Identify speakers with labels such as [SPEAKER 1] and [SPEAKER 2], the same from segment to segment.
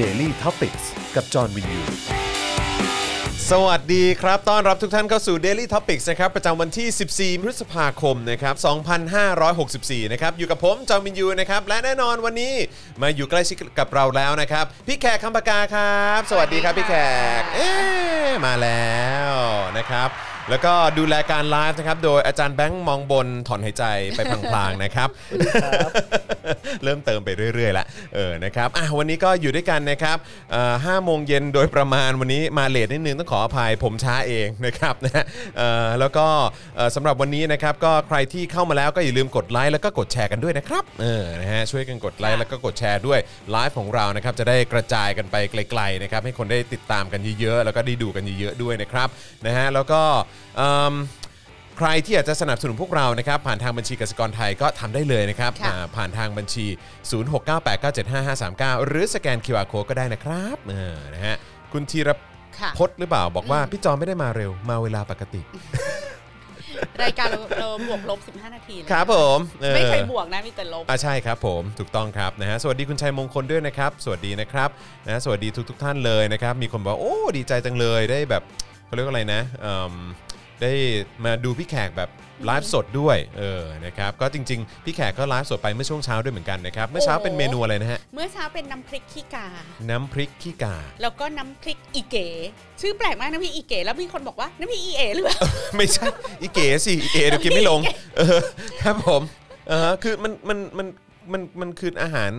[SPEAKER 1] Daily t o p i c กกับจอห์นวินยู
[SPEAKER 2] สวัสดีครับ ต้อนรับทุกท่านเข้าสู่ Daily Topics นะครับ ประจำวันที่ 14 พฤษภาคม นะครับ 2564 นะครับ อยู่กับผม จอมินยู นะครับ และแน่นอนวันนี้มาอยู่ใกล้ชิดกับเราแล้วนะครับ พี่แขกคำปากาครับ สวัสดีครับพี่แขก เอ๊ะมาแล้วนะครับ แล้วก็ดูแลการไลฟ์นะครับ โดยอาจารย์แบงค์มองบนถอนหายใจไปพลางๆ นะครับ เริ่มเติมไปเรื่อยๆละเออนะครับอ่ะวันนี้ก็อยู่ด้วยกันนะครับเอ่อห้าโมงเย็นโดยประมาณวันนี้มาเลทนิดนึงต้องขออภัยผมช้าเองนะครับนะเอ่อแล้วก็เอ่อสำหรับวันนี้นะครับก็ใครที่เข้ามาแล้วก็อย่าลืมกดไลค์แล้วก็กดแชร์กันด้วยนะครับเออนะฮะช่วยกันกดไลค์แล้วก็กดแชร์ด้วยไลฟ์ของเรานะครับจะได้กระจายกันไปไกลๆนะครับให้คนได้ติดตามกันเยอะๆแล้วก็ได้ดูกันเยอะๆด้วยนะครับนะฮะแล้วก็เอิ่ม ใครที่อยากจะสนับสนุนพวกเรานะครับผ่านทางบัญชีกสิกรไทยก็ทำได้เลยนะครับ
[SPEAKER 3] ค่ะ
[SPEAKER 2] อ่าผ่านทางบัญชี 0698975539 หรือสแกน QR Code ก็ได้นะครับเออนะฮะคุณธีร
[SPEAKER 3] ค่ะ
[SPEAKER 2] พจน์หรือเปล่าบอกว่าพี่จอมไม่ได้มาเร็วมาเวลาปกติ
[SPEAKER 3] รายการเราเราบวกลบ 15 นาทีเลย
[SPEAKER 2] ครับผมเออ
[SPEAKER 3] ไม่เคยบวกนะมีแต่ลบ
[SPEAKER 2] อ่าใช่ครับผมถูกต้องครับนะฮะสวัสดีคุณชัยมงคลด้วยนะครับ สวัสดีนะครับนะสวัสดีทุกทท่านเลยนะครับ มีคนบอกว่าโอ้ดีใจจังเลยได้แบบเขาเรียกว่าอะไรนะเอิ่มได้มาดูพี่แขกแบบไลฟ์สดด้วยเออนะครับก็จริง ๆ พี่แขกก็ไลฟ์สดไปเมื่อช่วงเช้าด้วยเหมือนกันนะครับเมื่อเช้าเป็นเมนูอะไรนะฮะ
[SPEAKER 3] เมื่อเช้าเป็นน้ำพริกขี้กา
[SPEAKER 2] น้ำพริกขี้กา
[SPEAKER 3] แล้วก็น้ำพริกอีเก๋ ชื่อแปลกมากน้ำพริกอีเก๋ แล้วมีคนบอกว่าน้ำพริกอีเอ๋หรือเปล่า
[SPEAKER 2] ไม่ใช่อีเก๋สิอีเก๋เดี๋ยวกินไม่ลง เออครับผมเออคือมันมันมันมันมันคืออาหาร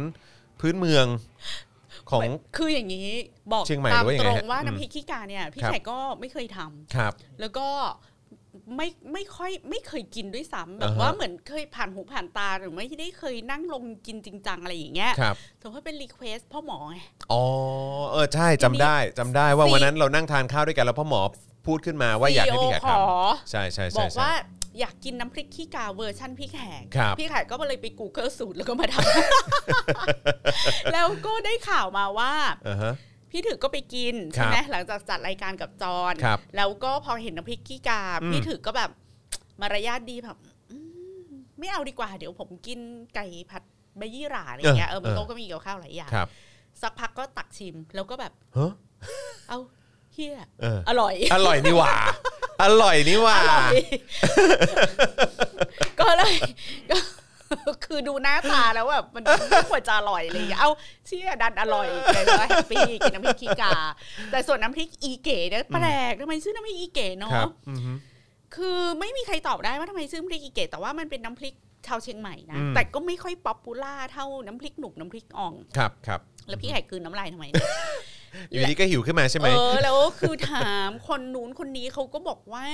[SPEAKER 2] พื้นเมืองของ
[SPEAKER 3] คืออย่างนี้บอก
[SPEAKER 2] เชียงใหม่
[SPEAKER 3] ตา
[SPEAKER 2] หรือ
[SPEAKER 3] ม
[SPEAKER 2] ว่ายัง
[SPEAKER 3] ต
[SPEAKER 2] ไง
[SPEAKER 3] ร
[SPEAKER 2] ฮะ
[SPEAKER 3] งว่า
[SPEAKER 2] อืม
[SPEAKER 3] น้ำพริกขี้กาเนี่ยพี่
[SPEAKER 2] ครับ
[SPEAKER 3] แขกก็ไม่เคยทำ
[SPEAKER 2] ครับ
[SPEAKER 3] แล้วก็ไม่ไม่ค่อยไม่เคยกินด้วยซ้ำแบ
[SPEAKER 2] อ่า
[SPEAKER 3] บ
[SPEAKER 2] ฮะ
[SPEAKER 3] ว่าเหมือนเคยผ่านหูผ่านตาหรือไม่ได้เคยนั่งลงกินจริงจังอะไรอย่างเงี้ย
[SPEAKER 2] ครับ
[SPEAKER 3] ถือว่าเป็นรีเควสพ่อหมอไง
[SPEAKER 2] อ๋อเออใช่จำได้จำได้ว่าวันนั้นเรานั่งทานข้าวด้วยกันแล้วพ่อหมอพูดขึ้นมาว่าอยากให้พี่แขกท
[SPEAKER 3] ขอ
[SPEAKER 2] ำใช่ใช่
[SPEAKER 3] บ
[SPEAKER 2] ใช่
[SPEAKER 3] อก
[SPEAKER 2] ใช่
[SPEAKER 3] ว่าอยากกินน้ำพริกขี้กาเวอร์ชั่นพี่แขก
[SPEAKER 2] ครับ
[SPEAKER 3] พี่แขกก็เลยไป Google สูตรแล้วก็มาทำ แล้วก็ได้ข่าวมาว่า
[SPEAKER 2] อ่าฮะ
[SPEAKER 3] พี่ถือก็ไปกิน
[SPEAKER 2] ครับ
[SPEAKER 3] ใช่ไหมหลังจากจัดรายการกับจอน
[SPEAKER 2] ครับ
[SPEAKER 3] แล้วก็พอเห็นน้ำพริกขี้กา
[SPEAKER 2] อืม
[SPEAKER 3] พี่ถือก็แบบมารยาทดีแบบอืมไม่เอาดีกว่า เดี๋ยวผมกินไก่ผัดใบยี่หร่าอะไรอย่างเงี้ยเออบนโต๊ะก็มีเกี่ยวข้าวหลายอย่าง
[SPEAKER 2] ครับ
[SPEAKER 3] สักพักก็ตักชิม แล้วก็แบบ
[SPEAKER 2] ฮะ
[SPEAKER 3] เอ้าเฮีย
[SPEAKER 2] เออ
[SPEAKER 3] อร่อย
[SPEAKER 2] อร่อยนี่หว่า อร่อยนี่หว่า
[SPEAKER 3] อร่อย ก็เลย ก็คือดูหน้าตาแล้วแบบมันไม่ควรจะอร่อยเลย เอาเชี่ยดันอร่อยเลยว่าแฮปปี้กินน้ำพริกขี้กา แต่ส่วนน้ำพริกอีเก๋เนี่ยแปลกทำไมชื่อน้ำพริกอีเก๋เนาะ
[SPEAKER 2] ครับอือฮึ
[SPEAKER 3] คือไม่มีใครตอบได้ว่าทำไมชื่อน้ำพริกอีเก๋แต่ว่ามันเป็นน้ำพริกชาวเชียงใหม่นะ
[SPEAKER 2] อืม
[SPEAKER 3] แต่ก็ไม่ค่อยป๊อปปูล่าเท่าน้ำพริกหนุ่มน้ำพริกอ่อง
[SPEAKER 2] ครับครับ
[SPEAKER 3] แล้วพี่ไข่คืนน้ำลายทำไมเนี่ย
[SPEAKER 2] อยู่ดีก็หิวขึ้นมาใช่ไหม
[SPEAKER 3] เออแล้วคือถามคนนู้นคนนี้เขาก็บอกว่า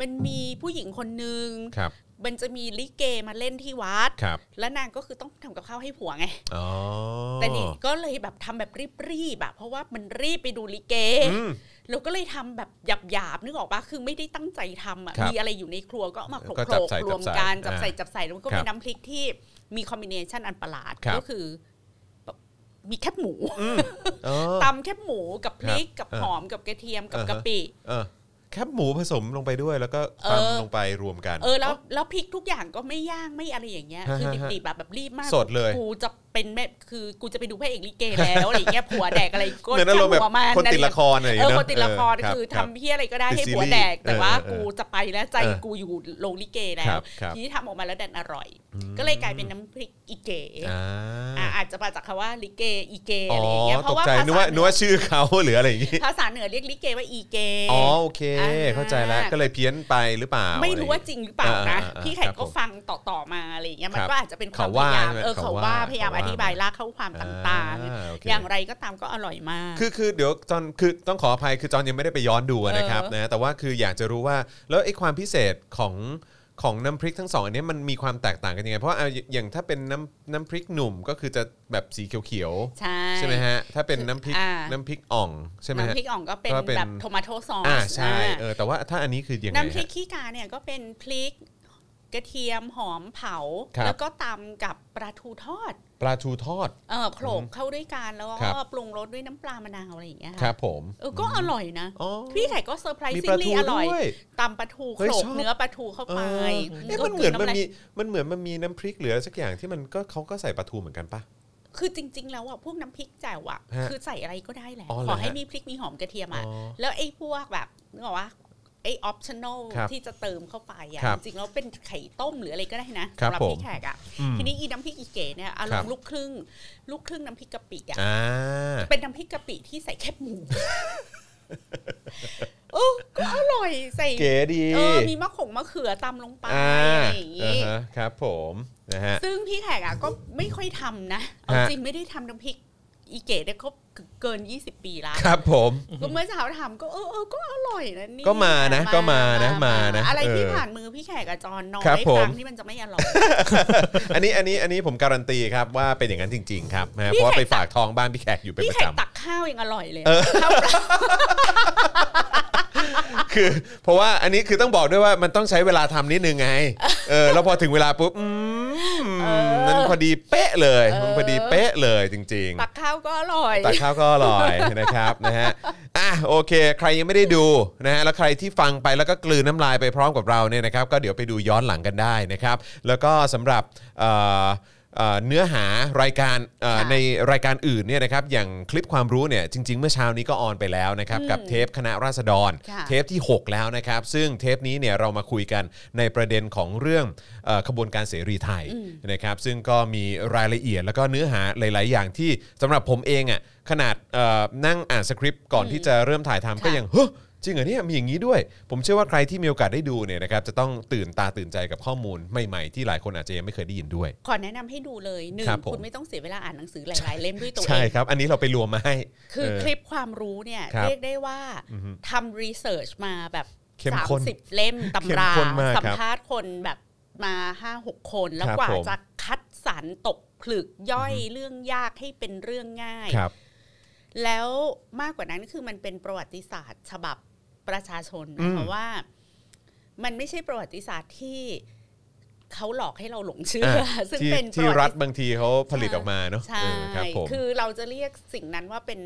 [SPEAKER 3] มันมีผู้หญิงคนนึง
[SPEAKER 2] ครับ
[SPEAKER 3] มันจะมีลิเกมาเล่นที่วัด
[SPEAKER 2] ครับ
[SPEAKER 3] และนางก็คือต้องทำกับข้าวให้ผัวไง
[SPEAKER 2] อ๋อ
[SPEAKER 3] แต่นี่ก็เลยแบบทำแบบรีบๆแบบเพราะว่ามันรีบไปดูลิเก
[SPEAKER 2] อืม
[SPEAKER 3] แล้วก็เลยทำแบบหยาบๆนึกออกปะคือไม่ได้ตั้งใจทำอ่ะ
[SPEAKER 2] ครับ
[SPEAKER 3] มีอะไรอยู่ในครัวก็เอามาโขลก
[SPEAKER 2] ก็
[SPEAKER 3] ๆ
[SPEAKER 2] จับใส่
[SPEAKER 3] รวมกัน
[SPEAKER 2] จั
[SPEAKER 3] จั
[SPEAKER 2] บบ ใส่
[SPEAKER 3] ใส่จับใส่แล้วก็
[SPEAKER 2] ครั
[SPEAKER 3] เป็
[SPEAKER 2] บ
[SPEAKER 3] นน้ำพริกที่มีคอมบิเนชันอันประหลาด
[SPEAKER 2] ครับ
[SPEAKER 3] ก็คือแบบมีแคบหมู
[SPEAKER 2] อ๋อ
[SPEAKER 3] ตำแคบหมูกับพริกกับ
[SPEAKER 2] เออ
[SPEAKER 3] หอมกับกระเทียมกับ
[SPEAKER 2] อ่าฮะ
[SPEAKER 3] กะปิ
[SPEAKER 2] เออแคบหมูผสมลงไปด้วยแล้วก็
[SPEAKER 3] เออ
[SPEAKER 2] ตำลงไปรวมกัน
[SPEAKER 3] เออแล้วแล้วพริกทุกอย่างก็ไม่ย่างไม่อะไรอย่างเงี้ย
[SPEAKER 2] ฮะ
[SPEAKER 3] คือ
[SPEAKER 2] ฮะฮะ
[SPEAKER 3] ดิบๆแบบแบบรีบมาก
[SPEAKER 2] สดเลย
[SPEAKER 3] กูจะเป็นแม่คือกูจะไปดูพระเอกลิเกแล้วอะไรอย่างเงี้ยผัวแดกอะไรก็
[SPEAKER 2] เหมือนอารมณ์แบบ
[SPEAKER 3] หัวมัน
[SPEAKER 2] คนติด
[SPEAKER 3] อไร
[SPEAKER 2] ละครอะไรอย่าง
[SPEAKER 3] เอ
[SPEAKER 2] เงี้เน
[SPEAKER 3] อย
[SPEAKER 2] อะ
[SPEAKER 3] คนติดละคร
[SPEAKER 2] เออครับ
[SPEAKER 3] คือ
[SPEAKER 2] ครั
[SPEAKER 3] ทำ
[SPEAKER 2] บ
[SPEAKER 3] เพี้ยอะไรก็ได้
[SPEAKER 2] ติด
[SPEAKER 3] ให้
[SPEAKER 2] ซีรีส์
[SPEAKER 3] ผัวแดกแต่ว่า
[SPEAKER 2] เออเออ
[SPEAKER 3] กูจะไปแล้วใจ
[SPEAKER 2] เออ
[SPEAKER 3] กูอยู่โรงลิเกแล้
[SPEAKER 2] ครั
[SPEAKER 3] ว
[SPEAKER 2] บครับ
[SPEAKER 3] ทนีทำออกมาแล้วดันอร่อย ก็เลยกลายเป็นน้ำพริกอี
[SPEAKER 2] า
[SPEAKER 3] เก๋อ่ะอาจจะมาจากคำว่าลิเกอีเก
[SPEAKER 2] อ๋
[SPEAKER 3] อะ
[SPEAKER 2] อ
[SPEAKER 3] ไรอย่างเงี้ยเพ
[SPEAKER 2] ต
[SPEAKER 3] ราะ
[SPEAKER 2] ก
[SPEAKER 3] ว่า
[SPEAKER 2] ใจ
[SPEAKER 3] ภาษา
[SPEAKER 2] นึกว่านึกว่าชื่อเขาหรืออะไรอย่างงี้
[SPEAKER 3] ภาษาเหนือเรียกลิเกว่าอีเก
[SPEAKER 2] อ๋อโอเค
[SPEAKER 3] อ่า
[SPEAKER 2] เข้าใจแล้วก็เลยเพี้ยนไปหรือเปล่า
[SPEAKER 3] ไม่รู้ว่าจริงหรือเปล่านะ
[SPEAKER 2] อ่าอ่าอ่า
[SPEAKER 3] พี่แขก
[SPEAKER 2] ครั
[SPEAKER 3] ก็
[SPEAKER 2] บผม
[SPEAKER 3] ฟังต่อต่อๆมาอะไรอย่างเงี้ยมั
[SPEAKER 2] คน รับ
[SPEAKER 3] ก็อาจจะเป็นความ
[SPEAKER 2] เขาว่าย
[SPEAKER 3] พายาม
[SPEAKER 2] ใช่ไหม
[SPEAKER 3] เออ
[SPEAKER 2] เขา
[SPEAKER 3] เขา
[SPEAKER 2] ว่า
[SPEAKER 3] ว่าพยายาม
[SPEAKER 2] เขาว่า
[SPEAKER 3] อธิบายลากเข้าความต่าง
[SPEAKER 2] อ่าโอเค
[SPEAKER 3] ๆ อย่างไรก็ตามก็อร่อยมาก
[SPEAKER 2] คือคือเดี๋ยวตอนคือต้องขออภัยคือจอนยังไม่ได้ไปย้อนดูนะครับ
[SPEAKER 3] เออ
[SPEAKER 2] นะแต่ว่าคืออยากจะรู้ว่าแล้วไอ้ความพิเศษของของน้ำพริกทั้งสองอันเนี้ยมันมีความแตกต่างกันยังไง เพราะว่าเอาอย่างถ้าเป็นน้ำน้ำพริกหนุ่มก็คือจะแบบสีเขียว
[SPEAKER 3] ใช่
[SPEAKER 2] ๆใช่ไหมฮะถ้าเป็นน้ำพริก
[SPEAKER 3] อ่า
[SPEAKER 2] น้ำพริกอ่องใช่ไหมฮะ
[SPEAKER 3] น้ำพริกอ่องก็เป็น
[SPEAKER 2] ก็เป็น
[SPEAKER 3] แบบโทมาโตซอ
[SPEAKER 2] อ่า
[SPEAKER 3] ส
[SPEAKER 2] ใช่เออแต่ว่าถ้าอันนี้คือยังไง
[SPEAKER 3] น้ำพริ
[SPEAKER 2] ฮะ
[SPEAKER 3] กขี้กาเนี่ยก็เป็นพริกกระเทียมหอมเผา
[SPEAKER 2] ครับ
[SPEAKER 3] แล้วก็ตำกับปลาทูทอด
[SPEAKER 2] ปลาทูทอด
[SPEAKER 3] เออโขลกเข้าด้วยกันแล้ว
[SPEAKER 2] ครั
[SPEAKER 3] ก็
[SPEAKER 2] บ
[SPEAKER 3] ปรุงรสด้วยน้ำปลามะนาวอะไรอย่างเงี้ย
[SPEAKER 2] ครั
[SPEAKER 3] ค่ะ
[SPEAKER 2] บผม
[SPEAKER 3] เออก็อร่อยนะ
[SPEAKER 2] อ๋อ
[SPEAKER 3] พี่ไข่ก็เซอร์ไพรส์
[SPEAKER 2] มี
[SPEAKER 3] ซิ
[SPEAKER 2] ปลาทู
[SPEAKER 3] ลี่อร่อย
[SPEAKER 2] ด้วย
[SPEAKER 3] ตำปลาทูโข
[SPEAKER 2] เฮ้ย
[SPEAKER 3] ล
[SPEAKER 2] ช
[SPEAKER 3] ก
[SPEAKER 2] อบ
[SPEAKER 3] เนื้อปลาทูเข้า
[SPEAKER 2] เอ
[SPEAKER 3] ไป
[SPEAKER 2] อเอ๊ะมันเหมือนมันมีมันเหมือนมันมีน้ำพริกหรืออะไรสักอย่างที่มันก็เขาก็ใส่ปลาทูเหมือนกันปะ
[SPEAKER 3] คือจริง ๆ แล้วอ่ะพวกน้ำพริกแจ่วอ่ะ
[SPEAKER 2] ฮะ
[SPEAKER 3] คือใส่อะไรก็ได้แหละ
[SPEAKER 2] อ๋อเหรอ
[SPEAKER 3] ขอให้
[SPEAKER 2] ฮะ
[SPEAKER 3] มีพริกมีหอมกระเทียมอ่ะ
[SPEAKER 2] อ๋อ
[SPEAKER 3] แล้วไอ้พวกแบบนึกออกว่าไอ้ออปชั่นอล
[SPEAKER 2] ครับ
[SPEAKER 3] ที่จะเติมเข้าไปอ่ะ
[SPEAKER 2] ครับ
[SPEAKER 3] จริงๆแล้วเป็นไข่ต้มหรืออะไรก็ได้นะครับ สำหรับ
[SPEAKER 2] ผม
[SPEAKER 3] พี่แขกอ่ะทีนี้อีน้ำพริกอีเก๋เนี่ยอารมณ์ลูกครึ่ง ลูกครึ่งน้ำพริกกะปิอ่ะ
[SPEAKER 2] อ่า
[SPEAKER 3] เป็นน้ำพริกกะปิที่ใส่แคบ หมูเออก็อร่อยใส่
[SPEAKER 2] เก๋ดี
[SPEAKER 3] เออมีมะขงมะเขือตำลงไป
[SPEAKER 2] อ่า
[SPEAKER 3] อะไรอย่าง
[SPEAKER 2] อ่า
[SPEAKER 3] งี้
[SPEAKER 2] ฮะครับผมนะฮะ
[SPEAKER 3] ซึ่งพี่แขกอ่ะก็ไม่ค่อยทำนะเอา
[SPEAKER 2] ฮะ
[SPEAKER 3] จริงไม่ได้ทำน้ำพริกอีเก๋เนี่ยก็เกิน 20 ปีละ
[SPEAKER 2] ครับผม
[SPEAKER 3] ก็เมื่อเช้าทำก็เออเออก็อร่อยนะนี่
[SPEAKER 2] ก็มานะก็มานะมานะ
[SPEAKER 3] อะไรที่
[SPEAKER 2] เออ
[SPEAKER 3] ผ่านมือพี่แขกกับจอนน้อย
[SPEAKER 2] ครับผม
[SPEAKER 3] ครั้งที่มันจะไม่อร่อย
[SPEAKER 2] อันนี้อันนี้อันนี้ผมการันตีครับว่าเป็นอย่างนั้นจริง ๆ ครับนะฮะเพราะว่าไปฝากทองบ้านพี่แขกอยู่เป็น
[SPEAKER 3] พี่
[SPEAKER 2] ประ
[SPEAKER 3] แขก
[SPEAKER 2] จำ
[SPEAKER 3] ตักข้าวยังอร่อยเลยข้าวเปล่า
[SPEAKER 2] คือเพราะว่าอันนี้คือต้องบอกด้วยว่ามันต้องใช้เวลาทำนิดนึงไง เออแล้วพอถึงเวลาปุ๊บอืมมันพอดีเป๊ะเลย
[SPEAKER 3] เออ
[SPEAKER 2] มันพอดีเป๊ะเลยจริง
[SPEAKER 3] ตักข้าวก็อร่อย
[SPEAKER 2] ๆตักข้าวก็อร่อย นะครับนะฮะอ่ะโอเค ใครยังไม่ได้ดูนะฮะแล้วใครที่ฟังไปแล้วก็กลืนน้ำลายไปพร้อมกับเราเนี่ยนะครับ ก็เดี๋ยวไปดูย้อนหลังกันได้นะครับ แล้วก็สำหรับเอ่อเอ่อเนื้อหารายการเอ่อ
[SPEAKER 3] ค่ะ
[SPEAKER 2] ในรายการอื่นเนี่ยนะครับอย่างคลิปความรู้เนี่ยจริง ๆ เมื่อเช้านี้ก็ออนไปแล้วนะครับกับเทปคณะราษฎร
[SPEAKER 3] ค่ะ
[SPEAKER 2] เทปที่ 6 แล้วนะครับ ซึ่งเทปนี้เนี่ยเรามาคุยกันในประเด็นของเรื่องเออขบวนการเสรีไทยนะครับ ซึ่งก็มีรายละเอียดแล้วก็เนื้อหาหลาย ๆ อย่างที่สำหรับผมเองอะ่ะขนาดเอ่อนั่งอ่านสคริปต์ก่อนที่จะเริ่มถ่ายทำก็ยังเฮ้อจริงเหรอเนี่ยมีอย่างนี้ด้วย ผมเชื่อว่าใครที่มีโอกาสได้ดูเนี่ยนะครับจะต้องตื่นตาตื่นใจกับข้อมูลใหม่ ๆ ที่หลายคนอาจจะยังไม่เคยได้ยินด้วย
[SPEAKER 3] ขอแนะนำให้ดูเลยหนึ่ง
[SPEAKER 2] ครับผม
[SPEAKER 3] คุณไม่ต้องเสียเวลาอ่านหนังสือหลาย ๆ เล่มด้วยตัวเอ
[SPEAKER 2] ใช่
[SPEAKER 3] ง
[SPEAKER 2] ครับ อันนี้เราไปรวมมาให้
[SPEAKER 3] คือ
[SPEAKER 2] เออ
[SPEAKER 3] คลิปความรู้เนี่ย
[SPEAKER 2] ครับ
[SPEAKER 3] เรียกได้ว่าทำรีเสิร์ชมาแบบ
[SPEAKER 2] เข้มข้น
[SPEAKER 3] สามสิบเล่มตำรา
[SPEAKER 2] เข้มข้นมากครับ
[SPEAKER 3] สัมภาษณ์คนแบบมาห้าหกคน แล้ว
[SPEAKER 2] ครับ
[SPEAKER 3] กว่า
[SPEAKER 2] ผม
[SPEAKER 3] จะคัดสรรตกผลึกย่อยเรื่องยากให้เป็นเรื่องง่าย
[SPEAKER 2] ครับ
[SPEAKER 3] แล้วมากกว่านั้นคือมันเป็นประวัติศาสตร์ ฉบับประชาชน
[SPEAKER 2] อืม
[SPEAKER 3] เพราะว่า มันไม่ใช่ประวัติศาสตร์ที่เขาหลอกให้เราหลงเชื่อ ซึ่ง
[SPEAKER 2] ที่
[SPEAKER 3] เป็น
[SPEAKER 2] ที่
[SPEAKER 3] ประวั
[SPEAKER 2] รัฐ
[SPEAKER 3] ติ
[SPEAKER 2] บางทีเขาผลิตออกมาเนาะ
[SPEAKER 3] ใช่
[SPEAKER 2] เออครับผม
[SPEAKER 3] คือเราจะเรียกสิ่งนั้นว่าเป็น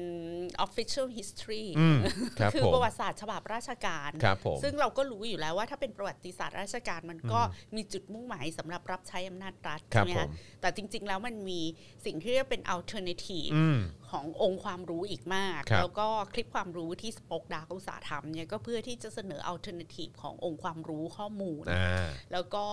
[SPEAKER 3] official history
[SPEAKER 2] มครับ
[SPEAKER 3] คือ
[SPEAKER 2] ผม
[SPEAKER 3] ประวัติศาสตร์ฉบับราชการ
[SPEAKER 2] ครับผม
[SPEAKER 3] ซึ่งเราก็รู้อยู่แล้วว่าถ้าเป็นประวัติศาสตร์ราชการมันก็มีจุดมุ่งหมายสำหรับรับใช้อำนาจรัฐ
[SPEAKER 2] ครั
[SPEAKER 3] ใช่
[SPEAKER 2] บ
[SPEAKER 3] ไหม
[SPEAKER 2] ผ
[SPEAKER 3] คะ
[SPEAKER 2] ม
[SPEAKER 3] แต่จริง ๆ แล้วมันมีสิ่งที่เรียกเป็น alternative
[SPEAKER 2] อืม
[SPEAKER 3] ขององค์ความรู้อีกมาก
[SPEAKER 2] ครับ
[SPEAKER 3] แล้วก็คลิปความรู้ที่สป k อกดาร์กอุตสาหธรรมเนี่ยก็เพื่อที่จะเสนอ alternative ขององค์ความรู้ข้อมูล
[SPEAKER 2] ่า
[SPEAKER 3] แล้วก็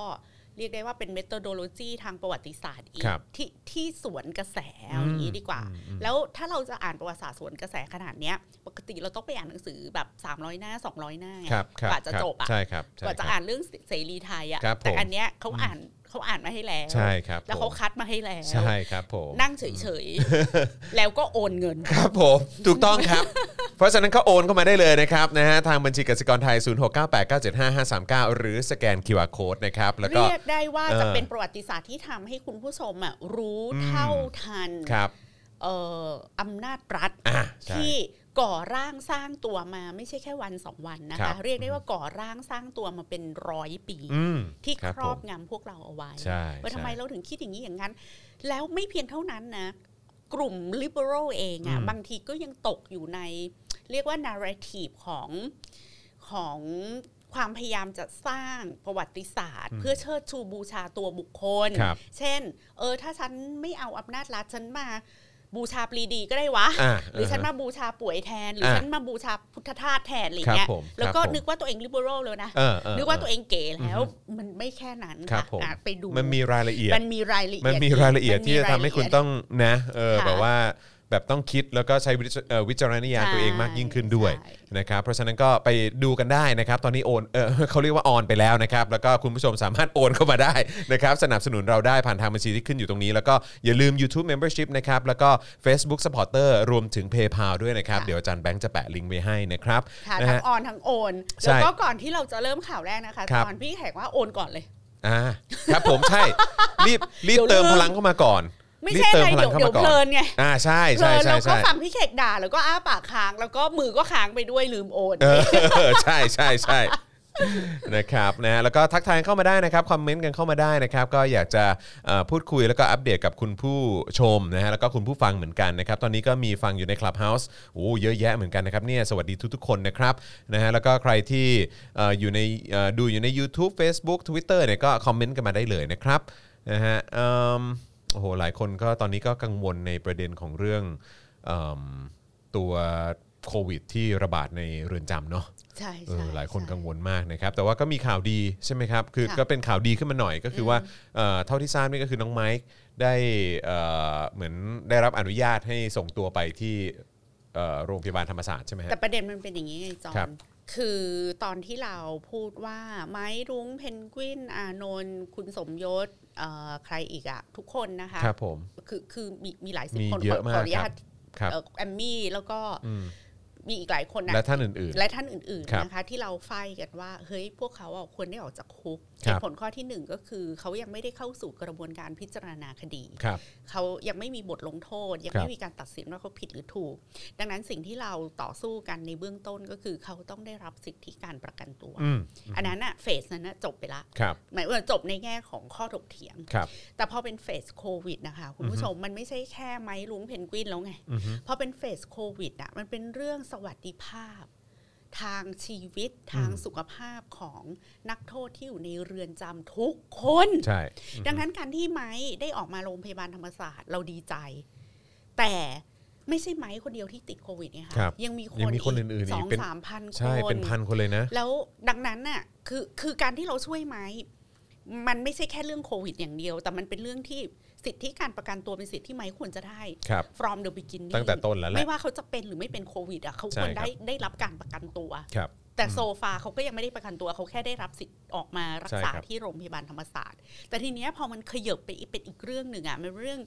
[SPEAKER 3] เรียกได้ว่าเป็นเมทอดโลจีทางประวัติศาสตร์อีก
[SPEAKER 2] ครับ
[SPEAKER 3] ที่ที่สวนกระแสเอาอย่างนี้ดีกว่า แล้วถ้าเราจะอ่านประวัติศาสตร์สวนกระแสขนาดเนี้ย ปกติเราต้องไปอ่านหนังสือแบบ 300 หน้า 200 หน้าไง
[SPEAKER 2] ครับครับ
[SPEAKER 3] กว่าจะ
[SPEAKER 2] ครับ
[SPEAKER 3] จบอ่ะ
[SPEAKER 2] ใช่ครับใช่
[SPEAKER 3] กว่า
[SPEAKER 2] ค
[SPEAKER 3] จะ
[SPEAKER 2] รับ
[SPEAKER 3] อ่านเรื่องเสรีไทยอ่ะ
[SPEAKER 2] ครับผม
[SPEAKER 3] แต่อันเนี้ยเขาอ่านเขาอ่านมาให้แล้ว
[SPEAKER 2] ใช่ครับ
[SPEAKER 3] แล้ว
[SPEAKER 2] ผ
[SPEAKER 3] เขา
[SPEAKER 2] ม
[SPEAKER 3] คัดมาให้แล้ว
[SPEAKER 2] ใช่ครับผม
[SPEAKER 3] นั่งเฉยๆ แล้วก็โอนเงิน
[SPEAKER 2] ครับผม ถูกต้องครับ เพราะฉะนั้นก็โอนเข้ามาได้เลยนะครับนะฮะทางบัญชีกสิกรไทย 0698975539 หรือสแกน QR Code นะครับแล้วก็
[SPEAKER 3] เรียกได้ว่าจะ
[SPEAKER 2] เออ
[SPEAKER 3] เป็นประวัติศาสตร์ที่ทำให้คุณผู้ชมอ่ะรู้เท่าทัน
[SPEAKER 2] ครับ
[SPEAKER 3] เอ่ออำนาจรัฐ
[SPEAKER 2] อ่ะใช่
[SPEAKER 3] ที่ก่อร่างสร้างตัวมาไม่ใช่แค่วันสองวันนะ
[SPEAKER 2] ครั
[SPEAKER 3] คะ
[SPEAKER 2] บ
[SPEAKER 3] เรียกได้ว่าก่อร่างสร้างตัวมาเป็นร้อยปี
[SPEAKER 2] อืม
[SPEAKER 3] ที่
[SPEAKER 2] ครั
[SPEAKER 3] ครอบ
[SPEAKER 2] ผม
[SPEAKER 3] งำพวกเราเอาไว้
[SPEAKER 2] ใช่
[SPEAKER 3] ว่า
[SPEAKER 2] ใช่
[SPEAKER 3] ทำไมเราถึงคิดอย่างนี้อย่างนั้น แล้วไม่เพียงเท่านั้นนะ กลุ่ม liberal เองอะ
[SPEAKER 2] อืม
[SPEAKER 3] บางทีก็ยังตกอยู่ใน เรียกว่า narrative ของของความพยายามจะสร้างประวัติศาสตร์ เพื่อเชิดชูบูชาตัวบุคคล
[SPEAKER 2] ครับ
[SPEAKER 3] เช่น เออ ถ้าฉันไม่เอาอำนาจรัฐฉันมาบูชาปรีดีก็ได้วะ
[SPEAKER 2] อ่า
[SPEAKER 3] หรือฉันมาบูชาป่วยแทน หรืออา ฉันมาบูชาพุทธทาสแทนอะไรอย่างเงี้ย
[SPEAKER 2] ครับผม
[SPEAKER 3] แล้วก็
[SPEAKER 2] ครับผม
[SPEAKER 3] นึกว่าตัวเอง liberal เลยนะ
[SPEAKER 2] เออเออ
[SPEAKER 3] นึกว่าตัวเองเก๋แล้วมันไม่แค่นั้น
[SPEAKER 2] ครับ
[SPEAKER 3] ค่ะ
[SPEAKER 2] ผม
[SPEAKER 3] อ่ะไปดู
[SPEAKER 2] มันมีรายละเอียด
[SPEAKER 3] มันมีรายละเอียด
[SPEAKER 2] มันมีรายละเอียด
[SPEAKER 3] มันมี
[SPEAKER 2] ที่จะทำให้คุณ
[SPEAKER 3] รายละเอียด
[SPEAKER 2] ต้องนะเออ
[SPEAKER 3] ค่ะ
[SPEAKER 2] แบบว่าแบบต้องคิดแล้วก็ใช้วิจเอ่อวิจารณญาณ
[SPEAKER 3] ใช่
[SPEAKER 2] ตัวเองมากยิ่งขึ้นด้วย
[SPEAKER 3] ใช่
[SPEAKER 2] นะครับเพราะฉะนั้นก็ไปดูกันได้นะครับ ตอนนี้โอนเออ เขาเรียกว่าออนไปแล้วนะครับ แล้วก็คุณผู้ชมสามารถโอนเข้ามาได้นะครับ สนับสนุนเราได้ผ่านทางบัญชีที่ขึ้นอยู่ตรงนี้ แล้วก็อย่าลืม YouTube Membership นะครับแล้วก็ Facebook Supporter รวมถึง PayPal ด้วยนะครับ เดี๋ยวอาจารย์แบงค์จะแปะลิงก์ไว้ให้นะครับ
[SPEAKER 3] ค่ะ
[SPEAKER 2] นะ
[SPEAKER 3] ทั้
[SPEAKER 2] ฮะ
[SPEAKER 3] งออนทั้งโอน
[SPEAKER 2] ใช่
[SPEAKER 3] แล้วก็ก่อนที่เราจะเริ่มข่าวแรกนะคะ
[SPEAKER 2] ครับ
[SPEAKER 3] ตอนพี่แขกว่าโอนก่อนเลย
[SPEAKER 2] อ่าครับผมใช่รีบรีบ
[SPEAKER 3] เดี๋ยวลืม
[SPEAKER 2] เติมพลังเข้ามาก่อน
[SPEAKER 3] ไม่
[SPEAKER 2] รีบ
[SPEAKER 3] ใช่
[SPEAKER 2] เติม
[SPEAKER 3] ไง
[SPEAKER 2] พลัง
[SPEAKER 3] เดี๋ยว
[SPEAKER 2] เข้ามาว
[SPEAKER 3] เดี๋ย
[SPEAKER 2] ก่อ
[SPEAKER 3] เพลิ
[SPEAKER 2] น
[SPEAKER 3] นไง
[SPEAKER 2] อ่าใช่
[SPEAKER 3] เพ
[SPEAKER 2] ใช่
[SPEAKER 3] ลิน
[SPEAKER 2] ใช่
[SPEAKER 3] แล้วก็
[SPEAKER 2] ใช่
[SPEAKER 3] ฟังพี่แขกด่าแล้วก็อ้าปากค้าง แล้วก็มือก็ค้างไปด้วยลืมโอน
[SPEAKER 2] เออ ใช่ใช่ใช่นะครับนะแล้วก็ทักทายเข้ามาได้นะครับคอมเมนต์กันเข้ามาได้นะครับ ก็อยากจะเอ่อพูดคุยแล้วก็อัปเดตกับคุณผู้ชมนะฮะแล้วก็คุณผู้ฟังเหมือนกันนะครับ ตอนนี้ก็มีฟังอยู่ใน Clubhouse โอ้เยอะแยะเหมือนกันนะครับเนี่ยสวัสดีทุกๆคนนะครับนะฮะแล้วก็ใครที่เอ่ออยู่ในเอ่อดูอยู่ใน YouTube Facebook Twitter เนี่ยก็คอมเมนต์กันมาได้เลยนะครับนะฮะเอิ่ม โอ้โหหลายคนก็ตอนนี้ก็กังวลในประเด็นของเรื่องเอมตัวโควิด ที่ระบาดในเรือนจำเนาะ
[SPEAKER 3] ใช่
[SPEAKER 2] เอ
[SPEAKER 3] ใช่
[SPEAKER 2] อหลายคนกังวลมากนะครับ แต่ว่าก็มีข่าวดีใช่ไหมครับ คือ
[SPEAKER 3] ค่ะ
[SPEAKER 2] ก็เป็นข่าวดีขึ้นมาหน่อยก็คือว่าเอ่อเท่าที่ทราบนี่ก็คือน้องไมค์ได้เอ่อเหมือนได้รับอนุญาตให้ส่งตัวไปที่เอ่อโรงพยาบาลธรรมศาสตร์ใช่ไหมฮะ
[SPEAKER 3] แต่ประเด็นมันเป็นอย่างนี้ไงจอ
[SPEAKER 2] ครับ
[SPEAKER 3] น คือตอนที่เราพูดว่าไม้รุ้งเพนกวินอานนท์คุณสมยศเอ่อใครอีกอะทุกคนนะคะ
[SPEAKER 2] ครับผม
[SPEAKER 3] คือคือมีมีหลายสิบ
[SPEAKER 2] มี
[SPEAKER 3] คน
[SPEAKER 2] เย
[SPEAKER 3] ขอ
[SPEAKER 2] อะมาก
[SPEAKER 3] ขออนุญา
[SPEAKER 2] ครั
[SPEAKER 3] ต
[SPEAKER 2] บ ครับ
[SPEAKER 3] เอ่อแอมมี่แล้วก็
[SPEAKER 2] อืม
[SPEAKER 3] มีอีกหลายคนนะ
[SPEAKER 2] และท่านอื่น
[SPEAKER 3] และท่านอื่น
[SPEAKER 2] ครั
[SPEAKER 3] ๆ
[SPEAKER 2] บ
[SPEAKER 3] นะคะที่เราไฟกันว่า เฮ้ยพวกเขาอ่ะควรได้ออกจากคุก
[SPEAKER 2] ค
[SPEAKER 3] เห
[SPEAKER 2] รับ
[SPEAKER 3] ตุผลข้อที่หนึ่งก็คือ เขายังไม่ได้เข้าสู่กระบวนการพิจารณาคดี
[SPEAKER 2] ๆ ครับ
[SPEAKER 3] เขายังไม่มีบทลงโทษ ยัง
[SPEAKER 2] ครั
[SPEAKER 3] ไม่
[SPEAKER 2] บ
[SPEAKER 3] มีการตัดสินว่าเขาผิดหรือถูก ดังนั้นสิ่งที่เราต่อสู้กันในเบื้องต้นก็คือเขาต้องได้รับสิทธิการประกันตัว
[SPEAKER 2] อืม
[SPEAKER 3] อันนั้นอะเฟสนั้นอะจบไปละ
[SPEAKER 2] ครับ
[SPEAKER 3] หมายว่าจบในแง่ของข้อถกเถียง
[SPEAKER 2] ครับ
[SPEAKER 3] แต่พอเป็นเฟสโควิดนะคะคุณผู้ชมมันไม่ใช่แค่ไม้ลุงเพนกวินแล้วไง
[SPEAKER 2] อือฮึ
[SPEAKER 3] พอเป็นเฟสโควิดอ่ะมันเป็นเรื่องสวัสดิภาพ ทางชีวิตทางสุขภาพของนักโทษที่อยู่ในเรือนจำทุกคน
[SPEAKER 2] ใช่
[SPEAKER 3] ดังนั้นการที่ไม้ได้ออกมาโรงพยาบาลธรรมศาสตร์เราดีใจ แต่ไม่ใช่ไม้คนเดียวที่ติดโควิดเนี่ยค่ะ
[SPEAKER 2] ครับ
[SPEAKER 3] ยังมีค
[SPEAKER 2] ยั
[SPEAKER 3] น
[SPEAKER 2] งมีคนอื่นๆ
[SPEAKER 3] ส
[SPEAKER 2] อี
[SPEAKER 3] อก ง
[SPEAKER 2] เป็น
[SPEAKER 3] สามพันคน
[SPEAKER 2] ใช่เป็นพันคนเลยนะ
[SPEAKER 3] แล้วดังนั้นน่ะคือคือการที่เราช่วยไหมมันไม่ใช่แค่เรื่องโควิดอย่างเดียว แต่มันเป็นเรื่องที่สิทธิการประกันตัวเป็นสิทธิที่ไหมควรจะได้
[SPEAKER 2] ครับ
[SPEAKER 3] from the beginning
[SPEAKER 2] ตั้งแต่ต้นแล้วแหละ
[SPEAKER 3] ไม่ว่าเขาจะเป็นหรือไม่เป็นโควิดอ่ะเขา
[SPEAKER 2] ใช่
[SPEAKER 3] ควร
[SPEAKER 2] ครับ
[SPEAKER 3] ได้ได้รับการประกันตัว
[SPEAKER 2] ครับ
[SPEAKER 3] แต่โซฟาเขาก็ยังไม่ได้ประกันตัวเขาแค่ได้รับสิทธิ์ออกมารักษา
[SPEAKER 2] ใช่ครับ
[SPEAKER 3] ที่โรงพยาบาลธรรมศาสตร์ แต่ทีเนี้ยพอมันขยบไปอีกเป็นอีกเรื่องหนึ่งอ่ะมันเรื่อง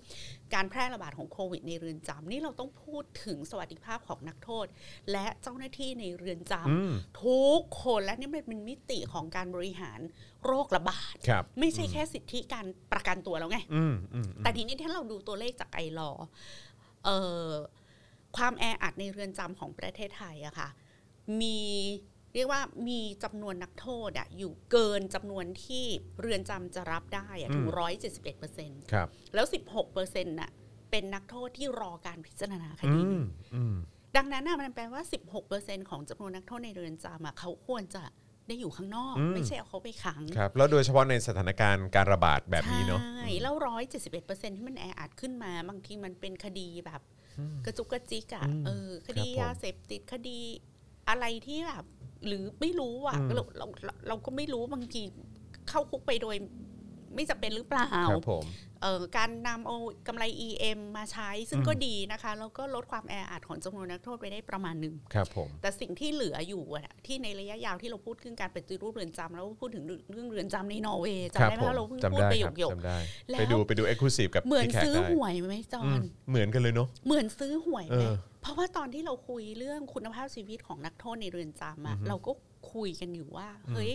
[SPEAKER 3] การแพร่ระบาดของโควิดในเรือนจำนี่เราต้องพูดถึงสวัสดิภาพของนักโทษ และเจ้าหน้าที่ในเรือนจำ
[SPEAKER 2] อืม
[SPEAKER 3] ทุกคนและนี่มันเป็นมิติของการบริหารโรคระบาด
[SPEAKER 2] ครับ
[SPEAKER 3] ไม่ใช่แค่สิทธิการประกันตัวแล้วไง
[SPEAKER 2] อืมอืมอืม
[SPEAKER 3] แต่ทีนี้ถ้าเราดูตัวเลขจากไอรอว์เอ่อความแออัดในเรือนจำของประเทศไทยอะค่ะ มีเรียกว่ามีจำนวนนักโทษอะอยู่เกินจำนวนที่เรือนจำจะรับได้อะถึงร้อยเจ็ดสิบเอ็ดเปอร์เซ็นต์
[SPEAKER 2] ครับ
[SPEAKER 3] แล้ว 16เปอร์เซ็นต์น่ะเป็นนักโทษที่รอการพิจารณาค
[SPEAKER 2] อื
[SPEAKER 3] ดี
[SPEAKER 2] มอืม
[SPEAKER 3] ดังนั้นนะมันแปลว่า 16%ของจำนวนนักโทษในเรือนจำอะเขาควรจะได้อยู่ข้างนอก ไม่ใช่เอาเขาไปขัง
[SPEAKER 2] ครับ แล้วโดยเฉพาะในสถานการณ์การระบาดแบบนี้เนาะ
[SPEAKER 3] ใช่แล้วร้อยเจ็ดสิบเอ็ดเปอร์เซ็นที่มันแออัดขึ้นมา บางทีมันเป็นคดีแบบ กระจุกกระจิกอะ
[SPEAKER 2] อืม
[SPEAKER 3] เออ คดี
[SPEAKER 2] ครับผม
[SPEAKER 3] ยาเสพติดคดีอะไรที่แบบ หรือไม่รู้อะ
[SPEAKER 2] อืม
[SPEAKER 3] เราเราเราเราก็ไม่รู้บางทีเข้าคุกไปโดย ไม่จำเป็นหรือเปล่า
[SPEAKER 2] ครับผม
[SPEAKER 3] เอ่อการนำเอากำไร EM มาใช้ซึ่ง
[SPEAKER 2] อืม
[SPEAKER 3] ก็ดีนะคะ แล้วก็ลดความแออัดของจำนวนนักโทษไปได้ประมาณหนึ่ง
[SPEAKER 2] ครับผม
[SPEAKER 3] แต่สิ่งที่เหลืออยู่อะที่ในระยะยาวที่เราพูดถึงการปฏิรูปเรือนจำแล้วพูดถึงเรื่องเรือนจำในนอร์เวย์จำได้ไหม
[SPEAKER 2] คบผ
[SPEAKER 3] ว่าเราเพิ่ง
[SPEAKER 2] จำ
[SPEAKER 3] พูดไปห
[SPEAKER 2] ครับ
[SPEAKER 3] ยก
[SPEAKER 2] จำได้
[SPEAKER 3] แล้ว
[SPEAKER 2] ไปดูไปดูเอ็กซ์คลูซีฟกับ
[SPEAKER 3] ๆเหมือน
[SPEAKER 2] พี่แขก
[SPEAKER 3] ซื้อ
[SPEAKER 2] ได้
[SPEAKER 3] หวยไหมจอ
[SPEAKER 2] อืม
[SPEAKER 3] น
[SPEAKER 2] เหมือนกันเลยเนาะ
[SPEAKER 3] เหมือนซื้อหวย
[SPEAKER 2] เอ
[SPEAKER 3] ไหม
[SPEAKER 2] อ
[SPEAKER 3] เพราะว่าตอนที่เราคุยเรื่องคุณภาพชีวิตของนักโทษในเรือนจำอะ
[SPEAKER 2] อือฮึ
[SPEAKER 3] เราก็คุยกันอยู่ว่า
[SPEAKER 2] อืม
[SPEAKER 3] เฮ้ย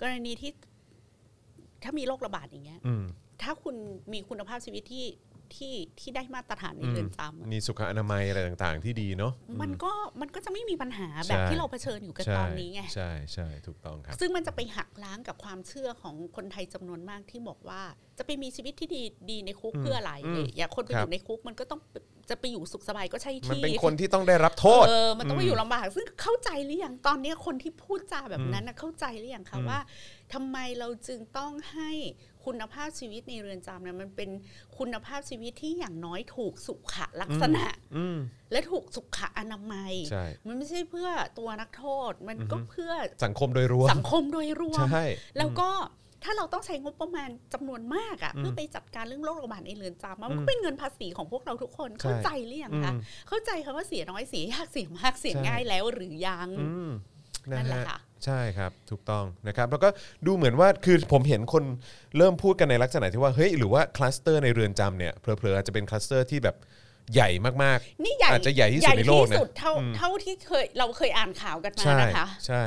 [SPEAKER 3] กรณีที่ถ้ามีโรคระบาดอย่างเงี้ย
[SPEAKER 2] อืม
[SPEAKER 3] ถ้าคุณมีคุณภาพชีวิตที่ที่ที่ได้มาตรฐานในเรือนจำอะ
[SPEAKER 2] มีสุขอนามัยอะไรต่างๆ ที่ดีเนาะอืม
[SPEAKER 3] มันก็มันก็จะไม่มีปัญหาแบบ
[SPEAKER 2] ใช่
[SPEAKER 3] ที่เราเผชิญอยู่กันตอนนี้ไง
[SPEAKER 2] ใช่ใช่ถูกต้องครับ
[SPEAKER 3] ซึ่งมันจะไปหักล้างกับความเชื่อของคนไทยจำนวนมากที่บอกว่า จะไปมีชีวิตที่ดีดีในคุก
[SPEAKER 2] อืม
[SPEAKER 3] เพื่ออะไร
[SPEAKER 2] อืม
[SPEAKER 3] เลย อย่าคนไป
[SPEAKER 2] ครั
[SPEAKER 3] อบ ยู่ในคุกมันก็ต้องจะไปอยู่สุขสบายก็ใช่ที่
[SPEAKER 2] มันเป็นคนที่ต้องได้รับโทษ
[SPEAKER 3] เออมันต้องไป
[SPEAKER 2] อืม
[SPEAKER 3] อยู่ลำบาก ซึ่งเข้าใจหรือยังตอนนี้คนที่พูดจาแบบนั้นนะเข้าใจหรือยังคะ
[SPEAKER 2] อืม
[SPEAKER 3] ว่าทำไมเราจึงต้องให้คุณภาพชีวิตในเรือนจำเนี่ยมันเป็นคุณภาพชีวิตที่อย่างน้อยถูกสุขลักษณะ
[SPEAKER 2] อืม
[SPEAKER 3] และถูกสุขอนามัย
[SPEAKER 2] ใช่
[SPEAKER 3] มันไม่ใช่เพื่อตัวนักโทษมันก็
[SPEAKER 2] อือฮึ
[SPEAKER 3] เพื่อ
[SPEAKER 2] สังคมโดยรวม
[SPEAKER 3] สังคมโดยรวม
[SPEAKER 2] ใช่
[SPEAKER 3] แล้วก็ถ้าเราต้องใช้งบประมาณจำนวนมากอะ่ะ
[SPEAKER 2] อืม
[SPEAKER 3] เพื่อไปจัดการเรื่องโรคระบาดในเรือนจำอะมัน
[SPEAKER 2] อื
[SPEAKER 3] ก็
[SPEAKER 2] ม
[SPEAKER 3] เป็นเงินภาษีของพวกเราทุกคนเข้าใจหรือยังคะ
[SPEAKER 2] อืม
[SPEAKER 3] เข้าใจคำว่าเสียน้อยเสียยากเสียมากเสีย
[SPEAKER 2] ใช่
[SPEAKER 3] ง่ายแล้วหรือยัง
[SPEAKER 2] อืม
[SPEAKER 3] นั่นแหละ
[SPEAKER 2] ฮ
[SPEAKER 3] ค่ะ
[SPEAKER 2] ใช่ครับ ถูกต้องนะครับแล้วก็ดูเหมือนว่าคือผมเห็นคนเริ่มพูดกันในลักษณะที่ว่าเฮ้ยหรือว่าคลัสเตอร์ในเรือนจำเนี่ยเพลอๆอาจจะเป็นคลัสเตอร์ที่แบบใหญ่มากๆ
[SPEAKER 3] นี่ใหญ่
[SPEAKER 2] อาจจะใหญ่ที่สุดในโลกนะ
[SPEAKER 3] ที่สุดเท่า
[SPEAKER 2] อืม
[SPEAKER 3] เท่าที่เคยเราเคยอ่านข่าวกันมา
[SPEAKER 2] ใช่
[SPEAKER 3] นะคะ
[SPEAKER 2] ใช่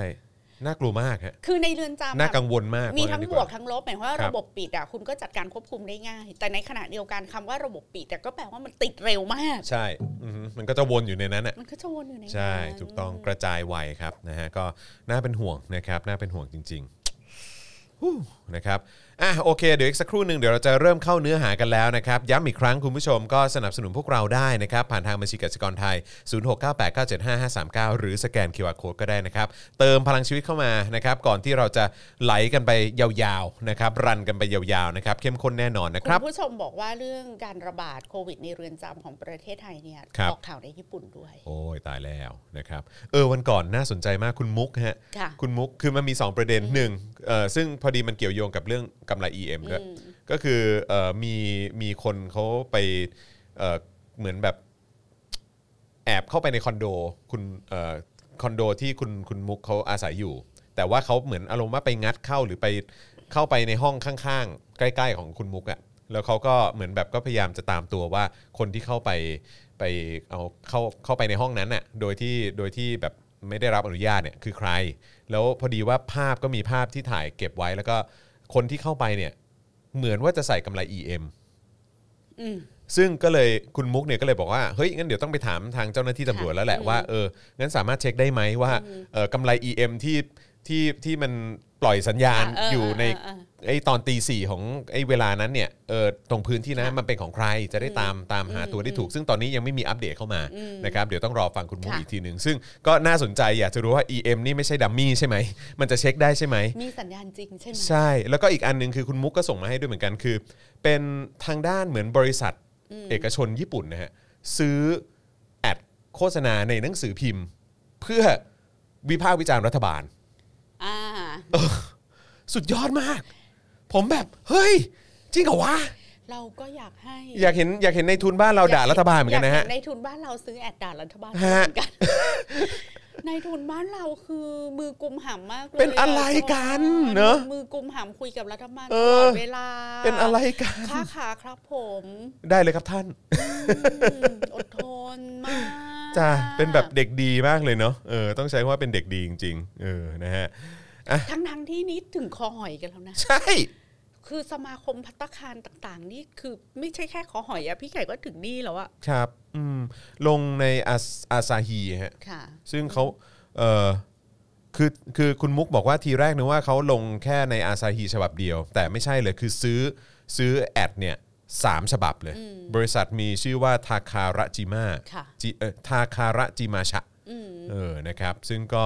[SPEAKER 2] น่ากลัวมากฮะ
[SPEAKER 3] คือในเรือนจำ
[SPEAKER 2] น่า
[SPEAKER 3] อะ
[SPEAKER 2] กังวลมาก
[SPEAKER 3] มี
[SPEAKER 2] า
[SPEAKER 3] ทั้ง
[SPEAKER 2] งั้นดีก
[SPEAKER 3] บว
[SPEAKER 2] ว่า
[SPEAKER 3] กทั้งลบหมายความว่า
[SPEAKER 2] ครับ
[SPEAKER 3] ระบบปิดอ่ะคุณก็จัดการควบคุมได้ง่าย แต่ในขณะเดียวกันคำว่าระบบปิดแต่ก็แปลว่ามันติดเร็วมาก
[SPEAKER 2] ใช่อือฮึมันก็จะวนอยู่ในนั้นอ่ะ
[SPEAKER 3] มันก็จะวนอยู่ใน
[SPEAKER 2] ใช่
[SPEAKER 3] นั้น
[SPEAKER 2] ถูกต้องกระจายไวครับนะฮะก็น่าเป็นห่วงนะครับน่าเป็นห่วงจริงๆฮู้นะครับ อ่ะโอเค เดี๋ยวอีกสักครู่หนึ่งเดี๋ยวเราจะเริ่มเข้าเนื้อหากันแล้วนะครับ ย้ำอีกครั้งคุณผู้ชมก็สนับสนุนพวกเราได้นะครับ ผ่านทางบัญชีกสิกรไทย 0698975539 หรือสแกน QR Code ก็ได้นะครับ เติมพลังชีวิตเข้ามานะครับ ก่อนที่เราจะไหลกันไปยาวๆนะครับรันกันไปยาวๆนะครับเข้มข้นแน่นอนนะค
[SPEAKER 3] คุ
[SPEAKER 2] รับ
[SPEAKER 3] ณผู้ชมบอกว่าเรื่องการระบาดโควิดในเรือนจำของประเทศไทยเนี่ย
[SPEAKER 2] ครับ
[SPEAKER 3] ออกข่าวในญี่ปุ่นด้วย
[SPEAKER 2] โอ้ยตายแล้วนะครับเออวันก่อนน่าสนใจมากคุณมุกฮะ
[SPEAKER 3] ค่ะ
[SPEAKER 2] ณมุกคือมันมี 2 ประเด็นหนึ่งเออซึ่งพอดีมันเกี่ยวโยงกับเรื่องกำไร EM ด้วยก็คือเออมีมีคนเขาไปเออเหมือนแบบแอบเข้าไปในคอนโดคุณเออคอนโดที่คุณคุณมุกเขาอาศัยอยู่ แต่ว่าเขาเหมือนอารมณ์ว่าไปงัดเข้าหรือไปเข้าไปในห้องข้างๆ ใกล้ ๆ ของคุณมุกอะแล้วเขาก็เหมือนแบบก็พยายามจะตามตัวว่าคนที่เข้าไปไปเอาเข้าเข้าไปในห้องนั้นน่ะโดยที่โดยที่แบบไม่ได้รับอนุญาตเนี่ยคือใคร แล้วพอดีว่าภาพก็มีภาพที่ถ่ายเก็บไว้แล้วก็คนที่เข้าไปเนี่ยเหมือนว่าจะใส่กำไร EM
[SPEAKER 3] อืม
[SPEAKER 2] ซึ่งก็เลยคุณมุกเนี่ยก็เลยบอกว่าเฮ้ยงั้นเดี๋ยวต้องไปถามทางเจ้าหน้าที่ตำรวจแล้วแหละว่าเอองั้นสามารถเช็คได้ไหมว่าเออกำไร EM ที่ที่ที่มันปล่อยสัญญาณ
[SPEAKER 3] อ่ะเออ
[SPEAKER 2] อยู่ใน
[SPEAKER 3] เออเออเออ
[SPEAKER 2] ไอตอนตีสี่ของไอเวลานั้นเนี่ยเออตรงพื้นที่นั้นมันเป็นของใครจะได้ตามตามหาตัวได้ถูก ซึ่งตอนนี้ยังไม่มีอัปเดตเข้ามานะครับเดี๋ยวต้องรอฟังคุณมุก
[SPEAKER 3] ค่ะ
[SPEAKER 2] อีกทีหนึ่งซึ่งก็น่าสนใจอยากจะรู้ว่า EM นี่ไม่ใช่ดัมมี่ใช่ไหมมันจะเช็คได้ใช่ไหม
[SPEAKER 3] มีสัญญาณจริงใช่ไหม
[SPEAKER 2] ใช่แล้วก็อีกอันหนึงคือคุณมุกก็ส่งมาให้ด้วยเหมือนกันคือ เป็นทางด้านเหมือนบริษัทเอกชนญี่ปุ่นนะฮะซื้อแอดโฆษณาในหนังสือพิมพ์ เพื่อวิพากษ์วิจารณ์รัฐบาล
[SPEAKER 3] อ่า
[SPEAKER 2] สุดยอดมาก ผมแบบ เฮ้ย จริงเหรอวะ
[SPEAKER 3] เราก็อยากให้
[SPEAKER 2] อยากเห็นอยากเห็นในทุนบ้านเราด่ารัฐบาลเหมือนกันนะฮะ
[SPEAKER 3] ยาห็ในทุนบ้านเราซื้อแอดด่ารัฐบาลเห
[SPEAKER 2] ฮะ
[SPEAKER 3] มือนกัน ในทุนบ้านเราคือมือกุมหำมากเลย
[SPEAKER 2] เป็นอะไรกันเนอะ
[SPEAKER 3] มือกุมหำคุยกับรัฐบาลต
[SPEAKER 2] เอ
[SPEAKER 3] ล
[SPEAKER 2] อ
[SPEAKER 3] อดเวลา
[SPEAKER 2] เป็นอะไรกัน
[SPEAKER 3] ค่าขาครับ ผม
[SPEAKER 2] ได้เลยครับท่าน
[SPEAKER 3] อืมอดทนมาก
[SPEAKER 2] จ้าเป็นแบบเด็กดีมากเลยเนาะเออต้องใช้คำว่าเป็นเด็กดีจริงๆเออนะฮะ
[SPEAKER 3] ทั้งทั้งๆที่นี่ถึงคอหอยกันแล้วนะ
[SPEAKER 2] ใช่
[SPEAKER 3] คือสมาคมพัตตาคารต่าง ๆ นี่คือไม่ใช่แค่คอหอยอะพี่ไก่ก็ถึงนี่แล้วอะ
[SPEAKER 2] ครับอืมลงในอาซาฮีฮะ
[SPEAKER 3] ค่ะ
[SPEAKER 2] ซึ่งเขาเออคือคือคุณมุกบอกว่าทีแรกนึกว่าเขาลงแค่ในอาซาฮีฉบับเดียว แต่ไม่ใช่เลยคือซื้อซื้อแอดเนี่ยสามฉบับเลย บริษัทมีชื่อว่าทาคาระจิมา
[SPEAKER 3] ค่ะ
[SPEAKER 2] จิเอ่อทาคาระจิมาชะเออนะครับ ซึ่งก็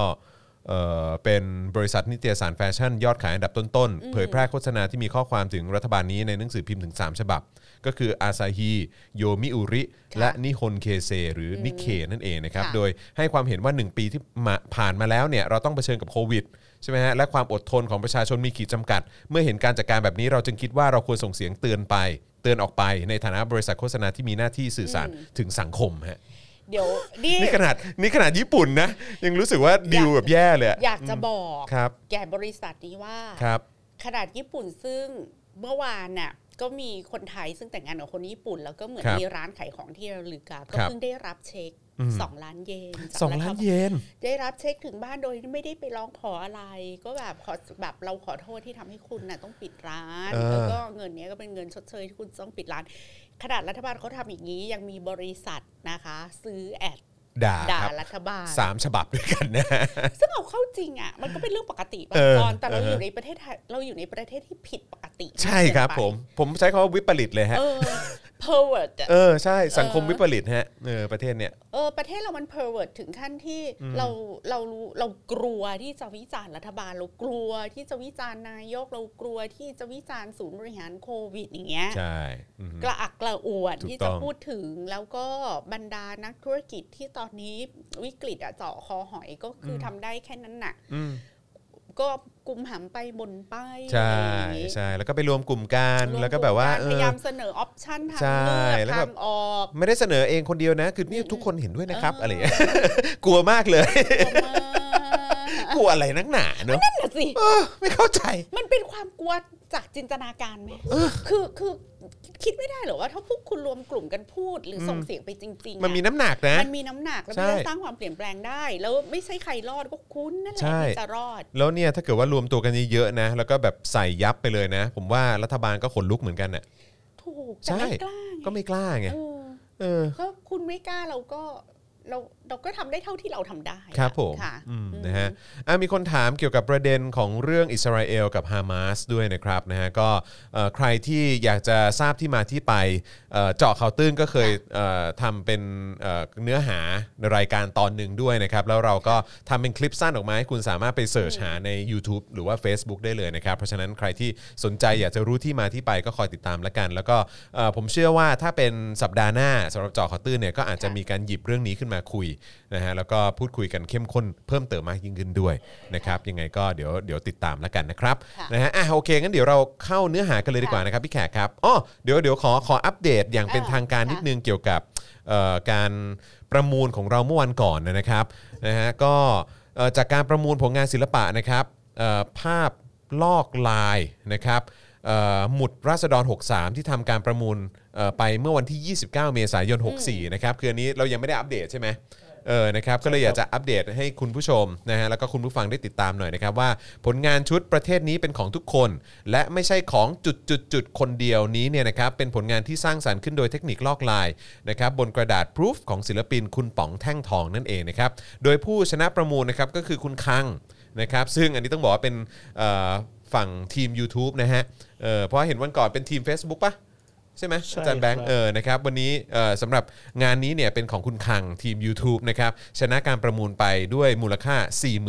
[SPEAKER 2] เออเป็นบริษัทนิตยสารแฟชั่น ยอดขายอันดับต้นๆ เผยแพร่โฆษณาที่มีข้อความถึงรัฐบาลนี้ในหนังสือพิมพ์ถึง 3 ฉบับ ก็คืออาซาฮีโยมิอุริ และนิฮนเคเซหรือนิเคนั่นเองนะครับ
[SPEAKER 3] ค่ะ
[SPEAKER 2] โดยให้ความเห็นว่า 1 ปีที่มาผ่านมาแล้วเนี่ยเราต้องเผชิญกับโควิดใช่ไหมฮะและความอดทนของประชาชนมีขีดจำกัด เมื่อเห็นการจัดการแบบนี้เราจึงคิดว่าเราควรส่งเสียงเตือนไป เตือนออกไป ในฐานะบริษัทโฆษณาที่มีหน้าที่สื่อสารถึงสังคมฮะ
[SPEAKER 3] เดี๋ยวนี่
[SPEAKER 2] นี่ขนาดนี่ขนาดญี่ปุ่นนะยังรู้สึกว่าดีลแบบแย่เลยอะ
[SPEAKER 3] อยากจะบอก
[SPEAKER 2] ครับ
[SPEAKER 3] แก่บริษัทนี้ว่า
[SPEAKER 2] ครับ
[SPEAKER 3] ขนาดญี่ปุ่นซึ่งเมื่อวานน่ะก็มีคนไทยซึ่งแต่งงานกับคนญี่ปุ่น แล้วก็เหมือน
[SPEAKER 2] ครับ
[SPEAKER 3] มีร้านขายของที่ระลึกอะก็
[SPEAKER 2] ครับ
[SPEAKER 3] เพิ่งได้รับเช็ค
[SPEAKER 2] อืม
[SPEAKER 3] สองล้านเยนจาก
[SPEAKER 2] สองล้านเยน
[SPEAKER 3] ได้รับเช็คถึงบ้านโดยไม่ได้ไปร้องขออะไร ก็แบบขอแบบเราขอโทษที่ทำให้คุณน่ะต้องปิดร้าน
[SPEAKER 2] เออ
[SPEAKER 3] แล้วก็เงินเนี้ยก็เป็นเงินชดเชยที่คุณต้องปิดร้าน ขนาดรัฐบาลเขาทำอย่างนี้ยังมีบริษัทนะคะ ซื้อแอด
[SPEAKER 2] ด่า
[SPEAKER 3] ด่า
[SPEAKER 2] ครับ
[SPEAKER 3] รัฐบาล
[SPEAKER 2] สามฉบับด้วยกันนะ
[SPEAKER 3] ซึ่งเอาเข้าจริงอ่ะมันก็เป็นเรื่องปกติ
[SPEAKER 2] เอ
[SPEAKER 3] ปะ
[SPEAKER 2] อ
[SPEAKER 3] ตอนแต่เรา
[SPEAKER 2] เออ
[SPEAKER 3] อ
[SPEAKER 2] อ
[SPEAKER 3] ยู่ในประเทศไทยเราอยู่ในประเทศที่ผิดปกติ
[SPEAKER 2] ใช่ครับผม ผมใช้คำว่าวิปริตเลยฮะ
[SPEAKER 3] เออ pervert อะ
[SPEAKER 2] เออใช่สังคมวิปริตฮะเออประเทศเนี่ย
[SPEAKER 3] เออประเทศเรามัน pervert ถึงขั้นที่เราเรารู้เรากลัวที่จะวิจารณ์รัฐบาล เรากลัวที่จะวิจารณ์นายกเรากลัวที่จะวิจารณ์ศูนย์บริหารโควิดอย่างเงี้ย
[SPEAKER 2] ใช่อือฮึ
[SPEAKER 3] กระอักกระอ่วน
[SPEAKER 2] ถูก
[SPEAKER 3] ที่
[SPEAKER 2] ต้
[SPEAKER 3] จะ
[SPEAKER 2] อง
[SPEAKER 3] พูดถึงแล้วก็บรรดานักธุรกิจที่ตอนนี้วิกฤตอะเจาะคอหอยก็คืออทำได้แค่นั้นน่ะ
[SPEAKER 2] อืม
[SPEAKER 3] ก็กุมหำไปบนไป
[SPEAKER 2] ใช่
[SPEAKER 3] อะไรอย่างงี้
[SPEAKER 2] ใช่แล้วก็ไปรวมกลุ่มกัน
[SPEAKER 3] รม
[SPEAKER 2] แล้วก็แบบว่า
[SPEAKER 3] ถึ
[SPEAKER 2] เอ
[SPEAKER 3] งกร
[SPEAKER 2] อ
[SPEAKER 3] พยายามเสนอออปชันทาง
[SPEAKER 2] ใช่
[SPEAKER 3] เลือก
[SPEAKER 2] แล้วแบบ
[SPEAKER 3] ทางออก
[SPEAKER 2] ไม่ได้เสนอเองคนเดียวนะ คือนี่ทุกคนเห็นด้วยนะครับอะไรอย่างเงี้ย กลัวมากเลย กลัวอะไรนักหนาเนอะ
[SPEAKER 3] นั่นน่ะสิ
[SPEAKER 2] เออ ไม่เข้าใจ
[SPEAKER 3] มันเป็นความกลัวจากจินตนาการไหมคือคือคิดไม่ได้เหรอว่าถ้าพวกคุณรวมกลุ่มกันพูดหรืออ
[SPEAKER 2] ม
[SPEAKER 3] ส่งเสียงไปจริงๆอะ
[SPEAKER 2] มันมีน้ำหนักนะ
[SPEAKER 3] มันมีน้ำหนักแล้วมัน
[SPEAKER 2] ใช่
[SPEAKER 3] จะสร้างความเปลี่ยนแปลงได้ แล้วไม่ใช่ใครรอดก็คุณนั่นแหละ
[SPEAKER 2] ใช่
[SPEAKER 3] ที่จะรอด
[SPEAKER 2] แล้วเนี่ยถ้าเกิดว่ารวมตัวกันเยอะๆนะ แล้วก็แบบใส่ยับไปเลยนะ ผมว่ารัฐบาลก็ขนลุกเหมือนกันน่ะ
[SPEAKER 3] ถูกแต่
[SPEAKER 2] ใช่
[SPEAKER 3] ไม่กล้าไง
[SPEAKER 2] ก็ไม่กล้าไง
[SPEAKER 3] เออ
[SPEAKER 2] เออ
[SPEAKER 3] ก็คุณไม่กล้าเราก็ เราเราก็ทำได้เท่าที่เราทำได้อะ
[SPEAKER 2] ครับผม
[SPEAKER 3] ค่ะ
[SPEAKER 2] อืมนะฮะอ่ะมีคนถามเกี่ยวกับประเด็นของเรื่องอิสราเอลกับฮามาสด้วยนะครับนะฮะก็เอ่อใครที่อยากจะทราบที่มาที่ไปเอ่อเจาะข่าวตื้นก็เคยเอ่อทำเป็นเอ่อเนื้อหาในรายการตอนหนึ่งด้วยนะครับแล้วเราก็ทำเป็นคลิปสั้นออกมาให้คุณสามารถไปเสิร์ชหาใน YouTube หรือว่า Facebook ได้เลยนะครับ เพราะฉะนั้นใครที่สนใจอยากจะรู้ที่มาที่ไปก็คอยติดตามละกัน แล้วก็เอ่อผมเชื่อว่าถ้าเป็นสัปดาห์หน้าสำหรับเจอข่าวตื้นเนี่ยก็อาจจะมีการหยิบเรื่องนี้ขึ้นมาคุยนะฮะแล้วก็พูดคุยกันเข้มข้นเพิ่มเติมมากยิ่งขึ้นด้วยนะครับยังไงก็เดี๋ยวเดี๋ยวติดตามละกันนะครับ
[SPEAKER 3] ค่ะ
[SPEAKER 2] นะฮะอ่ะโอเคงั้นเดี๋ยวเราเข้าเนื้อหากันเลยดีกว่านะครับพี่แขกครับอ๋อเดี๋ยวเดี๋ยวขอขออัปเดตอย่างเป็นทางการนิดนึงเกี่ยวกับเอ่อการประมูลของเราเมื่อวันก่อนนะครับนะฮะก็เอ่อจากการประมูลผลงานศิลปะนะครับเอ่อภาพ ลอกลายนะครับเอ่อหมุดราษฎร 63 ที่ทำการประมูลเอ่อไปเมื่อวันที่ 29 เมษายน 64 นะครับคืออันนี้เรายังไม่ได้อัปเดตใช่ไหมเออนะครับก็เลยอยากจะอัปเดตให้คุณผู้ชมนะฮะแล้วก็คุณผู้ฟังได้ติดตามหน่อยนะครับว่าผลงานชุดประเทศนี้เป็นของทุกคน และไม่ใช่ของจุดจุดจุดๆๆคนเดียวนี้เนี่ยนะครับเป็นผลงานที่สร้างสรรค์ขึ้นโดยเทคนิคลอกลายนะครับบนกระดาษ proof ของศิลปินคุณป๋องแท่งทองนั่นเองนะครับโดยผู้ชนะประมูลนะครับก็คือคุณคัง นะครับซึ่งอันนี้ต้องบอกว่าเป็นเอ่อฝั่งทีม YouTube นะฮะเอ่อเพราะเห็นวันก่อนเป็นทีม Facebook ปะใช่ไหม
[SPEAKER 4] ใช่
[SPEAKER 2] อาจารย์แบง
[SPEAKER 4] ครับ
[SPEAKER 2] ค์เออนะครับวันนี้เอ่อสำหรับงานนี้เนี่ยเป็นของคุณคังทีม YouTube นะครับชนะการประมูลไปด้วยมูลค่า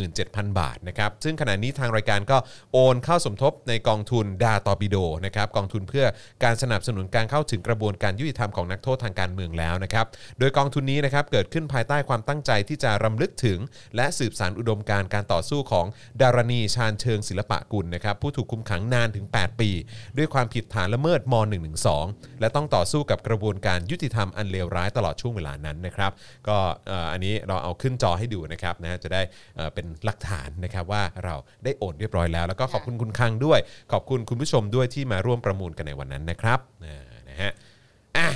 [SPEAKER 2] 47,000 บาทนะครับซึ่งขณะนี้ทางรายการก็โอนเข้าสมทบในกองทุนดาตอปิโดนะครับกองทุนเพื่อการสนับสนุนการเข้าถึงกระบวนการยุติธรรมของนักโทษทางการเมืองแล้วนะครับโดยกองทุนนี้นะครับเกิดขึ้นภายใต้ความตั้งใจที่จะรำลึกถึง และสืบสานอุดมการณ์การต่อสู้ของดารณีชาญเชิงศิลปะกุลนะครับผู้ถูกคุมขังนานถึง 8 ปี ด้วยความผิดฐานละเมิดม .112 และต้องต่อสู้กับกระบวนการยุติธรรมอันเลวร้ายตลอดช่วงเวลานั้นนะครับก็เอ่ออันนี้เราเอาขึ้นจอให้ดูนะครับนะฮะจะได้เอ่อเป็นหลักฐานนะครับว่าเราได้โอนเรียบร้อยแล้ว แล้วก็ขอบคุณคุณคังด้วย ขอบคุณคุณผู้ชมด้วยที่มาร่วมประมูลกันในวันนั้นนะครับอ่านะฮะอ่ะ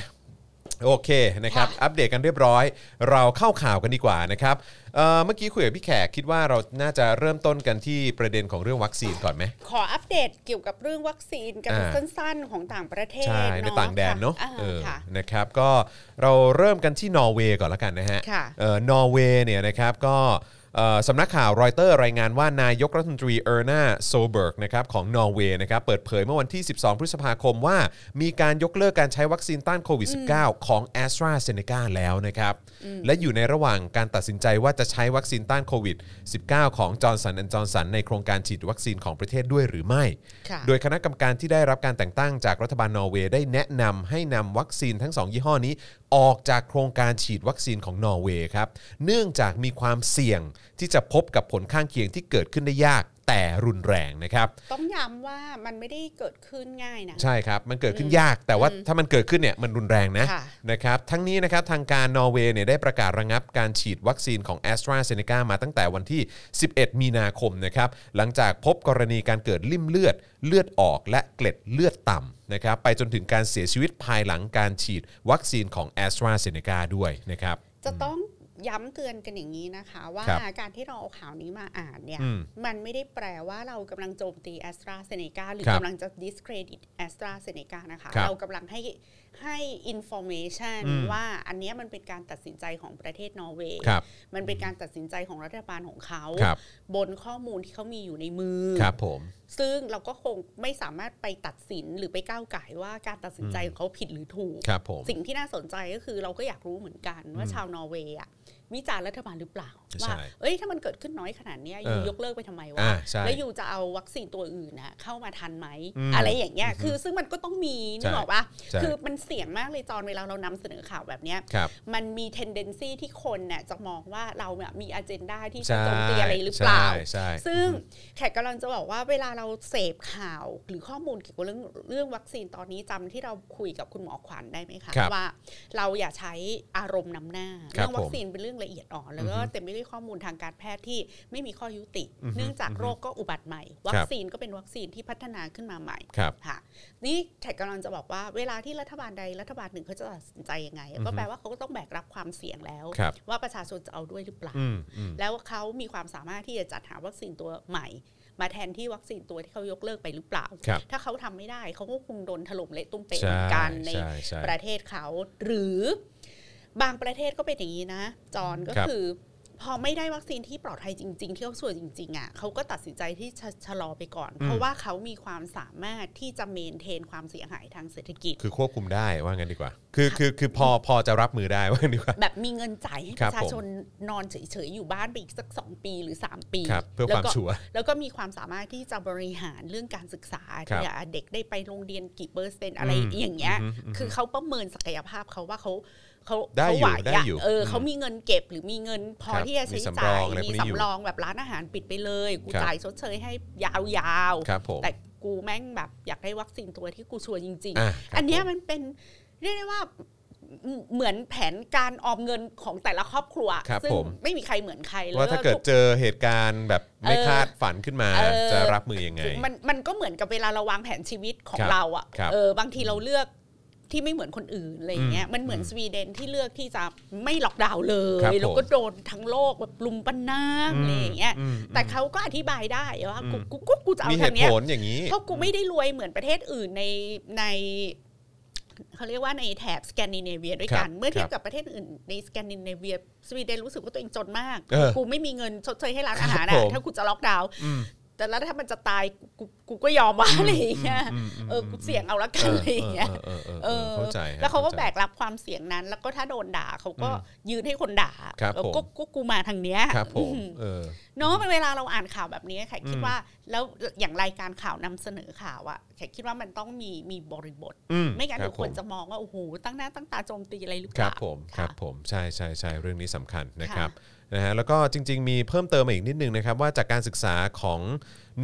[SPEAKER 2] โอเคนะครับ
[SPEAKER 3] ค่ะ
[SPEAKER 2] อัปเดตกันเรียบร้อย เราเข้าข่าวกันดีกว่านะครับเอ่อเมื่อกี้คุยกับพี่แขกคิดว่าเราน่าจะเริ่มต้นกันที่ประเด็นของเรื่องวัคซีนก่อนไหม
[SPEAKER 3] ขออัปเดตเกี่ยวกับเรื่องวัคซีนกัน
[SPEAKER 2] อ่า
[SPEAKER 3] สั้นๆ ของต่างประเทศ
[SPEAKER 2] ใช่ใน
[SPEAKER 3] เอะ
[SPEAKER 2] ต่างแดนเนาะ
[SPEAKER 3] ค่
[SPEAKER 2] เออ
[SPEAKER 3] ค่ะ
[SPEAKER 2] นะครับก็เราเริ่มกันที่นอร์เวย์ก่อนละกันนะฮะ
[SPEAKER 3] ค่ะ
[SPEAKER 2] เอ่อนอร์เวย์เนี่ยนะครับก็เอ่อสำนักข่าวรอยเตอร์รายงานว่านายกรัฐมนตรีเออร์นาโซเบิร์กนะครับของนอร์เวย์นะครับเปิดเผยเมื่อวันที่ 12 พฤษภาคมว่า มีการยกเลิกการใช้วัคซีนต้านโควิด -19 ของ a s t r a z เซ e c a แล้วนะครับและอยู่ในระหว่างการตัดสินใจว่าจะใช้วัคซีนต้านโควิด -19 ของจอร์นสันแอนจอร์สันในโครงการฉีดวัคซีนของประเทศด้วยหรือไม่
[SPEAKER 3] ค่ะ
[SPEAKER 2] โดยคณะกรรมการที่ได้รับการแต่งตั้งจากรัฐบาลนอร์เวย์ได้แนะนำให้นำวัคซีนทั้ง 2 ยี่ห้อนี้ ออกจากโครงการฉีดวัคซีนของนอร์เวย์ครับ เนื่องจากมีความเสี่ยงที่จะพบกับผลข้างเคียงที่เกิดขึ้นได้ยากแต่รุนแรงนะครับ
[SPEAKER 3] ต้องย้ำว่ามันไม่ได้เกิดขึ้นง่ายนะ
[SPEAKER 2] ใช่ครับ มันเกิดขึ้นยาก แต่ว่าถ้ามันเกิดขึ้นเนี่ยมันรุนแรงนะ
[SPEAKER 3] ค่ะ
[SPEAKER 2] นะครับ ทั้งนี้นะครับทางการนอร์เวย์เนี่ยได้ประกาศระงับการฉีดวัคซีนของ a s t r a z เซ e c a มาตั้งแต่วันที่ 11 มีนาคมนะครับ หลังจากพบกรณีการเกิดลิ่มเลือด เลือดออกและเกล็ดเลือดต่ำนะครับ ไปจนถึงการเสียชีวิตภายหลังการฉีดวัคซีนของ a s t r a z เซ e c a ด้วยนะครับ
[SPEAKER 3] จะต้องย้ำเตือนกันอย่างนี้นะคะ ว่า
[SPEAKER 2] ครับ
[SPEAKER 3] การที่เราเอาข่าวนี้มาอ่านเนี่ย
[SPEAKER 2] อืม
[SPEAKER 3] มันไม่ได้แปลว่าเรากำลังโจมตีแอสตราเซเนกาหรือ
[SPEAKER 2] ครับ
[SPEAKER 3] กำลังจะ discredit แอสตราเซเนกานะคะ
[SPEAKER 2] ครับ
[SPEAKER 3] เรากำลังให้ให้ information
[SPEAKER 2] อืม
[SPEAKER 3] ว่าอันเนี้ยมันเป็นการตัดสินใจของประเทศนอร์เวย์
[SPEAKER 2] ครับ
[SPEAKER 3] มันเป็นการตัดสินใจของรัฐบาลของเขา
[SPEAKER 2] ครับ
[SPEAKER 3] บนข้อมูลที่เขามีอยู่ในมือ
[SPEAKER 2] ครับผม
[SPEAKER 3] ซึ่งเราก็คงไม่สามารถไปตัดสินหรือไปก้าวไก่ายว่าการตัดสินใจของเขาผิดหรือถูก
[SPEAKER 2] ครับผม
[SPEAKER 3] สิ่งที่น่าสนใจก็คือเราก็อยากรู้เหมือนกันว่าชาวนอร์เวย์อะวิจารณ์รัฐบาลหรือเปล่า
[SPEAKER 2] ใช่
[SPEAKER 3] ว่า เอ้ยถ้ามันเกิดขึ้นน้อยขนาดเนี้ย
[SPEAKER 2] เออ
[SPEAKER 3] ยูยกเลิกไปทำไมวะ
[SPEAKER 2] อ่าใช่
[SPEAKER 3] แล้วยูจะเอาวัคซีนตัวอื่นนะเข้ามาทันไหม
[SPEAKER 2] อืม
[SPEAKER 3] อะไรอย่างเงี้ยคือซึ่งมันก็ต้องมี
[SPEAKER 2] ใช่
[SPEAKER 3] นึกออกปะ
[SPEAKER 2] ใช่
[SPEAKER 3] คือมันเสี่ยงมากเลยจอนเวลาเรานำเสนอข่าวแบบเนี้ย
[SPEAKER 2] ครับ
[SPEAKER 3] มันมี tendency ที่คนน่ะจะมองว่าเราเนี่ยมี agenda ที่จะ
[SPEAKER 2] ใช่
[SPEAKER 3] โจมตีอะไรหรือเปล่า
[SPEAKER 2] ใช่ใช่
[SPEAKER 3] ซึ่งแขกกำลังจะบอกว่าเวลาเราเสพข่าวหรือข้อมูลเกี่ยวกับเรื่องเรื่องวัคซีนตอนนี้จำที่เราคุยกับคุณหมอขวัญได้ไหมคะ
[SPEAKER 2] ครับ
[SPEAKER 3] ว่าเราอย่าใช้อารมณ์นำหน้า
[SPEAKER 2] ครับ
[SPEAKER 3] เรื่องวัคซีนเป็นเรื่องละเอียดอ่อนแล้วก็เต็มไปด้วยข้อมูลทางการแพทย์ที่ไม่มีข้อยุติ เนื่องจากโรคก็อุบัติใหม่ วัคซีนก็เป็นวัคซีนที่พัฒนาขึ้นมาใหม่
[SPEAKER 2] ครับ
[SPEAKER 3] ค่ะนี่แขกกำลังจะบอกว่าเวลาที่รัฐบาลใดรัฐบาลหนึ่งเขาจะตัดสินใจยังไง ก็แปลว่าเขาก็ต้องแบกรับความเสี่ยงแล้ว
[SPEAKER 2] ครับ
[SPEAKER 3] ว่าประชาชนจะเอาด้วยหรือเปล่า
[SPEAKER 2] อืมอืม
[SPEAKER 3] แล้วเขามีความสามารถที่จะจัดหาวัคซีนตัวใหม่ มาแทนที่วัคซีนตัวที่เขายกเลิกไปหรือเปล่า
[SPEAKER 2] ครับ
[SPEAKER 3] ถ้าเขาทำไม่ได้เขาก็คงโดนถล่มเละตุ้มเปะ
[SPEAKER 2] ใช่
[SPEAKER 3] เหมือนกัน
[SPEAKER 2] ใช่
[SPEAKER 3] ใน
[SPEAKER 2] ใช่
[SPEAKER 3] ประเทศเขา หรือ บางประเทศก็เป็นอย่างนี้นะ จอนก็
[SPEAKER 2] ครับ
[SPEAKER 3] คือ พอไม่ได้วัคซีนที่ปลอดภัยจริง ๆ ที่เขาส่วนจริง ๆอ่ะเขาก็ตัดสินใจที่จะชะลอไปก่อน เพราะว่าเขามีความสามารถที่จะเมนเทนความเสียหายทางเศรษฐกิจ
[SPEAKER 2] คือควบคุมได้ว่างั้นดีกว่า คือคือคือพอพอจะรับมือได้ว่างั้นดีกว่า
[SPEAKER 3] แบบมีเงินจ่ายให้
[SPEAKER 2] ค
[SPEAKER 3] ป
[SPEAKER 2] รับ
[SPEAKER 3] ระชาชนนอนเฉย ๆ อยู่บ้านไปอีกสักสองปีหรือสามปี
[SPEAKER 2] ครับเพื่อความ
[SPEAKER 3] แล้ก็
[SPEAKER 2] ชัวร์
[SPEAKER 3] แล้วก็มีความสามารถที่จะบริหารเรื่องการศึกษา
[SPEAKER 2] ครับ
[SPEAKER 3] เนี่ยเด็กได้ไปโรงเรียนกี่เปอร์เซ็นต์อะไร
[SPEAKER 2] อืม
[SPEAKER 3] อย่างเงี้ย
[SPEAKER 2] อืมอืม
[SPEAKER 3] คือเขาประเมินศักยภาพเขาว่าเขาเขา
[SPEAKER 2] ได้
[SPEAKER 3] เขา
[SPEAKER 2] อยู่
[SPEAKER 3] ไหว
[SPEAKER 2] ได้
[SPEAKER 3] อะ
[SPEAKER 2] อยู่
[SPEAKER 3] เอออ
[SPEAKER 2] ม
[SPEAKER 3] เขามีเงินเก็บหรือมีเงินพอ
[SPEAKER 2] ครับ
[SPEAKER 3] ที่จะใช้
[SPEAKER 2] มีสำร
[SPEAKER 3] จ่า
[SPEAKER 2] อย งอะไรพวกนี้
[SPEAKER 3] มี
[SPEAKER 2] อยู่
[SPEAKER 3] สำรองแบบร้านอาหารปิดไปเลยกู
[SPEAKER 2] ครับ
[SPEAKER 3] จ่ายชดเชยให้ยาวๆ
[SPEAKER 2] ครับผม
[SPEAKER 3] แต่กูแม่งแบบอยากได้วัคซีนตัวที่กูชัวร์จริง ๆ
[SPEAKER 2] อ่ะครับ
[SPEAKER 3] อันเนี้ย
[SPEAKER 2] ผม
[SPEAKER 3] มันเป็นเรียกได้ว่าเหมเหมือนแผนการออมเงินของแต่ละครอบครัว
[SPEAKER 2] ครับ
[SPEAKER 3] ซึ่ง
[SPEAKER 2] ผม
[SPEAKER 3] ไม่มีใครเหมือนใครเลย
[SPEAKER 2] ว่าถ้าเกิด
[SPEAKER 3] ทุ
[SPEAKER 2] เจอเหตุการณ์แบบไม่
[SPEAKER 3] เออ
[SPEAKER 2] คาดฝันขึ้นมา
[SPEAKER 3] เออ
[SPEAKER 2] จะรับมือยังไง
[SPEAKER 3] ถึงมันมันก็เหมือนกับเวลาเราวางแผนชีวิตของ
[SPEAKER 2] ครับ
[SPEAKER 3] เราอะ
[SPEAKER 2] ครั่
[SPEAKER 3] ะ
[SPEAKER 2] บ
[SPEAKER 3] เออบางทีเราเลือกที่ไม่เหมือนคนอื่นอะไรอย่างเงี้ย
[SPEAKER 2] อืม
[SPEAKER 3] มันเหมือน
[SPEAKER 2] อืม
[SPEAKER 3] สวีเดนที่เลือกที่จะไม่ล็อกดาวน์เล
[SPEAKER 2] ครับ
[SPEAKER 3] ย แล้วก็
[SPEAKER 2] ผม
[SPEAKER 3] โดนทั้งโลกแบบลุมปันนามอะไรอย่างเงี้ย
[SPEAKER 2] อืมอืม
[SPEAKER 3] แต่เขาก็อธิบายได้ว่ากู
[SPEAKER 2] อืม
[SPEAKER 3] กูกูกูจะเอา
[SPEAKER 2] มีเห
[SPEAKER 3] ทา
[SPEAKER 2] ตุ
[SPEAKER 3] งเนี้
[SPEAKER 2] ผ
[SPEAKER 3] ย
[SPEAKER 2] ลอย่างนี้
[SPEAKER 3] เพราะกูไม่ได้รวยเหมือนประเทศอื่นในในเขาเรียกว่าในแถบสแกนดิเนเวียด้วยกัน
[SPEAKER 2] ครับ
[SPEAKER 3] เมื่อเทียบกับประเทศอื่นในสแกนดิเนเวียสวีเดนรู้สึกว่าตัวเองจนมาก
[SPEAKER 2] เออ
[SPEAKER 3] กูไม่มีเงินชดเชยให้ร้านอาหาร
[SPEAKER 2] ครั
[SPEAKER 3] อะ
[SPEAKER 2] บผม
[SPEAKER 3] ถ้ากูจะล็อกดาวน์
[SPEAKER 2] อืม
[SPEAKER 3] แต่แล้วถ้ามันจะตายกูกูก็ยอมว่าอะไรอย่างเงี้ย
[SPEAKER 2] อืมม
[SPEAKER 3] เออกูเสี่ยงเอาละกันอะไรอย่างเงี้ย
[SPEAKER 2] เออเออเออ
[SPEAKER 3] เอ
[SPEAKER 2] เออ
[SPEAKER 3] อ
[SPEAKER 2] เข้าใจฮะ
[SPEAKER 3] แล้วเขาก็
[SPEAKER 2] ข้ใจ
[SPEAKER 3] แบกรับความเสี่ยงนั้น แล้วก็ถ้าโดนด่าเขาก็
[SPEAKER 2] อื
[SPEAKER 3] ยืนให้คนด่า
[SPEAKER 2] ครับ
[SPEAKER 3] แล้ว
[SPEAKER 2] ผม
[SPEAKER 3] ก็ก็กูมาทางเนี้ย
[SPEAKER 2] ครับผม
[SPEAKER 3] อืม
[SPEAKER 2] เออ
[SPEAKER 3] เนาะเวลาเราอ่านข่าวแบบนี้แขกคิด
[SPEAKER 2] อืม
[SPEAKER 3] ว่าแล้วอย่างรายการข่าวนำเสนอข่าวอะแขกคิดว่ามันต้องมีมีบริบท
[SPEAKER 2] อื
[SPEAKER 3] ไม่งั้น
[SPEAKER 2] ครั
[SPEAKER 3] เดี๋
[SPEAKER 2] บ
[SPEAKER 3] ยวคน
[SPEAKER 2] ผม
[SPEAKER 3] จะมองว่าโอ้โหตั้งหน้าตั้งตาโจมตีอะไรหรือเป
[SPEAKER 2] ครั
[SPEAKER 3] ล่า
[SPEAKER 2] บผมครับผมใช่ใช่ใช่เรื่องนี้สำคัญนะครับ
[SPEAKER 3] ะ
[SPEAKER 2] นะฮะแล้วก็จริง ๆ มีเพิ่มเติมมาอีกนิดนึงนะครับ ว่าจากการศึกษาของ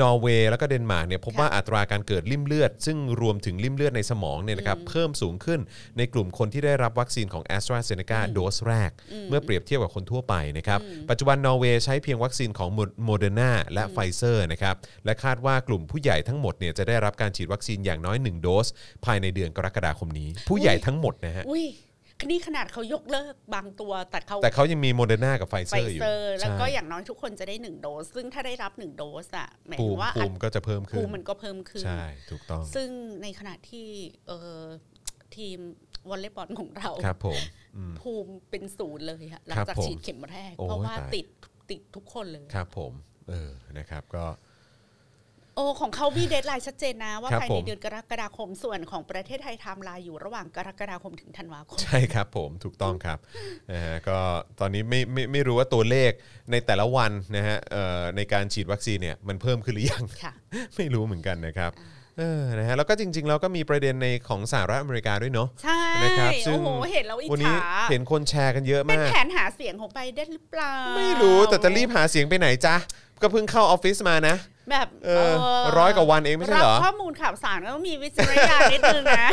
[SPEAKER 2] นอร์เวย์แล้วก็เดนมาร์กเนี่ยพบว่าอัตราการเกิดริ่มเลือด ซึ่งรวมถึงริ่มเลือดในสมองเนี่ยนะครับเพิ่มสูงขึ้นในกลุ่มคนที่ได้รับวัคซีนของ a s t r a z e ซ e c a โดสแรก เมื่อเปรียบเทียบกับคนทั่วไปนะครับ ปัจจุบันนอร์เวย์ใช้เพียงวัคซีนของโมเดอร์นาและไฟเซอร์นะครับและคาดว่ากลุ่มผู้ใหญ่ทั้งหมดเนี่ยจะได้รับการฉีดวัคซีนอย่างน้อยหนึ่งโดส ภายในเดือนกรกฎาคมนี้ ผู้ใหญ่ทั้งหมดนะฮะ
[SPEAKER 3] อุ้ยนี่ขนาดเขายกเลิกบางตัวแต่เขา
[SPEAKER 2] แต่เขายังมีโมเดอร์นากับไฟเซ
[SPEAKER 3] ไฟ
[SPEAKER 2] อร์อยู่
[SPEAKER 3] เซอร์แล้วก็อ
[SPEAKER 2] ใช่
[SPEAKER 3] ย่างน้อยทุกคนจะได้หนึ่งโดส ซึ่งถ้าได้รับหนึ่งโดสอะหมาย
[SPEAKER 2] ภู
[SPEAKER 3] ถึ
[SPEAKER 2] มิ
[SPEAKER 3] งว่า
[SPEAKER 2] ภูมิก็จะเพิ่มขึ้
[SPEAKER 3] ภู
[SPEAKER 2] น
[SPEAKER 3] มิมันก็เพิ่มขึ้น
[SPEAKER 2] ใช่ถูกต้อง
[SPEAKER 3] ซึ่งในขณะที่เออทีมวอลเลย์บอลของเรา
[SPEAKER 2] ครับผมอืม
[SPEAKER 3] ภูมิเป็นศูนย์เลยอะหลั
[SPEAKER 2] ค
[SPEAKER 3] ง
[SPEAKER 2] รับ
[SPEAKER 3] จาก
[SPEAKER 2] ผม
[SPEAKER 3] ฉีดเข็มแรก
[SPEAKER 2] โอ้ย
[SPEAKER 3] เพราะว่า
[SPEAKER 2] ตาย
[SPEAKER 3] ติดติดทุกคนเลย
[SPEAKER 2] ครับผมเออนะครับก็
[SPEAKER 3] โอ้ของเขามีเดทไลน์ชัดเจนนะ ว่า
[SPEAKER 2] ครับ
[SPEAKER 3] ภาย
[SPEAKER 2] ผ
[SPEAKER 3] ใน
[SPEAKER 2] ม
[SPEAKER 3] เดือนกรกฎาคมส่วนของประเทศไทยไทม์ไลน์อยู่ระหว่างกรกฎาคมถึงธันวาคม
[SPEAKER 2] ใช่ครับผมถูกต้องครับนะฮะก็ตอนนี้ไม่ไม่ไม่รู้ว่าตัวเลขในแต่ละวันนะฮะเอ่อในการฉีดวัคซีนเนี่ยมันเพิ่มขึ้นหรือยัง
[SPEAKER 3] ค่ะ
[SPEAKER 2] ไม่รู้เหมือนกันนะครับเออนะฮะแล้วก็จริง ๆ เราก็มีประเด็นในของสหรัฐอเมริกาด้วยเนาะ
[SPEAKER 3] ใช่
[SPEAKER 2] นะครับซึ่ง
[SPEAKER 3] โอ้โห เห็นแล้วอิจ
[SPEAKER 2] วันี้
[SPEAKER 3] ฉา
[SPEAKER 2] เห็นคนแชร์กันเยอะ
[SPEAKER 3] เป็น
[SPEAKER 2] มาก
[SPEAKER 3] แผนหาเสียงของไบเดนหรือเปล่า
[SPEAKER 2] ไม่รู้แต่จะรีบหาเสียงไปไหนจ๊ะก็เพิ่งเข้าออฟฟิศมานะ
[SPEAKER 3] แบบ
[SPEAKER 2] เออร้อยกว่าวันเองไม่ใช่เหรอ
[SPEAKER 3] บข้อมูลข่าวสารก็ต้องมีวิจารณญาณนิดนึงนะ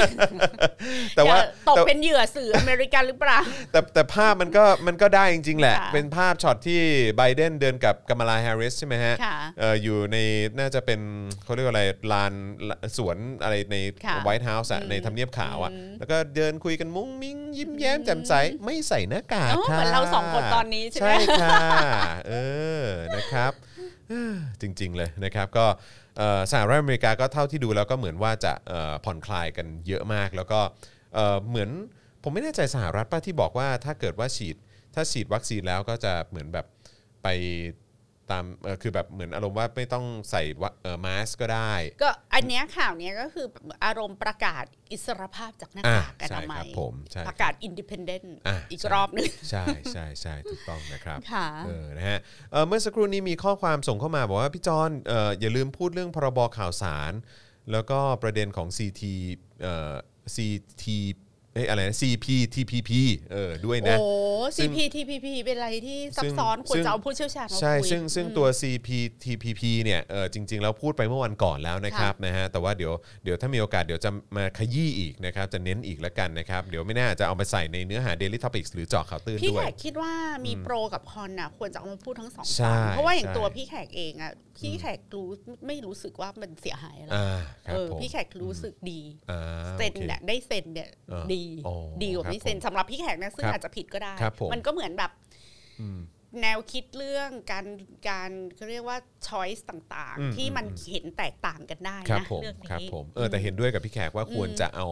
[SPEAKER 2] แต่ว่า
[SPEAKER 3] อย่ตก
[SPEAKER 2] แต่
[SPEAKER 3] เป็นเหยื่อสื่ออเมริกันหรือเปล่า
[SPEAKER 2] แต่แต่ภาพมันก็มันก็ได้จริง ๆ แหละ
[SPEAKER 3] ค่ะ
[SPEAKER 2] เป็นภาพช็อตที่ไบเดนเดินกับกามาลาแฮร์ริสใช่ไหมฮะ
[SPEAKER 3] ค่ะ
[SPEAKER 2] เอ่ออยู่ในน่าจะเป็นเขาเรียกว่าอะไรลานละสวนอะไรใน
[SPEAKER 3] ค่ะ
[SPEAKER 2] ไวท์เฮาส์อะในทำเนียบขาวอะแล้วก็เดินคุยกันมุ้งมิ้งยิ้มแย้มแจ่มใส ไม่ใส่หน้ากาก
[SPEAKER 3] เออ
[SPEAKER 2] ค่ะ
[SPEAKER 3] เหมือนเราสองคนตอนนี้ใช่ไหม
[SPEAKER 2] ใช่ค่ะเออนะครับ เออจริง ๆ เลยนะครับก็เอ่อสหรัฐอเมริกาก็เท่าที่ดูแล้วก็เหมือนว่าจะเอ่อผ่อนคลายกันเยอะมากแล้วก็ เอ่อเหมือนผมไม่แน่ใจสหรัฐป้าที่บอกว่าถ้าเกิดว่าฉีดถ้าฉีดวัคซีนแล้วก็จะเหมือนแบบไปตามเอ่อคือแบบเหมือนอารมณ์ว่าไม่ต้องใส่วะเอ่อมาสก็ได้
[SPEAKER 3] ก็อันเนี้ยข่าวเนี้ยก็คืออารมณ์ประกาศอิสรภาพจากหน้า
[SPEAKER 2] อ่ะ
[SPEAKER 3] กากอนา
[SPEAKER 2] ใช่
[SPEAKER 3] มั
[SPEAKER 2] ครั
[SPEAKER 3] ย
[SPEAKER 2] บผมใช่
[SPEAKER 3] ประกาศอินดิเพนเดนต์
[SPEAKER 2] อ่ะ
[SPEAKER 3] อีก
[SPEAKER 2] ใช่
[SPEAKER 3] รอบหนึง
[SPEAKER 2] ใช่ใช่ใช่ถูกต้องนะครับ
[SPEAKER 3] ค่ะ
[SPEAKER 2] เออ นะฮะเอ่อเมื่อสักครู่นี้มีข้อความส่งเข้ามาบอกว่าพี่จอนเอ่ออย่าลืมพูดเรื่องพรบข่าวสาร แล้วก็ประเด็นของ CT เอ่อ CT เอ้ยอะไรนะ CPTPP เออด้วยนะ
[SPEAKER 3] โอ้
[SPEAKER 2] ซึ่ง
[SPEAKER 3] CPTPP เป็นอะไรที่ซั
[SPEAKER 2] ซึ่
[SPEAKER 3] บ
[SPEAKER 2] ง
[SPEAKER 3] ซ้อนควร
[SPEAKER 2] ซึ่ง
[SPEAKER 3] จะเอาผู้เชี่ยวชาญมา
[SPEAKER 2] ใช่
[SPEAKER 3] คุย
[SPEAKER 2] ซึ่งซึ่งตัว CPTPP เนี่ยเออจริง ๆ แล้วพูดไปเมื่อวันก่อนแล้วนะครับนะฮะแต่ว่าเดี๋ยวเดี๋ยวถ้ามีโอกาสเดี๋ยวจะมาขยี้อีกนะครับ จะเน้นอีกแล้วกันนะครับ เดี๋ยวไม่แน่อาจจะเอาไปใส่ในเนื้อหา Daily Topics หรือเจาะข่าวตื้น
[SPEAKER 3] พี่
[SPEAKER 2] ด้ว
[SPEAKER 3] แข
[SPEAKER 2] ย
[SPEAKER 3] กคิดว่ามีโปรกับคอนน่ะควรจะเอามาพูดทั้งสอง
[SPEAKER 2] ใช่
[SPEAKER 3] ฝั่งเพราะว่าอย่าง
[SPEAKER 2] ใช่
[SPEAKER 3] ตัวพี่แขกเองอ่ะพี่แขกรู้ไม่รู้สึกว่ามันเสียหายอะไร
[SPEAKER 2] อ่าครั
[SPEAKER 3] เอบ อ
[SPEAKER 2] ผม
[SPEAKER 3] พี่แขกรู้สึกดี
[SPEAKER 2] อ่า
[SPEAKER 3] เซ็น
[SPEAKER 2] โอค
[SPEAKER 3] เนี่ยได้เซ็นเนี่ย
[SPEAKER 2] เออ
[SPEAKER 3] ดี
[SPEAKER 2] อ๋อ
[SPEAKER 3] ดีกว่า
[SPEAKER 2] ครับ
[SPEAKER 3] ไม่เซ็น
[SPEAKER 2] ผม
[SPEAKER 3] สำหรับพี่แขกนะซึ่ง
[SPEAKER 2] ครับ
[SPEAKER 3] อาจจะผิดก็ได้
[SPEAKER 2] ครับผม
[SPEAKER 3] มันก็เหมือนแบบ แนวคิดเรื่องการการเขาเรียกว่าช้อยส์ต่าง
[SPEAKER 2] อืม
[SPEAKER 3] ๆ ที่มันเห็นแตกต่างกันได้
[SPEAKER 2] ครับ
[SPEAKER 3] นะ
[SPEAKER 2] ผม
[SPEAKER 3] เรื่องนี้
[SPEAKER 2] ครับผมเออแต่เห็นด้วยกับพี่แขกว่าควรจะเอา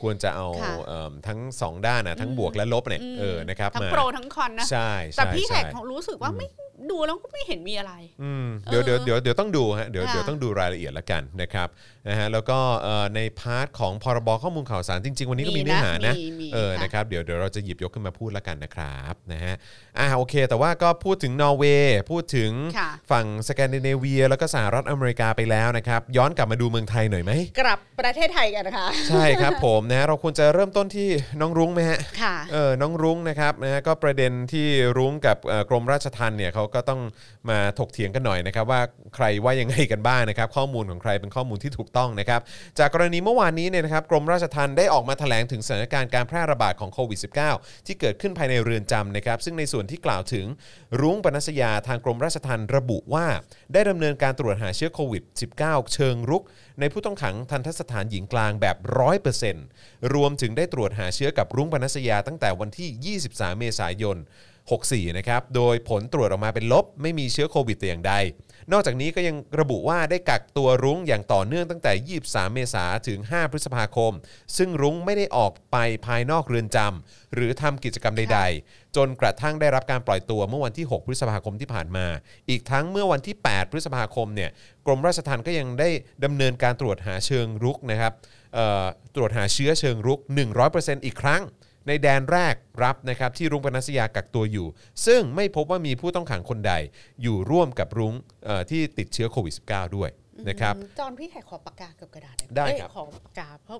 [SPEAKER 2] ควรจะเอา
[SPEAKER 3] ค่ะ
[SPEAKER 2] เอิ่มทั้งสองด้านนะทั้งบวกและลบเนี่ยเออนะครับ
[SPEAKER 3] ทั้ง
[SPEAKER 2] มา
[SPEAKER 3] โปรทั้งคอนนะ
[SPEAKER 2] ใช่
[SPEAKER 3] แต่
[SPEAKER 2] ใช่
[SPEAKER 3] พี่แข
[SPEAKER 2] ใช่
[SPEAKER 3] กของรู้สึกว่าไม่ดูแล้วก็ไม่เห็นมีอะไร
[SPEAKER 2] อืมเดี๋ยว
[SPEAKER 3] เออ
[SPEAKER 2] เดี๋ยวเดี๋ยวเดี๋ยวต้องดูฮะเดี๋ยว
[SPEAKER 3] ค่ะ
[SPEAKER 2] เดี๋ยวต้องดูรายละเอียดละกันนะครับนะฮะแล้วก็เอ่อในพาร์ทของพรบข้อมูลข่าวสารจริง ๆ วันนี้ก็มีเนื้อหานะ
[SPEAKER 3] มีมี
[SPEAKER 2] เออ
[SPEAKER 3] ค่ะ
[SPEAKER 2] นะครับ เดี๋ยว เดี๋ยวเราจะหยิบยกขึ้นมาพูดละกันนะครับ นะฮะ อ่าโอเค แต่ว่าก็พูดถึงนอร์เวย์ พูดถึง
[SPEAKER 3] ค่ะ
[SPEAKER 2] ฝั่งสแกนดิเนเวีย แล้วก็สหรัฐอเมริกาไปแล้วนะครับ ย้อนกลับมาดูเมืองไทยหน่อยไหม
[SPEAKER 3] กลับประเทศไทยกันนะคะ
[SPEAKER 2] ใช่ครับผมนะ เราควรจะเริ่มต้นที่น้องรุ้งไหมฮะ
[SPEAKER 3] ค่ะ
[SPEAKER 2] เออ น้องรุ้งนะครับนะก็ประเด็นที่รุ้งกับเอ่อกรมราชทัณฑ์เนี่ยเขาก็ต้องมาถกเถียงกันหน่อยนะครับว่าใครว่ายังไงกันบ้างนะครับ ข้อมูลของใครเป็นข้อมูลที่ถูกต้องนะครับ จากกรณีเมื่อวานนี้เนี่ยนะครับกรมราชทัณฑ์ได้ออกมาแถลงถึงสถานการณ์การแพร่ระบาดของโควิด -19 ที่เกิดขึ้นภายในเรือนจำนะครับ ซึ่งในส่วนที่กล่าวถึงรุ้งปนัสยาทางกรมราชทัณฑ์ระบุว่า ได้ดำเนินการตรวจหาเชื้อโควิด -19 เชิงรุก ในผู้ต้องขังทันทสถานหญิงกลางแบบ 100%รวมถึงได้ตรวจหาเชื้อกับรุ้งปนัสยาตั้งแต่วันที่ 23 เมษายน 64 นะครับ โดยผลตรวจออกมาเป็นลบ ไม่มีเชื้อโควิดแต่อย่างใด นอกจากนี้ก็ยังระบุว่าได้กักตัวรุ้งอย่างต่อเนื่องตั้งแต่ 23 เมษาถึง 5 พฤษภาคม ซึ่งรุ้งไม่ได้ออกไปภายนอกเรือนจำหรือทำกิจกรรมใด ๆ จนกระทั่งได้รับการปล่อยตัวเมื่อวันที่ 6 พฤษภาคมที่ผ่านมา อีกทั้งเมื่อวันที่ 8 พฤษภาคมเนี่ย กรมราชทัณฑ์ก็ยังได้ดำเนินการตรวจหาเชิงรุกนะครับเอ่อตรวจหาเชื้อเชิงรุก 100%อีกครั้ง ในแดนแรกรับนะครับที่รุ้งปนัสยากักตัวอยู่ ซึ่งไม่พบว่ามีผู้ต้องขังคนใด อยู่ร่วมกับรุ้งเอ่อที่ติดเชื้อโควิด -19 ด้วยนะครับ
[SPEAKER 3] อืมจอนพี่แขกขอปากกากับกระดาษหน่อย
[SPEAKER 2] ได้
[SPEAKER 3] เอ้ย
[SPEAKER 2] ครับ
[SPEAKER 3] ขอปากกาเพราะ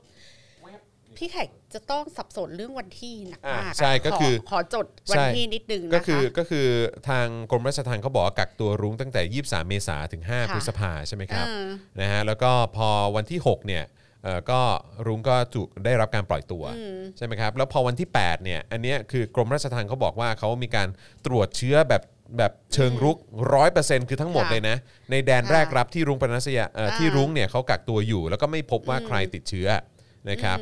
[SPEAKER 3] พี่แขกจะต้องสับสนเรื่องวันที่หนัก
[SPEAKER 2] อ่าม
[SPEAKER 3] ากะ
[SPEAKER 2] ใช่ก็คือ
[SPEAKER 3] ขขอจดวัน
[SPEAKER 2] ใช่
[SPEAKER 3] ที่นิดนึงนะคะ
[SPEAKER 2] ก็คือก็คือทางกรมราชทัณฑ์เขาบอกว่ากักตัวรุ้งตั้งแต่ 23 เมษาถึง 5
[SPEAKER 3] ค่ะ
[SPEAKER 2] พฤษภาใช่ไหมครับ
[SPEAKER 3] อืม
[SPEAKER 2] นะฮะแล้วก็พอวันที่ 6 เนี่ยเอ่อก็รุ้งก็ถูกได้รับการปล่อยตัวใช่ไหมครับแล้วพอวันที่ 8 เนี่ยอันเนี้ยคือกรมราชทัณฑ์เขาบอกว่าเขามีการตรวจเชื้อแบบแบบเชิงรุก 100%คือทั้งหมดเลยนะ ในแดนแรกรับที่รุ้งปนัสยาเอ่อที่รุ้งเนี่ยเขากักตัวอยู่ แล้วก็ไม่พบว่าใครติดเชื้อนะครับ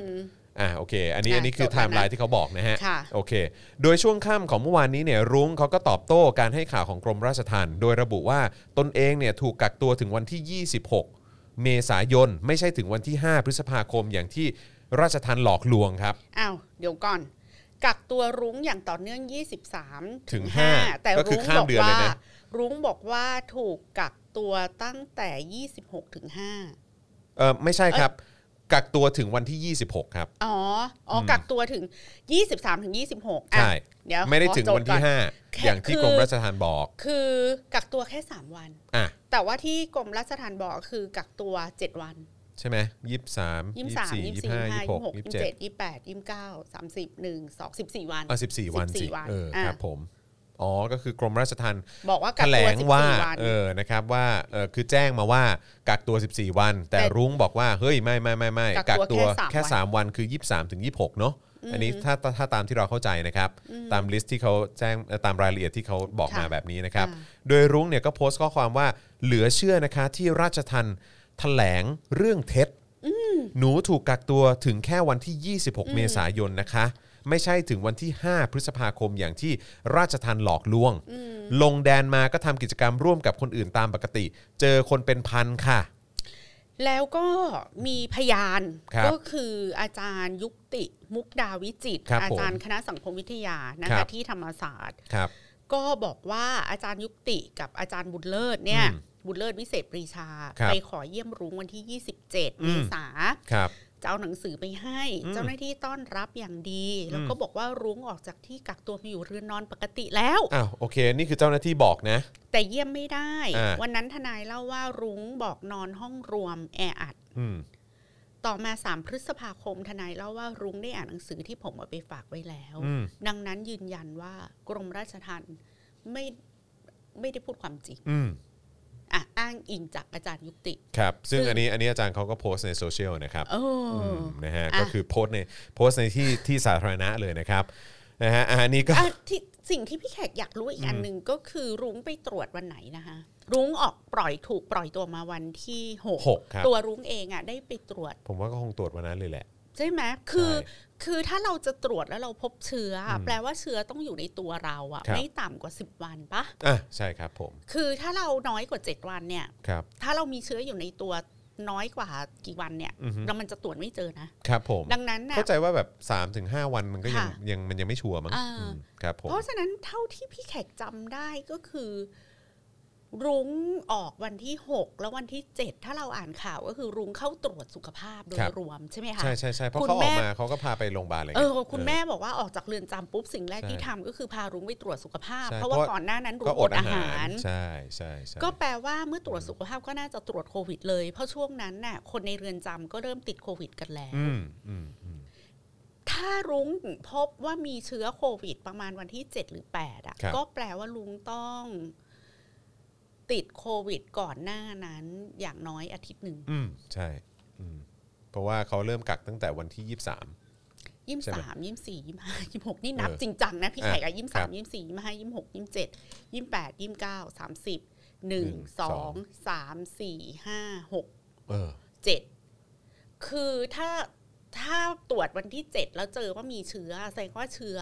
[SPEAKER 2] อ่าโอเค อันนี้อันนี้คือไทม์ไลน์ที่เขาบอกนะฮะ
[SPEAKER 3] ค่ะ
[SPEAKER 2] โอเค โดยช่วงค่ำของเมื่อวานนี้เนี่ยรุ้งเขาก็ตอบโต้การให้ข่าวของกรมราชทัณฑ์โดยระบุว่าตนเองเนี่ยถูกกักตัวถึงวันที่ 26 เมษายน ไม่ใช่ถึงวันที่ 5 พฤษภาคมอย่างที่ราชทัณฑ์หลอกลวงครับ
[SPEAKER 3] อ้าวเดี๋ยวก่อน กักตัวรุ้งอย่างต่อเนื่อง 23
[SPEAKER 2] ถึง
[SPEAKER 3] ห้า
[SPEAKER 2] ห้า
[SPEAKER 3] แต่
[SPEAKER 2] ก็คือ
[SPEAKER 3] รุ้ง
[SPEAKER 2] ข้าม
[SPEAKER 3] บอก
[SPEAKER 2] เดือนเล
[SPEAKER 3] ว่าย
[SPEAKER 2] นะ
[SPEAKER 3] รุ้งบอกว่าถูกกักตัวตั้งแต่ 26ถึง5
[SPEAKER 2] เออไม่ใช่ครับ กักตัวถึงวันที่ 26 ครับ
[SPEAKER 3] อ๋ออ๋ออ
[SPEAKER 2] ม
[SPEAKER 3] กักตัวถึง 23ถึง26อ่ะ
[SPEAKER 2] ใช่
[SPEAKER 3] เดี๋ยว
[SPEAKER 2] ไม่ได้
[SPEAKER 3] ขอ
[SPEAKER 2] ถึงวัน
[SPEAKER 3] จก่
[SPEAKER 2] ที่
[SPEAKER 3] อ
[SPEAKER 2] 5 อย่างที่กรมราชทัณฑ์บอก
[SPEAKER 3] คือกักตัวแค่ 3 วัน
[SPEAKER 2] อ่ะ
[SPEAKER 3] แต่ว่าที่กรมราชทัณฑ์บอกคือกักตัว 7 วัน
[SPEAKER 2] ใช่ไหมยี่สาม
[SPEAKER 3] ยี่
[SPEAKER 2] ยี่
[SPEAKER 3] สาม
[SPEAKER 2] สี่
[SPEAKER 3] ยี่
[SPEAKER 2] ยี่
[SPEAKER 3] สี่
[SPEAKER 2] ห้า
[SPEAKER 3] ห้า
[SPEAKER 2] ยี่หก
[SPEAKER 3] ยี่
[SPEAKER 2] ยี่
[SPEAKER 3] เจ็
[SPEAKER 2] เจ็
[SPEAKER 3] ด
[SPEAKER 2] ด
[SPEAKER 3] ยี่แปดยี่เก้าสามสิบหนึ่งสองสิบสี่วัน
[SPEAKER 2] อ่ะสิบสี่วันสิ
[SPEAKER 3] 14วัน
[SPEAKER 2] เออ
[SPEAKER 3] อ่ะ
[SPEAKER 2] ครับผมอ๋อก็คือกรมราชทัณฑ์
[SPEAKER 3] บอกว่า
[SPEAKER 2] แถ
[SPEAKER 3] กัก
[SPEAKER 2] ล
[SPEAKER 3] ตัว
[SPEAKER 2] ง
[SPEAKER 3] สิบ
[SPEAKER 2] ว่า
[SPEAKER 3] สี่วัน
[SPEAKER 2] เออนะครับว่าเออคือแจ้งมาว่ากักตัว 14 วัน แต่
[SPEAKER 3] แต่
[SPEAKER 2] รุ้งบอกว่าเฮ้ยไม่ไม่ไม่ไม่
[SPEAKER 3] กั
[SPEAKER 2] กั
[SPEAKER 3] ก
[SPEAKER 2] ก
[SPEAKER 3] ตั
[SPEAKER 2] ตัว ว
[SPEAKER 3] แค่
[SPEAKER 2] แค่
[SPEAKER 3] สาม
[SPEAKER 2] 3วันคือ 23ถึง26เนาะอันนี้ถ้าถ้าถ้าตามที่เราเข้าใจนะครับตามลิสต์ที่เขาแจ้งเอ่อตามรายละเอียดที่เขาบอกมาแบบนี้นะครับ โดยรุ้งเนี่ยก็โพสต์ข้อความว่าเหลือเชื่อนะคะที่ราชทันแถลงเรื่องเท็จ หนูถูกกักตัวถึงแค่วันที่ 26 เมษายนนะคะ ไม่ใช่ถึงวันที่ 5 พฤษภาคมอย่างที่ราชทันหลอกลวง ลงแดนมาก็ทำกิจกรรมร่วมกับคนอื่นตามปกติ เจอคนเป็นพันค่ะ
[SPEAKER 3] แล้วก็มีพยาน
[SPEAKER 2] ครับ
[SPEAKER 3] ก็คืออาจารย์ยุติมุกดาวิจิตร
[SPEAKER 2] ครับ
[SPEAKER 3] อาจารย์
[SPEAKER 2] ผม
[SPEAKER 3] คณะสังคมวิทยานะ
[SPEAKER 2] ครั
[SPEAKER 3] คะ
[SPEAKER 2] บ
[SPEAKER 3] ที่ธรรมศาสตร์
[SPEAKER 2] ครับ
[SPEAKER 3] ก็บอกว่าอาจารย์ยุติกับอาจารย์บุญเลิศเนี่ย
[SPEAKER 2] อืม
[SPEAKER 3] บุญเลิศวิเศษปรีชา
[SPEAKER 2] ครับ
[SPEAKER 3] ไปขอเยี่ยมรุ้งวันที่ 27
[SPEAKER 2] อื
[SPEAKER 3] เม
[SPEAKER 2] ม
[SPEAKER 3] ษา
[SPEAKER 2] ครับ
[SPEAKER 3] จะเอาหนังสือไปให้
[SPEAKER 2] อืม
[SPEAKER 3] เจ้าหน้าที่ต้อนรับอย่างดี
[SPEAKER 2] อืม
[SPEAKER 3] แล้วก็บอกว่ารุ้งออกจากที่กักตัวไปอยู่เรือนนอนปกติแล้ว
[SPEAKER 2] อ้าวโอเค นี่คือเจ้าหน้าที่บอกนะ
[SPEAKER 3] แต่เยี่ยมไม่ได้
[SPEAKER 2] อ่า
[SPEAKER 3] วันนั้นทนายเล่าว่ารุ้งบอกนอนห้องรวมแออัด
[SPEAKER 2] อืม
[SPEAKER 3] ต่อมา 3 พฤษภาคมทนายเล่าว่ารุ้งได้อ่านหนังสือที่ผมเอาไปฝากไว้แล้ว
[SPEAKER 2] อืม
[SPEAKER 3] ดังนั้นยืนยันว่ากรมราชทัณฑ์ไม่ไม่ได้พูดความจริง
[SPEAKER 2] อืม
[SPEAKER 3] อ่ะอ้างอิงจากอาจารย์ยุติ
[SPEAKER 2] ครับ ซึ่ง
[SPEAKER 3] ซึ่ง
[SPEAKER 2] อันนี้อันนี้อาจารย์เขาก็โพสต์ในโซเชียลนะครับ
[SPEAKER 3] เออ
[SPEAKER 2] ม
[SPEAKER 3] อ
[SPEAKER 2] นะฮะ
[SPEAKER 3] อ่ะ
[SPEAKER 2] ก็คือโพสต์ในโพสต์ในที่ที่สาธารณะเลยนะครับนะฮะอะอันนี้ก็
[SPEAKER 3] อ่ะที่สิ่งที่พี่แขกอยากรู้อีกอันหนึ่งก็คือรุ้งไปตรวจวันไหนนะคะ รุ้งออกปล่อยถูกปล่อยตัวมาวันที่หก
[SPEAKER 2] หกครับ
[SPEAKER 3] ตัวรุ้งเองอ่ะได้ไปตรวจ
[SPEAKER 2] ผมว่าก็คงตรวจวันนั้นเลยแหละ
[SPEAKER 3] ใช่ไหมคือ
[SPEAKER 2] ใช่
[SPEAKER 3] คือถ้าเราจะตรวจแล้วเราพบเชื้ออะ
[SPEAKER 2] อืม
[SPEAKER 3] แปลว่าเชื้อต้องอยู่ในตัวเราอะ
[SPEAKER 2] ครับ
[SPEAKER 3] ไม่ต่ำกว่า 10 วันปะ
[SPEAKER 2] อ่ะใช่ครับผม
[SPEAKER 3] คือถ้าเราน้อยกว่า 7 วันเนี่ย
[SPEAKER 2] ครับ
[SPEAKER 3] ถ้าเรามีเชื้ออยู่ในตัวน้อยกว่ากี่วันเนี่ย
[SPEAKER 2] อือฮึ
[SPEAKER 3] เรามันจะตรวจไม่เจอนะ
[SPEAKER 2] ครับผม
[SPEAKER 3] ดังนั้นน่ะ
[SPEAKER 2] เข้าใจว่าแบบ3าถึงหวันมันก็ยัง
[SPEAKER 3] ค่ะ
[SPEAKER 2] ยังมันยังไม่ชัวร์มั้ง
[SPEAKER 3] อ่า
[SPEAKER 2] อืมครับผม
[SPEAKER 3] เพราะฉะนั้นเท่าที่พี่แขกจำได้ก็คือ รุ้งออกวันที่ 6 แล้ววันที่ 7 ถ้าเราอ่านข่าวก็คือรุ้งเข้าตรวจสุขภาพโดยรวมใช่ไหมคะ
[SPEAKER 2] ใช่ใช่ใช่เพราะ
[SPEAKER 3] คุณ
[SPEAKER 2] เขาอ
[SPEAKER 3] แม่
[SPEAKER 2] อกมาเขาก็พาไปโรงพยาบาลอะไร
[SPEAKER 3] เอ
[SPEAKER 2] เงี้
[SPEAKER 3] อย คุณแม่บอกว่าออกจากเรือนจำปุ๊บสิ่งแรก
[SPEAKER 2] ใช่
[SPEAKER 3] ที่ทำก็คือพารุ้งไปตรวจสุขภาพ
[SPEAKER 2] ใช่
[SPEAKER 3] เพราะว่า
[SPEAKER 2] เพราะ
[SPEAKER 3] ก่อนหน้านั้นรุ้
[SPEAKER 2] ก็
[SPEAKER 3] ง
[SPEAKER 2] อ
[SPEAKER 3] อ
[SPEAKER 2] ด
[SPEAKER 3] ด
[SPEAKER 2] อา
[SPEAKER 3] อา
[SPEAKER 2] หา
[SPEAKER 3] หารร
[SPEAKER 2] ใช่ใช่ใช่
[SPEAKER 3] ก็แปลว่าเมื่อตรวจสุขภาพก็น่าจะตรวจโควิดเลย เพราะช่วงนั้นน่ะคนในเรือนจำก็เริ่มติดโควิดกันแล้ว
[SPEAKER 2] อืมอืมอืม
[SPEAKER 3] ถ้ารุ้งพบว่ามีเชื้อโควิดประมาณวันที่ 7 หรือ 8 อ่ะ
[SPEAKER 2] ครับ
[SPEAKER 3] ก็แปลว่าลุงต้องติดโควิดก่อนหน้านั้นอย่างน้อยอาทิตย์หนึ่ง
[SPEAKER 2] อืมใช่อืมเพราะว่าเขาเริ่มกักตั้งแต่วันที่ 23
[SPEAKER 3] ยี่
[SPEAKER 2] ใช่ไหม
[SPEAKER 3] สามยี่สี่ยี่ห้ายี่หกนี่นับ
[SPEAKER 2] เออ
[SPEAKER 3] จริงจังนะพี่แขก
[SPEAKER 2] อ่ะ
[SPEAKER 3] อะยี่
[SPEAKER 2] ครั
[SPEAKER 3] สาม
[SPEAKER 2] บ
[SPEAKER 3] ยี่สี่ยี่ห้ายี่หกยี่เจ็ดยี่แปดยี่เก้าสามสิบหนึ่ง
[SPEAKER 2] ส
[SPEAKER 3] ส
[SPEAKER 2] อ
[SPEAKER 3] อง งสามสี่ห้าหก
[SPEAKER 2] เออ
[SPEAKER 3] เจ็ดคือถ้าถ้าตรวจวันที่เจ็ดแล้วเจอว่ามีเชื้อแสดงว่าเชื้อ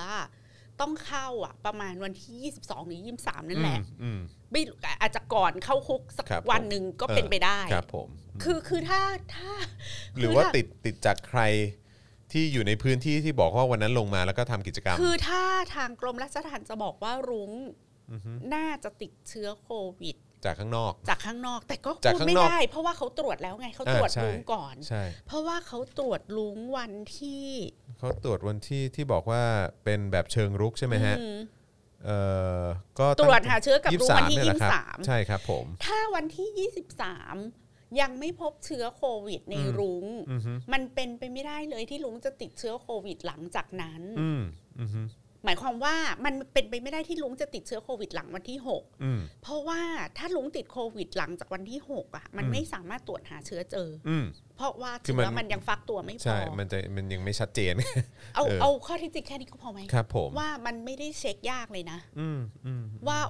[SPEAKER 3] ต้องเข้าอ่ะ ประมาณวันที่ยี่สิบสองหรือยี่สามนั่นแหละ
[SPEAKER 2] อืม
[SPEAKER 3] ไม่รู้อาจจะก่อนเข้าคุกสัก
[SPEAKER 2] ครับ
[SPEAKER 3] วัน
[SPEAKER 2] ผม
[SPEAKER 3] หนึ่งก็เป็นไปได้
[SPEAKER 2] อืมครับผม
[SPEAKER 3] คือคือถ้าถ้า
[SPEAKER 2] หรือว่าติดติดจากใครที่อยู่ในพื้นที่ที่บอกว่าวันนั้นลงมาแล้วก็ทำกิจกรรม
[SPEAKER 3] คือถ้าทางกรมราชทัณฑ์จะบอกว่ารุ้ง
[SPEAKER 2] อือฮึ
[SPEAKER 3] น่าจะติดเชื้อโควิด
[SPEAKER 2] จากข้างนอก
[SPEAKER 3] จากข้างนอก แต่ก็
[SPEAKER 2] จาก
[SPEAKER 3] พูด
[SPEAKER 2] ข้าง
[SPEAKER 3] ไม่
[SPEAKER 2] นอก
[SPEAKER 3] ได้ เพราะว่าเขาตรวจแล้วไงเขา
[SPEAKER 2] อ่า
[SPEAKER 3] ตรวจ
[SPEAKER 2] ใช่
[SPEAKER 3] รุ้งก่อน
[SPEAKER 2] ใช่
[SPEAKER 3] เพราะว่าเขาตรวจรุ้งวันที่
[SPEAKER 2] เขาตรวจวันที่ที่บอกว่าเป็นแบบเชิงรุกใช่ไหมฮะ
[SPEAKER 3] อืม
[SPEAKER 2] เออก็
[SPEAKER 3] ต
[SPEAKER 2] ง
[SPEAKER 3] รวจหาเชื้อกับรุ้งวันที่
[SPEAKER 2] เนี่ยแห
[SPEAKER 3] ยี่
[SPEAKER 2] ละค
[SPEAKER 3] สิ
[SPEAKER 2] รับบ
[SPEAKER 3] สาม
[SPEAKER 2] ใช่ครับผม
[SPEAKER 3] ถ้าวันที่ยี่สิบสามยังไม่พบเชื้อโควิดใน
[SPEAKER 2] อืม
[SPEAKER 3] รุ้ง
[SPEAKER 2] อือฮึ
[SPEAKER 3] มันเป็นไปไม่ได้เลยที่ลุงจะติดเชื้อโควิดหลังจากนั้น
[SPEAKER 2] อืมอืมฮึ
[SPEAKER 3] หมายความว่ามันเป็นไปไม่ได้ที่ลุงจะติดเชื้อโควิดหลังวันที่
[SPEAKER 2] อืม
[SPEAKER 3] 6 เพราะว่าถ้าลุงติดโควิดหลังจากวันที่ 6 อ่ะ มัน
[SPEAKER 2] อืม
[SPEAKER 3] ไม่สามารถตรวจหาเชื้อเจอ
[SPEAKER 2] อืม
[SPEAKER 3] เพราะว่า
[SPEAKER 2] คือมั
[SPEAKER 3] เชื้
[SPEAKER 2] น
[SPEAKER 3] อมันยังฟักตัวไม่พ
[SPEAKER 2] ใช่
[SPEAKER 3] อ
[SPEAKER 2] มันจะมันยังไม่ชัดเจน
[SPEAKER 3] เอา
[SPEAKER 2] เออ
[SPEAKER 3] เอาข้อที่จริงแค่นี้ก็พอไหม
[SPEAKER 2] ครับผม
[SPEAKER 3] ว่ามันไม่ได้เช็คยากเลยนะ
[SPEAKER 2] อืมอืม
[SPEAKER 3] ว่า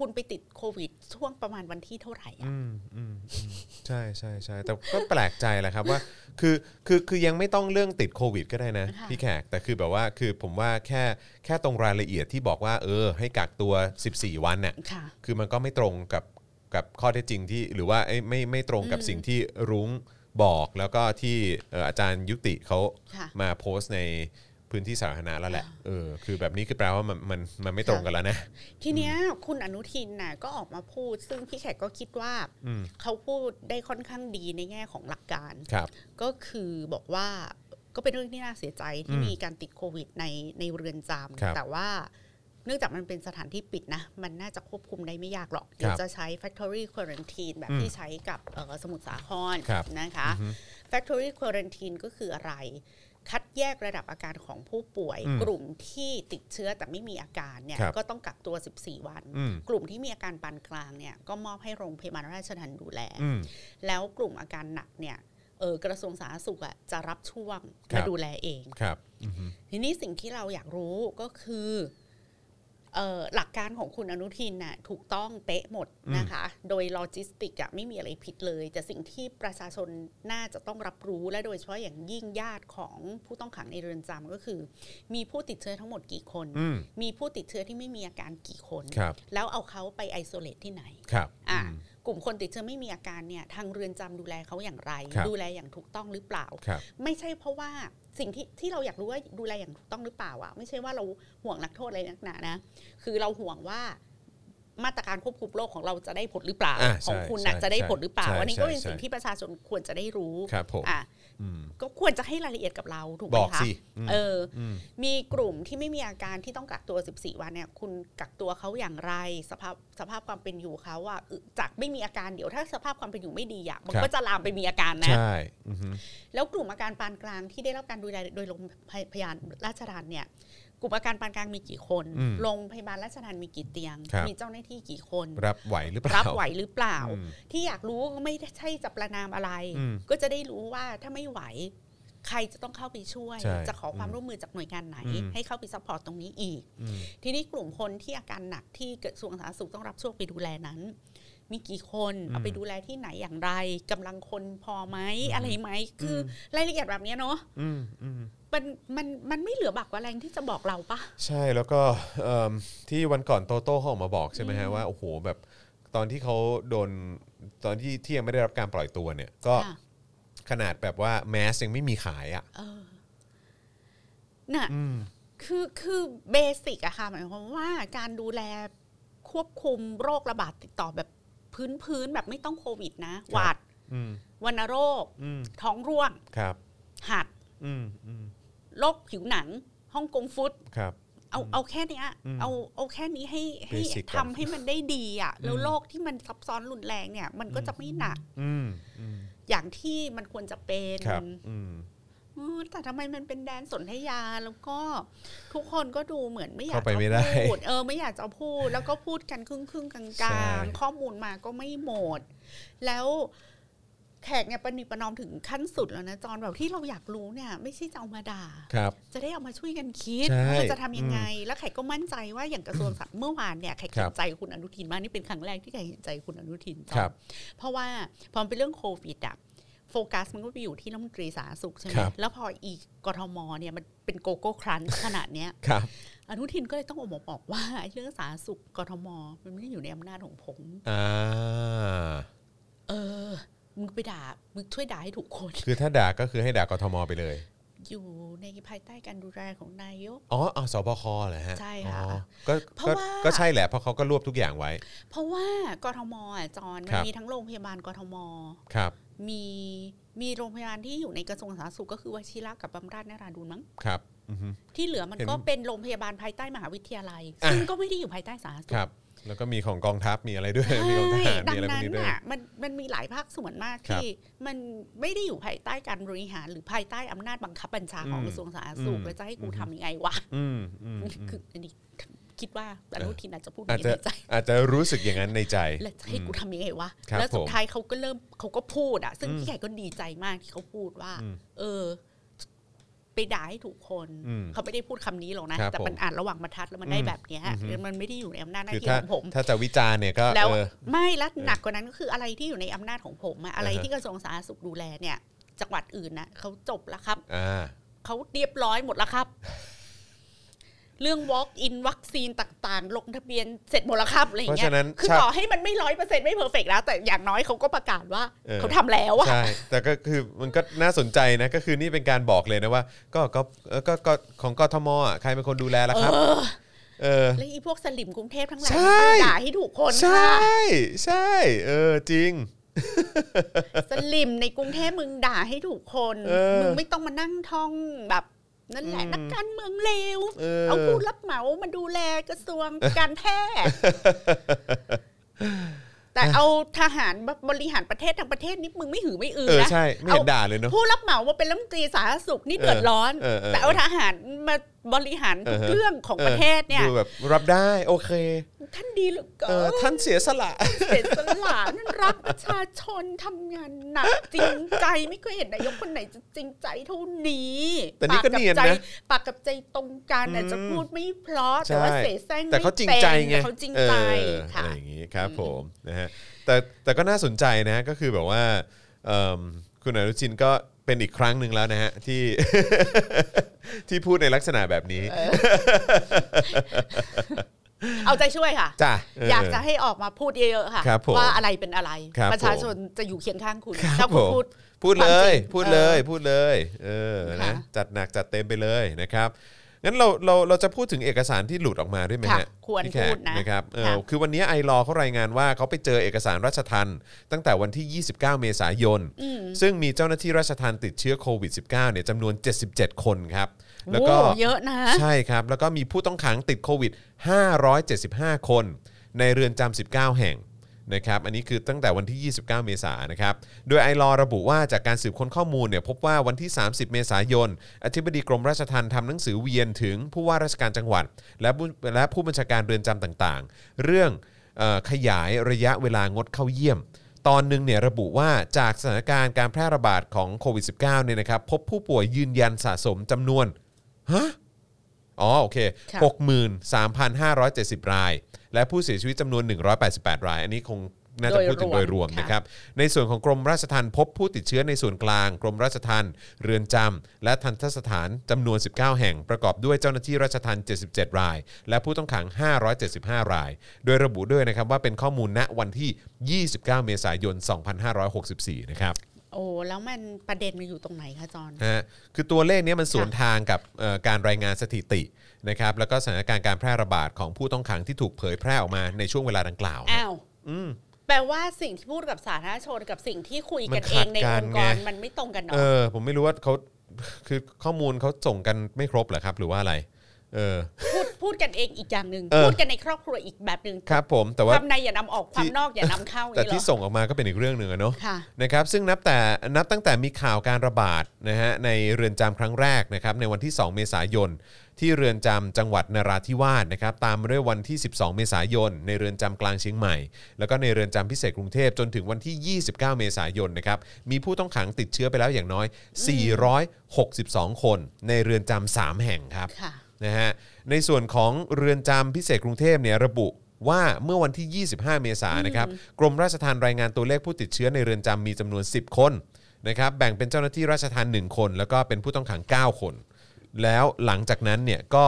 [SPEAKER 3] คุณไปติดโควิดช่วงประมาณวันที่เท่าไหร่อะ
[SPEAKER 2] อืมอืมอืมใช่ใช่ใช่แต่ก็แปลกใจแหละครับว่า คือคือคือยังไม่ต้องเรื่องติดโควิดก็ได้นะ
[SPEAKER 3] ค่ะ
[SPEAKER 2] พี่แขก แต่คือแบบว่าคือผมว่าแค่แค่ตรงรายละเอียดที่บอกว่า เออ ให้กักตัว 14 วันเนี่ย
[SPEAKER 3] ค่ะ
[SPEAKER 2] คือมันก็ไม่ตรงกับกับข้อเท็จจริงที่หรือว่าเอ้ยไม่ไม่ตรงกับ
[SPEAKER 3] อืม
[SPEAKER 2] สิ่งที่รุ้งบอกแล้วก็ที่เอ่ออาจารย์ยุติเขา
[SPEAKER 3] ค่ะ
[SPEAKER 2] มาโพสต์ในพื้นที่สาธารณะแล้วแหละ
[SPEAKER 3] อ่า
[SPEAKER 2] เออคือแบบนี้คือแปลว่ามันมันมันไม่ตรงกันแล้วนะ
[SPEAKER 3] ทีเนี้ยคุณอนุทินน่ะก็ออกมาพูด ซึ่งพี่แขกก็คิดว่า
[SPEAKER 2] อืม
[SPEAKER 3] เขาพูดได้ค่อนข้างดีในแง่ของหลักการ
[SPEAKER 2] ครับ
[SPEAKER 3] ก็คือบอกว่าก็เป็นเรื่องที่น่าเสียใจที่
[SPEAKER 2] อืม
[SPEAKER 3] มีการติดโควิดในในเรือนจ
[SPEAKER 2] ครับ
[SPEAKER 3] ำแต่ว่าเนื่องจากมันเป็นสถานที่ปิดนะ มันน่าจะควบคุมได้ไม่ยากหรอก เดี๋ยวจะใช้ factory quarantine แบบ
[SPEAKER 2] อืม
[SPEAKER 3] ที่ใช้กับเอ่อสมุทรสาคร
[SPEAKER 2] ครับ
[SPEAKER 3] นะคะ factory quarantine ก็คืออะไร คัดแยกระดับอาการของผู้ป่วย
[SPEAKER 2] อืม
[SPEAKER 3] กลุ่มที่ติดเชื้อแต่ไม่มีอาการเนี่ย
[SPEAKER 2] ครับ
[SPEAKER 3] ก็ต้องกักตัว 14 วัน
[SPEAKER 2] อืม
[SPEAKER 3] กลุ่มที่มีอาการปานกลางเนี่ยก็มอบให้โรงพยาบาลราชทัณฑ์ดูแล
[SPEAKER 2] อืม
[SPEAKER 3] แล้วกลุ่มอาการหนักเนี่ยเออกระทรวงสาธารณสุขอะจะรับช่วง
[SPEAKER 2] ครับ
[SPEAKER 3] มาดูแลเอง
[SPEAKER 2] ครับอือฮึ
[SPEAKER 3] ทีนี้สิ่งที่เราอยากรู้ก็คือเออหลักการของคุณอนุทินน่ะถูกต้องเป๊ะหมดนะคะ โดยโลจิสติกอะไม่มีอะไรผิดเลย แต่สิ่งที่ประชาชนน่าจะต้องรับรู้และโดยเฉพาะอย่างยิ่งญาติของผู้ต้องขังในเรือนจำก็คือ มีผู้ติดเชื้อทั้งหมดกี่คน
[SPEAKER 2] อืม
[SPEAKER 3] มีผู้ติดเชื้อที่ไม่มีอาการกี่คน
[SPEAKER 2] ครับ
[SPEAKER 3] แล้วเอาเขาไปไอโซเลตที่ไหน
[SPEAKER 2] ครับ
[SPEAKER 3] อ่ะ
[SPEAKER 2] ม
[SPEAKER 3] กลุ่มคนติดเชื้อไม่มีอาการเนี่ยทางเรือนจำดูแลเขาอย่างไร
[SPEAKER 2] ครับ
[SPEAKER 3] ดูแลอย่างถูกต้องหรือเปล่า
[SPEAKER 2] ครับ
[SPEAKER 3] ไม่ใช่เพราะว่าสิ่งที่ที่เราอยากรู้ว่าดูแลอย่างถูกต้องหรือเปล่าอะไม่ใช่ว่าเราห่วงนักโทษอะไรนักหนานะคือเราห่วงว่ามาตรการควบคุมโรคของเราจะได้ผลหรือเปล่า
[SPEAKER 2] ะ
[SPEAKER 3] ขอ
[SPEAKER 2] ใช่
[SPEAKER 3] งคุณน่ะ
[SPEAKER 2] ใช่
[SPEAKER 3] จะได้
[SPEAKER 2] ใช่
[SPEAKER 3] ผลหรือเปล่า
[SPEAKER 2] ใช่
[SPEAKER 3] อันนี้ก็เป็น
[SPEAKER 2] ใช่
[SPEAKER 3] สิ่งที่ประชาชนควรจะได้รู้
[SPEAKER 2] ครับผม
[SPEAKER 3] อ่ะ
[SPEAKER 2] อืม
[SPEAKER 3] ก็ควรจะให้รายละเอียดกับเราถูกไห
[SPEAKER 2] บ
[SPEAKER 3] ม
[SPEAKER 2] อก
[SPEAKER 3] คะ
[SPEAKER 2] สิอืม
[SPEAKER 3] เออ
[SPEAKER 2] ม
[SPEAKER 3] มีกลุ่มที่ไม่มีอาการที่ต้องกักตัว 14 วันเนี่ย คุณกักตัวเขาอย่างไร สภาพสภาพความเป็นอยู่เขาอะอึจากไม่มีอาการเดี๋ยวถ้าสภาพความเป็นอยู่ไม่ดีอะมัน
[SPEAKER 2] ครับ
[SPEAKER 3] ก็จะลามไปมีอาการนะ
[SPEAKER 2] ใช่อือฮึ
[SPEAKER 3] แล้วกลุ่มอาการปานกลางที่ได้รับการดูแลโดยโรงพยาบาลราชทัณฑ์เนี่ย กลุ่มอาการปานกลางมีกี่คน โรงพยาบาลราชทัณฑ์มีกี่เตียง มีเจ้าหน้าที่กี่คน
[SPEAKER 2] รับไหวหรือเปล่า
[SPEAKER 3] รับไหวหรือเปล่า
[SPEAKER 2] อืม
[SPEAKER 3] ที่อยากรู้ก็ไม่ใช่จะประนามอะไร
[SPEAKER 2] อืม
[SPEAKER 3] ก็จะได้รู้ว่าถ้าไม่ไหว ใครจะต้องเข้าไปช่วย
[SPEAKER 2] ใช่
[SPEAKER 3] จะขอความร่วมมือจากหน่วยงานไหน
[SPEAKER 2] อืม
[SPEAKER 3] ให้เข้าไปซัพพอร์ตตรงนี้อีก
[SPEAKER 2] อืม
[SPEAKER 3] ทีนี้กลุ่มคนที่อาการหนักที่กระทรวงสาธารณสุขต้องรับช่วงไปดูแลนั้น มีกี่คนเอาไปดูแลที่ไหนอย่างไรกำลังคนพอไหมอะไรไหมคืออรายละเอียดแบบเนี้ยเนาะ
[SPEAKER 2] อืมอืม
[SPEAKER 3] มันมันมันไม่เหลือบักว่าแรงที่จะบอกเราปะ
[SPEAKER 2] ใช่แล้วก็เอิ่มที่วันก่อนโตโต้เขาออกมาบอกใช่ไหมฮะว่าโอ้โหแบบตอนที่เขาโดนตอนที่ที่ยังไม่ได้รับการปล่อยตัวเนี่ย ก็
[SPEAKER 3] ค่ะ
[SPEAKER 2] ขนาดแบบว่าแมสยังไม่มีขายอ่ะ
[SPEAKER 3] เออน่ะ คือคือเบสิกอะค่ะหมายความว่าการดูแลควบคุมโรคระบาดติดต่อแบบพื้นพื้นๆแบบไม่ต้องโควิดนะ หวัด
[SPEAKER 2] อืม
[SPEAKER 3] วัณโรค
[SPEAKER 2] อืม
[SPEAKER 3] ท้องร่วง
[SPEAKER 2] ครับ
[SPEAKER 3] หัด
[SPEAKER 2] อืมอืม
[SPEAKER 3] โรคผิวหนังฮ่องกงฟุต
[SPEAKER 2] ครับ
[SPEAKER 3] เอาเอาแค่เนี้ย
[SPEAKER 2] อืม
[SPEAKER 3] เอาเอาแค่นี้ให้ให้
[SPEAKER 2] Basic ก่อน
[SPEAKER 3] ทำให้มันได้ดีอะแล้ว
[SPEAKER 2] อืม
[SPEAKER 3] โรคที่มันซับซ้อนรุนแรงเนี่ย มันก็จะไม่หนัก
[SPEAKER 2] อืมอืม
[SPEAKER 3] อย่างที่มันควรจะเป็น
[SPEAKER 2] ครับอืม
[SPEAKER 3] เออแต่ทำไมมันเป็นแดนสนธยาแล้วก็ทุกคนก็ดูเหมือนไม่อยาก
[SPEAKER 2] เข้าไปไม่
[SPEAKER 3] จะ
[SPEAKER 2] ได้
[SPEAKER 3] พูดเออไม่อยากจะพูด แล้วก็พูดกันครึ่งครึ่งๆกล
[SPEAKER 2] ใช่
[SPEAKER 3] างๆ ข้อมูลมาก็ไม่หมด แล้วแขกเนี่ยประนิประนอมถึงขั้นสุดแล้วนะจอนแบบที่เราอยากรู้เนี่ย ไม่ใช่จะเอามาด่า
[SPEAKER 2] ครับ
[SPEAKER 3] จะได้เอามาช่วยกันคิด
[SPEAKER 2] ใช่
[SPEAKER 3] ว่าจะทำยังไง แล้วไข่ก็มั่นใจว่าอย่างกระทรวงสาธารณเมื่อวานเนี่ยไข่
[SPEAKER 2] ครั
[SPEAKER 3] เห็
[SPEAKER 2] บ
[SPEAKER 3] นใจคุณอนุทินมากนี่เป็นครั้งแรกที่ไข่เห็นใจคุณอนุทินจ้ะ
[SPEAKER 2] ครับ
[SPEAKER 3] เพราะว่าพอมันเป็นเรื่องโควิดอะโฟกัสมันก็ไปอยู่ที่รัฐมนตรีสาธารณสุขใช่ไหม
[SPEAKER 2] ครับ
[SPEAKER 3] แล้วพออีกกทมเนี่ยมันเป็นโกโก้ครันช์ ขนาดเนี้ย
[SPEAKER 2] ครับ
[SPEAKER 3] อนุทินก็เลยต้องออกมาบอกว่าไอ้เรื่องสาธารณสุขกทมมันไม่ได้อยู่ในอำนาจของผม
[SPEAKER 2] อ่า
[SPEAKER 3] เออมึงไปด่ามึงช่วยด่าให้ถูกคน
[SPEAKER 2] คือถ้าด่าก็คือให้ด่ากทมไปเลย
[SPEAKER 3] อยู่ในภายใต้การดูแลของนายก
[SPEAKER 2] อ๋อเอาสบคเหรอฮะ
[SPEAKER 3] ใช่ค่ะ
[SPEAKER 2] อ๋อก็
[SPEAKER 3] เพราะ
[SPEAKER 2] ก็
[SPEAKER 3] ว่า
[SPEAKER 2] ก็ใช่แหละเพราะเขาก็รวบทุกอย่างไว้
[SPEAKER 3] เพราะว่ากทมอ่ะจอน
[SPEAKER 2] ค
[SPEAKER 3] มั
[SPEAKER 2] น รับ
[SPEAKER 3] มีทั้งโรงพยาบาลกทม
[SPEAKER 2] ครับ
[SPEAKER 3] มีมีโรงพยาบาลที่อยู่ในกระทรวงสาธารณสุขก็คือวชิระกับบำราศนาราดูนมั้ง
[SPEAKER 2] ครับอือฮึ
[SPEAKER 3] ที่เหลือมัน
[SPEAKER 2] เห็น
[SPEAKER 3] ก็เป็นโรงพยาบาลภายใต้มหาวิทยาลัย
[SPEAKER 2] อ่ะ
[SPEAKER 3] ซึ่งก็ไม่ได้อยู่ภายใต้สาธารณสุ
[SPEAKER 2] ค
[SPEAKER 3] ข
[SPEAKER 2] รับ แล้วก็มีของกองทัพมีอะไรด้วย มีของทหาร
[SPEAKER 3] ดั
[SPEAKER 2] มีอะไรพวก
[SPEAKER 3] นั้น
[SPEAKER 2] นี้ด้วย
[SPEAKER 3] อ่ะมันมันมีหลายภาคส่วนมาก
[SPEAKER 2] ครับ
[SPEAKER 3] ที่มันไม่ได้อยู่ภายใต้การบริหารหรือภายใต้อำนาจบังคับบัญชาของ
[SPEAKER 2] อืม
[SPEAKER 3] กระทรวงสาธารณสุ
[SPEAKER 2] อื
[SPEAKER 3] ข
[SPEAKER 2] ม
[SPEAKER 3] แล้วจะให้กู
[SPEAKER 2] อืม
[SPEAKER 3] ทำยังไงวะ
[SPEAKER 2] อืมอืมอืม
[SPEAKER 3] คืออันนี้คิดว่าอนุทินอาจจะพูด
[SPEAKER 2] อาจ
[SPEAKER 3] ไม่
[SPEAKER 2] จะ
[SPEAKER 3] ในใจ
[SPEAKER 2] อาจจะรู้สึกอย่างนั้นในใจ
[SPEAKER 3] แล้วจะให้กูทำยังไงวะ
[SPEAKER 2] ครับ
[SPEAKER 3] แล้วสุ
[SPEAKER 2] ผ
[SPEAKER 3] ด
[SPEAKER 2] ม
[SPEAKER 3] ท้ายเขาก็เริ่มเขาก็พูดอะซึ่ง
[SPEAKER 2] อืม
[SPEAKER 3] พี่ใหญ่ก็ดีใจมากที่เขาพูดว่า
[SPEAKER 2] อืม
[SPEAKER 3] เออ ไปด่าให้ถูกคน
[SPEAKER 2] อืม
[SPEAKER 3] เขาไม่ได้พูดคำนี้หรอกนะ
[SPEAKER 2] ครับ
[SPEAKER 3] แต่มั
[SPEAKER 2] ผม
[SPEAKER 3] นอ่านระหว่างบรรทัดแล้วมันได้
[SPEAKER 2] อืม
[SPEAKER 3] แบบเนี้ย
[SPEAKER 2] อือฮึ
[SPEAKER 3] มันไม่ได้อยู่ในอำนาจหน้า
[SPEAKER 2] คือ
[SPEAKER 3] ที่
[SPEAKER 2] ถ้า
[SPEAKER 3] ของผม
[SPEAKER 2] ถ้าจะวิจารณ์เนี่ยก็
[SPEAKER 3] แล้ว
[SPEAKER 2] เออ
[SPEAKER 3] ไม่แล้วหนักกว่านั้นก็คืออะไรที่อยู่ในอำนาจของผมอะอะไร
[SPEAKER 2] อ่าฮะ
[SPEAKER 3] ที่กระทรวงสาธารณสุขดูแลเนี่ยจังหวัดอื่นนะเขาจบแล้วครับ
[SPEAKER 2] อ่า
[SPEAKER 3] เขาเรียบร้อยหมดแล้วครับ เรื่อง walk in วัคซีนต่างๆ ลงทะเบียนเสร็จหมดแล้วครับอะไรอย่างเงี้
[SPEAKER 2] เพราะฉะนั้
[SPEAKER 3] ย
[SPEAKER 2] น
[SPEAKER 3] คือ
[SPEAKER 2] ชาติ
[SPEAKER 3] ต่อให้มันไม่ร้อยเปอร์เซ็นต์ไม่เพอร์เฟกแล้ว แต่อย่างน้อยเขาก็ประกาศว่า
[SPEAKER 2] เออ
[SPEAKER 3] เขาทำแล้วอะ
[SPEAKER 2] ใช่ แต่ก็คือมันก็น่าสนใจนะ ก็คือนี่เป็นการบอกเลยนะว่า ก็ก็เออก็ก็ของกทมอ่ะใครเป็นคนดูแลล่ะครับ เออ
[SPEAKER 3] แล้วอีพวกสลิมกรุงเทพทั้งหลาย
[SPEAKER 2] ใช่
[SPEAKER 3] มันด่าให้ถูกคน
[SPEAKER 2] ใช
[SPEAKER 3] ค่ะ
[SPEAKER 2] ่ ใช่ เออจริง
[SPEAKER 3] สลิมในกรุงเทพมึงด่าให้ถูกคน
[SPEAKER 2] เออ
[SPEAKER 3] มึงไม่ต้องมานั่งท่องแบบ นั่นแหละ
[SPEAKER 2] อืม
[SPEAKER 3] นักการเมืองเลว
[SPEAKER 2] เออ
[SPEAKER 3] เอาผู้รับเหมามาดูแลกระ ทรวงการแพทย์ แต่เอาทหารบริหารประเทศทั้งประเทศนี่มึงไม่หือไม่อือ
[SPEAKER 2] เออ
[SPEAKER 3] นะ
[SPEAKER 2] ใช่ไม่เห็นด่าเลยเนาะ
[SPEAKER 3] ผู้รับเหมาว่าเป็นรัฐมนตรีสาธารณสุขนี่เดือดร้อน
[SPEAKER 2] เออเออเออ
[SPEAKER 3] แต่เอาทหารมาบริหารทุก
[SPEAKER 2] เออ
[SPEAKER 3] เรื่องของประเทศเนี่ย
[SPEAKER 2] ดูแบบรับได้โอเค
[SPEAKER 3] ท่านดีเหลือเกิ
[SPEAKER 2] เออน ท่านเสียสละ
[SPEAKER 3] เสียสละนั่นรักประชาชนทำงานหนักจริงใจไม่เคยเห็นนายกคนไหนจะจริงใจเท่านี้
[SPEAKER 2] แต่นี่ก็เนียนนะ
[SPEAKER 3] ปากกับใจปากกับใจตรงกันอาจจะพูดไม่เพราะแต่ว่า
[SPEAKER 2] ใช่
[SPEAKER 3] เสแสร้ง
[SPEAKER 2] แต่เขาจริงใจไง
[SPEAKER 3] ม่เป็นแต่เขาจริงใจ
[SPEAKER 2] เออ
[SPEAKER 3] ค่ะ
[SPEAKER 2] อะไรอย่างนี้ครับผมนะฮะแต่แต่ก็น่าสนใจนะก็คือแบบว่าเอิ่มคุณอนุชินก็เป็นอีกครั้งหนึ่งแล้วนะฮะที่ ที่พูดในลักษณะแบบนี้
[SPEAKER 3] เอาใจช่วยค่ะ
[SPEAKER 2] จ้ะเ
[SPEAKER 3] อยากจะให้ออกมาพูดเยอะๆค่ะ
[SPEAKER 2] ครับผม
[SPEAKER 3] ว่าอะไรเป็นอะไร
[SPEAKER 2] ครับ
[SPEAKER 3] ประชา
[SPEAKER 2] ผม
[SPEAKER 3] ชนจะอยู่เคียงข้างคุณ
[SPEAKER 2] ค
[SPEAKER 3] ถ้า
[SPEAKER 2] รับ
[SPEAKER 3] คุ
[SPEAKER 2] ผ
[SPEAKER 3] ณ
[SPEAKER 2] ม
[SPEAKER 3] พูด
[SPEAKER 2] พูดเลย
[SPEAKER 3] ความจริง
[SPEAKER 2] พูดเลย
[SPEAKER 3] เออ
[SPEAKER 2] พูดเลยเออนะ
[SPEAKER 3] ค่ะ
[SPEAKER 2] จัดหนักจัดเต็มไปเลยนะครับงั้นเราเราเราจะพูดถึงเอกสารที่หลุดออกมาด้วยไหม
[SPEAKER 3] ค่ะ
[SPEAKER 2] ฮะ
[SPEAKER 3] ควร
[SPEAKER 2] พี่แขก
[SPEAKER 3] พูดนะ
[SPEAKER 2] นะครับเออ
[SPEAKER 3] ค่ะ
[SPEAKER 2] คือวันนี้ไอรอว์เขารายงานว่าเขาไปเจอเอกสารราชทันตั้งแต่วันที่ 29 เมษายน ซึ่งมีเจ้าหน้าที่ราชทันติดเชื้อโควิด -19 เนี่ยจำนวน 77 คนครับ แล้วก็
[SPEAKER 3] โอ้เยอะนะ
[SPEAKER 2] ใช่ครับ แล้วก็มีผู้ต้องขังติดโควิด 575 คน ในเรือนจำ 19 แห่งนะครับ อันนี้คือตั้งแต่วันที่ 29 เมษายนนะครับ โดยไอรอระบุว่าจากการสืบค้นข้อมูลเนี่ยพบว่าวันที่ 30 เมษายน อธิบดีกรมราชทัณฑ์ทำหนังสือเวียนถึงผู้ว่าราชการจังหวัด และผู้และผู้บัญชาการเรือนจำต่างๆ เรื่องเออขยายระยะเวลางดเข้าเยี่ยม ตอนหนึ่งเนี่ยระบุว่าจากสถานการณ์การแพร่ระบาดของโควิด -19 เนี่ยนะครับพบผู้ป่วยยืนยันสะสมจำนวน ฮะ อ๋อโอเค
[SPEAKER 3] ค่ะ
[SPEAKER 2] 63,570 ราย และผู้เสียชีวิตจำนวน 188 ราย อันนี้คง น่าจะพูดถึงโดยรวมนะครับ ในส่วนของกรมราชทัณฑ์พบผู้ติดเชื้อในส่วนกลาง กรมราชทัณฑ์เรือนจำและทันทสถานจำนวน 19 แห่งประกอบด้วยเจ้าหน้าที่ราชทัณฑ์77 ราย และผู้ต้องขัง 575 ราย โดยระบุด้วยนะครับว่าเป็นข้อมูลณวันที่ 29 เมษายน 2564 นะครับ
[SPEAKER 3] โอ้แล้วมันประเด็นมันอยู่ตรงไหนคะจอน
[SPEAKER 2] นะฮะคือตัวเลขเนี้ยมันสวนทางกับเอ่อการรายงานสถิตินะครับแล้วก็สถานการณ์การแพร่ระบาดของผู้ต้องขังที่ถูกเผยแพร่ออกมาในช่วงเวลาดังกล่าว
[SPEAKER 3] อ้าวแปลว่าสิ่งที่พูดกับสาธารณชนกับสิ่งที่คุยกั
[SPEAKER 2] มั
[SPEAKER 3] น
[SPEAKER 2] นขั
[SPEAKER 3] เอ
[SPEAKER 2] ด
[SPEAKER 3] งในองค์ก
[SPEAKER 2] กั
[SPEAKER 3] ร
[SPEAKER 2] นไง
[SPEAKER 3] มันไม่ตรงกันเนาะ
[SPEAKER 2] เออผมไม่รู้ว่าเขาคือข้อมูลเขาส่งกันไม่ครบเหรอครับ หรือว่าอะไร เออ
[SPEAKER 3] พูดพูดกันเองอีกอย่างหนึ่ง
[SPEAKER 2] เออ
[SPEAKER 3] พูดกันในครอบครัวอีกแบบหนึ่ง
[SPEAKER 2] ครับผมแต่ว่า
[SPEAKER 3] ความในอย่านำออกความนอกอย่านำเข้าอย่าง
[SPEAKER 2] แต่
[SPEAKER 3] นี้เหร
[SPEAKER 2] ที่
[SPEAKER 3] อ
[SPEAKER 2] ส่งออกมาก็เป็นอีกเรื่องหนึ่งอะเนาะ
[SPEAKER 3] ค่ะ
[SPEAKER 2] นะครับซึ่งนับแต่นับตั้งแต่มีข่าวการระบาดนะฮะในเรือนจำครั้งแรกนะครับในวันที่ 2 เมษายน ที่เรือนจำจังหวัดนราธิวาสนะครับตามมาด้วยวันที่ 12 เมษายน ในเรือนจำกลางเชียงใหม่ แล้วก็ในเรือนจำพิเศษกรุงเทพจนถึงวันที่ 29 เมษายนนะครับมีผู้ต้องขังติดเชื้อไปแล้วอย่างน้อย 462 คน ในเรือนจำสามแห่งครับ
[SPEAKER 3] ค่ะ
[SPEAKER 2] นะฮะในส่วนของเรือนจำพิเศษกรุงเทพเนี่ยระบุว่าเมื่อวันที่ 25 เมษายนนะครับกรมราชทัณฑ์รายงานตัวเลขผู้ติดเชื้อในเรือนจำมีจำนวน 10 คนนะครับแบ่งเป็นเจ้าหน้าที่ราชทัณฑ์1คน แล้วก็เป็นผู้ต้องขัง 9 คน แล้วหลังจากนั้นเนี่ยก็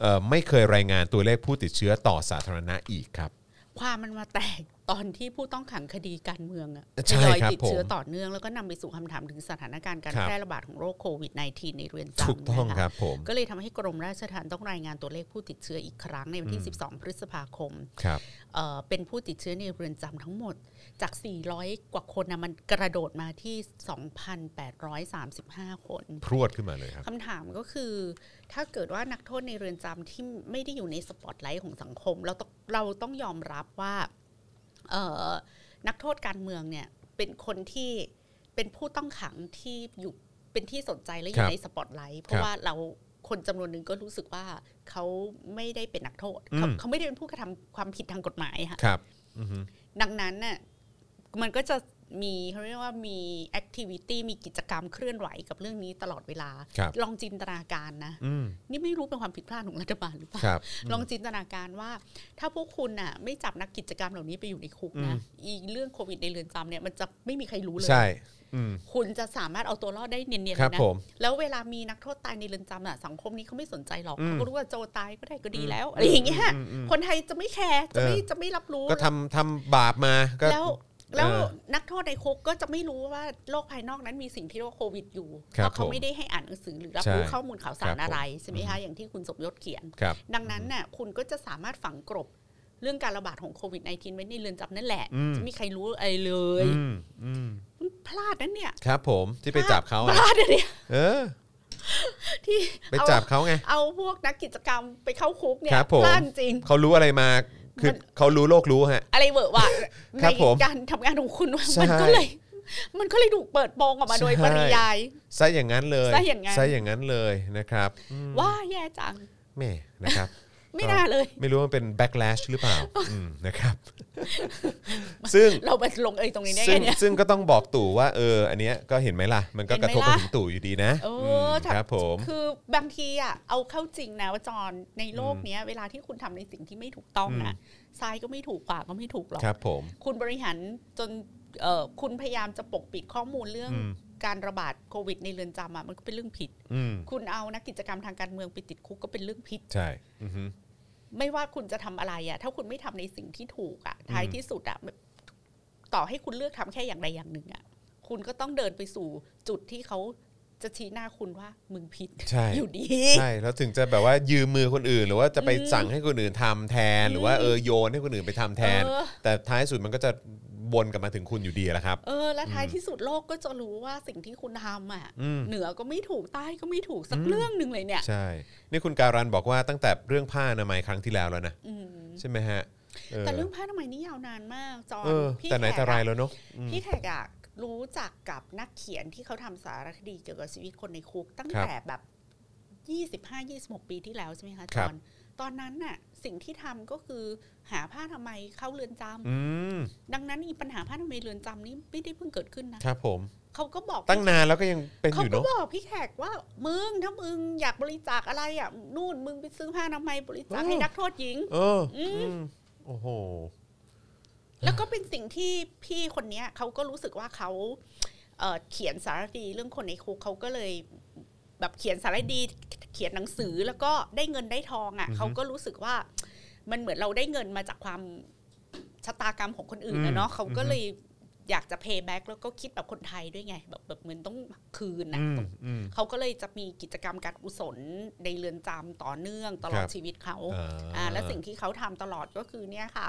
[SPEAKER 2] เอ่อไม่เคยรายงานตัวเลขผู้ติดเชื้อต่อสาธารณะอีกครับ
[SPEAKER 3] ความมันมาแตกตอนที่ผู้ต้องขังคดีการเมืองอะ
[SPEAKER 2] ใช่
[SPEAKER 3] ทยอย
[SPEAKER 2] ครับ
[SPEAKER 3] ติดเชื้อ
[SPEAKER 2] ผม
[SPEAKER 3] ต่อเนื่องแล้วก็นำไปสู่คำถามถึงสถานการณ์การ
[SPEAKER 2] ครับ
[SPEAKER 3] แพร่ระบาดของโรคโควิด -19 ในเรือนจำ
[SPEAKER 2] ถูกต้อง
[SPEAKER 3] นะะ
[SPEAKER 2] ครับผม
[SPEAKER 3] ก็เลยทำให้กรมราชทัณฑ์ต้องรายงานตัวเลขผู้ติดเชื้ออีกครั้งในวันที่ 12 พฤษภาคม
[SPEAKER 2] ครับ
[SPEAKER 3] เอ่อเป็นผู้ติดเชื้อในเรือนจำทั้งหมด จาก 400 กว่าคนนะมันกระโดดมาที่ 2,835 คน
[SPEAKER 2] พรวดขึ้นมาเลยครับ
[SPEAKER 3] คำถามก็คือ ถ้าเกิดว่านักโทษในเรือนจำที่ไม่ได้อยู่ในสปอตไลท์ของสังคม เราต้องเราต้องยอมรับว่าเอ่อนักโทษการเมืองเนี่ยเป็นคนที่เป็นผู้ต้องขังที่อยู่เป็นที่สนใจและอ
[SPEAKER 2] ครั
[SPEAKER 3] ยู่
[SPEAKER 2] บ
[SPEAKER 3] ในสปอตไลท์เพราะว่าเราคนจำนวนหนึ่งก็รู้สึกว่าเขาไม่ได้เป็นนักโทษเขา
[SPEAKER 2] อืม
[SPEAKER 3] เขาไม่ได้เป็นผู้กระทำความผิดทางกฎหมายค่ะ
[SPEAKER 2] ครับอือฮึ
[SPEAKER 3] ดังนั้นน่ะมันก็จะมีเขาเรียกว่ามีแอคทิวิตี้มีกิจกรรมเคลื่อนไหวกับเรื่องนี้ตลอดเวลา
[SPEAKER 2] ครับ
[SPEAKER 3] ลองจินตนาการนะ
[SPEAKER 2] อืม
[SPEAKER 3] นี่ไม่รู้เป็นความผิดพลาดของรัฐบาลหรือเปล่า
[SPEAKER 2] ครับ
[SPEAKER 3] ลองจินตนาการว่า ถ้าพวกคุณน่ะ ไม่จับนักกิจกรรมเหล่านี้ไปอยู่ในคุกนะ
[SPEAKER 2] อืม
[SPEAKER 3] อีเรื่องโควิดในเรือนจำเนี่ยมันจะไม่มีใครรู้เลย
[SPEAKER 2] ใช่อืม
[SPEAKER 3] คุณจะสามารถเอาตัวรอดได้เนียนๆเลย
[SPEAKER 2] ครับ
[SPEAKER 3] นะ
[SPEAKER 2] ผม
[SPEAKER 3] แล้วเวลามีนักโทษตายในเรือนจำน่ะสังคมนี้เขาไม่สนใจหรอก
[SPEAKER 2] อืม
[SPEAKER 3] เขาก็รู้ว่าโจตายก็ได้ก็ดีแล้วอะไรอย่างเงี้ย
[SPEAKER 2] มอืม
[SPEAKER 3] คนไทยจะไม่แคร์จะไม่
[SPEAKER 2] เออ
[SPEAKER 3] จะไม่รับรู้
[SPEAKER 2] ก็ทำทำบาปมาก็
[SPEAKER 3] แล้วแล้ว
[SPEAKER 2] เออ
[SPEAKER 3] นักโทษในคุกก็จะไม่รู้ว่าโลกภายนอกนั้นมีสิ่งที่เรียกว่าโควิดอยู่
[SPEAKER 2] ครับ
[SPEAKER 3] เพราะเขา
[SPEAKER 2] ผม
[SPEAKER 3] ไม่ได้ให้อ่านหนังสือหรือรับ
[SPEAKER 2] ใช่
[SPEAKER 3] รู้ข้อมูลข่าวสา
[SPEAKER 2] ครั
[SPEAKER 3] ร
[SPEAKER 2] บผม
[SPEAKER 3] อะไรใช่ไหมคะอย่างที่คุณสมยศเขียน
[SPEAKER 2] ครับ
[SPEAKER 3] ดังนั้นน่ะคุณก็จะสามารถฝังกลบเรื่องการระบาดของโควิด -19 ไว้ในเรือนจำนั่นแหละ
[SPEAKER 2] อืม
[SPEAKER 3] จะไม่มีใครรู้อะไรเลย
[SPEAKER 2] อืมอืม
[SPEAKER 3] พลาดนั่นเนี่ย
[SPEAKER 2] ครับผมที่ไปจับเขา
[SPEAKER 3] พ
[SPEAKER 2] อะ
[SPEAKER 3] ลาดนะเนี่ย
[SPEAKER 2] เออ
[SPEAKER 3] ที่
[SPEAKER 2] ไปจับเขาไง
[SPEAKER 3] เอาพวกนักกิจกรรมไปเข้าคุกเนี่ย
[SPEAKER 2] ครับผม
[SPEAKER 3] พลาดจริง
[SPEAKER 2] เขารู้อะไรมา คือ
[SPEAKER 3] มัน
[SPEAKER 2] เขารู้โลกรู้ฮะ
[SPEAKER 3] อะไรเวอร์วะ
[SPEAKER 2] ค
[SPEAKER 3] ใน
[SPEAKER 2] รับผม
[SPEAKER 3] การทำงานของคุณ
[SPEAKER 2] ใช่
[SPEAKER 3] มันก็เลย มันก็เลยถูกเปิดโปงออกมาโดย
[SPEAKER 2] ใช่
[SPEAKER 3] ปริยาย
[SPEAKER 2] ซะอย่างนั้นเลย
[SPEAKER 3] ซะอย่างนั้น
[SPEAKER 2] อย่างนั้นเลยนะครับอืม
[SPEAKER 3] ว่าแย่จัง
[SPEAKER 2] แหม่นะครับ
[SPEAKER 3] ไม่
[SPEAKER 2] ครับ
[SPEAKER 3] น่าเลย
[SPEAKER 2] ไม่รู้ว่าเป็น backlash หรือเปล่า อืมนะครับ ซึ่ง
[SPEAKER 3] เราไปลงเอยตรงนี้ได้
[SPEAKER 2] ซึ่
[SPEAKER 3] ไง
[SPEAKER 2] ง
[SPEAKER 3] เนี่ย
[SPEAKER 2] ซึ่งก็ต้องบอกตู่ว่าเออ อันเนี้ยก็เห็นไหมล่ะ มันก็
[SPEAKER 3] เห็น
[SPEAKER 2] กระ
[SPEAKER 3] ไหม
[SPEAKER 2] ทบไป
[SPEAKER 3] ล่ะ
[SPEAKER 2] ถึงตู่อยู่ดีนะ
[SPEAKER 3] เอ
[SPEAKER 2] ม
[SPEAKER 3] อถ้า
[SPEAKER 2] ครับผม
[SPEAKER 3] คือบางทีอ่ะเอาเข้าจริงนะว่าจอนในโลกเนี้ย เวลาที่คุณทำในสิ่งที่ไม่ถูกต้องนะซ้ายก็ไม่ถูกขวาก็ไม่ถูกหรอก
[SPEAKER 2] ครับผม
[SPEAKER 3] คุณบริหารจนเอ่อคุณพยายามจะปกปิดข้อมูลเรื่อง
[SPEAKER 2] อืม
[SPEAKER 3] การระบาดโควิดในเรือนจำอ่ะมันก็เป็นเรื่องผิด
[SPEAKER 2] อืม
[SPEAKER 3] คุณเอานักกิจกรรมทางการเมืองไปติดคุกก็เป็นเรื่องผิด
[SPEAKER 2] ใช่อือฮึ
[SPEAKER 3] ไม่ว่าคุณจะทำอะไรอะถ้าคุณไม่ทำในสิ่งที่ถูกอะท้ายที่สุดอะต่อให้คุณเลือกทำแค่อย่างใดอย่างหนึ่งอะคุณก็ต้องเดินไปสู่จุดที่เขาจะชี้หน้าคุณว่ามึงผิด
[SPEAKER 2] ใช่
[SPEAKER 3] อยู่ดี
[SPEAKER 2] ใช่แล้วถึงจะแบบว่ายืมมือคนอื่น หรือว่าจะไป
[SPEAKER 3] อืม
[SPEAKER 2] สั่งให้คนอื่นทำแทน หรือว่าเออโยนให้คนอื่นไปทำแทน
[SPEAKER 3] เออ
[SPEAKER 2] แต่ท้ายสุดมันก็จะวนกลับมาถึงคุณอยู่ดีแหละครับ
[SPEAKER 3] เออและท้ายที่สุดโลกก็จะรู้ว่าสิ่งที่คุณทำอะ
[SPEAKER 2] อืม
[SPEAKER 3] เหนือก็ไม่ถูกใต้ก็ไม่ถูกสัก
[SPEAKER 2] อืม
[SPEAKER 3] เรื่องหนึ่งเลยเนี่ย
[SPEAKER 2] ใช่ นี่คุณการันบอกว่าตั้งแต่เรื่องผ้าอนามัยครั้งที่แล้วแล้วนะ
[SPEAKER 3] อืม
[SPEAKER 2] ใช่ไหมฮะเออ
[SPEAKER 3] แต่เรื่องผ้าทำไมยนี่ยาวนานมากจอน
[SPEAKER 2] เออ
[SPEAKER 3] พี่
[SPEAKER 2] แต่ไหน
[SPEAKER 3] ข
[SPEAKER 2] แต่
[SPEAKER 3] ก
[SPEAKER 2] ไร
[SPEAKER 3] อะ
[SPEAKER 2] แล้วเนาะอืม
[SPEAKER 3] พี่แขกอะรู้จักกับนักเขียนที่เขาทำสารคดีเกี่ยวกับชีวิตคนในคุก ตั้ง
[SPEAKER 2] ครับ
[SPEAKER 3] แต่แบบ ยี่สิบห้ายี่สิบหกปีที่แล้วใช่ไหมคะจ
[SPEAKER 2] ครั
[SPEAKER 3] อบ น ตอนนั้นน่ะสิ่งที่ทำก็คือหาผ้าทำไมยเข้าเรือนจำ
[SPEAKER 2] อืม
[SPEAKER 3] ดังนั้นอีปัญหาผ้าทำไมยเรือนจำนี้ไม่ได้เพิ่งเกิดขึ้นนะครับ
[SPEAKER 2] ผม
[SPEAKER 3] เขาก็บอก
[SPEAKER 2] ตั้งนานแล้วก็ยังเป็นอ
[SPEAKER 3] เขา
[SPEAKER 2] ยู่
[SPEAKER 3] ก็
[SPEAKER 2] เนาะ
[SPEAKER 3] บอกพี่แขกว่ามึงถ้ามึงอยากบริจาคอะไรอ่ะนู่นมึงไปซื้อผ้าทำไมยบริจาคให้นักโทษหญิง
[SPEAKER 2] เอออ
[SPEAKER 3] ม
[SPEAKER 2] อืมโอ้โห
[SPEAKER 3] แล้วก็เป็นสิ่งที่พี่คนเนี้ยเขาก็รู้สึกว่าเขาเอ่อเขียนสารคดีเรื่องคนในคุกเขาก็เลยแบบเขียนสารคดีเขียนหนังสือแล้วก็ได้เงินได้ทองอะ่ะเขาก็รู้สึกว่ามันเหมือนเราได้เงินมาจากความชะตากรรมของคนอื่นนะเนาะเขาก็เลยอยากจะ pay back แล้วก็คิดแบบคนไทยด้วยไง แบบแบบเหมือนต้องคืนนะ
[SPEAKER 2] อืม
[SPEAKER 3] ต้อง
[SPEAKER 2] อืม
[SPEAKER 3] เขาก็เลยจะมีกิจกรรมการกุศลในเรือนจำต่อเนื่องตลอ
[SPEAKER 2] ค
[SPEAKER 3] ด
[SPEAKER 2] รับ
[SPEAKER 3] ชีวิตเขา
[SPEAKER 2] อ่า
[SPEAKER 3] อ่าและสิ่งที่เขาทำตลอดก็คือเนี่ยค่ะ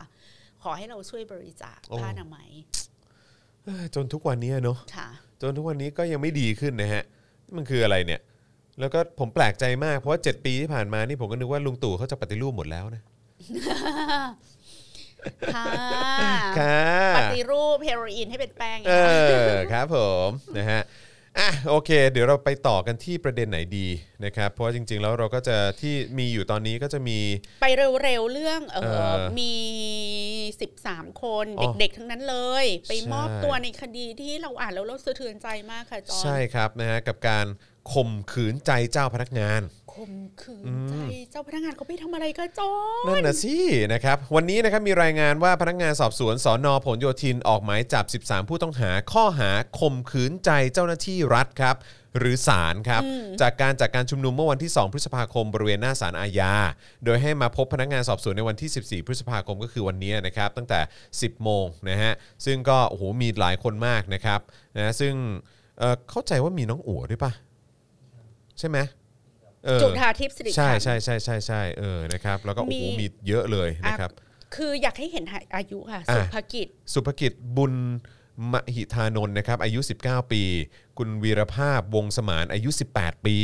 [SPEAKER 3] ขอให้เราช่วยบริจาค
[SPEAKER 2] โอ้
[SPEAKER 3] ผ้าอนามัย
[SPEAKER 2] เอ้ยจนทุกวันนี้เนอะ
[SPEAKER 3] ค่ะ
[SPEAKER 2] จนทุกวันนี้ก็ยังไม่ดีขึ้นนะฮะนี่มันคืออะไรเนี่ย แล้วก็ผมแปลกใจมากเพราะว่า 7 ปีที่ผ่านมานี่ผมก็นึกว่าลุงตู่เขาจะปฏิรูปหมดแล้วนะ
[SPEAKER 3] ค่ะ
[SPEAKER 2] ค่ะ
[SPEAKER 3] ปฏิรูปเฮโรอีนให้เป็นแป้งไง
[SPEAKER 2] เอ
[SPEAKER 3] คะ
[SPEAKER 2] อครับผมนะฮะอ่ะโอเค เดี๋ยวเราไปต่อกันที่ประเด็นไหนดีนะครับเพราะว่าจริง ๆ แล้วเราก็จะที่มีอยู่ตอนนี้ก็จะมี
[SPEAKER 3] ไปเร็วๆเรื่องเอ
[SPEAKER 2] เอ
[SPEAKER 3] อ
[SPEAKER 2] อ
[SPEAKER 3] มี 13 คน
[SPEAKER 2] อ๋อ
[SPEAKER 3] เด็กๆ ทั้งนั้นเลย ไป
[SPEAKER 2] ใช่
[SPEAKER 3] มอบตัวในคดีที่เราอ่านแล้วเราสะเทือนใจมากค่ะจอห์น
[SPEAKER 2] ใช่ครับนะฮะกับการข่มขืนใจเจ้าพนักงาน
[SPEAKER 3] คมขืนใจเจ้าพนักงานเขาไปทำอะไรคะจอห์น
[SPEAKER 2] นั่นนะสินะครับวันนี้นะครับมีรายงานว่าพนักงานสอบสวนสอนอผลโยธินออกหมายจับ 13 ผู้ต้องหาข้อหาข่มขืนใจเจ้าหน้าที่รัฐครับ หรือศาลครับ จากการจากการชุมนุมเมื่อวันที่ 2 พฤษภาคม บริเวณหน้าศาลอาญา โดยให้มาพบพนักงานสอบสวนในวันที่ 14 พฤษภาคมก็คือวันนี้นะครับตั้งแต่ 10 โมงนะฮะซึ่งก็โอ้โหมีหลายคนมากนะครับนะซึ่งเอ่อเข้าใจว่ามีน้องอั๋วด้วยปะใช่ไหมเออ
[SPEAKER 3] จุฑาทิพย์สิริ
[SPEAKER 2] ใช่
[SPEAKER 3] ขันธ์
[SPEAKER 2] ใช่ใช่ใช่ใช่เออนะครับแล้วก็โอ้โห
[SPEAKER 3] มี
[SPEAKER 2] มีเยอะเลยนะครับ
[SPEAKER 3] คืออยากให้เห็นอายุค่ะ
[SPEAKER 2] อ่ะ
[SPEAKER 3] สุภกิจ
[SPEAKER 2] สุภกิจบุญมหิธานนท์นะครับอายุ 19 ปี คุณวีรภาพวงสมานอายุ 18 ปี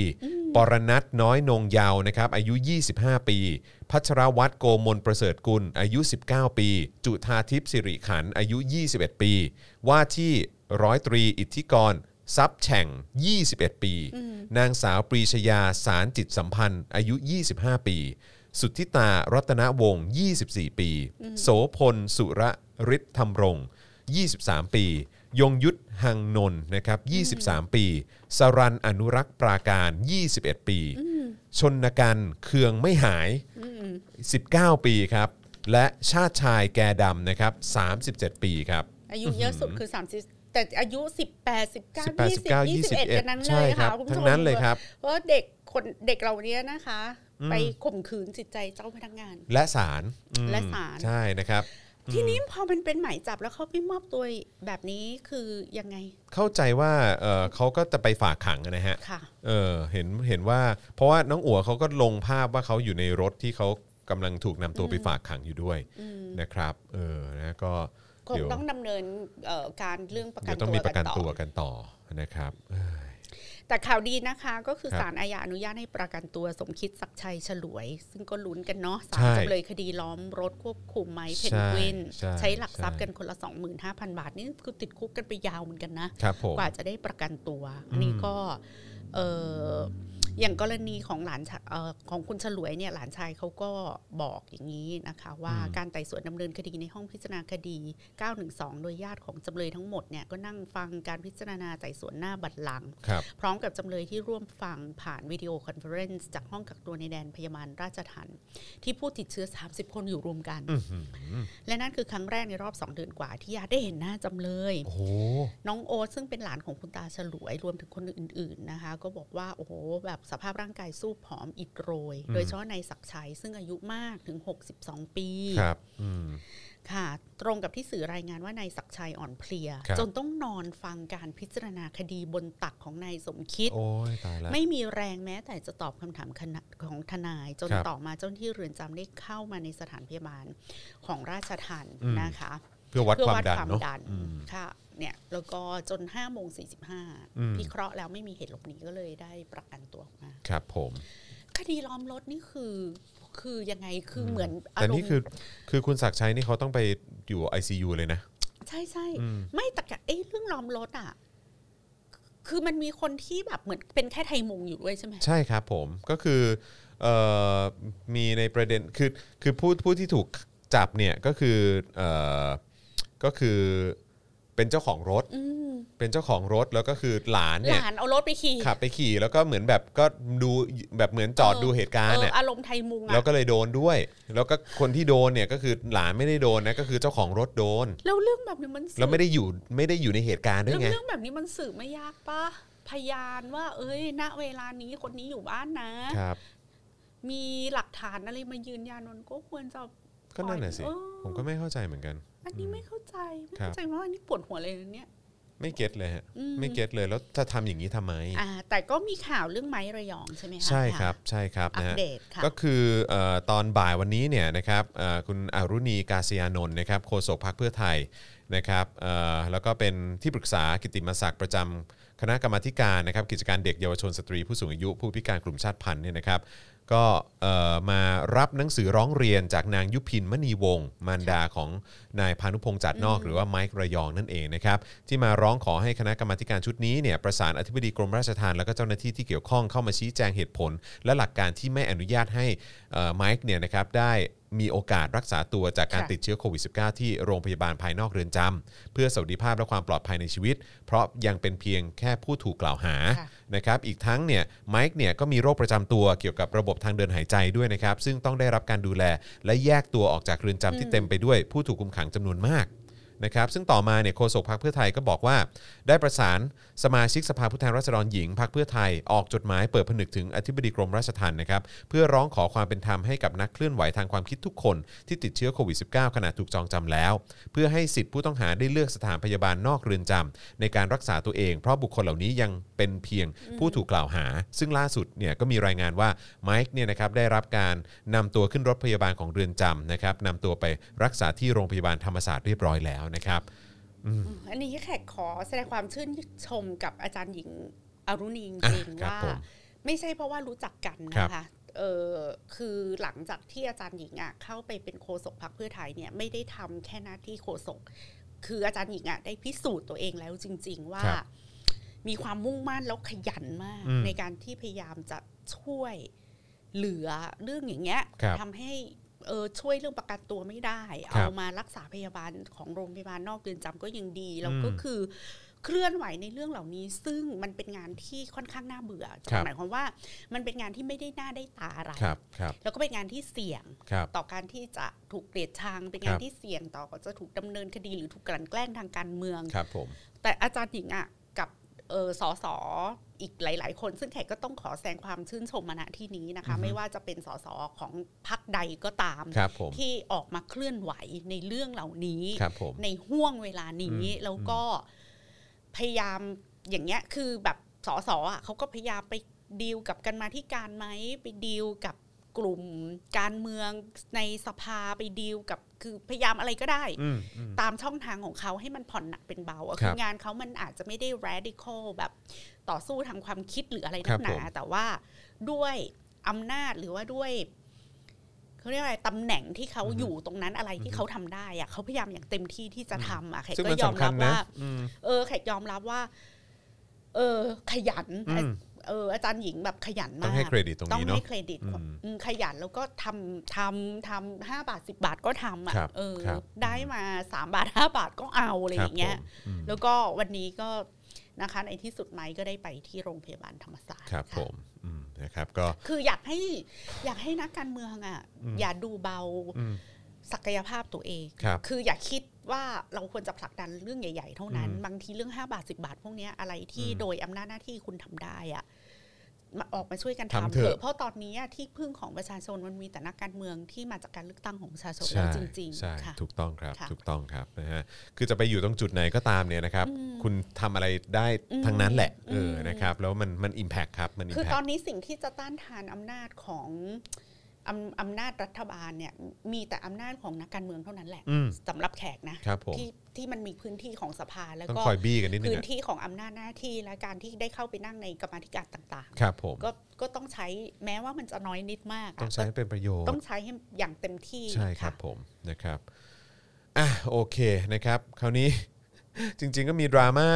[SPEAKER 2] ปรณัตน้อยนงเยาวนะครับอายุ 25 ปี พัชรวัตรโกมลประเสริฐกุลอายุ 19 ปี จุธาทิพย์สิริขันธ์อายุ 21 ปี ว่าที่ร้อยตรีอิทธิกร ทรัพย์แฉ่ง 21 ปี นางสาวปรีชยาสารจิตสัมพันธ์ อายุ 25 ปี สุทธิตา รัตนวงศ์ 24 ปี โสพล สุระฤทธธรรมรงค์ 23 ปี ยงยุทธหังนนท์นะครับ 23 ปี สรันอนุรักษ์ปราการ 21 ปี ชนกันเคืองไม่หาย 19 ปีครับ และชาติชายแกดำนะครับ 37 ปีครับ
[SPEAKER 3] อายุเยอะสุดคือ 30 แต่อายุ 18
[SPEAKER 2] 18
[SPEAKER 3] 19 20
[SPEAKER 2] 19
[SPEAKER 3] 21 กันนั้น
[SPEAKER 2] ใช่
[SPEAKER 3] เลย
[SPEAKER 2] ครั
[SPEAKER 3] ค่ะ
[SPEAKER 2] บ
[SPEAKER 3] คุณ
[SPEAKER 2] ทั้
[SPEAKER 3] ผู้ช
[SPEAKER 2] ง
[SPEAKER 3] ม
[SPEAKER 2] นั้นเลยครับ
[SPEAKER 3] เพราะว่าเด็กคนเด็กเราเนี้ยนะคะ ไปข่มขืนจิตใจเจ้าพนักงาน
[SPEAKER 2] และสารอืม
[SPEAKER 3] และศาล
[SPEAKER 2] ใช่นะครับ
[SPEAKER 3] ทีนี้พอมันเป็นหมายจับแล้วเขาไปมอบตัวแบบนี้คือยังไง
[SPEAKER 2] เข้าใจว่าเอ่อเขาก็จะไปฝากขังนะฮะ
[SPEAKER 3] ค่ะ
[SPEAKER 2] เออเห็นเห็นว่าเพราะว่าน้องอั๋วเขาก็ลงภาพว่าเขาอยู่ในรถที่เขากำลังถูกนำตัวไปฝากขังอยู่ด้วยนะครับเออนะก็
[SPEAKER 3] คง
[SPEAKER 2] เดี๋ยว
[SPEAKER 3] ต้องดำเนินเอ่อการเรื่องประกั
[SPEAKER 2] เดี๋
[SPEAKER 3] น
[SPEAKER 2] ยวต้อ
[SPEAKER 3] ตั
[SPEAKER 2] ง
[SPEAKER 3] ว
[SPEAKER 2] มีประ
[SPEAKER 3] กั
[SPEAKER 2] กัน
[SPEAKER 3] นต่
[SPEAKER 2] ตัว
[SPEAKER 3] อ
[SPEAKER 2] กันต่อนะครับเอ้ย
[SPEAKER 3] แต่ข่าวดีนะคะก็คือ
[SPEAKER 2] ครับ
[SPEAKER 3] ศาลอาญาอนุญาตให้ประกันตัวสมคิดศักดิ์ชัยฉลวย ซึ่งก็ลุ้นกันเนาะศา
[SPEAKER 2] ใช่
[SPEAKER 3] ลจำเลยคดีล้อมรถควบคุมไม้เพนกวิน
[SPEAKER 2] ใช่ใช่
[SPEAKER 3] ใช้หลักทรัพย์กันคนละ 25,000 บาท นี่คือติดคุกกันไปยาวเหมือนกันนะ
[SPEAKER 2] ครับผม
[SPEAKER 3] กว่าจะได้ประกันตัว อันนี้ก็เอออย่างกรณีของหลานชาเอ่อของคุณฉลวยเนี่ยหลานชายเขาก็บอกอย่างนี้นะคะ ว่าการไต่สวนดำเนินคดีในห้องพิจารณาคดี 912 โดยญาติของจำเลยทั้งหมดเนี่ยก็นั่งฟังการพิจารณาไต่สวนหน้าบัตรหลัง
[SPEAKER 2] ครับ
[SPEAKER 3] พร้อมกับจำเลยที่ร่วมฟังผ่านวิดีโอคอนเฟอเรนซ์จากห้องกักตัวในแดนพยาบาลราชทันที่ผู้ติดเชื้อ 30 คนอยู่รวมกัน และนั่นคือครั้งแรกในรอบ 2 เดือนกว่าที่ญาติได้เห็นหน้าจำเลย
[SPEAKER 2] โอ้โห
[SPEAKER 3] น้องโอ๊ตซึ่งเป็นหลานของคุณตาฉลวยรวมถึงคนอื่น ๆนะคะ ก็บอกว่า โอ้โห แบบสภาพร่างกายสู้ผอมอิดโรย โดยเฉพาะในายศักดิ์ชัย ซึ่งอายุมากถึง 62 ปี
[SPEAKER 2] ครับอืม
[SPEAKER 3] ค่ะ ตรงกับที่สื่อรายงานว่านายศักดิ์ชัยอ่อนเพลีย
[SPEAKER 2] ครับ
[SPEAKER 3] จนต้องนอนฟังการพิจารณาคดีบนตักของนายสมคิด
[SPEAKER 2] โอ้ยตายแล้ว
[SPEAKER 3] ไม่มีแรงแม้แต่จะตอบคำถามคณะของทนาย จน
[SPEAKER 2] ครับ
[SPEAKER 3] ต่อมาเจ้าหน้าที่เรือนจำได้เข้ามาในสถานพยาบาลของราชทัณฑ์นะคะ
[SPEAKER 2] เพื่อวัด
[SPEAKER 3] เพื่อ
[SPEAKER 2] ความ
[SPEAKER 3] วัด
[SPEAKER 2] ดัน
[SPEAKER 3] ความ
[SPEAKER 2] เนาะ
[SPEAKER 3] ดัน
[SPEAKER 2] อืม
[SPEAKER 3] ค่ะเนี่ยแล้วก็จน5้าโมงสี
[SPEAKER 2] อืม
[SPEAKER 3] พิเคราะห์แล้วไม่มีเหตุหลบหนีก็เลยได้ประกันตัวออกมา
[SPEAKER 2] ครับผม
[SPEAKER 3] คดีล้อมรถนี่คือคือยังไงคือเหมือนอา
[SPEAKER 2] แต่
[SPEAKER 3] รม
[SPEAKER 2] นี่คือ
[SPEAKER 3] ณ์
[SPEAKER 2] คือคุณศักดิ์ชัยนี่เขาต้องไปอยู่ ICU เลยนะ
[SPEAKER 3] ใช่ใช่
[SPEAKER 2] อืม
[SPEAKER 3] ไม่แต่กะเอ้ยเรื่องล้อมรถอ่ะ คือมันมีคนที่แบบเหมือนเป็นแค่ไทยมุงอยู่ด้วยใช่ไหม
[SPEAKER 2] ใช่ครับผมก็คือเอ่อมีในประเด็นคือคือผู้ผู้ที่ถูกจับเนี่ยก็คือเอ่อก็คือ เป็นเจ้าของรถ
[SPEAKER 3] อืม
[SPEAKER 2] เป็นเจ้าของรถแล้วก็คือหลาน
[SPEAKER 3] ห
[SPEAKER 2] เนี่ย
[SPEAKER 3] ลานเอารถไปขี่
[SPEAKER 2] ขับไปขี่แล้วก็เหมือนแบบก็ดูแบบเหมือนจอด
[SPEAKER 3] เออ
[SPEAKER 2] ดูเหตุการ
[SPEAKER 3] เอ
[SPEAKER 2] ณ์
[SPEAKER 3] อ
[SPEAKER 2] เนี่ย
[SPEAKER 3] อารมณ์ไทยมุงอะ
[SPEAKER 2] แล้วก็เลยโดนด้วย แล้วก็คนที่โดนเนี่ยก็คือหลานไม่ได้โดนนะก็คือเจ้าของรถโดน
[SPEAKER 3] แล้วเรื่องแบบนี้มันสืบ
[SPEAKER 2] แล้วไม่ได้อยู่ไม่ได้อยู่ในเหตุการณ์ด้วย
[SPEAKER 3] เรื่อง
[SPEAKER 2] ไง
[SPEAKER 3] เรื่องแบบนี้มันสืบไม่ยากปะพยานว่า เอ้ย ณเวลานี้คนนี้อยู่บ้านนะ
[SPEAKER 2] ครับ
[SPEAKER 3] มีหลักฐานอะไรมายืนยันมันก็ควรจะ
[SPEAKER 2] ก็นั่นน่ะสิ
[SPEAKER 3] เออ
[SPEAKER 2] ผมก็ไม่เข้าใจเหมือนกัน
[SPEAKER 3] อันนี้ไม่เข้าใจไม่เข้าใจว่าอันนี้ปวดหัวเลยนะเนี่ย
[SPEAKER 2] ไม่เก็ตเลยฮะ
[SPEAKER 3] อืม
[SPEAKER 2] ไม่เก็ตเลยแล้วจะทำอย่างนี้ทำไม
[SPEAKER 3] อ่า แต่ก็มีข่าวเรื่องไม้ระยองใช่ไหมคะ
[SPEAKER 2] ใช่ครับใช่ครับ
[SPEAKER 3] อั
[SPEAKER 2] นะ
[SPEAKER 3] ป
[SPEAKER 2] ฮะ
[SPEAKER 3] เดตค่ะ
[SPEAKER 2] ก็คือเออตอนบ่ายวันนี้เนี่ยนะครับเอ่อคุณอรุณีกาศยานนท์นะครับโฆษกพรรคเพื่อไทยนะครับเอ่อแล้วก็เป็นที่ปรึกษากิตติมศักดิ์ประจำคณะกรรมาธิการนะครับกิจการเด็กเยาวชนสตรีผู้สูงอายุ ผู้พิการกลุ่มชาติพันธุ์เนี่ยนะครับก็เอ่อมารับหนังสือร้องเรียนจากนางยุพินมณีวงศ์มารดาของนายพานุพงษ์จัดนอก หรือว่าไมค์ระยองนั่นเองนะครับที่มาร้องขอให้คณะกรรมาธิการชุดนี้เนี่ยประสานอธิบดีกรมราชทานแล้วก็เจ้าหน้าที่ที่เกี่ยวข้องเข้ามาชี้แจงเหตุผล และหลักการที่ไม่อนุญาตให้เอ่อไมค์เนี่ยนะครับได้มีโอกาสรักษาตัวจากการ
[SPEAKER 3] ค่ะ
[SPEAKER 2] ติดเชื้อโควิด -19 ที่โรงพยาบาลภายนอกเรือนจำเพื่อสวัสดิภาพและความปลอดภัยในชีวิต เพราะยังเป็นเพียงแค่ผู้ถูกกล่าวหา
[SPEAKER 3] ค่ะ
[SPEAKER 2] นะครับอีกทั้งเนี่ยไมค์เนี่ยก็มีโรคประจำตัวเกี่ยวกับระบบทางเดินหายใจด้วยนะครับซึ่งต้องได้รับการดูแล และแยกตัวออกจากเรือนจำที่เต็มไปด้วยผู้ถูกคุมขังจำนวนมากนะครับซึ่งต่อมาเนี่ยโฆษกพรรคเพื่อไทยก็บอกว่า ได้ประสานสมาชิกสภาผู้แทนราษฎรหญิงพรรคเพื่อไทยออกจดหมายเปิดผนึกถึงอธิบดีกรมราชทัณฑ์นะครับเพื่อร้องขอความเป็นธรรมให้กับนักเคลื่อนไหวทางความคิดทุกคนที่ติดเชื้อโควิด -19 ขณะถูกจองจำแล้ว เพื่อให้สิทธิผู้ต้องหาได้เลือกสถานพยาบาลนอกเรือนจำในการรักษาตัวเอง เพราะบุคคลเหล่านี้ยังเป็นเพียงผู้ถูกกล่าวหา ซึ่งล่าสุดเนี่ยก็มีรายงานว่าไมค์เนี่ยนะครับได้รับการนำตัวขึ้นรถพยาบาลของเรือนจำนะครับนำตัวไปรักษาที่โรงพยาบาลธรรมศาสตร์เรียบร้อยแล้วนะครับ
[SPEAKER 3] อันนี้แขกขอแสดงความชื่นชมกับอาจารย์หญิงอรุณีจริงๆ
[SPEAKER 2] อ่ะครับ
[SPEAKER 3] ว่า
[SPEAKER 2] ผม
[SPEAKER 3] ไม่ใช่เพราะว่ารู้จักกัน
[SPEAKER 2] ครับ
[SPEAKER 3] นะคะเออคือหลังจากที่อาจารย์หญิงอ่ะเข้าไปเป็นโฆษกพรรคเพื่อไทยเนี่ยไม่ได้ทำแค่หน้าที่โฆษกคืออาจารย์หญิงอ่ะได้พิสูจน์ตัวเองแล้วจริง ๆ ว่า
[SPEAKER 2] ครับ
[SPEAKER 3] มีความมุ่งมั่นแล้วขยันมาก
[SPEAKER 2] อืม
[SPEAKER 3] ในการที่พยายามจะช่วยเหลือเรื่องอย่างเงี้ย
[SPEAKER 2] ครับ
[SPEAKER 3] ทำให้ เออช่วยเรื่องประกันตัวไม่ได้
[SPEAKER 2] ครั
[SPEAKER 3] เอา
[SPEAKER 2] บ
[SPEAKER 3] มารักษาพยาบาลของโรงพยาบาลนอกเรือนจำก็ยังดี แล้วก็
[SPEAKER 2] อืม
[SPEAKER 3] คือเคลื่อนไหวในเรื่องเหล่านี้ ซึ่งมันเป็นงานที่ค่อนข้างน่าเบื่อ
[SPEAKER 2] ครับ
[SPEAKER 3] หมายความว่ามันเป็นงานที่ไม่ได้หน้าได้ตาอะไร
[SPEAKER 2] ครับครับ
[SPEAKER 3] แล้วก็เป็นงานที่เสี่ยง
[SPEAKER 2] ครับ
[SPEAKER 3] ต่อการที่จะถูกเกลียดชังเป็นงา
[SPEAKER 2] คน รับ
[SPEAKER 3] ที่เสี่ยงต่อจะถูกดำเนินคดีหรือถูกกลั่นแกล้งทางการเมือง
[SPEAKER 2] ครับผม
[SPEAKER 3] แต่อาจารย์หญิงอ่ะกับเออสอสออีกหลาย ๆ คน ซึ่งแขกก็ต้องขอแสดงความชื่นชมมาณที่นี้นะคะ ไม่ว่าจะเป็นสอสอของพรรคใดก็ตาม
[SPEAKER 2] ครับผม
[SPEAKER 3] ที่ออกมาเคลื่อนไหวในเรื่องเหล่านี้
[SPEAKER 2] ครับผม
[SPEAKER 3] ในห่วงเวลานี้
[SPEAKER 2] อืม
[SPEAKER 3] แล้วก็พยายามอย่างเงี้ยคือแบบสอสอ่ะเขาก็พยายามไปดีลกับกันมาที่การไหมไปดีลกับกลุ่มการเมืองในสภาไปดีลกับคือพยายามอะไรก็ได้
[SPEAKER 2] อืมอืม
[SPEAKER 3] ตามช่องทางของเขาให้มันผ่อนหนักเป็นเบาอะ
[SPEAKER 2] ค
[SPEAKER 3] คื
[SPEAKER 2] รั
[SPEAKER 3] อบ งานเขามันอาจจะไม่ได้ radical แบบต่อสู้ทางความคิดหรืออะไร
[SPEAKER 2] ค
[SPEAKER 3] นั
[SPEAKER 2] รั
[SPEAKER 3] ก
[SPEAKER 2] บ
[SPEAKER 3] หนา
[SPEAKER 2] ผม
[SPEAKER 3] แต่ว่าด้วยอำนาจหรือว่าด้วยเขาเรียกอะไรตำแหน่งที่เขาอยู่ตรงนั้นอะไรที่เขาทำได้อะเขาพยายามอย่างเต็มที่ที่จะทำอะแขก
[SPEAKER 2] ซึ่ง
[SPEAKER 3] ก็
[SPEAKER 2] มัน
[SPEAKER 3] ยอม
[SPEAKER 2] สำคั
[SPEAKER 3] รั
[SPEAKER 2] ญ
[SPEAKER 3] บ
[SPEAKER 2] นะ
[SPEAKER 3] ว่า
[SPEAKER 2] อืม
[SPEAKER 3] เออแขกยอมรับว่า เออ ขยัน
[SPEAKER 2] อืม
[SPEAKER 3] เอออาจารย์หญิงแบบขยันมาก
[SPEAKER 2] ต้องให้เครดิตตรง
[SPEAKER 3] ต้อง
[SPEAKER 2] นี้
[SPEAKER 3] ให้
[SPEAKER 2] เนาะ
[SPEAKER 3] เครดิต
[SPEAKER 2] อืม
[SPEAKER 3] อืมขยันแล้วก็ทำทำทำห้าบาทสิบาทก็ทำอ่ะ
[SPEAKER 2] ครับ
[SPEAKER 3] เออ
[SPEAKER 2] ครับ
[SPEAKER 3] ได้มาสามบาทห้าบาทก็เอาอะไรอย่างเงี้ย
[SPEAKER 2] ครับผมอืม
[SPEAKER 3] แล้วก็วันนี้ก็นะคะในที่สุดไหมก็ได้ไปที่โรงพยาบาลธรรมศาสตร์
[SPEAKER 2] ครับ
[SPEAKER 3] ะ
[SPEAKER 2] ผมอืมนะครับก็
[SPEAKER 3] คืออยากให้อยากให้นักการเมืองอ่ะ อย่าดูเบา
[SPEAKER 2] อืม
[SPEAKER 3] ศักยภาพตัวเอง
[SPEAKER 2] ครับ
[SPEAKER 3] ออย่าคิดว่าเราควรจะผลักดันเรื่องใหญ่ ๆ เท่านั้น
[SPEAKER 2] อืม
[SPEAKER 3] บางทีเรื่อง 5 บาท 10 บาท พวกเนี้ยอะไรที่
[SPEAKER 2] อืม
[SPEAKER 3] โดยอำนาจหน้าที่คุณทำได้อ่ะมาออกมาช่วยกัน
[SPEAKER 2] ทำ
[SPEAKER 3] ทำ
[SPEAKER 2] เถ
[SPEAKER 3] เถ
[SPEAKER 2] อะ
[SPEAKER 3] อะเพราะตอนนี้อะที่พึ่งของประชาชนมันมีแต่นักการเมืองที่มาจากการเลือกตั้งของประชาชนแล้วจริง
[SPEAKER 2] ใช่
[SPEAKER 3] ๆค่ะ
[SPEAKER 2] ถูกต้องครับ
[SPEAKER 3] ค่ะ
[SPEAKER 2] ถูกต้องครับนะฮะคือจะไปอยู่ตรงจุดไหนก็ตามเนี่ยนะครับ คุณทำอะไรได้ทั้งนั้นแหละเอออ
[SPEAKER 3] ม
[SPEAKER 2] นะครับแล้วมันมันอิมแพคครับมันอิม
[SPEAKER 3] คือ
[SPEAKER 2] แพ
[SPEAKER 3] ตอ
[SPEAKER 2] คน
[SPEAKER 3] นี้สิ่งที่จะต้านทานอำนาจของอำอำนาจรัฐบาลเนี่ยมีแต่อำนาจของนักการเมืองเท่านั้นแหละ
[SPEAKER 2] อืม
[SPEAKER 3] สำหรับแขกนะครับ
[SPEAKER 2] ผม
[SPEAKER 3] ที่ที่มันมีพื้นที่ของสภาแล้ว
[SPEAKER 2] ต้อง
[SPEAKER 3] ก็
[SPEAKER 2] คอยบี้กันนิดนึง
[SPEAKER 3] พื้น
[SPEAKER 2] อะ
[SPEAKER 3] ที่ของอำนาจหน้าที่และการที่ได้เข้าไปนั่งในกรรมาธิการต่าง
[SPEAKER 2] ครับผม
[SPEAKER 3] ๆ ก็ก็ต้องใช้แม้ว่ามันจะน้อยนิดมากะ
[SPEAKER 2] ต้องใช้ให้เป็นประโยชน์
[SPEAKER 3] ต้องใช้ให้อย่างเต็มที่
[SPEAKER 2] ใช่ครับ
[SPEAKER 3] ะ
[SPEAKER 2] ผมนะครับอ่ะโอเคนะครับ คราวนี้ จริง ๆ ก็มีดราม่า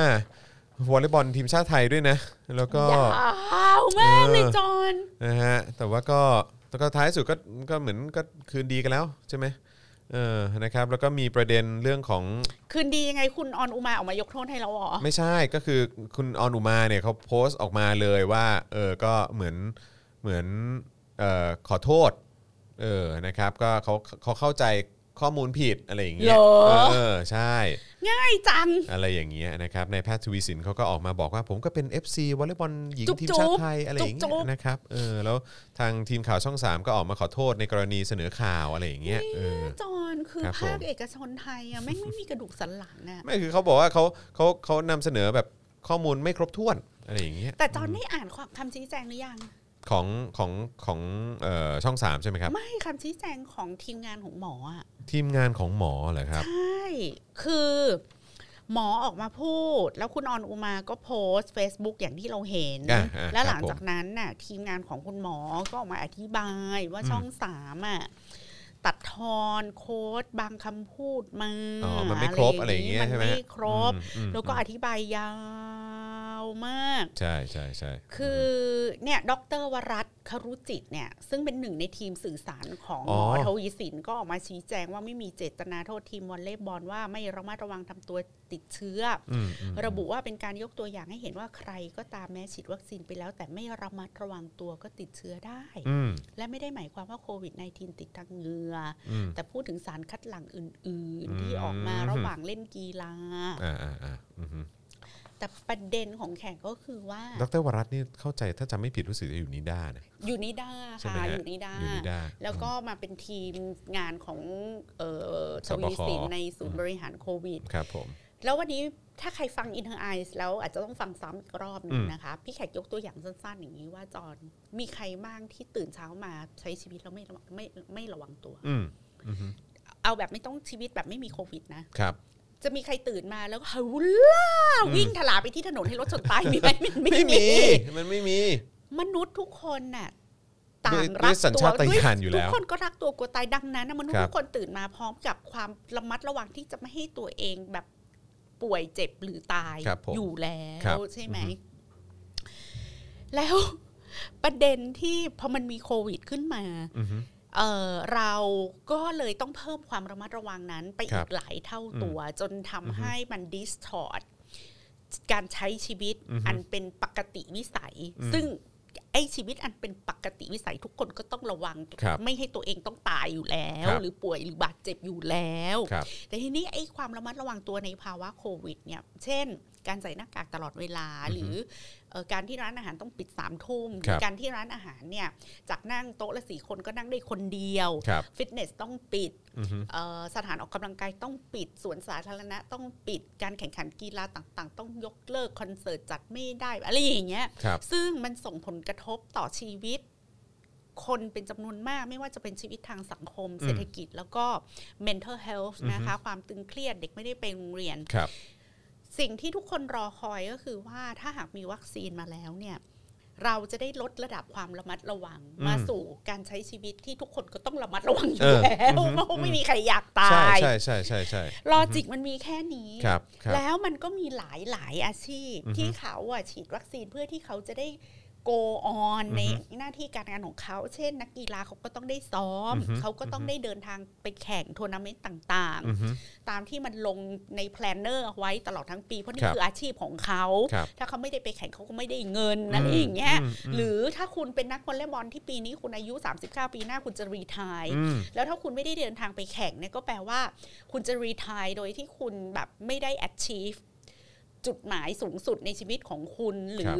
[SPEAKER 2] วอลเลย์บอลทีมชาติไทยด้วยนะ แล้วก็
[SPEAKER 3] ยาวมากเลย
[SPEAKER 2] เออ
[SPEAKER 3] จอห์น
[SPEAKER 2] นะฮะแต่ว่าก็แต่ก็ท้ายสุดก็ก็เหมือนก็คืนดีกันแล้วใช่ไหม เออนะครับแล้วก็มีประเด็นเรื่องของ
[SPEAKER 3] คืนดียังไงคุณออนอุมาออกมายกโทษให้เราเหรอ
[SPEAKER 2] ไม่ใช่ก็คือคุณออนอุมาเนี่ยเขาโพสต์ออกมาเลยว่าเออก็เหมือนเหมือนเอ่อขอโทษเออนะครับก็เขาเขาเข้าใจข้อมูลผิดอะไรอย่างเงี้ย
[SPEAKER 3] เหรอ
[SPEAKER 2] เออใช่
[SPEAKER 3] ง่ายจัง
[SPEAKER 2] อะไรอย่างเงี้ยนะครับในายแพทย์ทวีสินเขาก็ออกมาบอกว่า ผมก็เป็น FC วอลเลย์บอลหญิง
[SPEAKER 3] จุ๊บ
[SPEAKER 2] ทีม
[SPEAKER 3] จุ๊บ
[SPEAKER 2] ชาติไทยอะไรอย่าง
[SPEAKER 3] จุ๊
[SPEAKER 2] เงี้ย
[SPEAKER 3] บๆ
[SPEAKER 2] นะครับเออแล้วทางทีมข่าวช่อง 3 ก็ออกมาขอโทษในกรณีเสนอข่าวอะไรอย่างเงี้ยเออ
[SPEAKER 3] จอนคือ
[SPEAKER 2] ครับผม
[SPEAKER 3] ภาคเอกชนไทยอะแม่งไม่มีกระดูกสันหลังอะ
[SPEAKER 2] ไม่คือเขาบอกว่าเขาเขาเขานำเสนอแบบข้อมูลไม่ครบถ้วนอะไรอย่างเงี้ย
[SPEAKER 3] แต่จอนได้อ่านความคำชี้แจงหรือยัง
[SPEAKER 2] ของของของเอ่อช่อง 3 ใช่ไหมครับ
[SPEAKER 3] ไม่คำชี้แจงของทีมงานของหมออะ
[SPEAKER 2] ทีมงานของหมอเหรอครับ
[SPEAKER 3] ใช่คือ หมอออกมาพูด แล้วคุณออนอุมาก็โพสต์ Facebook อย่างที่เราเห็น
[SPEAKER 2] อ่ะอ่ะ
[SPEAKER 3] แล้วหลั
[SPEAKER 2] ค
[SPEAKER 3] ง
[SPEAKER 2] รับผม
[SPEAKER 3] จากนั้นน่ะ ทีมงานของคุณหมอก็ออกมาอธิบายว่าช่องสามอ่ะตัดทอนโค้ดบางคำพูดมา
[SPEAKER 2] อ๋อมันไม่ครบอะไรอย่างเงี้ย
[SPEAKER 3] มัน
[SPEAKER 2] ใช่ไหม
[SPEAKER 3] ไม่
[SPEAKER 2] ฮะ
[SPEAKER 3] ครบ
[SPEAKER 2] อืม
[SPEAKER 3] แล้วก็
[SPEAKER 2] อืม
[SPEAKER 3] อธิบายยาวมาก
[SPEAKER 2] ใช่ใช่ใช่
[SPEAKER 3] คือเนี่ยดรวรัตน์ครุจิตเนี่ย ซึ่งเป็นหนึ่งในทีมสื่อสารของหมออทวีสินก็ออกมาชี้แจงว่าไม่มีเจตนาโทษทีมวอลเลย์บอลว่าไม่ระมัดระวังทำตัวติดเชื้ออ
[SPEAKER 2] อืมอืม
[SPEAKER 3] ระบุว่าเป็นการยกตัวอย่างให้เห็นว่าใครก็ตามแม้ฉีดวัคซีนไปแล้ว แต่ไม่ระมัดระวังตัวก็ติดเชื้อได้
[SPEAKER 2] อืม
[SPEAKER 3] และไม่ได้หมายความว่าโควิด -19 ติดทางเหงืออ
[SPEAKER 2] อืม
[SPEAKER 3] แต่พูดถึงสารคัดหลั่งอื่น
[SPEAKER 2] อืม
[SPEAKER 3] ๆ ที่ออกมาระหว่างเล่นกีฬา
[SPEAKER 2] อ่าอ่าอ่าอืมฮึ
[SPEAKER 3] แต่ประเด็นของแข่งก็คือว่า
[SPEAKER 2] ดรวรัตน์นี่เข้าใจถ้าจำไม่ผิดรู้สึกจะอยู่นิด้านะ
[SPEAKER 3] อยู่นิด้า
[SPEAKER 2] ใช่ไหม
[SPEAKER 3] ค่ะ
[SPEAKER 2] ฮะ
[SPEAKER 3] อยู่นิด้า
[SPEAKER 2] อยู่นิด้า
[SPEAKER 3] แล้วก็มาเป็นทีมงานของเอ่อท
[SPEAKER 2] สบค
[SPEAKER 3] วีสินในศูนย์บริหารโควิด
[SPEAKER 2] ครับผม
[SPEAKER 3] แล้ววันนี้ถ้าใครฟัง In Her Eyes แล้วอาจจะต้องฟังซ้ำอีกรอบหนึงนะคะ พี่แขกยกตัวอย่างสั้นๆ อย่างนี้ว่าจอนมีใครบ้างที่ตื่นเช้ามาใช้ชีวิตแล้วไม่ระวังไม่ไม่ระวังตัว
[SPEAKER 2] อืมอืมฮึ
[SPEAKER 3] เอาแบบไม่ต้องชีวิตแบบไม่มีโควิดนะ
[SPEAKER 2] ครับ
[SPEAKER 3] จะมีใครตื่นมาแล้วก็ฮาล่าวิ่งถลาไปที่ถนนให้รถชนตายมีไหมมัน
[SPEAKER 2] ไม่
[SPEAKER 3] ไม่
[SPEAKER 2] มี
[SPEAKER 3] มี
[SPEAKER 2] มันไม่มี
[SPEAKER 3] มนุษย์ทุกคนน่ะ
[SPEAKER 2] ด้
[SPEAKER 3] ต่า
[SPEAKER 2] วย
[SPEAKER 3] งรั
[SPEAKER 2] ด้ว
[SPEAKER 3] ก
[SPEAKER 2] ยสัญชาตญาณอยู่แล้ว
[SPEAKER 3] ทุกคนก็รักตัวกลัวตายดังนั้นนะมนุษย์
[SPEAKER 2] ครับ
[SPEAKER 3] ทุกคนตื่นมาพร้อมกับความระมัดระวังที่จะไม่ให้ตัวเองแบบป่วยเจ็บหรือตาย
[SPEAKER 2] ครับผม
[SPEAKER 3] อยู่แล้
[SPEAKER 2] ครั
[SPEAKER 3] ว
[SPEAKER 2] บ
[SPEAKER 3] ใช่ไหม
[SPEAKER 2] อือฮึ
[SPEAKER 3] แล้ว ประเด็นที่พอมันมีโควิดขึ้นมา
[SPEAKER 2] อือฮึ
[SPEAKER 3] เออเราก็เลยต้องเพิ่มความระมัดระวังนั้นไป
[SPEAKER 2] ครั
[SPEAKER 3] อี
[SPEAKER 2] บ
[SPEAKER 3] กหลายเท่าตัว จนทำให้มัน distort การใช้ชีวิต
[SPEAKER 2] อือฮึ
[SPEAKER 3] อันเป็นปกติวิสัย
[SPEAKER 2] อืม
[SPEAKER 3] ซึ่งไอ้ชีวิตอันเป็นปกติวิสัยทุกคนก็ต้องระวัง
[SPEAKER 2] ครับ
[SPEAKER 3] ไม่ให้ตัวเองต้องตายอยู่แล้ว
[SPEAKER 2] ครับ
[SPEAKER 3] หรือป่วยหรือบาดเจ็บอยู่แล้ว
[SPEAKER 2] ครับ
[SPEAKER 3] แต่ทีนี้ไอ้ความระมัดระวังตัวในภาวะโควิดเนี่ย เช่น การใส่หน้ากากตลอดเวลา หรือเอ่อการที่ร้านอาหารต้องปิดสามทุ่มหรื
[SPEAKER 2] ค
[SPEAKER 3] อ
[SPEAKER 2] รับ
[SPEAKER 3] การที่ร้านอาหารเนี่ยจากนั่งโต๊ะละสี่คนก็นั่งได้คนเดียว
[SPEAKER 2] ครับ
[SPEAKER 3] ฟิตเนสต้องปิด
[SPEAKER 2] อือฮึ
[SPEAKER 3] เอ่อสถานออกกำลังกายต้องปิด สวนสาธารณะต้องปิด การแข่งขันกีฬาต่างๆ ต้องยกเลิกคอนเสิร์ตจัดไม่ได้อะไรอย่างเงี้ย
[SPEAKER 2] ครับ
[SPEAKER 3] ซึ่งมันส่งผลกระทบต่อชีวิต คนเป็นจำนวนมากไม่ว่าจะเป็นชีวิตทางสังคม
[SPEAKER 2] อืม
[SPEAKER 3] เศรษฐกิจแล้วก็ mental health
[SPEAKER 2] อือฮึ
[SPEAKER 3] นะคะ ความตึงเครียดเด็กไม่ได้ไปโรงเรียน
[SPEAKER 2] ครับ
[SPEAKER 3] สิ่งที่ทุกคนรอคอยก็คือว่าถ้าหากมีวัคซีนมาแล้วเนี่ย เราจะได้ลดระดับความระมัดระวัง
[SPEAKER 2] อืม
[SPEAKER 3] มาสู่การใช้ชีวิตที่ทุกคนก็ต้องระมัดระวังอ
[SPEAKER 2] เอยู่ อ
[SPEAKER 3] แล้ว
[SPEAKER 2] อือฮึ
[SPEAKER 3] เพราะไม่มีใครอยากต
[SPEAKER 2] ใช่
[SPEAKER 3] าย
[SPEAKER 2] ใช่ใช่ใช่ใช่
[SPEAKER 3] ลอจิกมันมีแค่นี้
[SPEAKER 2] ครับครับ
[SPEAKER 3] แล้วมันก็มีหลายหลายอาชีพ
[SPEAKER 2] อือฮึ
[SPEAKER 3] ที่เขาอะฉีดวัคซีนเพื่อที่เขาจะได้ go on ในหน้าที่การงานของเขา เช่น นักกีฬาเขาก็ต้องได้ซ้อม
[SPEAKER 2] อือฮึ
[SPEAKER 3] เขาก็ต้องได้เดินทางไปแข่งทัวร์นาเมนต์ต่าง
[SPEAKER 2] อือฮึ
[SPEAKER 3] ๆ ตามที่มันลงในแพลนเนอร์เอาไว้ตลอดทั้งปี เพราะ
[SPEAKER 2] ครั
[SPEAKER 3] นี่
[SPEAKER 2] บ
[SPEAKER 3] คืออาชีพของเขา
[SPEAKER 2] ครับ
[SPEAKER 3] ถ้าเขาไม่ได้ไปแข่งเขาก็ไม่ได้เงิน
[SPEAKER 2] อืม
[SPEAKER 3] อะไรอย่างเงี้ย
[SPEAKER 2] อืมอืม
[SPEAKER 3] หรือถ้าคุณเป็นนักวอลเลย์บอลที่ปีนี้คุณอายุ 39 ปีหน้าคุณจะรีทาย
[SPEAKER 2] อืม
[SPEAKER 3] แล้วถ้าคุณไม่ได้เดินทางไปแข่งเนี่ยก็แปลว่า คุณจะรีทายโดยที่คุณแบบไม่ได้ achieve จุดหมายสูงสุดในชีวิตของคุณ หรือ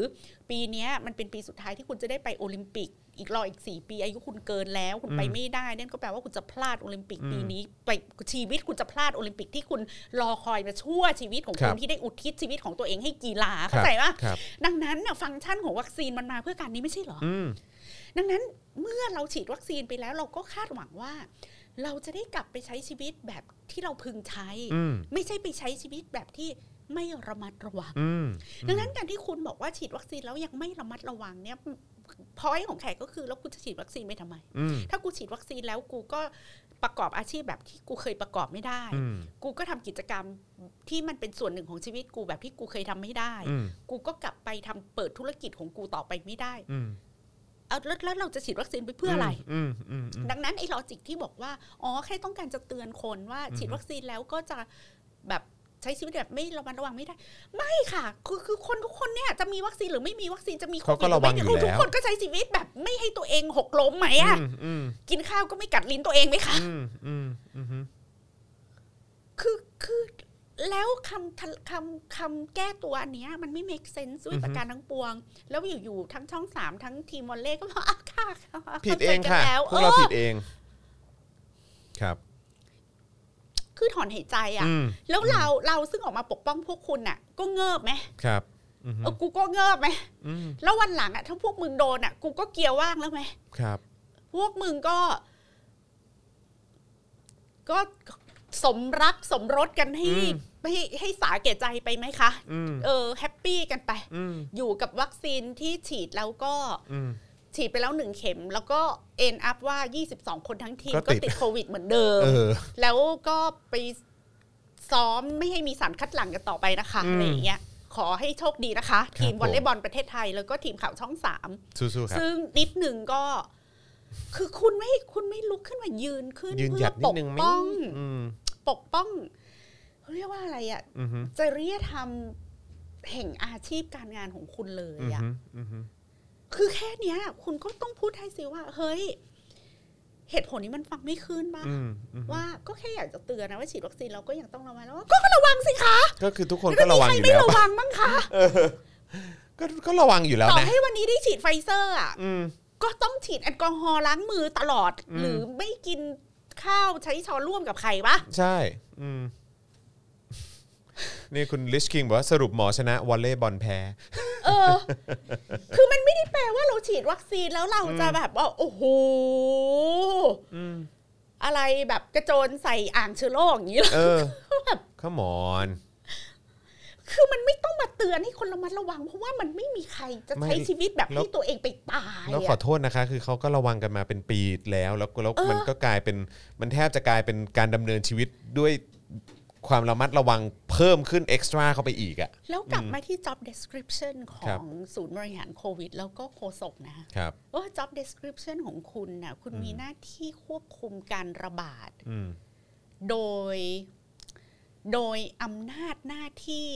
[SPEAKER 3] ปีเนี้ยมันเป็นปีสุดท้ายที่คุณจะได้ไปโอลิมปิก อีกรออีก 4 ปี อายุคุณเกินแล้ว คุณไป
[SPEAKER 2] อืม
[SPEAKER 3] ไม่ได้ นั่นก็แปลว่าคุณจะพลาดโอลิมปิก
[SPEAKER 2] อืม
[SPEAKER 3] ปีนี้ ไปชีวิตคุณจะพลาดโอลิมปิกที่คุณรอคอยมาชั่วชีวิตของ
[SPEAKER 2] ครั
[SPEAKER 3] คุณ
[SPEAKER 2] บ
[SPEAKER 3] ที่ได้อุทิศชีวิตของตัวเองให้กีฬา
[SPEAKER 2] ครั
[SPEAKER 3] เข้า
[SPEAKER 2] บ
[SPEAKER 3] ใจว่า
[SPEAKER 2] ครับ
[SPEAKER 3] ดังนั้นน่ะฟังก์ชันของวัคซีนมันมาเพื่อการนี้ไม่ใช่เหรอ
[SPEAKER 2] อืม
[SPEAKER 3] ดังนั้นเมื่อเราฉีดวัคซีนไปแล้วเราก็คาดหวังว่า เราจะได้กลับไปใช้ชีวิตแบบที่เราพึงใช้
[SPEAKER 2] อืม
[SPEAKER 3] ไม่ใช่ไปใช้ชีวิตแบบที่ไม่ระมัดระวัง
[SPEAKER 2] อืม
[SPEAKER 3] ดังนั้นการที่คุณบอกว่าฉีดวัคซีนแล้วยังไม่ระมัดระวังเนี่ยพอยของแขกก็คือแล้วคุณจะฉีดวัคซีนไปทำไม
[SPEAKER 2] อืม
[SPEAKER 3] ถ้ากูฉีดวัคซีนแล้วกูก็ประกอบอาชีพแบบที่กูเคยประกอบไม่ได้
[SPEAKER 2] อืม
[SPEAKER 3] กูก็ทำกิจกรรมที่มันเป็นส่วนหนึ่งของชีวิตกูแบบที่กูเคยทำไม่ได้
[SPEAKER 2] อืม
[SPEAKER 3] กูก็กลับไปทำเปิดธุรกิจของกูต่อไปไม่ได้
[SPEAKER 2] อืม
[SPEAKER 3] เอาแล้วแล้วเราจะฉีดวัคซีนไปเพื่ออะไร
[SPEAKER 2] อืมอืมอืม
[SPEAKER 3] ดังนั้นไอ้ลอจิกที่บอกว่า อ๋อ แค่ต้องการจะเตือนคนว่าฉีดวัคซีนแล้วก็จะแบบใช้ชีวิตแบบไม่ระมัดระวังไม่ได้ ไม่ค่ะ คือคือคนทุกคนเนี่ยจะมีวัคซีนหรือไม่มีวัคซีนจะมีโค
[SPEAKER 2] เขา
[SPEAKER 3] วิ
[SPEAKER 2] ก็
[SPEAKER 3] ดห
[SPEAKER 2] ระ
[SPEAKER 3] อ
[SPEAKER 2] วั
[SPEAKER 3] ไม่
[SPEAKER 2] งอยู่
[SPEAKER 3] คือทุก
[SPEAKER 2] แล้ว
[SPEAKER 3] คนก็ใช้ชีวิตแบบไม่ให้ตัวเองหกล้มไหมอะ
[SPEAKER 2] อืมอืม
[SPEAKER 3] กินข้าวก็ไม่กัดลิ้นตัวเองไหมคะ
[SPEAKER 2] อืมอืมอืม
[SPEAKER 3] คือคือแล้วคำทะคำคำแก้ตัวอันเนี้ยมันไม่ make sense ด้วย
[SPEAKER 2] อือฮึ
[SPEAKER 3] ประการทั้งปวง แล้วอยู่ๆทั้งช่องสามทั้งทีมวอลเล่ก็บอก อ่ะค่ะค่ะ
[SPEAKER 2] ผิดเอง
[SPEAKER 3] ข้าใจกัน
[SPEAKER 2] ค่ะ
[SPEAKER 3] แล้ว
[SPEAKER 2] พวกเรา
[SPEAKER 3] เออ
[SPEAKER 2] ผิดเอง ครับ
[SPEAKER 3] คือถอนหายใจอ่ะ
[SPEAKER 2] อืม
[SPEAKER 3] แล้วเราเราซึ่งออกมาปกป้องพวกคุณน่ะ ก็เงิบไหม
[SPEAKER 2] ครับอืม
[SPEAKER 3] เออกูก็เงิบไหม
[SPEAKER 2] อืม
[SPEAKER 3] แล้ววันหลังอ่ะถ้าพวกมึงโดนอ่ะกูก็เกียร์ว่างแล้วไหม
[SPEAKER 2] ครับ
[SPEAKER 3] พวกมึงก็ ก็สมรักสมรสกันให้
[SPEAKER 2] อืม
[SPEAKER 3] ให้ให้สาแก่ใจไปไหมคะ
[SPEAKER 2] อืม
[SPEAKER 3] เออแฮปปี้กันไป
[SPEAKER 2] อืม
[SPEAKER 3] อยู่กับวัคซีนที่ฉีดแล้วก็
[SPEAKER 2] อืม
[SPEAKER 3] ฉีดไปแล้วหนึ่งเข็ม แล้วก็เอ็นอัพว่า 22 คนทั้งทีม
[SPEAKER 2] ก็
[SPEAKER 3] ก็
[SPEAKER 2] ติด
[SPEAKER 3] ติดโควิดเหมือนเดิม
[SPEAKER 2] เออ
[SPEAKER 3] แล้วก็ไปซ้อมไม่ให้มีสารคัดหลั่งกันต่อไปนะคะ
[SPEAKER 2] อืม
[SPEAKER 3] อะไรอย่างเงี้ยขอให้โชคดีนะคะ
[SPEAKER 2] ครับ
[SPEAKER 3] ทีมวอล
[SPEAKER 2] ผม
[SPEAKER 3] เลย์บอลประเทศไทย แล้วก็ทีมข่าวช่องสาม
[SPEAKER 2] สู้ๆครับ
[SPEAKER 3] ซึ่งนิดหนึ่งก็ คือคุณไม่คุณไม่ลุกขึ้นมายืนขึ้น
[SPEAKER 2] ยืนห
[SPEAKER 3] เพื่
[SPEAKER 2] ยั
[SPEAKER 3] อ
[SPEAKER 2] ดนิ
[SPEAKER 3] ป
[SPEAKER 2] ด
[SPEAKER 3] ก
[SPEAKER 2] นึงไหม
[SPEAKER 3] ป้อง
[SPEAKER 2] อืม
[SPEAKER 3] ปกป้องเขาเรียกว่าอะไรอะ
[SPEAKER 2] อืมอืม
[SPEAKER 3] จริยธรรมแห่งอาชีพการงานของคุณเลยอะ
[SPEAKER 2] อืม
[SPEAKER 3] คือแค่เนี้ย คุณก็ต้องพูดให้ซิว่า เฮ้ย เหตุผลนี้มันฟังไม่ขึ้นบ้าง
[SPEAKER 2] อืมอืม
[SPEAKER 3] ว่าก็แค่อยากจะเตือนนะว่าฉีดวัคซีนเราก็ยังต้องระวังแล้วก็ระวังสิคะ
[SPEAKER 2] ก็คือทุกคน
[SPEAKER 3] ก็
[SPEAKER 2] ก็ระวัง
[SPEAKER 3] ใคร
[SPEAKER 2] อยู่
[SPEAKER 3] ไม่
[SPEAKER 2] แล้ว
[SPEAKER 3] ระวังบ้างคะ
[SPEAKER 2] ก็ก็ระวังอยู่แล้ว
[SPEAKER 3] ต่อ
[SPEAKER 2] นะ
[SPEAKER 3] ให้วันนี้ได้ฉีดไฟเซอร์อ่ะ
[SPEAKER 2] อืม
[SPEAKER 3] ก็ต้องฉีดแอลกอฮอล์ล้างมือตลอด
[SPEAKER 2] อืม
[SPEAKER 3] หรือไม่กินข้าวใช้ช้อนร่วมกับใครปะ
[SPEAKER 2] ใช่ อืม นี่คุณลิชคิงบอกว่าสรุปหมอชนะวอลเลย์บอลแพ้
[SPEAKER 3] เออ คือมันไม่ได้แปลว่าเราฉีดวัคซีนแล้วเราจะแบบว่าโอ้โห
[SPEAKER 2] อืม
[SPEAKER 3] อะไรแบบกระโจนใส่อ่างเชื้อโรคอย่างนี้เลย
[SPEAKER 2] เออ
[SPEAKER 3] แบบ
[SPEAKER 2] ขมอน
[SPEAKER 3] คือมันไม่ต้องมาเตือนให้คนระมัดระวัง เพราะว่ามันไม่มีใครจะ
[SPEAKER 2] ไม่
[SPEAKER 3] ใช้ชีวิตแบบ
[SPEAKER 2] แล้ว
[SPEAKER 3] ที่ตัวเองไปตาย
[SPEAKER 2] แล้วขอ
[SPEAKER 3] อะ
[SPEAKER 2] โทษนะคะ คือเขาก็ระวังกันมาเป็นปีแล้วแล้วแล้ว
[SPEAKER 3] เออ
[SPEAKER 2] มันก็กลายเป็นมันแทบจะกลายเป็นการดำเนินชีวิตด้วยความระมัดระวังเพิ่มขึ้นเอ็กซ์ตร้าเข้าไปอีกอ่ะ
[SPEAKER 3] แล้วกลับมาที่ job description ข
[SPEAKER 2] ครั
[SPEAKER 3] อบ งศูนย์บริหารโควิด แล้วก็โฆษกนะ
[SPEAKER 2] ครับ
[SPEAKER 3] ว่า job description ของคุณนะคุณมีหน้าที่ควบคุมการระบาด
[SPEAKER 2] อืม
[SPEAKER 3] โดย โดยอำนาจหน้าที่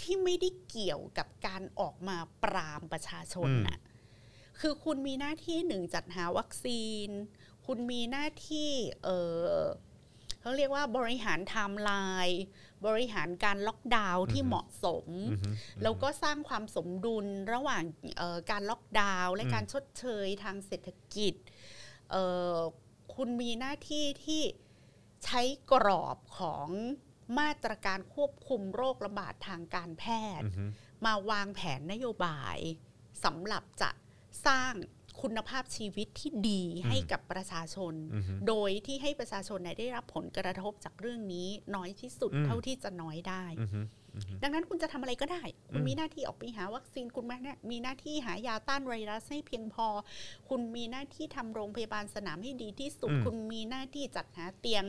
[SPEAKER 3] ที่ไม่ได้เกี่ยวกับการออกมาปรามประชาชน
[SPEAKER 2] อืม
[SPEAKER 3] น่ะ คือคุณมีหน้าที่หนึ่งจัดหาวัคซีน คุณมีหน้าที่ เออเขาเรียกว่าบริหารไทม์ไลน์บริหารการล็อกดาวน์ที่เหมาะสม
[SPEAKER 2] อืม
[SPEAKER 3] แล้วก็สร้างความสมดุลระหว่างเอ่อการล็อกดาวน์และ
[SPEAKER 2] อืม
[SPEAKER 3] การชดเชยทางเศรษฐกิจเอ่อคุณมีหน้าที่ที่ใช้กรอบของมาตรการควบคุมโรคระบาดทางการแพทย์
[SPEAKER 2] อืม
[SPEAKER 3] มาวางแผนนโยบายสำหรับจะสร้างคุณภาพชีวิตที่ดีให้กับประชาชน
[SPEAKER 2] อืม
[SPEAKER 3] โดยที่ให้ประชาชนเนี่ยได้รับผลกระทบจากเรื่องนี้น้อยที่สุด
[SPEAKER 2] อืม
[SPEAKER 3] เท่าที่จะน้อยได้
[SPEAKER 2] อืม
[SPEAKER 3] ดังนั้นคุณจะทำอะไรก็ได้ คุณ
[SPEAKER 2] อืม
[SPEAKER 3] มีหน้าที่ออกไปหาวัคซีน คุณมาเนี่ยมีหน้าที่หายาต้านไวรัสให้เพียงพอ คุณมีหน้าที่ทำโรงพยาบาลสนามให้ดีที่สุด
[SPEAKER 2] อืม
[SPEAKER 3] คุณมีหน้าที่จัดหาเตียง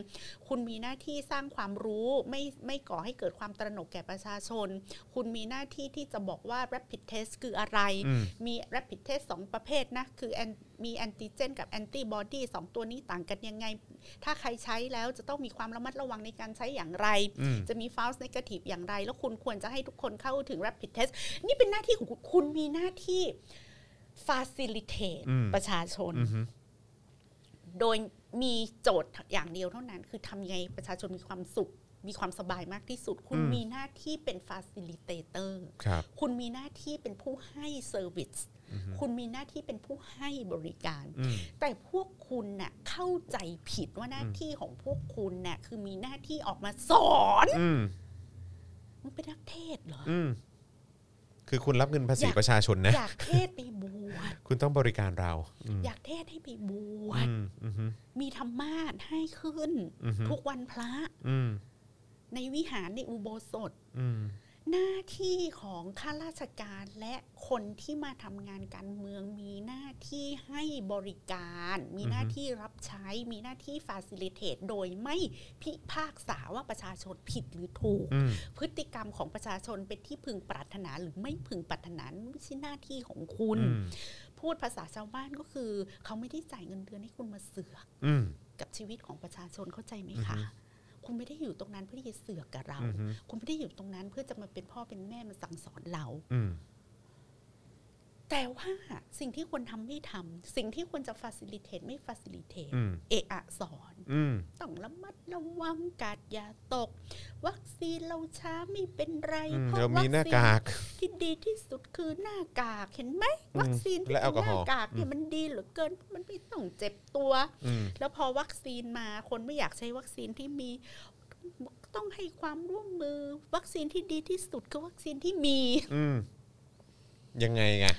[SPEAKER 3] คุณมีหน้าที่สร้างความรู้ ไม่ไม่ก่อให้เกิดความตระหนกแก่ประชาชน คุณมีหน้าที่ที่จะบอกว่า rapid test คืออะไร
[SPEAKER 2] อืม
[SPEAKER 3] มี rapid test สองประเภทนะ คือแอนมีแอนติเจนกับแอนติบอดีสองตัวนี้ต่างกันยังไง ถ้าใครใช้แล้วจะต้องมีความระมัดระวังในการใช้อย่างไร
[SPEAKER 2] อืม
[SPEAKER 3] จะมี false negative อย่างไร แล้วคุณควรจะให้ทุกคนเข้าถึง rapid test นี่เป็นหน้าที่ของคุณคุณมีหน้าที่ facilitate
[SPEAKER 2] อืม
[SPEAKER 3] ประชาชน
[SPEAKER 2] อืมอืม
[SPEAKER 3] โดยมีโจทย์อย่างเดียวเท่านั้น คือทำยังไงประชาชนมีความสุข มีความสบายมากที่สุด คุณ
[SPEAKER 2] อืม
[SPEAKER 3] มีหน้าที่เป็น facilitator
[SPEAKER 2] ครับ
[SPEAKER 3] คุณมีหน้าที่เป็นผู้ให้เซอร์วิส คุณมีหน้าที่เป็นผู้ให้บริการ
[SPEAKER 2] อืม
[SPEAKER 3] แต่พวกคุณน่ะเข้าใจผิดว่าหน้าที่ของพวกคุณน่ะคือมีหน้าที่ออกมาสอน
[SPEAKER 2] อืม
[SPEAKER 3] มึงเป็นนักเทศน์เหรอ
[SPEAKER 2] อืม คือคุณรับเงินภาษี
[SPEAKER 3] อยาก
[SPEAKER 2] ประชาชนนะ
[SPEAKER 3] อยากเทศน์ไปบวช
[SPEAKER 2] คุณต้องบริการเราอืม
[SPEAKER 3] อยากเทศน์ให้ไปบวช
[SPEAKER 2] อืมอืม
[SPEAKER 3] มีธรรมาสให้ขึ้น
[SPEAKER 2] อือฮึ
[SPEAKER 3] ทุกวันพระ
[SPEAKER 2] อืม
[SPEAKER 3] ในวิหารในอุโบสถ
[SPEAKER 2] อืม
[SPEAKER 3] หน้าที่ของข้าราชการและคนที่มาทำงานการเมืองมีหน้าที่ให้บริการ มีหน้า
[SPEAKER 2] อือฮึ
[SPEAKER 3] ที่รับใช้ มีหน้าที่ฟาซิลิเทตโดยไม่พิพากษาว่าประชาชนผิดหรือถูก
[SPEAKER 2] อืม
[SPEAKER 3] พฤติกรรมของประชาชนเป็นที่พึงปรารถนาหรือไม่พึงปรารถนาไม่ใช่หน้าที่ของคุณ พ พูดภาษาชาวบ้านก็คือ เขาไม่ได้จ่ายเงินเดือนให้คุณมาเสือก
[SPEAKER 2] อืม
[SPEAKER 3] กับชีวิตของประชาชนเข้าใจไหมคะ คุณไม่ได้อยู่ตรงนั้นเพื่อที่จะเสือกกับเรา
[SPEAKER 2] อือฮึ
[SPEAKER 3] คุณไม่ได้อยู่ตรงนั้นเพื่อจะมาเป็นพ่อเป็นแม่มาสั่งสอนเรา
[SPEAKER 2] อืม
[SPEAKER 3] แต่ว่าสิ่งที่ควรทำไม่ทำสิ่งที่ควรจะฟาสิลิเทตไม่ฟาสิลิเทต
[SPEAKER 2] อืม
[SPEAKER 3] เอะอะสอน
[SPEAKER 2] อืม
[SPEAKER 3] ต้องระมัดระวังกาดอย่าตก วัคซีนเราช้าไม่เป็นไร
[SPEAKER 2] อืม
[SPEAKER 3] เพราะ
[SPEAKER 2] เดี๋ยวมีหน้ากาก
[SPEAKER 3] วัคซีนที่ดีที่สุดคือหน้ากากเห็นไหม
[SPEAKER 2] อืม
[SPEAKER 3] วัคซีนที่
[SPEAKER 2] และแอลกอ
[SPEAKER 3] เป็น
[SPEAKER 2] ฮ
[SPEAKER 3] ห
[SPEAKER 2] อล์
[SPEAKER 3] น้ากากเนี่ยมันดีเหลือเกิน มันไม่ต้องเจ็บตัว
[SPEAKER 2] อืม
[SPEAKER 3] แล้วพอวัคซีนมาคนไม่อยากใช้วัคซีนที่มี ต้องให้ความร่วมมือ วัคซีนที่ดีที่สุดคือวัคซีนที่มี
[SPEAKER 2] อืม ยังไงไง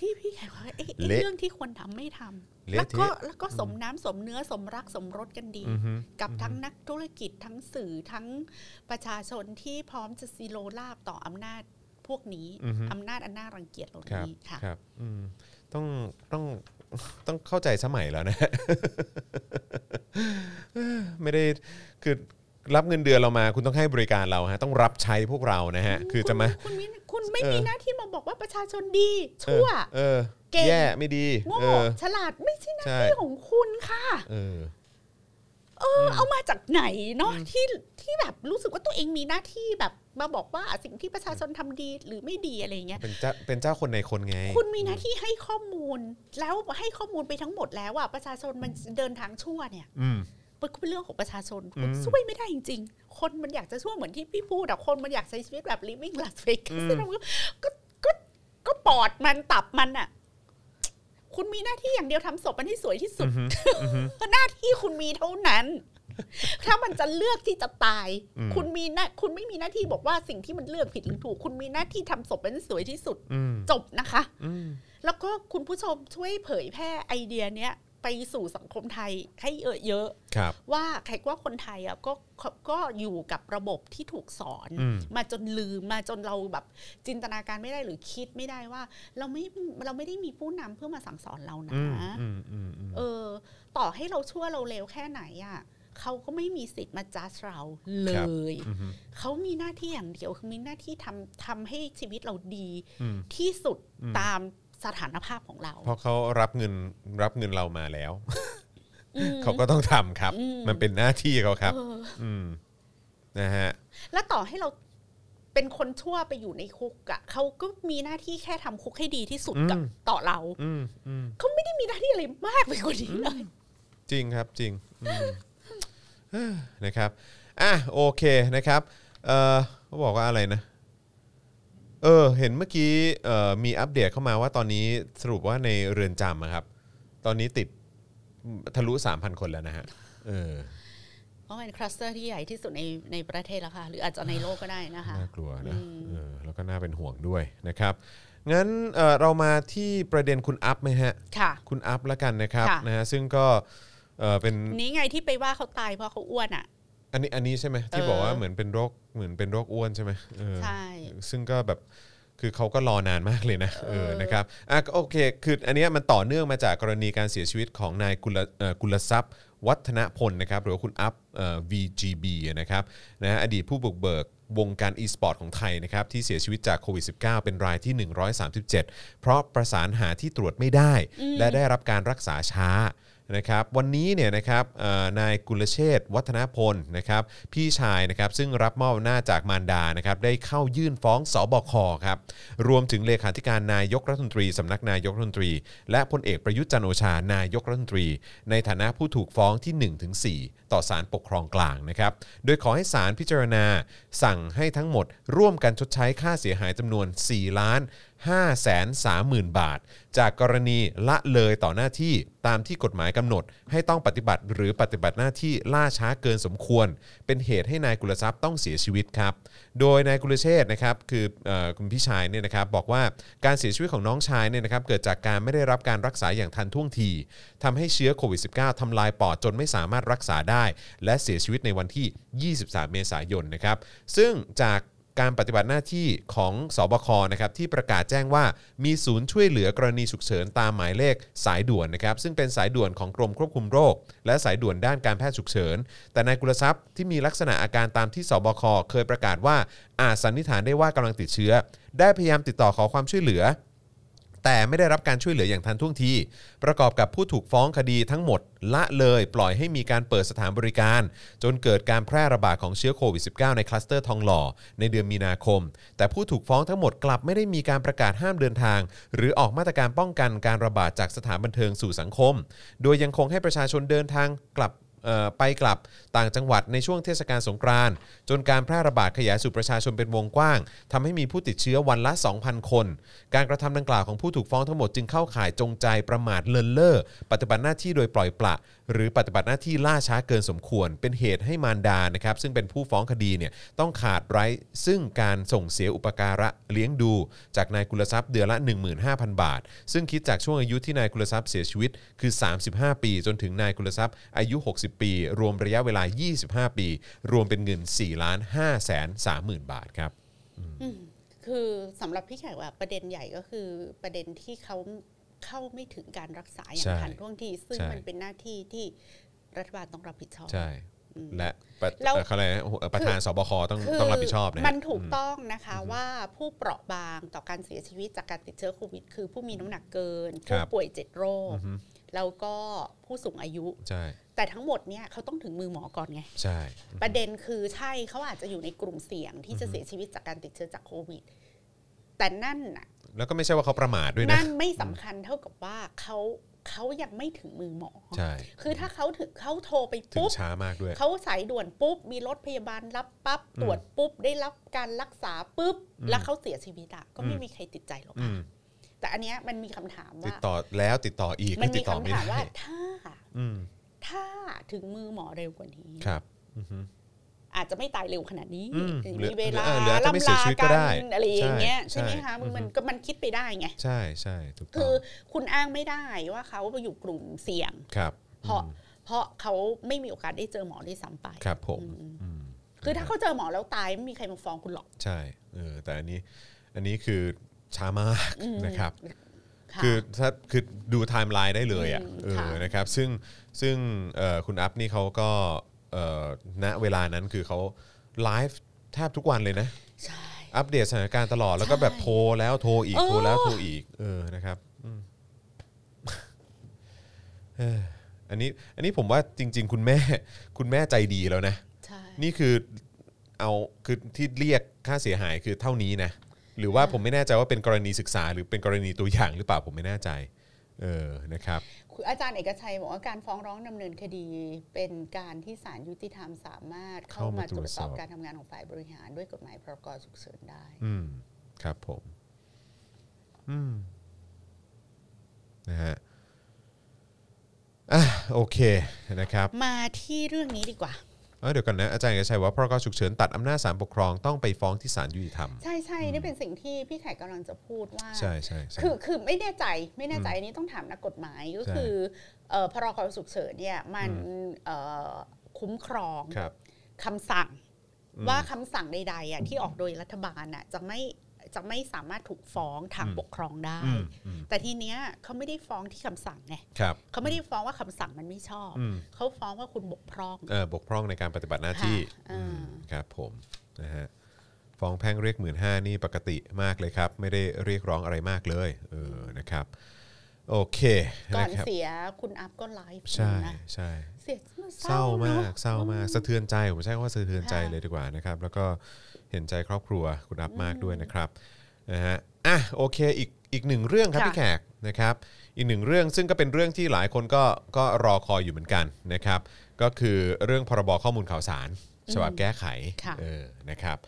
[SPEAKER 3] ที่พี่แขกว่าเอ๊ะเอ๊ะ
[SPEAKER 2] เละ
[SPEAKER 3] เรื่องที่ควรทำไม่ทำ
[SPEAKER 2] เละ
[SPEAKER 3] แล้วก็
[SPEAKER 2] เทะ
[SPEAKER 3] แล้วก็สมน้ำสมเนื้อสมรักสมรสกันดี
[SPEAKER 2] อือฮึ
[SPEAKER 3] กับ
[SPEAKER 2] อือฮึ
[SPEAKER 3] ทั้งนักธุรกิจทั้งสื่อทั้งประชาชนที่พร้อมจะซีโรลาบต่ออำนาจพวกนี้
[SPEAKER 2] อือฮึ
[SPEAKER 3] อำนาจอันน่ารังเกียจเหล่า
[SPEAKER 2] ครับ
[SPEAKER 3] นี้ค่ะ
[SPEAKER 2] ครับอืมต้องต้อง ต้องเข้าใจสมัยแล้วนะ ไม่ได้คือรับเงินเดือนเรามา คุณต้องให้บริการเราฮะ ต้องรับใช้พวกเรานะฮะ คือจะมา
[SPEAKER 3] คุณคุณคุณไม่
[SPEAKER 2] เออ
[SPEAKER 3] มีหน้าที่มาบอกว่าประชาชนดีชั่ว
[SPEAKER 2] เออ
[SPEAKER 3] เก่ง
[SPEAKER 2] แย่ไม่ดี
[SPEAKER 3] โง่
[SPEAKER 2] เออ
[SPEAKER 3] ฉลาดไม่ใช่หน้า
[SPEAKER 2] ใช่
[SPEAKER 3] ที่ของคุณค่ะ
[SPEAKER 2] เออ
[SPEAKER 3] เออเอามาจากไหนเนาะที่ที่แบบรู้สึกว่าตัวเองมีหน้าที่แบบมาบอกว่าสิ่งที่ประชาชนทำดีหรือไม่ดีอะไรอย่างเงี้ย
[SPEAKER 2] เป็นเจ้าเป็นเจ้าคนในคนไง
[SPEAKER 3] คุณมีหน้าที่ให้ข้อมูลแล้วให้ข้อมูลไปทั้งหมดแล้วอะประชาชนมันเดินทางชั่วเนี่ย
[SPEAKER 2] อืม
[SPEAKER 3] มันก็เป็นเรื่องของประชาชนคุณ
[SPEAKER 2] อืม
[SPEAKER 3] ช่วยไม่ได้จริง ๆ คนมันอยากจะชั่วเหมือนที่พี่พูดอะคนมันอยากใช้ชีวิตแบบ living Las Vegas
[SPEAKER 2] อืม
[SPEAKER 3] แล้วมันก็ก็ก็ก็ปอดมันตับมันอะคุณมีหน้าที่อย่างเดียวทำศพมันให้สวยที่สุ
[SPEAKER 2] อื
[SPEAKER 3] ด
[SPEAKER 2] อฮึอือฮึ
[SPEAKER 3] หน้าที่คุณมีเท่านั้น ถ้ามันจะเลือกที่จะตาย
[SPEAKER 2] อืม
[SPEAKER 3] คุณมีหน้าคุณไม่มีหน้าที่บอกว่าสิ่งที่มันเลือกผิดหรือถูก คุณมีหน้าที่ทำศพมันให้สวยที่สุด
[SPEAKER 2] อืม
[SPEAKER 3] จบนะคะ
[SPEAKER 2] อืม
[SPEAKER 3] แล้วก็คุณผู้ชมช่วยเผยแพร่ไอเดียเนี้ยไปสู่สังคมไทยให้เยอะ
[SPEAKER 2] ครับ
[SPEAKER 3] ๆว่าใครว่าคนไทยอ่ะก็ก็ก็อยู่กับระบบที่ถูกสอน
[SPEAKER 2] อืม
[SPEAKER 3] มาจนลืมมาจนเราแบบจินตนาการไม่ได้หรือคิดไม่ได้ว่า เราไม่เราไม่ได้มีผู้นำเพื่อมาสั่งสอนเรานะ
[SPEAKER 2] อืมอืมอืมอืม
[SPEAKER 3] เออ ต่อให้เราชั่วเราเลวแค่ไหนอ่ะเขาก็ไม่มีสิทธิ์มาจัดเราเลย
[SPEAKER 2] อืม
[SPEAKER 3] เขามีหน้าที่อย่างเดียวคือมีหน้าที่ทำทำให้ชีวิตเราดี
[SPEAKER 2] อืม
[SPEAKER 3] ที่สุด
[SPEAKER 2] อืม
[SPEAKER 3] ตามสถานภาพของเรา
[SPEAKER 2] เพราะเขารับเงินรับเงินเรามาแล้ว
[SPEAKER 3] อืม
[SPEAKER 2] เขาก็ต้องทำครับ
[SPEAKER 3] อืม
[SPEAKER 2] มันเป็นหน้าที่เขาครับ
[SPEAKER 3] เออ
[SPEAKER 2] อืมนะฮะ
[SPEAKER 3] แล้วต่อให้เราเป็นคนชั่วไปอยู่ในคุกอะ่ะเขาก็มีหน้าที่แค่ทำคุกให้ดีที่สุด
[SPEAKER 2] อืม
[SPEAKER 3] กับต่อเรา
[SPEAKER 2] อืมอืม
[SPEAKER 3] เขาไม่ได้มีหน้าที่อะไรมากไปกว่านี้เลย
[SPEAKER 2] จริงครับจริงอืม เอ้อนะครับอ่ะโอเคนะครับเออเขาบอกว่าอะไรนะเออเห็นเมื่อกี้เอ่อมีอัปเดตเข้ามาว่าตอนนี้สรุปว่าในเรือนจำอะครับ ตอนนี้ติดทะลุ 3,000 คนแล้วนะฮะเออ
[SPEAKER 3] เพราะเป็นคลัสเตอร์ที่ใหญ่ที่สุดในในประเทศแล้วค่ะ หรืออาจจะในโลกก็ได้นะคะ
[SPEAKER 2] น่ากลัวนะ
[SPEAKER 3] อืม
[SPEAKER 2] เออแล้วก็น่าเป็นห่วงด้วยนะครับ งั้นเอ่อเรามาที่ประเด็นคุณอัพไหมฮะ
[SPEAKER 3] ค่ะ
[SPEAKER 2] คุณอัพแล้วกันนะครับ
[SPEAKER 3] ค่ะ
[SPEAKER 2] นะฮะซึ่งก็เอ่อเป็น
[SPEAKER 3] นี่ไงที่ไปว่าเขาตายเพราะเขาอ้วนอ่ะ
[SPEAKER 2] อันนี้อันนี้ใช่ไหมที่บอกว่า
[SPEAKER 3] เออ
[SPEAKER 2] เหมือนเป็นโรคเหมือนเป็นโรคอ้วนใช่ไหมเออ
[SPEAKER 3] ใช่
[SPEAKER 2] ซึ่งก็แบบคือเขาก็รอนานมากเลยนะเออ
[SPEAKER 3] เออ
[SPEAKER 2] นะครับอ่ะก็โอเคคืออันเนี้ยมันต่อเนื่องมาจากกรณีการเสียชีวิตของนายกุลเอ่อกุลทรัพย์ วัฒนพลนะครับหรือว่าคุณอัพเอ่อ VGB นะครับนะฮะอดีตผู้บุกเบิกวงการ e-sport ของไทยนะครับที่เสียชีวิตจากโควิด -19 เป็นรายที่ 137 เพราะประสานหาที่ตรวจไม่ได้ และได้รับการรักษาช้า นะครับวันนี้เนี่ยนะครับเอ่อนายกุลเชษฐ์วัฒนพลนะครับพี่ชายนะครับซึ่งรับมอบอำนาจจากมารดานะครับได้เข้ายื่นฟ้องสบคครับรวมถึงเลขาธิการนายกรัฐมนตรีสำนักนายกรัฐมนตรี และพลเอกประยุทธ์จันทร์โอชานายกรัฐมนตรี ในฐานะผู้ถูกฟ้องที่ 1-4 ต่อศาลปกครองกลางนะครับโดยขอให้ศาลพิจารณา สั่งให้ทั้งหมด ร่วมกันชดใช้ค่าเสียหายจำนวน 4 ล้าน 530,000 บาท จากกรณีละเลยต่อหน้าที่ตามที่กฎหมายกำหนด ให้ต้องปฏิบัติหรือปฏิบัติหน้าที่ล่าช้าเกินสมควร เป็นเหตุให้นายกุลทรัพย์ต้องเสียชีวิตครับ โดยนายกุลเชษฐ์นะครับคือเออคุณพี่ชายเนี่ยนะครับบอกว่าการเสียชีวิตของน้องชายเนี่ยนะครับเกิดจากการไม่ได้รับการรักษาอย่างทันท่วงทีทำให้เชื้อโควิด -19 ทำลายปอดจนไม่สามารถรักษาได้ และเสียชีวิตในวันที่ 23 เมษายนนะครับซึ่งจาก การปฏิบัติหน้าที่ของสบคนะครับที่ประกาศแจ้งว่ามีศูนย์ช่วยเหลือกรณีฉุกเฉินตามหมายเลขสายด่วนนะครับซึ่งเป็นสายด่วนของกรมควบคุมโรค และสายด่วนด้านการแพทย์ฉุกเฉิน แต่นายกุลทรัพย์ที่มีลักษณะอาการตามที่สบคเคยประกาศว่าอาจสันนิษฐานได้ว่ากำลังติดเชื้อ ได้พยายามติดต่อขอความช่วยเหลือ แต่ไม่ได้รับการช่วยเหลืออย่างทันท่วงที ประกอบกับผู้ถูกฟ้องคดีทั้งหมด ละเลยปล่อยให้มีการเปิดสถานบริการ จนเกิดการแพร่ระบาดของเชื้อโควิด -19 ในคลัสเตอร์ทองหล่อ ในเดือนมีนาคม แต่ผู้ถูกฟ้องทั้งหมดกลับไม่ได้มีการประกาศห้ามเดินทาง หรือออกมาตรการป้องกันการระบาดจากสถานบันเทิงสู่สังคม โดยยังคงให้ประชาชนเดินทางกลับ เอ่อไปกลับต่างจังหวัดในช่วงเทศกาลสงกรานต์จนการแพร่ระบาดขยายสู่ประชาชนเป็นวงกว้างทำให้มีผู้ติดเชื้อวันละ 2,000 คน การกระทำดังกล่าวของผู้ถูกฟ้องทั้งหมดจึงเข้าข่ายจงใจประมาทเลินเล่อปฏิบัติหน้าที่โดยปล่อยปละ หรือปฏิบัติหน้าที่ล่าช้าเกินสมควร เป็นเหตุให้มารดานะครับ ซึ่งเป็นผู้ฟ้องคดีเนี่ยต้องขาดไร้ซึ่งการส่งเสียอุปการะเลี้ยงดู จากนายกุลทรัพย์เดือนละ 15,000 บาท ซึ่งคิดจากช่วงอายุที่นายกุลทรัพย์เสียชีวิตคือ 35 ปี จนถึงนายกุลทรัพย์อายุ 60 ปี รวมระยะเวลา 25 ปี รวมเป็นเงิน4ล้าน5แสน30,000 บาทครับ
[SPEAKER 3] คือสำหรับพี่แขกว่าประเด็นใหญ่ก็คือประเด็นที่เขาเข้าไม่ถึงการรักษาอย่า
[SPEAKER 2] ใช่
[SPEAKER 3] งทันท่วงที ซึ่ง
[SPEAKER 2] ใช่
[SPEAKER 3] มันเป็นหน้าที่ที่รัฐบาลต้องรับผิดชอบ
[SPEAKER 2] ใช่ และประ
[SPEAKER 3] แล้ว
[SPEAKER 2] เอ่อเขาเรียกอะไรนะเอ่อประธานสบคต้อง
[SPEAKER 3] คื
[SPEAKER 2] ต้องรับผิดชอบนะฮะ
[SPEAKER 3] มันถูกต้องนะคะว่าผู้เปราะบางต่อการเสียชีวิตจากการติดเชื้อโควิด คือผู้มีน้ำหนักเกิน ผู้ป่วยเจ็ดโรค แล้วก็ผู้สูงอายุ
[SPEAKER 2] ใช่
[SPEAKER 3] แต่ทั้งหมดเนี่ยเขาต้องถึงมือหมอก่อนไง
[SPEAKER 2] ใช่
[SPEAKER 3] ประเด็นคือใช่เขาอาจจะอยู่ในกลุ่มเสี่ยงที่จะเสียชีวิตจากการติดเชื้อจากโควิด แต่นั่นน่ะ
[SPEAKER 2] แล้วก็ไม่ใช่ว่าเขาประมาทด้วยนะ
[SPEAKER 3] นั่นไม่สำคัญเท่ากับว่าเขาเขายังไม่ถึงมือหมอ
[SPEAKER 2] ใช่
[SPEAKER 3] คือถ้าเขาถึงเขาโทรไป
[SPEAKER 2] ถึง
[SPEAKER 3] ปุ๊บ
[SPEAKER 2] ช้ามากด้วย
[SPEAKER 3] เขาสายด่วนปุ๊บ มีรถพยาบาลรับปั๊บ
[SPEAKER 2] อืม
[SPEAKER 3] ตรวจปุ๊บ ได้รับการรักษาปุ๊บ
[SPEAKER 2] อืม
[SPEAKER 3] แล้วเขาเสียชีวิตอะก็ไม่
[SPEAKER 2] อืม
[SPEAKER 3] มีใครติดใจหรอก
[SPEAKER 2] อืม
[SPEAKER 3] แต่อันเนี้ยมันมีคำถาม
[SPEAKER 2] ติด
[SPEAKER 3] ว่า
[SPEAKER 2] ต่อแล้วติดต่ออีก
[SPEAKER 3] มั
[SPEAKER 2] ก็
[SPEAKER 3] น
[SPEAKER 2] ติ
[SPEAKER 3] มี
[SPEAKER 2] ดต่อ
[SPEAKER 3] คำ
[SPEAKER 2] ไม่
[SPEAKER 3] ถามว่า
[SPEAKER 2] ได้
[SPEAKER 3] ถ้า
[SPEAKER 2] อืม
[SPEAKER 3] ถ้าถึงมือหมอเร็วกว่านี้
[SPEAKER 2] ครับอือฮึ
[SPEAKER 3] อาจจะไม่ตายเร็วขนาดนี้
[SPEAKER 2] อืมหรือ
[SPEAKER 3] มีเวลา
[SPEAKER 2] หรืออาจจะไม่เสียชีวิตก็ได้
[SPEAKER 3] นอะไรอย่างเงี้ย
[SPEAKER 2] ใช่
[SPEAKER 3] ใช่ไหมคะ
[SPEAKER 2] ใช่
[SPEAKER 3] มันก็มันคิดไปได้ไง
[SPEAKER 2] ใช่ใช่ถูกต้
[SPEAKER 3] คือ อง คุณอ้างไม่ได้ว่าเขาอยู่กลุ่มเสี่ยง
[SPEAKER 2] ครับ
[SPEAKER 3] เพราะ
[SPEAKER 2] อืม
[SPEAKER 3] เพราะเขาไม่มีโอกาสได้เจอหมอด้วยซ้ำไป
[SPEAKER 2] ครับผม
[SPEAKER 3] อืม
[SPEAKER 2] อืม
[SPEAKER 3] คือถ้าเขาเจอหมอแล้วตายไม่มีใครมาฟ้องคุณหรอก
[SPEAKER 2] ใช่ เออ แต่อันนี้ อันนี้คือช้ามาก
[SPEAKER 3] อืม
[SPEAKER 2] นะครับ
[SPEAKER 3] ะ
[SPEAKER 2] คือถ้า คือดูไทม์ไลน์ได้เลยอ่ะ
[SPEAKER 3] อืม
[SPEAKER 2] เออ
[SPEAKER 3] ค่ะ
[SPEAKER 2] นะครับ ซึ่ง ซึ่งเอ่อคุณอัพนี่เขาก็เอ่อณ เวลานั้นคือเขาไลฟ์แทบทุกวันเลยนะ
[SPEAKER 3] ใช่
[SPEAKER 2] อัปเดตสถานการณ์ตลอด แล้วก็แบบโทรแล้วโทรอีก
[SPEAKER 3] เออ
[SPEAKER 2] โทรแล้วโทรอีก เออ นะครับอืมเอ้ออันนี้ อันนี้ผมว่าจริง ๆ คุณแม่ คุณแม่ใจดีแล้วนะ
[SPEAKER 3] ใช่
[SPEAKER 2] นี่คือเอาคือที่เรียกค่าเสียหายคือเท่านี้นะ หรือว่าผมไม่แน่ใจว่าเป็นกรณีศึกษา หรือเป็นกรณีตัวอย่างหรือเปล่าผมไม่แน่ใจ เออนะครับ
[SPEAKER 3] คุณอาจารย์เอกชัยบอกว่าการฟ้องร้องดำเนินคดี เป็นการที่ศาลยุติธรรมสามารถเข้า
[SPEAKER 2] เข้ามา
[SPEAKER 3] มาตรวจสอบ
[SPEAKER 2] ตรวจสอบ
[SPEAKER 3] การทำงานของฝ่ายบริหารด้วยกฎหมายพรกฉุกเฉินได้
[SPEAKER 2] อืมครับผม อืมนะฮะอ่ะโอเคนะครับ
[SPEAKER 3] มาที่เรื่องนี้ดีกว่า
[SPEAKER 2] เอ้ยเดี๋ยวกันนะอาจารย์เอกชัยว่าพรกฉุกเฉินตัดอำนาจศาลปกครองต้องไปฟ้องที่ศาลยุติธรรม
[SPEAKER 3] ใช่ใช่นี่เป็นสิ่งที่พี่แขกกำลังจะพูดว่า
[SPEAKER 2] ใช่ใช่ใช่
[SPEAKER 3] คือคือไม่แน่ใจไม่แน่ใจอันนี้ต้องถามนักกฎหมายก็
[SPEAKER 2] ใช่
[SPEAKER 3] คือเอ่อพรกฉุกเฉินเนี่ยมันเอ่อคุ้มครอง
[SPEAKER 2] ครับ
[SPEAKER 3] คำสั่ง
[SPEAKER 2] อืม
[SPEAKER 3] ว่าคำสั่งใดๆอ่ะที่ออกโดยรัฐบาลน่ะจะไม่จะไม่สามารถถูกฟ้องทาง
[SPEAKER 2] อืม
[SPEAKER 3] ปกครองได้
[SPEAKER 2] อืมอืม
[SPEAKER 3] แต่ทีเนี้ยเขาไม่ได้ฟ้องที่คำสั่งไง
[SPEAKER 2] ครับ
[SPEAKER 3] เขาไม่ได้ฟ้องว่าคำสั่งมันไม่ชอบ
[SPEAKER 2] อืม
[SPEAKER 3] เขาฟ้องว่าคุณบกพร่อง
[SPEAKER 2] เอ่อบกพร่องในการปฏิบัติหน้าที่
[SPEAKER 3] ค่ะ
[SPEAKER 2] อืม
[SPEAKER 3] อ่า
[SPEAKER 2] ครับผมนะฮะฟ้องแพ่งเรียกหมื่นห้านี่ปกติมากเลยครับ ไม่ได้เรียกร้องอะไรมากเลยเออนะครับ โอเค
[SPEAKER 3] ก่อน
[SPEAKER 2] นะครับ
[SPEAKER 3] เสียคุณอัพก็ไลฟ์
[SPEAKER 2] ใช่
[SPEAKER 3] นะ
[SPEAKER 2] ใช่
[SPEAKER 3] เสีย
[SPEAKER 2] เศร้ามาก
[SPEAKER 3] นอะ
[SPEAKER 2] เศร้ามากสะเทือนใจผมใช้คำว่าสะเทือนใจ
[SPEAKER 3] ค่ะ
[SPEAKER 2] เลยดีกว่านะครับ แล้วก็เห็นใจครอบครัวคุณอัพมากด้วยนะครับนะฮะอ่ะโอเคอีกอีกหนึ่งเรื่องครับพี่แขกนะครับ อีกหนึ่งเรื่องซึ่งก็เป็นเรื่องที่หลายคนก็ก็รอคอยอยู่เหมือนกันนะครับ ก็คือเรื่องพรบข้อมูลข่าวสารฉบับแก้ไข
[SPEAKER 3] ค่ะ
[SPEAKER 2] เออนะครับ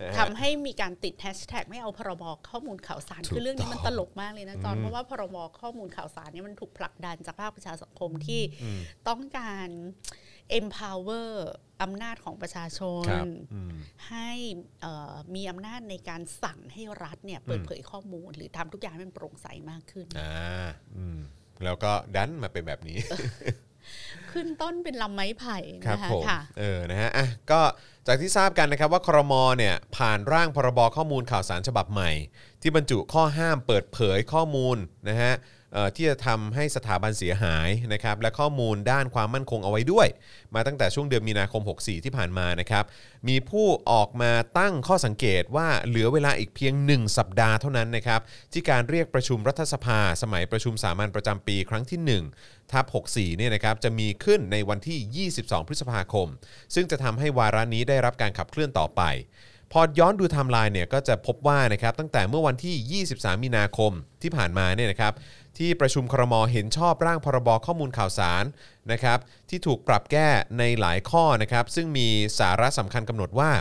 [SPEAKER 2] นะฮะ
[SPEAKER 3] ทำให้มีการติดแฮชแท็กไม่เอาพรบข้อมูลข่าวสาร
[SPEAKER 2] ถูก
[SPEAKER 3] คือเรื่องนี้มัน
[SPEAKER 2] ต้
[SPEAKER 3] ต
[SPEAKER 2] อง
[SPEAKER 3] ลกมากเลยนะจอน
[SPEAKER 2] อืม
[SPEAKER 3] เพราะว่าพรบข้อมูลข่าวสารเนี่ยมันถูกผลักดันจากภาคประชาสังคมที่ต้องการ empower อำนาจของประชาชน
[SPEAKER 2] ครับอืม
[SPEAKER 3] ให้เอ่อมีอำนาจในการสั่งให้รัฐเนี่ยเปิดเผยข้อมูล หรือทำทุกอย่างให้มันโปร่งใสมากขึ้น
[SPEAKER 2] อ่าอืมแล้วก็ดันมาเป็นแบบนี้
[SPEAKER 3] ขึ้นต้นเป็นลำไม้ไผ่
[SPEAKER 2] ครับ
[SPEAKER 3] นะคะ
[SPEAKER 2] ผม
[SPEAKER 3] ค่ะ
[SPEAKER 2] เออนะฮะอ่ะก็จากที่ทราบกันนะครับว่าครมเนี่ยผ่านร่างพรบข้อมูลข่าวสารฉบับใหม่ ที่บรรจุข้อห้ามเปิดเผยข้อมูลนะฮะ เอ่อที่จะทำให้สถาบันเสียหายนะครับและข้อมูลด้านความมั่นคงเอาไว้ด้วย มาตั้งแต่ช่วงเดือนมีนาคม 64 ที่ผ่านมานะครับมีผู้ออกมาตั้งข้อสังเกตว่าเหลือเวลาอีกเพียง 1 สัปดาห์เท่านั้นนะครับที่การเรียกประชุมรัฐสภา สมัยประชุมสามัญประจำปีครั้งที่ 1 ทับ64เนี่ยนะครับจะมีขึ้นในวันที่ 22 พฤษภาคม ซึ่งจะทำให้วาระนี้ได้รับการขับเคลื่อนต่อไป พอย้อนดูไทม์ไลน์เนี่ยก็จะพบว่านะครับตั้งแต่เมื่อวันที่ 23 มีนาคมที่ผ่านมาเนี่ยนะครับที่ประชุมครมเห็นชอบร่างพรบข้อมูลข่าวสารนะครับที่ถูกปรับแก้ในหลายข้อนะครับซึ่งมีสาระสำคัญกำหนดว่า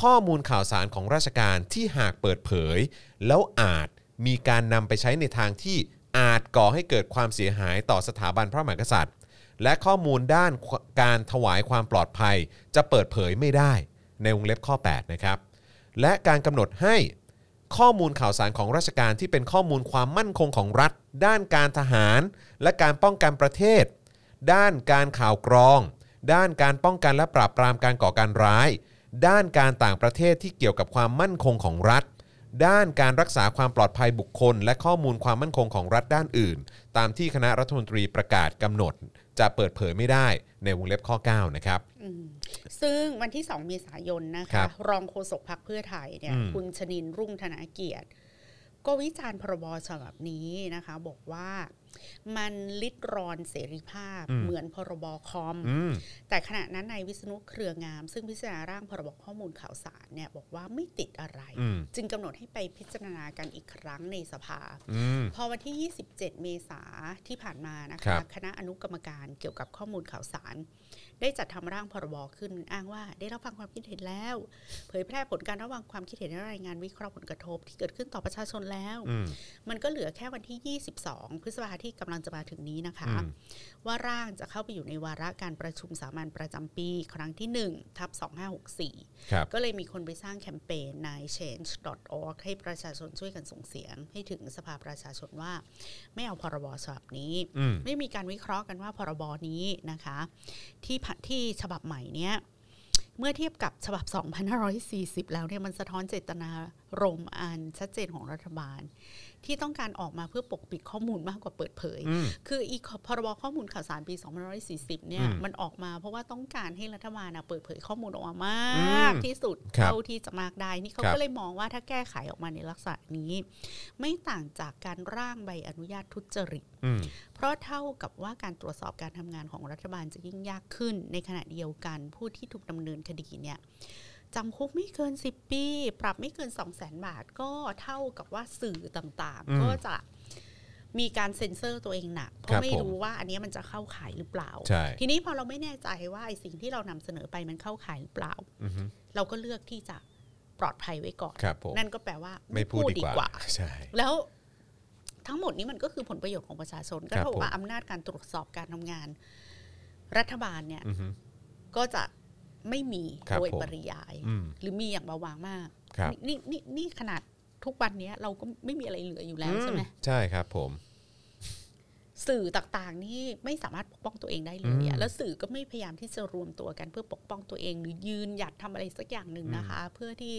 [SPEAKER 2] ข้อมูลข่าวสารของราชการที่หากเปิดเผย แล้วอาจมีการนำไปใช้ในทางที่อาจก่อให้เกิดความเสียหายต่อสถาบันพระมหากษัตริย์ และข้อมูลด้านการถวายความปลอดภัย จะเปิดเผยไม่ได้ในวงเล็บข้อ 8 นะครับ และการกำหนดให้ ข้อมูลข่าวสารของราชการที่เป็นข้อมูลความมั่นคงของรัฐ ด้านการทหาร และการป้องกันประเทศ ด้านการข่าวกรอง ด้านการป้องกันและปราบปรามการก่อการร้าย ด้านการต่างประเทศที่เกี่ยวกับความมั่นคงของรัฐ ด้านการรักษาความปลอดภัยบุคคล และข้อมูลความมั่นคงของรัฐด้านอื่น ตามที่คณะรัฐมนตรีประกาศกำหนด จะเปิดเผยไม่ได้ในวงเล็บข้อ 9 นะครับ
[SPEAKER 3] อืมซึ่งวันที่ 2 เมษายนนะ
[SPEAKER 2] ครั
[SPEAKER 3] คะ
[SPEAKER 2] บ
[SPEAKER 3] รองโฆษกพักเพื่อไทยเนี่ย
[SPEAKER 2] อืม
[SPEAKER 3] คุณชนินทร์รุ่งธนาเกียรติ ก็วิจารณ์พรบฉบับนี้นะคะ บอกว่ามันลิดรอนเสรีภาพ
[SPEAKER 2] อืม
[SPEAKER 3] เหมือนพรบคอม
[SPEAKER 2] อืม
[SPEAKER 3] แต่ขณะนั้นนายวิษณุเครืองาม ซึ่งพิจารณาร่างพรบข้อมูลข่าวสารเนี่ยบอกว่าไม่ติดอะไร
[SPEAKER 2] อืม
[SPEAKER 3] จึงกำหนดให้ไปพิจารณากันอีกครั้งในสภา
[SPEAKER 2] อืม
[SPEAKER 3] พอวันที่ 27 เมษาที่ผ่านมานะ
[SPEAKER 2] ครั
[SPEAKER 3] คะ
[SPEAKER 2] บ
[SPEAKER 3] คณะอนุกรรมการเกี่ยวกับข้อมูลข่าวสาร ได้จัดทำร่างพรบขึ้นอ้างว่าได้รับฟังความคิดเห็นแล้ว เผยแพร่ผลการรับฟังความคิดเห็นและรายงานวิเคราะห์ผลกระทบที่เกิดขึ้นต่อประชาชนแล้ว
[SPEAKER 2] อืม
[SPEAKER 3] มันก็เหลือแค่วันที่ 22 พฤษภาที่กำลังจะมาถึงนี้นะคะ
[SPEAKER 2] อืม
[SPEAKER 3] ว่าร่างจะเข้าไปอยู่ในวาระการประชุมสามัญประจำปี ครั้งที่ 1 ทับ 2564
[SPEAKER 2] ครับ
[SPEAKER 3] ก็เลยมีคนไปสร้างแคมเปญใน change.org ให้ประชาชนช่วยกันส่งเสียง ให้ถึงสภาประชาชนว่า ไม่เอาพรบฉบับนี้
[SPEAKER 2] อืม
[SPEAKER 3] ไม่มีการวิเคราะห์กันว่าพรบนี้นะคะ ที่ผ่านที่ฉบับใหม่เนี้ยเมื่อเทียบกับฉบับ 2540 แล้วเนี่ยมันสะท้อนเจตนารมณ์อันชัดเจนของรัฐบาล ที่ต้องการออกมาเพื่อปกปิดข้อมูลมากกว่าเปิดเผย
[SPEAKER 2] อืม
[SPEAKER 3] คืออีกพรบข้อมูลข่าวสารปี 2540 เนี่ย
[SPEAKER 2] อืม
[SPEAKER 3] มันออกมาเพราะว่าต้องการให้รัฐบาลน่ะเปิดเผยข้อมูลออกมา
[SPEAKER 2] อื
[SPEAKER 3] มาก
[SPEAKER 2] ม
[SPEAKER 3] ที่สุด
[SPEAKER 2] ครับ
[SPEAKER 3] เท่าที่จะมากได้ นี่เขา
[SPEAKER 2] ครับ
[SPEAKER 3] ก็เลยมองว่าถ้าแก้ไขออกมาในลักษณะนี้ ไม่ต่างจากการร่างใบอนุญาตทุจริต
[SPEAKER 2] อืม
[SPEAKER 3] เพราะเท่ากับว่าการตรวจสอบการทำงานของรัฐบาลจะยิ่งยากขึ้น ในขณะเดียวกันผู้ที่ถูกดำเนินคดีเนี่ยจำคุกไม่เกิน 10 ปี ปรับไม่เกิน 2 0 0แสนบาท ก็เท่ากับว่าสื่อต่าง
[SPEAKER 2] อืม
[SPEAKER 3] ๆ ก็จะมีการเซ็นเซอร์ตัวเองหนัก เพ
[SPEAKER 2] ครั
[SPEAKER 3] ราะ
[SPEAKER 2] บ
[SPEAKER 3] ไม่
[SPEAKER 2] ผม
[SPEAKER 3] รู้ว่าอันเนี้ยมันจะเข้าข่ายหรือเปล่า
[SPEAKER 2] ใช่
[SPEAKER 3] ทีนี้พอเราไม่แน่ใจว่าไอ้สิ่งที่เรานำเสนอไปมันเข้าข่ายหรือเปล่า
[SPEAKER 2] อืม
[SPEAKER 3] เราก็เลือกที่จะปลอดภัยไว้ก่อน
[SPEAKER 2] ครับผม
[SPEAKER 3] นั่นก็แปลว่า
[SPEAKER 2] ไม่พูดดีกว่า ใช่
[SPEAKER 3] แล้วทั้งหมดนี้มันก็คือผลประโยชน์ของประชาชน ก็
[SPEAKER 2] ครับ
[SPEAKER 3] เท่ากับว่า
[SPEAKER 2] ผม
[SPEAKER 3] อำนาจการตรวจสอบการทำงาน รัฐบาลเนี่ย
[SPEAKER 2] อืม
[SPEAKER 3] ก็จะไม่มี
[SPEAKER 2] ครับ
[SPEAKER 3] โดย
[SPEAKER 2] ผม
[SPEAKER 3] ปริยาย
[SPEAKER 2] อืม
[SPEAKER 3] หรือมีอย่างเบาบางมาก
[SPEAKER 2] ครับ
[SPEAKER 3] นี่นี่นี่ขนาดทุกวันเนี้ยเราก็ไม่มีอะไรเหลืออยู่แล้วใช่ไหม
[SPEAKER 2] ใช่ครับผม
[SPEAKER 3] สื่อต่างๆ นี่ไม่สามารถปกป้องตัวเองได้เล
[SPEAKER 2] อื
[SPEAKER 3] ย
[SPEAKER 2] ม
[SPEAKER 3] อะแล้วสื่อก็ไม่พยายามที่จะรวมตัวกันเพื่อปกป้องตัวเอง หรือยืนหยัดทำอะไรสักอย่างหนึ่งนะคะ เพื่อที่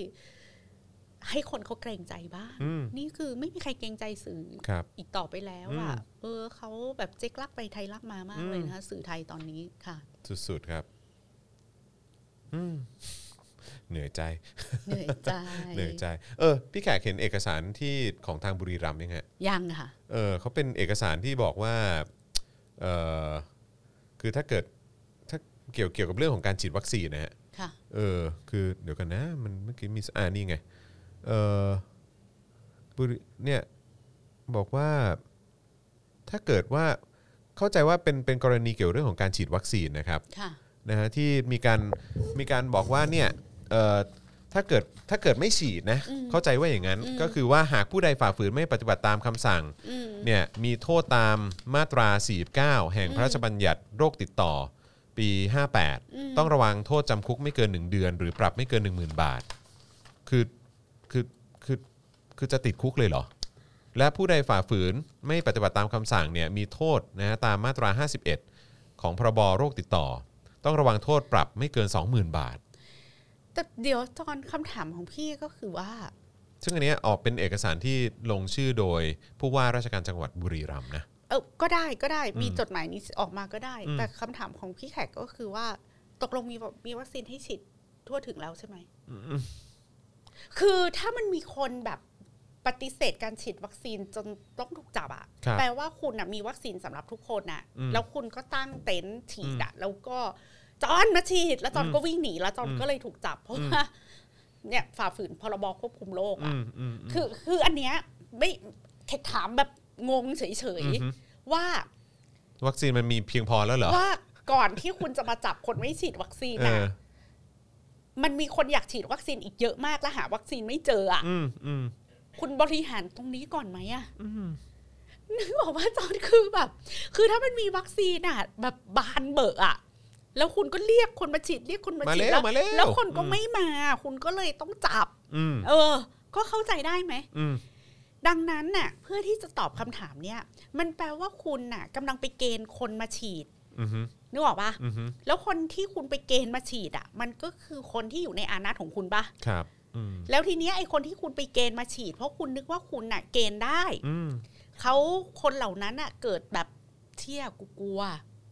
[SPEAKER 3] ให้คนเขาเกรงใจบ้าง
[SPEAKER 2] อืม
[SPEAKER 3] นี่คือไม่มีใครเกรงใจสื่อ
[SPEAKER 2] ครับ
[SPEAKER 3] อีกต่อไปแล้วอ่ะ
[SPEAKER 2] อืม
[SPEAKER 3] เออเขาแบบเจ๊กลักไปไทยลักมามาก
[SPEAKER 2] อืม
[SPEAKER 3] เลยนะคะสื่อไทยตอนนี้ค่ะ
[SPEAKER 2] สุดๆครับ อืม เหนื่อยใจ
[SPEAKER 3] เหนื่อยใจ
[SPEAKER 2] เหนื่อยใจ เออ พี่แขกเห็นเอกสารที่ของทางบุรีรัมย์ยังฮะ
[SPEAKER 3] ยังค่ะ
[SPEAKER 2] เออเขาเป็นเอกสารที่บอกว่า เออคือถ้าเกิด ถ้าเกี่ยวเกี่ยวกับเรื่องของการฉีดวัคซีนนะฮะ
[SPEAKER 3] ค่ะ
[SPEAKER 2] เออ คือเดี๋ยวกันนะ มันเมื่อกี้มีสอ่านี่ไง เออบุรีเนี่ย บอกว่า ถ้าเกิดว่า เข้าใจว่าเป็น เป็นกรณีเกี่ยวเรื่องของการฉีดวัคซีนนะครับ
[SPEAKER 3] ค่ะ
[SPEAKER 2] นะฮะที่มีการมีการบอกว่าเนี่ยเอ่อถ้าเกิดถ้าเกิดไม่ฉีดนะเข้าใจว่าอย่างนั้น
[SPEAKER 3] อืม
[SPEAKER 2] ก็คือว่าหากผู้ใดฝ่าฝืนไม่ปฏิบัติตามคำสั่ง
[SPEAKER 3] อืม
[SPEAKER 2] เนี่ยมีโทษตามมาตรา 49 แห่งพระราชบัญญัติโรคติดต่อปี
[SPEAKER 3] อืม
[SPEAKER 2] 58 ต้องระวังโทษจำคุกไม่เกิน 1 เดือน หรือปรับไม่เกิน 10,000 บาท คือคือคือคือจะติดคุกเลยเหรอ และผู้ใดฝ่าฝืนไม่ปฏิบัติตามคำสั่งเนี่ยมีโทษนะฮะตามมาตรา 51 ของพรบโรคติดต่อ ต้องระวังโทษปรับไม่เกิน 20,000 บาท
[SPEAKER 3] แต่เดี๋ยวตอนคำถามของพี่ก็คือว่า
[SPEAKER 2] ซึ่งอันเนี้ยออกเป็นเอกสารที่ลงชื่อโดย ผู้ว่าราชการจังหวัดบุรีรัมย์นะ
[SPEAKER 3] เออก็ได้ก็ได้มี
[SPEAKER 2] อืม
[SPEAKER 3] จดหมายนี้ออกมาก็ได้
[SPEAKER 2] อืม
[SPEAKER 3] แต่คำถามของพี่แขกก็คือว่า ตกลงมีมีวัคซีนให้ฉีดทั่วถึงแล้วใช่ไหม คือถ้ามันมีคนแบบปฏิเสธการฉีดวัคซีนจนต้องถูกจับอะ
[SPEAKER 2] ครับ
[SPEAKER 3] แปลว่าคุณอะมีวัคซีนสำหรับทุกคนอะ
[SPEAKER 2] อืม
[SPEAKER 3] แล้วคุณก็ตั้งเต็นท์ฉีดอะแล้วก็จอนมาฉีด แล้วจอนก็วิ่งหนี แล้วจอน
[SPEAKER 2] อืม
[SPEAKER 3] ก็เลยถูกจับ เพราะ
[SPEAKER 2] อืม
[SPEAKER 3] ว่า เนี่ยฝ่าฝืนพรบควบคุมโรค
[SPEAKER 2] อื
[SPEAKER 3] อะ
[SPEAKER 2] มอืมม
[SPEAKER 3] คือคืออันเนี้ยไม่แขกถามแบบงงเฉย
[SPEAKER 2] อือฮึ
[SPEAKER 3] ๆว่า
[SPEAKER 2] วัคซีนมันมีเพียงพอแล้วเหรอ
[SPEAKER 3] ว่าก่อนที่คุณจะมาจับคนไม่ฉีดวัคซีน
[SPEAKER 2] เอ
[SPEAKER 3] นะ
[SPEAKER 2] อ
[SPEAKER 3] มันมีคนอยากฉีดวัคซีนอีกเยอะมากและหาวัคซีนไม่เจออ่ะ
[SPEAKER 2] อืมอืม
[SPEAKER 3] คุณบริหารตรงนี้ก่อนไหมอ่ะ
[SPEAKER 2] อืม
[SPEAKER 3] นึกออกว่าจอนคือแบบ คือถ้ามันมีวัคซีนอ่ะแบบบานเบอะอ่ะ แล้วคุณก็เรียกคนมาฉีดเรียกคนมาฉี
[SPEAKER 2] มา
[SPEAKER 3] ด
[SPEAKER 2] แล้วมาแล้ว
[SPEAKER 3] แล้วคนก็
[SPEAKER 2] อืม
[SPEAKER 3] ไม่มา คุณก็เลยต้องจับ
[SPEAKER 2] อืม
[SPEAKER 3] เออ ก็เข้าใจได้ไหม
[SPEAKER 2] อืม
[SPEAKER 3] ดังนั้นน่ะ เพื่อที่จะตอบคำถามเนี่ย มันแปลว่าคุณน่ะกำลังไปเกณฑ์คนมาฉีด
[SPEAKER 2] อืม
[SPEAKER 3] นึกออกปะ
[SPEAKER 2] อืม
[SPEAKER 3] แล้วคนที่คุณไปเกณฑ์มาฉีดอ่ะ มันก็คือคนที่อยู่ในอานัตของคุณปะ
[SPEAKER 2] ครับ อืม
[SPEAKER 3] แล้วทีเนี้ยไอ้คนที่คุณไปเกณฑ์มาฉีด เพราะคุณนึกว่าคุณน่ะเกณฑ์ได้
[SPEAKER 2] อืม
[SPEAKER 3] เขาคนเหล่านั้นน่ะ เกิดแบบเที่ยกูกลัว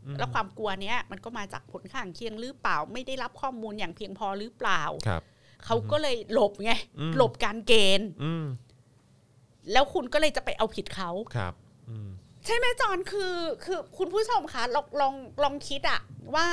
[SPEAKER 2] อืม
[SPEAKER 3] แล้วความกลัวเนี้ยมันก็มาจากผลข้างเคียงหรือเปล่า ไม่ได้รับข้อมูลอย่างเพียงพอหรือเปล่า
[SPEAKER 2] ครับ
[SPEAKER 3] เขาก็เลยหลบไง
[SPEAKER 2] อืม
[SPEAKER 3] หลบการเกณฑ์
[SPEAKER 2] อืม
[SPEAKER 3] แล้วคุณก็เลยจะไปเอาผิดเขา
[SPEAKER 2] ครับ อืม
[SPEAKER 3] ใช่ไหมจอนคือคือคุณผู้ชมคะลองลองลองคิดอะว่า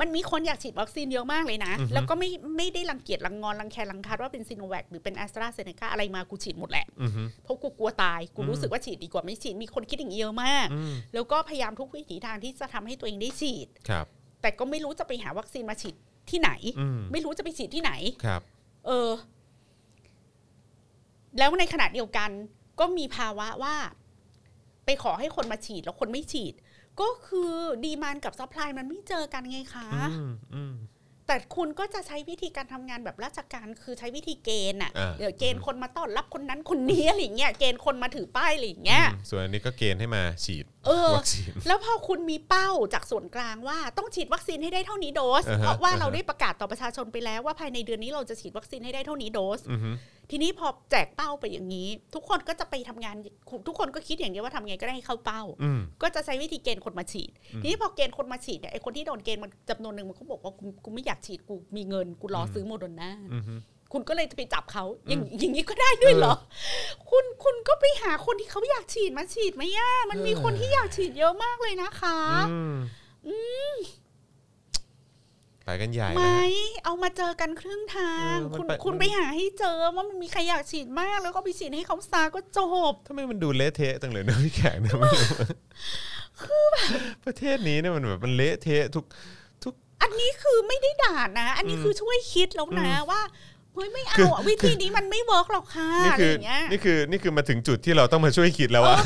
[SPEAKER 3] มันมีคนอยากฉีดวัคซีนเยอะมากเลยนะ แล้วก็ไม่ไม่ได้รังเกียจรังงอนรังแครังคัดว่าเป็นซีโนแวคหรือเป็นแอสตราเซเนกาอะไรมากูฉีดหมดแหละ
[SPEAKER 2] อืม
[SPEAKER 3] เพราะกูกลัวตาย กูรู้สึกว่าฉีดดีกว่าไม่ฉีด มีคนคิดอย่างนี้เยอะมาก
[SPEAKER 2] อืม
[SPEAKER 3] แล้วก็พยายามทุกวิถีทางที่จะทำให้ตัวเองได้ฉีด
[SPEAKER 2] ครับ
[SPEAKER 3] แต่ก็ไม่รู้จะไปหาวัคซีนมาฉีดที่ไหน
[SPEAKER 2] อืม
[SPEAKER 3] ไม่รู้จะไปฉีดที่ไหน
[SPEAKER 2] ครับ
[SPEAKER 3] เออ แล้วในขณะเดียวกันก็มีภาวะว่า ไปขอให้คนมาฉีดแล้วคนไม่ฉีด ก็คือดีมานกับซัพพลายมันไม่เจอกันไงคะ
[SPEAKER 2] อืมอืม
[SPEAKER 3] แต่คุณก็จะใช้วิธีการทำงานแบบราชการคือใช้วิธีเกณฑ์อะ
[SPEAKER 2] อ่า
[SPEAKER 3] เดี๋ยวเกณฑ์คนมาต้อนรับคนนั้นคนนี้อะไรอย่างเงี้ยเกณฑ์คนมาถือป้ายอะไรอย่างเงี้ย
[SPEAKER 2] อืมส่วนอันนี้ก็เกณฑ์ให้มาฉีด
[SPEAKER 3] เออ
[SPEAKER 2] วัคซีน
[SPEAKER 3] แล้วพอคุณมีเป้าจากส่วนกลางว่าต้องฉีดวัคซีนให้ได้เท่านี้โดส
[SPEAKER 2] อ่าฮะ
[SPEAKER 3] เพราะว่าเรา
[SPEAKER 2] อ่าฮะ
[SPEAKER 3] ได้ประกาศต่อประชาชนไปแล้วว่าภายในเดือนนี้เราจะฉีดวัคซีนให้ได้เท่านี้โดส
[SPEAKER 2] อืม
[SPEAKER 3] ทีนี้พอแจกเป้าไปอย่างนี้ ทุกคนก็จะไปทำงานทุกคนก็คิดอย่างเดียวว่าทำไงก็ได้ให้เข้าเป้า
[SPEAKER 2] อืม
[SPEAKER 3] ก็จะใช้วิธีเกณฑ์คนมาฉีด
[SPEAKER 2] อืม
[SPEAKER 3] ทีนี้พอเกณฑ์คนมาฉีดเนี่ยไอ้คนที่โดนเกณฑ์มันจำนวนหนึ่งมันก็บอกว่ากูกูไม่อยากฉีดกูมีเงินกูรอซื้อโมเดอร์นา
[SPEAKER 2] อืม
[SPEAKER 3] คุณก็เลยจะไปจับเขาอย่างอย่างนี้ก็ได้ด้วยเหรอ คุณคุณก็ไปหาคนที่เขาอยากฉีดมาฉีดไหมย่ามันมี
[SPEAKER 2] เออ
[SPEAKER 3] คนที่อยากฉีดเยอะมากเลยนะคะ
[SPEAKER 2] อืมไปกันใหญ่
[SPEAKER 3] ไหม
[SPEAKER 2] นะฮะ
[SPEAKER 3] เอามาเจอกันครึ่งทาง
[SPEAKER 2] เออมัน
[SPEAKER 3] คุณ
[SPEAKER 2] ไป
[SPEAKER 3] คุณไปหาให้เจอว่ามันมีใครอยากฉีดมากแล้วก็ไปฉีดให้เขาซาก็จบ
[SPEAKER 2] ทำไมมันดูเละเทะจังเลยนะพี่แขกเนี่ยไม่รู้ประเทศนี้เนี่ยมันแบบมันเละเทะทุก
[SPEAKER 3] อันนี้คือไม่ได้ด่านะ อันนี้
[SPEAKER 2] อืม
[SPEAKER 3] คือช่วยคิดแล้วนะว่าเฮ้ยไม่เอาอะวิธีนี้มันไม่เวิร์กหรอกค่ะ
[SPEAKER 2] นี่
[SPEAKER 3] อะไร
[SPEAKER 2] คื
[SPEAKER 3] อย่างเงี้ย
[SPEAKER 2] นี่คือนี่คือมาถึงจุดที่เราต้องมาช่วยคิดแล้วอะ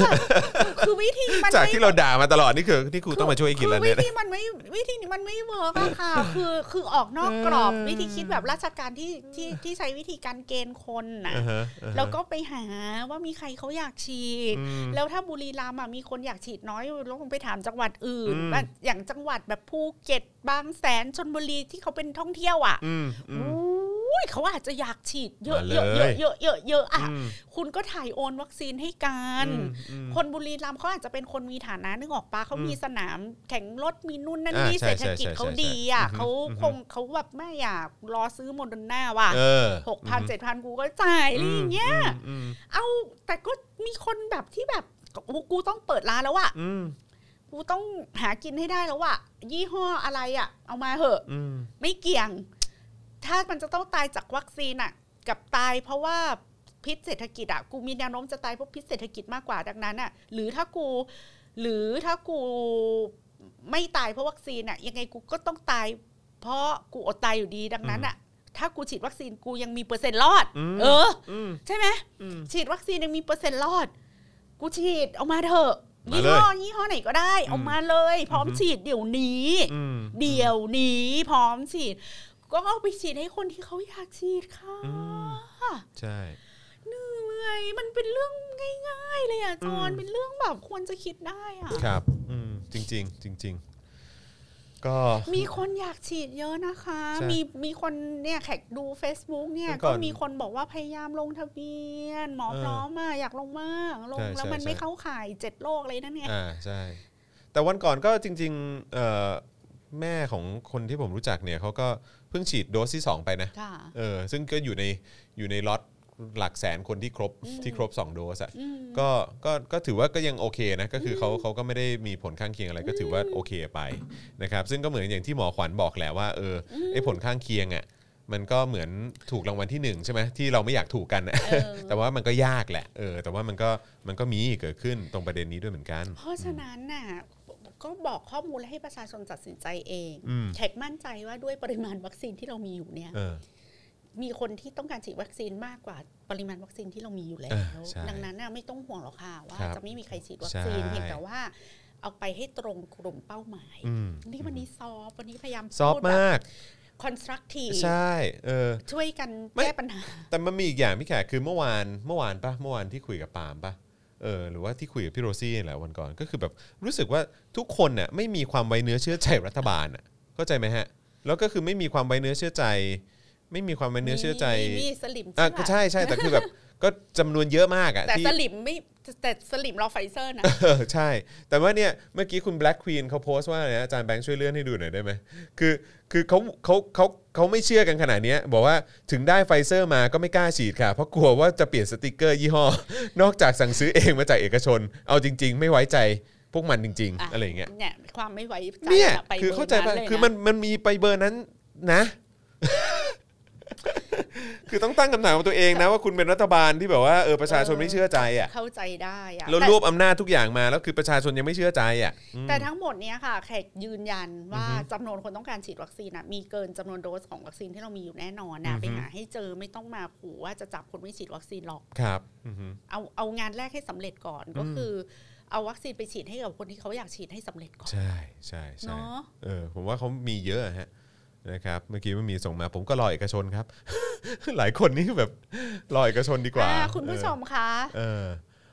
[SPEAKER 3] คือวิธีมัน
[SPEAKER 2] จาก
[SPEAKER 3] ไม่
[SPEAKER 2] ที่เราด่ามาตลอดนี่คือนี่กูต้องมาช่วยคิดแล้ว
[SPEAKER 3] คือ
[SPEAKER 2] เนี่
[SPEAKER 3] วิ
[SPEAKER 2] ย
[SPEAKER 3] ธีมันไม่วิธีนี้มันไม่เวิร์กอะ ค่ะ คือคือออกนอกกรอบ
[SPEAKER 2] เออ
[SPEAKER 3] วิธีคิดแบบราชการที่ที่ที่ใช้วิธีการเกณฑ์คนน่ะ
[SPEAKER 2] อ่าฮะอ่าฮะ
[SPEAKER 3] แล้วก็ไปหาว่ามีใครเขาอยากฉีด
[SPEAKER 2] อืม
[SPEAKER 3] แล้วถ้าบุรีรัมย์อะมีคนอยากฉีดน้อยลงไปถามจังหวัดอื่น
[SPEAKER 2] อืม
[SPEAKER 3] แบบอย่างจังหวัดแบบภูเก็ตบางแสนชนบุรีที่เขาเป็นท่องเที่ยวอ่ะ
[SPEAKER 2] อืมอืม
[SPEAKER 3] อุ้ยเขาอาจจะอยากฉีดเยอะ
[SPEAKER 2] มา
[SPEAKER 3] เย
[SPEAKER 2] เล
[SPEAKER 3] อะเยอะ
[SPEAKER 2] ย
[SPEAKER 3] เยอะเยอะเยอะอ่ะ
[SPEAKER 2] อืม
[SPEAKER 3] คุณก็ถ่ายโอนวัคซีนให้กัน
[SPEAKER 2] อืมอืม
[SPEAKER 3] คนบุรีรัมย์เขาอาจจะเป็นคนมีฐานะนึกออกปะเขามีสนามแข่งรถมีนู่นนั่น
[SPEAKER 2] อ่า
[SPEAKER 3] นี่
[SPEAKER 2] ใช่
[SPEAKER 3] เศรษฐกิจ
[SPEAKER 2] ใช่ใช่
[SPEAKER 3] เขา
[SPEAKER 2] ใช่
[SPEAKER 3] ดีอ่ะ
[SPEAKER 2] อือฮึ
[SPEAKER 3] เขา
[SPEAKER 2] อือฮึ
[SPEAKER 3] คงเขาแบบไม่อยากรอซื้อโมเดอร์นาว่ะ
[SPEAKER 2] เออ
[SPEAKER 3] หกพันเจ็ดพันกูก็จ่ายอะไรอย่างเงี้ย
[SPEAKER 2] อืม
[SPEAKER 3] เอาแต่ก็มีคนแบบที่แบบโอ้กูต้องเปิดร้านแล้วอ่ะ
[SPEAKER 2] อืม
[SPEAKER 3] กูต้องหากินให้ได้แล้วอ่ะ ยี่ห้ออะไรอ่ะ เอามาเหอะ
[SPEAKER 2] อืม
[SPEAKER 3] ไม่เกี่ยง ถ้ามันจะต้องตายจากวัคซีนอะกับตายเพราะว่าพิษเศรษฐกิจอะกูมีแนวโน้มจะตายเพราะพิษเศรษฐกิจมากกว่าดังนั้นอะหรือถ้ากู หรือถ้ากูไม่ตายเพราะวัคซีนอะยังไงกูก็ต้องตาย เพราะกูอดตายอยู่ดีดังนั้นอะถ้ากูฉีดวัคซีนกูยังมีเปอร์เซ็นต์รอด
[SPEAKER 2] อืม
[SPEAKER 3] เออ
[SPEAKER 2] อืม
[SPEAKER 3] ใช่ไหม
[SPEAKER 2] อืม
[SPEAKER 3] ฉีดวัคซีนยังมีเปอร์เซ็นต์รอด กูฉีดเอามาเถอะ
[SPEAKER 2] มา
[SPEAKER 3] ยี่
[SPEAKER 2] เลย
[SPEAKER 3] ห้อยี่ห้อไหนก็ได้ เอามาเลย พร้อม
[SPEAKER 2] อือหือ
[SPEAKER 3] ฉีดเดี๋ยวนี้
[SPEAKER 2] อืม
[SPEAKER 3] เดี๋ยวนี้พร้อมฉีด ก็เอาไปฉีดให้คนที่เขาอยากฉีดค่ะ
[SPEAKER 2] อื ใช่
[SPEAKER 3] เหนื่อยมันเป็นเรื่องง่าย ๆ เลยอ่ะจอน
[SPEAKER 2] อืม
[SPEAKER 3] เป็นเรื่องแบบควรจะคิดได้อ่ะ
[SPEAKER 2] ครับอืมจริงจริงๆจริง ก็
[SPEAKER 3] มีคนอยากฉีดเยอะนะคะ
[SPEAKER 2] ใช่
[SPEAKER 3] มีมีคนเนี่ยแขกดู Facebook เนี่ย
[SPEAKER 2] เมื่อก่อ
[SPEAKER 3] ก็
[SPEAKER 2] น
[SPEAKER 3] มีคนบอกว่าพยายามลงทะเบียน หมอ
[SPEAKER 2] เออ
[SPEAKER 3] พร้อมอะอยากลงมากลง
[SPEAKER 2] ใช่
[SPEAKER 3] แล้ว
[SPEAKER 2] ใช่
[SPEAKER 3] มันไม่
[SPEAKER 2] ใช่
[SPEAKER 3] เข้าข่ายเจ็ดโรคเลยนั่นไง
[SPEAKER 2] อ่าใช่ แต่วันก่อนก็จริงๆเอ่อแม่ของคนที่ผมรู้จักเนี่ยเขาก็เพิ่งฉีดโดสที่ 2 ไปนะ
[SPEAKER 3] ค่ะ
[SPEAKER 2] เออซึ่งก็อยู่ในอยู่ในล็อตหลักแสนคนที่ครบที่ครบ 2 โดสอะก็ก็ก็ถือว่าก็ยังโอเคนะก็คือเขาเขาก็ไม่ได้มีผลข้างเคียงอะไรก็ถือว่าโอเคไปนะครับซึ่งก็เหมือนอย่างที่หมอขวัญบอกแหละว่าเออไอ้ผลข้างเคียงอะมันก็เหมือนถูกรางวัลที่หนึ่งใช่ไหมที่เราไม่อยากถูกกันนะ แต่ว่ามันก็ยากแหละเออแต่ว่ามันก็มันก็มีเกิดขึ้นตรงประเด็นนี้ด้วยเหมือนกัน
[SPEAKER 3] เพราะฉะนั้นน่ะก็บอกข้อมูลให้ประชาชนตัดสินใจเอง
[SPEAKER 2] อืม
[SPEAKER 3] แขกมั่นใจว่าด้วยปริมาณวัคซีนที่เรามีอยู่เนี่ย
[SPEAKER 2] เออ
[SPEAKER 3] มีคนที่ต้องการฉีดวัคซีนมากกว่าปริมาณวัคซีนที่เรามีอยู่แล้
[SPEAKER 2] เอ
[SPEAKER 3] ว
[SPEAKER 2] อใช่
[SPEAKER 3] ดังนั้นน่ะไม่ต้องห่วงหรอกค่ะว่า
[SPEAKER 2] ครับ
[SPEAKER 3] จะไม่มีใครฉีดวัคซีน
[SPEAKER 2] ใช่
[SPEAKER 3] เพียงแต่ว่า เอาไปให้ตรงกลุ่มเป้าหมาย
[SPEAKER 2] อืม
[SPEAKER 3] นี่วันนี้ซอฟต์วันนี้พยายาม
[SPEAKER 2] ซอฟต์มาก
[SPEAKER 3] คอนสตรักที
[SPEAKER 2] ใช่เออ
[SPEAKER 3] ช่วยกัน
[SPEAKER 2] ไม่
[SPEAKER 3] แก้ปัญหา
[SPEAKER 2] แต่มันมีอีกอย่างพี่แขกคือเมื่อวานเมื่อวานปะเมื่อวานที่คุยกับปาล์มปะเออหรือว่าที่คุยกับพี่โรซี่นี่แหละวันก่อนก็คือแบบรู้สึกว่าทุกคนน่ะไม่มีความไว้เนื้อเชื่อใจรัฐบาลน่ะเข้าใจไหมฮะ แล้วก็คือไม่มีความไว้เนื้อเชื่อใจ ไม่มีความไว้เนื้อเชื่อใจ
[SPEAKER 3] มีมีสลิม
[SPEAKER 2] อ่ะ
[SPEAKER 3] เชื่
[SPEAKER 2] ก็
[SPEAKER 3] อ
[SPEAKER 2] ใช่ใช่แต่คือแบบ ก็จำนวนเยอะมากอะ
[SPEAKER 3] แต่
[SPEAKER 2] ที่
[SPEAKER 3] สลิมไม่แต่สลิมรอไฟเซอร์นะ
[SPEAKER 2] เอ อใช่ แต่ว่าเนี่ยเมื่อกี้คุณ Black Queen เขาโพสต์ว่าอะไรนะอาจารย์แบงค์ช่วยเลื่อนให้ดูหน่อยได้ไหมคือคือเขาเขาเขาเขาไม่เชื่อกันขนาดเนี้ยบอกว่าถึงได้ไฟเซอร์มาก็ไม่กล้าฉีดค่ะ เพราะกลัวว่าจะเปลี่ยนสติกเกอร์ยี่ห้อ นอกจากสั่งซื้อเองมาจากเอกชน เอาจริง ๆ ไม่ไว้ใจพวกมันจริง ๆ อะไรอย่างเงี้ย
[SPEAKER 3] เนี่ยความไม่ไว้ใจ
[SPEAKER 2] เนี่ย
[SPEAKER 3] ะไป
[SPEAKER 2] คือเข้าใจ
[SPEAKER 3] บ
[SPEAKER 2] ป่ะ
[SPEAKER 3] ร์ลยะ
[SPEAKER 2] คือมันมันมีไปเบอร์นั้นนะ คือต้องตั้งคำถามกับตัวเองนะว่าคุณเป็นรัฐบาลที่แบบว่าเออประชาชนไม่เชื่อใจอ่ะ
[SPEAKER 3] เข้าใจได้อะ
[SPEAKER 2] แล้ว
[SPEAKER 3] ต่
[SPEAKER 2] รวบอำนาจทุกอย่างมาแล้วคือประชาชนยังไม่เชื่อใจอ่ะ
[SPEAKER 3] แต่ทั้งหมดเนี้ยค่ะแขกยืนยันว่าจำนวนคนต้องการฉีดวัคซีนน่ะมีเกินจำนวนโดสของวัคซีนที่เรามีอยู่แน่นอนนะไปหาให้เจอไม่ต้องมาขู่ว่าจะจับคนไม่ฉีดวัคซีนหรอก
[SPEAKER 2] ครับอือฮึ
[SPEAKER 3] เอาเอางานแรกให้สำเร็จก่อนก็คือ เอาวัคซีนไปฉีดให้กับคนที่เขาอยากฉีดให้สำเร็จก่อน
[SPEAKER 2] ใช่ใช่ใช่
[SPEAKER 3] เนอะ
[SPEAKER 2] เออผมว่าเขามีเยอะอะฮะนะครับเมื่อกี้มันมีส่งมา ผมก็รอเอกชนครับ หลายคนนี่คือแบบรอเอกชนดีกว่า
[SPEAKER 3] อ่าคุณผู้ชมคะ
[SPEAKER 2] เออเออ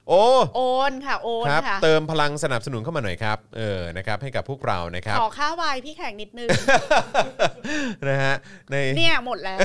[SPEAKER 2] โอ้
[SPEAKER 3] โอนค่ะ โอน
[SPEAKER 2] ครับ
[SPEAKER 3] ค่ะ
[SPEAKER 2] เติมพลังสนับสนุนเข้ามาหน่อยครับเออนะครับให้กับพวกเรานะครับ
[SPEAKER 3] ขอค่าวายพี่แขกนิดนึง
[SPEAKER 2] นะฮะใน
[SPEAKER 3] เนี่ยหมดแล้ว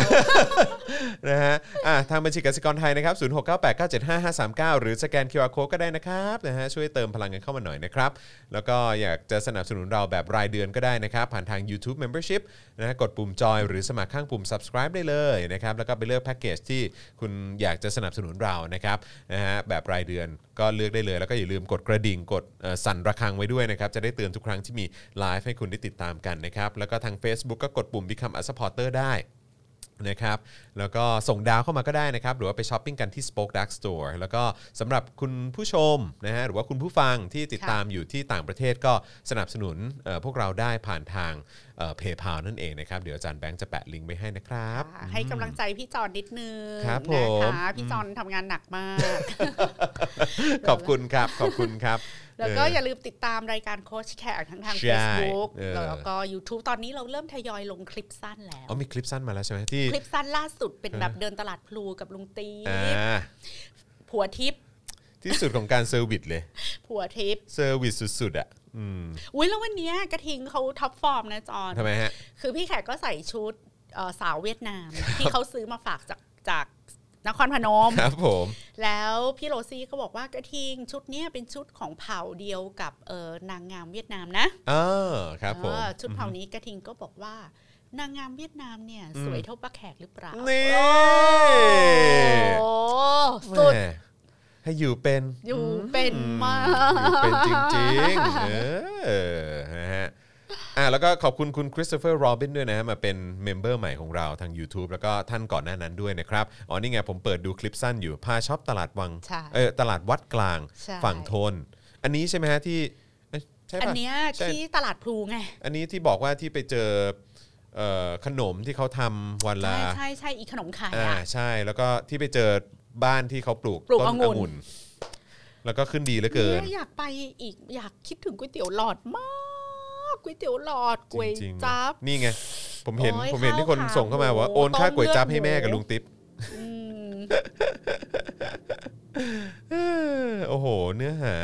[SPEAKER 2] นะฮะอ่ะทางบัญชีกสิกรไทยนะครับ 0698975539 หรือสแกน QR Code ก็ได้นะครับนะฮะช่วยเติมพลังกันเข้ามาหน่อยนะครับ แล้วก็อยากจะสนับสนุนเราแบบรายเดือนก็ได้นะครับ ผ่านทาง YouTube Membership นะฮะกดปุ่มจอยหรือสมัครข้างปุ่ม subscribe ได้เลยนะครับ แล้วก็ไปเลือกแพ็กเกจที่คุณอยากจะสนับสนุนเรานะครับนะฮะแบบรายเดือนก็เลือกได้เลย แล้วก็อย่าลืมกดกระดิ่งกดเอ่อสั่นระฆังไว้ด้วยนะครับ จะได้เตือนทุกครั้งที่มีไลฟ์ให้คุณได้ติดตามกันนะครับแล้วก็ทาง Facebook ก็กดปุ่ม Become a supporter ได้ นะครับแล้วก็ส่งดาวเข้ามาก็ได้นะครับ หรือว่าไปช้อปปิ้งกันที่ Spoke Dark Store แล้วก็สำหรับคุณผู้ชมนะฮะหรือว่าคุณผู้ฟังที่ติดตามอยู่ที่ต่างประเทศก็สนับสนุนเอ่อพวกเราได้ผ่านทางเพย์พานั่นเองนะครับ เดี๋ยวอาจารย์แบงค์จะแปะลิงก์ไว้ให้นะครับ
[SPEAKER 3] ค่ะให้กำลังใจพี่จอนนิดนึง
[SPEAKER 2] ครับผม
[SPEAKER 3] นะคะพี่จอนทำงานหนักมาก
[SPEAKER 2] ขอบคุณครับ ขอบคุณครับ
[SPEAKER 3] แล้วก็อย่าลืมติดตามรายการโค้ชแขกทั้งทาง
[SPEAKER 2] ใช่
[SPEAKER 3] Facebook
[SPEAKER 2] เออ
[SPEAKER 3] แล้วก็ YouTube ตอนนี้เราเริ่มทยอยลงคลิปสั้นแล้ว
[SPEAKER 2] อ๋อมีคลิปสั้นมาแล้วใช่ไหมที่
[SPEAKER 3] คลิปสั้นล่าสุดเป็นแบบเดินตลาดพลูกับลุงตีบ
[SPEAKER 2] อ่า
[SPEAKER 3] ผัวทิพย์
[SPEAKER 2] ที่สุดของการเซอร์วิสเลย
[SPEAKER 3] ผัวทิพย์
[SPEAKER 2] เซอร์วิสสุดๆอ่ะอืม
[SPEAKER 3] อุ้ยแล้ววันเนี้ยกระทิงเขาท็อปฟอร์มนะจอน
[SPEAKER 2] ทำไมฮะ
[SPEAKER 3] คือพี่แขกก็ใส่ชุดเอ่อสาวเวียดนาม ที่เขาซื้อมาฝากจากจากนครพนม
[SPEAKER 2] ครับผม
[SPEAKER 3] แล้วพี่โรซี่ก็บอกว่ากระทิงชุดเนี้ยเป็นชุดของเผ่าเดียวกับเออนางงามเวียดนามนะ
[SPEAKER 2] อ๋อครับผม
[SPEAKER 3] เออชุดเผ่านี้กระทิงก็บอกว่า นางงามเวียดนามเนี่ย สวยเท่าป้าแขกหรือเปล่า
[SPEAKER 2] นี่
[SPEAKER 3] โอ้
[SPEAKER 2] แห
[SPEAKER 3] สุด
[SPEAKER 2] ม่ให้อยู่เป็น
[SPEAKER 3] อยู่เป็นมาก
[SPEAKER 2] อยู่เป็นจริงๆ เออนะฮะอ่ะแล้วก็ขอบคุณคุณคริสโตเฟอร์โรบินด้วยนะฮะมาเป็นเมมเบอร์ใหม่ของเราทาง YouTube แล้วก็ท่านก่อนหน้านั้นด้วยนะครับ อ๋อนี่ไงผมเปิดดูคลิปสั้นอยู่ พาช็อปตลาดวัง
[SPEAKER 3] ใช่
[SPEAKER 2] เออตลาดวัดกลาง
[SPEAKER 3] ใช่
[SPEAKER 2] ฝั่งทน อันนี้ใช่ไหมฮะที่เอ้ยใช่
[SPEAKER 3] อัน
[SPEAKER 2] ปะ
[SPEAKER 3] เนี้ย
[SPEAKER 2] ใช่
[SPEAKER 3] ที่ตลาดพลูไง
[SPEAKER 2] อันนี้ที่บอกว่าที่ไปเจอเอ่อขนมที่เขาทำวันล
[SPEAKER 3] ใช่
[SPEAKER 2] ะ
[SPEAKER 3] ใช่ใช่อีขนมขาย
[SPEAKER 2] อ่า
[SPEAKER 3] อ่ะ
[SPEAKER 2] ใช่แล้วก็ที่ไปเจอบ้านที่เขาปลูก
[SPEAKER 3] ปลูก
[SPEAKER 2] ต้น
[SPEAKER 3] องุ่น
[SPEAKER 2] องุ่น แล้วก็ขึ้นดีเหลือเกิน
[SPEAKER 3] เนี่ยอยากไปอีกอยากคิดถึงก๋วยเตี๋ยวหลอดมากก๋วยเตี๋ยวหลอด
[SPEAKER 2] จ
[SPEAKER 3] ก๋วย
[SPEAKER 2] ริงๆ
[SPEAKER 3] จั๊บ
[SPEAKER 2] นี่ไง ผมเห็น
[SPEAKER 3] โอ้ย
[SPEAKER 2] ผมเห็นที่คน
[SPEAKER 3] ข้าวขา
[SPEAKER 2] ส่งเข้ามาว่า
[SPEAKER 3] หมู
[SPEAKER 2] โอนค่าก๋วยจั๊บให้แม่
[SPEAKER 3] ต้มเลือด
[SPEAKER 2] กับลุงติ๊บ
[SPEAKER 3] อืม
[SPEAKER 2] เออโอ้โห เนื้อหา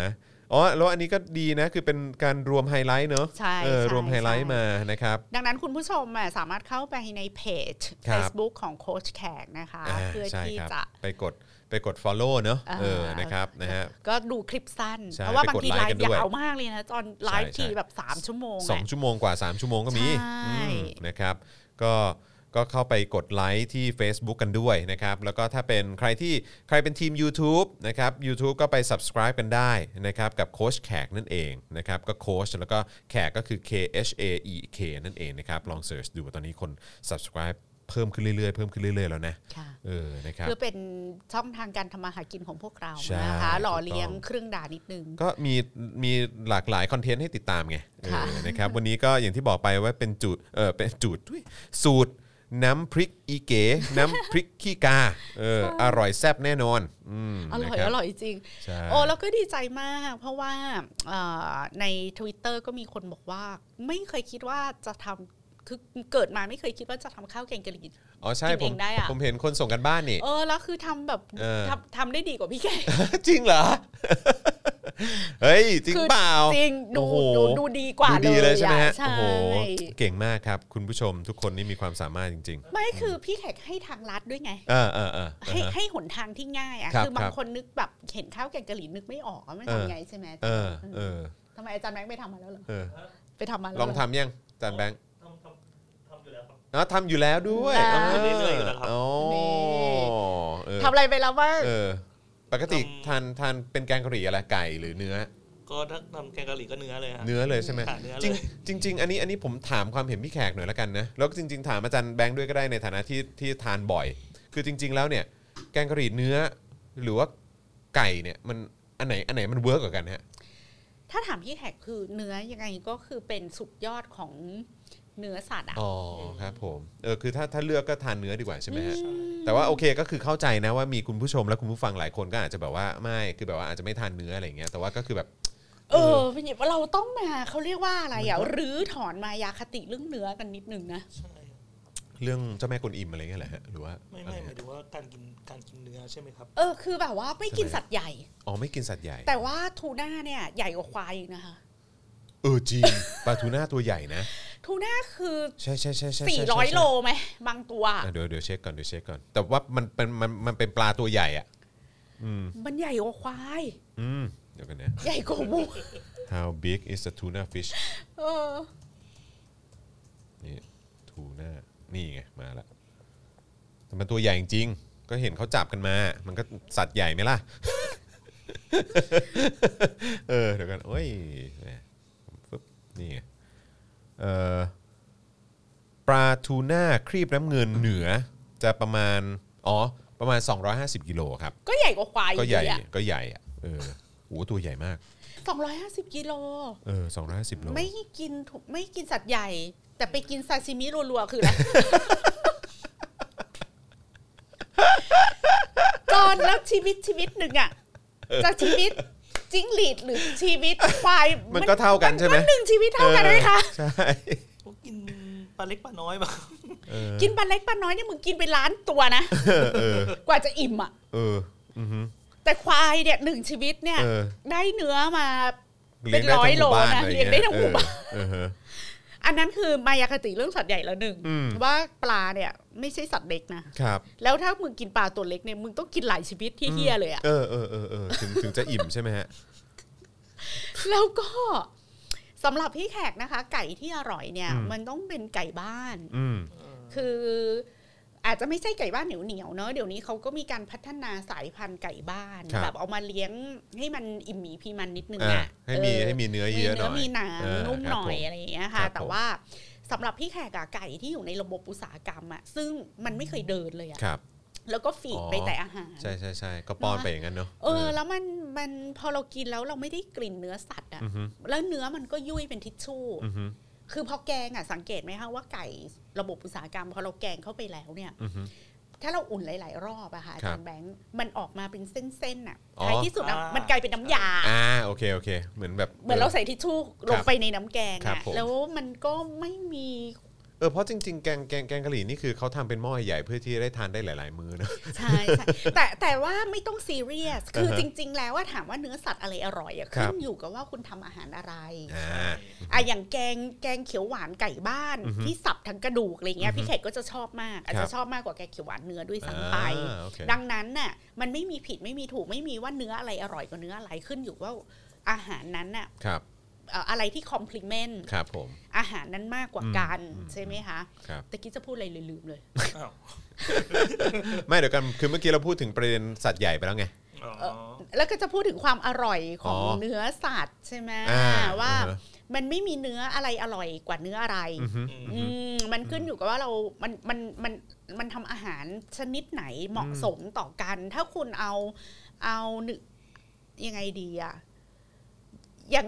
[SPEAKER 2] อ๋อแล้วอันนี้ก็ดีนะ คือเป็นการรวมไฮไลท์เนอะ
[SPEAKER 3] ใช่
[SPEAKER 2] เออ
[SPEAKER 3] ใช่
[SPEAKER 2] รวมไฮไลท์
[SPEAKER 3] ใช่
[SPEAKER 2] มานะครับ
[SPEAKER 3] ดังนั้นคุณผู้ชมอ่ะสามารถเข้าไปในเพจ
[SPEAKER 2] ครับ
[SPEAKER 3] Facebook ของโค้ชแขกนะคะ
[SPEAKER 2] า
[SPEAKER 3] เพื่อ
[SPEAKER 2] ใช่
[SPEAKER 3] ที่
[SPEAKER 2] ครับ
[SPEAKER 3] จะ
[SPEAKER 2] ไปกดไปกด follow เนอะ
[SPEAKER 3] อ่า
[SPEAKER 2] เออนะครับนะฮะ
[SPEAKER 3] ก็ดูคลิปสั้น
[SPEAKER 2] ใช่
[SPEAKER 3] เพราะว่า
[SPEAKER 2] ไป
[SPEAKER 3] บาง
[SPEAKER 2] กด
[SPEAKER 3] ที
[SPEAKER 2] ไล
[SPEAKER 3] ไล
[SPEAKER 2] ค์กัน
[SPEAKER 3] ฟ์
[SPEAKER 2] ด้วย
[SPEAKER 3] ยาวมากเลยนะจอนไลฟ์
[SPEAKER 2] ใช่
[SPEAKER 3] ที
[SPEAKER 2] ใช่
[SPEAKER 3] แบบ 3 ชั่วโมง
[SPEAKER 2] สอง
[SPEAKER 3] อะ
[SPEAKER 2] ชั่วโมงกว่า 3 ชั่วโมงก็มีอื
[SPEAKER 3] ใช่
[SPEAKER 2] มนะครับก็ก็เข้าไปกดไลค์ที่ Facebook กันด้วยนะครับ แล้วก็ถ้าเป็นใครที่ใครเป็นทีม YouTube นะครับ YouTube ก็ไป subscribe กันได้นะครับ กับโค้ชแขกนั่นเองนะครับ ก็โค้ชแล้วก็แขกก็คือ K H A E K นั่นเองนะครับ ลองเสิร์ชดูตอนนี้คน subscribe เพิ่มขึ้นเรื่อยๆเพิ่มขึ้นเรื่อยๆแล้วนะ
[SPEAKER 3] ค่ะ
[SPEAKER 2] เออนะครับ
[SPEAKER 3] เพื่อเป็นช่องทางการทำมาหากินของพวกเรา
[SPEAKER 2] ใช่
[SPEAKER 3] นะคะ หล่อ
[SPEAKER 2] ถูกต้อง
[SPEAKER 3] เลี้ยงเครื่องด่านิดนึง
[SPEAKER 2] ก็มีมีหลากหลายคอนเทนต์ให้ติดตามไงเออ
[SPEAKER 3] ค่ะ
[SPEAKER 2] นะครับวันนี้ก็อย่างที่บอกไปว่าเป็นจุดเออเป็นจุดอุ๊ยสูตรน้ำพริกอี เก๋ น้ำพริกขี้กาเอออร่อยแซ่บแน่นอนอืม
[SPEAKER 3] อร่อย
[SPEAKER 2] นะคบ
[SPEAKER 3] อร่อยจริง
[SPEAKER 2] ใช่
[SPEAKER 3] โอ้แล้วก็ดีใจมาก เพราะว่าเอ่อใน Twitter ก็มีคนบอกว่า ไม่เคยคิดว่าจะทำคือเกิดมาไม่เคยคิดว่าจะทำข้าวแกงกะหรี่
[SPEAKER 2] อ๋อใช่
[SPEAKER 3] กิ
[SPEAKER 2] ผม
[SPEAKER 3] นเองได้อะ
[SPEAKER 2] ผมเห็นคนส่งกันบ้านนี่
[SPEAKER 3] เออแล้วคือทำแบบ
[SPEAKER 2] เออ
[SPEAKER 3] ทำทำได้ดีกว่าพี่แก
[SPEAKER 2] จริงเหรอ เฮ้ย จริง
[SPEAKER 3] คือ
[SPEAKER 2] เปล่า
[SPEAKER 3] จริงดู
[SPEAKER 2] โอ้โห
[SPEAKER 3] ดูดูดีกว่า
[SPEAKER 2] ดูดีเลยใช่ไหม
[SPEAKER 3] อะ
[SPEAKER 2] ฮะ
[SPEAKER 3] ใช่
[SPEAKER 2] โอ้โหเก่งมากครับ คุณผู้ชมทุกคนนี่มีความสามารถจริง
[SPEAKER 3] ไม่คือพี่แขกให้ทางลัดด้วยไง
[SPEAKER 2] ๆ เออเออเออเอ
[SPEAKER 3] ให้
[SPEAKER 2] อ
[SPEAKER 3] ให้หนทางที่ง่ายอะ
[SPEAKER 2] ครับ
[SPEAKER 3] คือบา
[SPEAKER 2] ครั
[SPEAKER 3] ง
[SPEAKER 2] บ
[SPEAKER 3] คนนึกแบบเห็นข้าวแกงกะหรี่นึกไม่ออกว่ามัน
[SPEAKER 2] เออ
[SPEAKER 3] ทำไงใช่ไหม
[SPEAKER 2] เออเออ
[SPEAKER 3] ทำไมอาจารย์แบงค์ไปทำมาแล้วเหรอ
[SPEAKER 2] เออ
[SPEAKER 3] ไปทำมาแล้ว
[SPEAKER 2] ลอง
[SPEAKER 3] เหร
[SPEAKER 2] ทำยังจานแบงค์
[SPEAKER 5] ทำทำทำอยู่แล้วครับ
[SPEAKER 2] อ๋อทำอยู่แล้วด้วย
[SPEAKER 3] ได้
[SPEAKER 2] า
[SPEAKER 5] เรื่อยๆอยู่แล้วครับ
[SPEAKER 2] อ๋อ
[SPEAKER 3] นี่
[SPEAKER 2] เออ
[SPEAKER 3] ทำอะไรไปแล้วบ้าง
[SPEAKER 2] เออ ปกติทานทานเป็นแกงกะหรี่อะไรไก่หรือเนื้อ
[SPEAKER 5] ก็ถ้าทำแกงกะหรี่ก็เนื้อเลยฮะ
[SPEAKER 2] เนื้อเลยใช่ไหม
[SPEAKER 5] ค่ะเนื้อเลย
[SPEAKER 2] จริงจริงจริงอันนี้อันนี้ผมถามความเห็นพี่แขกหน่อยละกันนะ แล้วก็จริง ๆ ถามอาจารย์แบงค์ด้วยก็ได้ในฐานะที่ที่ทานบ่อย คือจริง ๆ แล้วเนี่ย แกงกะหรี่เนื้อ หรือว่าไก่เนี่ยมันอันไหนอันไหนมันเวิร์กกว่ากันฮะ
[SPEAKER 3] ถ้าถามพี่แขกคือเนื้อยังไงก็คือเป็นสุดยอดของเนื้อสัตว์อ่ะ
[SPEAKER 2] อ๋อครับผมเออคือถ้าถ้าเลือกก็ทานเนื้อดีกว่าใช่ไหมฮะแต่ว่าโอเคก็คือเข้าใจนะว่ามีคุณผู้ชมและคุณผู้ฟังหลายคนก็อาจจะแบบว่าไม่คือแบบว่าอาจจะไม่ทานเนื้ออะไรอย่างเงี้ยแต่ว่าก็คือแบบ
[SPEAKER 3] เออพี่หยิบว่าเราต้องมาเขาเรียกว่าอะไรอ่ะหรือถอนมายาคติเรื่องเนื้อกันนิดนึงนะ
[SPEAKER 5] ใช่
[SPEAKER 2] เรื่องเจ้าแม่กวนอิมอะไรเงี้ยแหละฮะหรือว่า
[SPEAKER 5] ไม่
[SPEAKER 2] อะร
[SPEAKER 5] ไม่หมาย
[SPEAKER 2] ฮะ
[SPEAKER 5] ถึงว่าการกินการกินเนื้อใช่ไหมครับ
[SPEAKER 3] เออคือแบบว่าไม่กินสัตว์ใหญ่
[SPEAKER 2] อ๋อไม่กินสัตว์ใหญ่
[SPEAKER 3] แต่ว่าทูน่าเนี่ยใหญ่กว่าควายอีกนะคะ
[SPEAKER 2] เออจริงปลาทูน่าตัวใหญ่นะ
[SPEAKER 3] ทูน่าคือ
[SPEAKER 2] ใช่ใช่ใช่ใช่ใช่ใช่
[SPEAKER 3] 400โลไหมบางตัว
[SPEAKER 2] อ่ะเดี๋ยวเดี๋ยวเช็คก่อนเดี๋ยวเช็คก่อน แต่ว่ามันเป็นมันมันเป็นปลาตัวใหญ่อ่ะ
[SPEAKER 3] มันใหญ่กว่าควาย
[SPEAKER 2] อืมเดี๋ยวกันนะ
[SPEAKER 3] ใหญ่กว่าหมู
[SPEAKER 2] How big is the tuna fish
[SPEAKER 3] เออ
[SPEAKER 2] นี่ทูน่านี่ไง มาละแต่มันตัวใหญ่จริงๆก็เห็นเขาจับกันมา มันก็สัตว์ใหญ่ไหมล่ะ เออเดี๋ยวกันโอ้ยแหมปึ๊บนี่ไงเอ่อปลาทูน่าครีบน้ำเงินเหนือจะประมาณ อ๋อ ประมาณ 250กิโลครับ
[SPEAKER 3] ก็ใหญ่กว่าควาย
[SPEAKER 2] ก็
[SPEAKER 3] อยู่
[SPEAKER 2] ใหญ่
[SPEAKER 3] ดีอะ
[SPEAKER 2] ก็ใหญ่อะเออโอ้ตัวใหญ่มาก
[SPEAKER 3] 250กิโล
[SPEAKER 2] เออ250โล
[SPEAKER 3] ไม่กินถูกไม่กินสัตว์ใหญ่ แต่ไปกินซาซิมิรัวๆคืออะไร จอนแล้วชีวิตชีวิตหนึ่งอะจะชีวิตจิ้งหรีดหรือชีวิตควาย
[SPEAKER 2] มันก็เท่ากันใช่ไหม
[SPEAKER 3] นหนึ่งชีวิตเท่ากันไหมคะ
[SPEAKER 2] ใช่
[SPEAKER 5] พวกกินปลาเล็กปลาน้อยบ้าง
[SPEAKER 2] เออ
[SPEAKER 3] กินปลาเล็กปลาน้อยเนี่ยมึงกินไปล้านตัวนะ
[SPEAKER 2] เออก
[SPEAKER 3] ว่าจะอิ่มอะ
[SPEAKER 2] เอออือหือ
[SPEAKER 3] แต่ควายเนี่ยหนึ่งชีวิตเนี่ย
[SPEAKER 2] เออ
[SPEAKER 3] ได้เนื้อมา
[SPEAKER 2] เลี้ยงได้ทั้งหมู่บ้านอะไร
[SPEAKER 3] เป็นร้อยโลนะเลี้
[SPEAKER 2] เงี้
[SPEAKER 3] ย
[SPEAKER 2] ย
[SPEAKER 3] งได้ทั้งหมู่บ้าน
[SPEAKER 2] เออเออฮะ
[SPEAKER 3] อันนั้นคือมายาคติเรื่องสัตว์ใหญ่แล้วหนึ่ง
[SPEAKER 2] อืม
[SPEAKER 3] ว่าปลาเนี่ยไม่ใช่สัตว์เล็กนะ
[SPEAKER 2] ครับ
[SPEAKER 3] แล้วถ้ามึงกินปลาตัวเล็กเนี่ยมึงต้องกินหลายชีวิตที่เฮียเลยอะ
[SPEAKER 2] เออเออเออเออถึงถึงจะอิ่มใช่ไหมฮะ
[SPEAKER 3] แล้วก็สำหรับพี่แขกนะคะ ไก่ที่อร่อยเนี่ย
[SPEAKER 2] อืม
[SPEAKER 3] มันต้องเป็นไก่บ้าน
[SPEAKER 2] อืม
[SPEAKER 3] คืออาจจะไม่ใช่ไก่บ้านเหนียวเหนียวๆเนอะเดี๋ยวนี้เขาก็มีการพัฒนาสายพันธุ์ไก่บ้าน
[SPEAKER 2] ครับ
[SPEAKER 3] แบบเอามาเลี้ยงให้มันอิ่มหมีพีมันนิดนึง
[SPEAKER 2] อ่ะ
[SPEAKER 3] อะ
[SPEAKER 2] ให้มี
[SPEAKER 3] เออ
[SPEAKER 2] ให้มีเนื้อ
[SPEAKER 3] มี
[SPEAKER 2] เยอะห
[SPEAKER 3] เนื้
[SPEAKER 2] น่
[SPEAKER 3] อ
[SPEAKER 2] อย
[SPEAKER 3] มีหนัง
[SPEAKER 2] เออ
[SPEAKER 3] นุ่
[SPEAKER 2] ค
[SPEAKER 3] ม
[SPEAKER 2] รับ
[SPEAKER 3] หน่อ
[SPEAKER 2] ผ
[SPEAKER 3] ยอะไรอย่างเงี้ย
[SPEAKER 2] ครั
[SPEAKER 3] ค่ะ
[SPEAKER 2] บผม
[SPEAKER 3] แต่ว่าสำหรับพี่แขกอะไก่ที่อยู่ในระบบอุตสาหกรรมอะซึ่งมันไม่เคยเดินเลยอะ
[SPEAKER 2] ครับ
[SPEAKER 3] แล้วก็ฝีด
[SPEAKER 2] อ๋อ
[SPEAKER 3] ไปแต่อาหาร
[SPEAKER 2] ใช่ใช่ใช่ก็ป้อนไปอย่างนั้นเนาะ
[SPEAKER 3] เออ แล้วมันมันพอเรากินแล้วเราไม่ได้กลิ่นเนื้อสัตว์อะ
[SPEAKER 2] อือฮึ
[SPEAKER 3] แล้วเนื้อมันก็ยุ่ยเป็นทิชชู่
[SPEAKER 2] อือฮึ
[SPEAKER 3] คือพอแกงอะสังเกตไหมคะว่าไก่ระบบอุตสาหกรรมพอเราแกงเข้าไปแล้วเนี่ย
[SPEAKER 2] อือฮึ
[SPEAKER 3] ถ้าเราอุ่นหลาย ๆ รอบอะค่ะอา
[SPEAKER 2] ครับ
[SPEAKER 3] จารย์แบงค์มันออกมาเป็นเส้นๆอะ
[SPEAKER 2] อ๋อ
[SPEAKER 3] ท้ายที่สุดอะมันกลายเป็นน้ำยา
[SPEAKER 2] อ่าโอเคโอเค เหมือนแบบ
[SPEAKER 3] เหมือนเราใส่ทิชชู่ลงไปในน้ำแกง
[SPEAKER 2] ครับ
[SPEAKER 3] อะ
[SPEAKER 2] ผม
[SPEAKER 3] แล้วมันก็ไม่มี
[SPEAKER 2] เออเพราะจริงๆแกงแกงแกงกะหรี่นี่คือเขาทำเป็นหม้อใหญ่เพื่อที่จะได้ทานได้หลาย ๆ มื้อนะ
[SPEAKER 3] ใช่ใช่แต่แต่ว่าไม่ต้องซีเรียส คือ
[SPEAKER 2] อ่าฮะ
[SPEAKER 3] จริง ๆ แล้วว่าถามว่าเนื้อสัตว์อะไรอร่อยอะ
[SPEAKER 2] ครับ
[SPEAKER 3] ขึ้นอยู่กับว่าคุณทำอาหารอะไร
[SPEAKER 2] อ่า
[SPEAKER 3] อ่ะอย่างแกงแกงเขียวหวานไก่บ้าน
[SPEAKER 2] อือฮึ
[SPEAKER 3] ที่สับทั้งกระดูกอะไรเงี้
[SPEAKER 2] อือ
[SPEAKER 3] ย
[SPEAKER 2] ฮึ
[SPEAKER 3] พี่แขกก็จะชอบมาก อาจ
[SPEAKER 2] ครั
[SPEAKER 3] จะ
[SPEAKER 2] บ
[SPEAKER 3] ชอบมากกว่าแกงเขียวหวานเนื้อด้วย
[SPEAKER 2] อ่า
[SPEAKER 3] ซ้ำไป
[SPEAKER 2] โอเค
[SPEAKER 3] ดังนั้นน่ะมันไม่มีผิดไม่มีถูกไม่มีว่าเนื้ออะไรอร่อยกว่าเนื้ออะไรขึ้นอยู่ว่าอาหารนั้นน่ะ
[SPEAKER 2] ครับ
[SPEAKER 3] เอ่ออะไรที่คอมพลีเมนต์
[SPEAKER 2] ครับผม
[SPEAKER 3] อาหารนั้นมากกว่ากัน
[SPEAKER 2] อืม
[SPEAKER 3] ใช่ไหมคะ
[SPEAKER 2] ครับ
[SPEAKER 3] แต่กี้จะพูดอะไรเลยลืมเลย
[SPEAKER 5] อ้าว
[SPEAKER 2] ไม่เดี๋ยวกันคือเมื่อกี้เราพูดถึงประเด็นสัตว์ใหญ่ไปแล้วไง
[SPEAKER 5] อ๋อ
[SPEAKER 3] เอ่อแล้วก็จะพูดถึงความอร่อยของ
[SPEAKER 2] อ๋อ
[SPEAKER 3] เนื้อสัตว์ใช่ไหม
[SPEAKER 2] อ่า
[SPEAKER 3] ว่า
[SPEAKER 2] อ่าฮะ
[SPEAKER 3] มันไม่มีเนื้ออะไรอร่อยกว่าเนื้ออะไร
[SPEAKER 2] อือฮึ
[SPEAKER 5] อืม
[SPEAKER 3] อืมมันขึ้นอยู่กับว่าเรา มัน มัน มัน มันทำอาหารชนิดไหนเหมาะ
[SPEAKER 2] อืม
[SPEAKER 3] สมต่อกัน ถ้าคุณเอา เอาหนึ่งยังไงดีอะอย่าง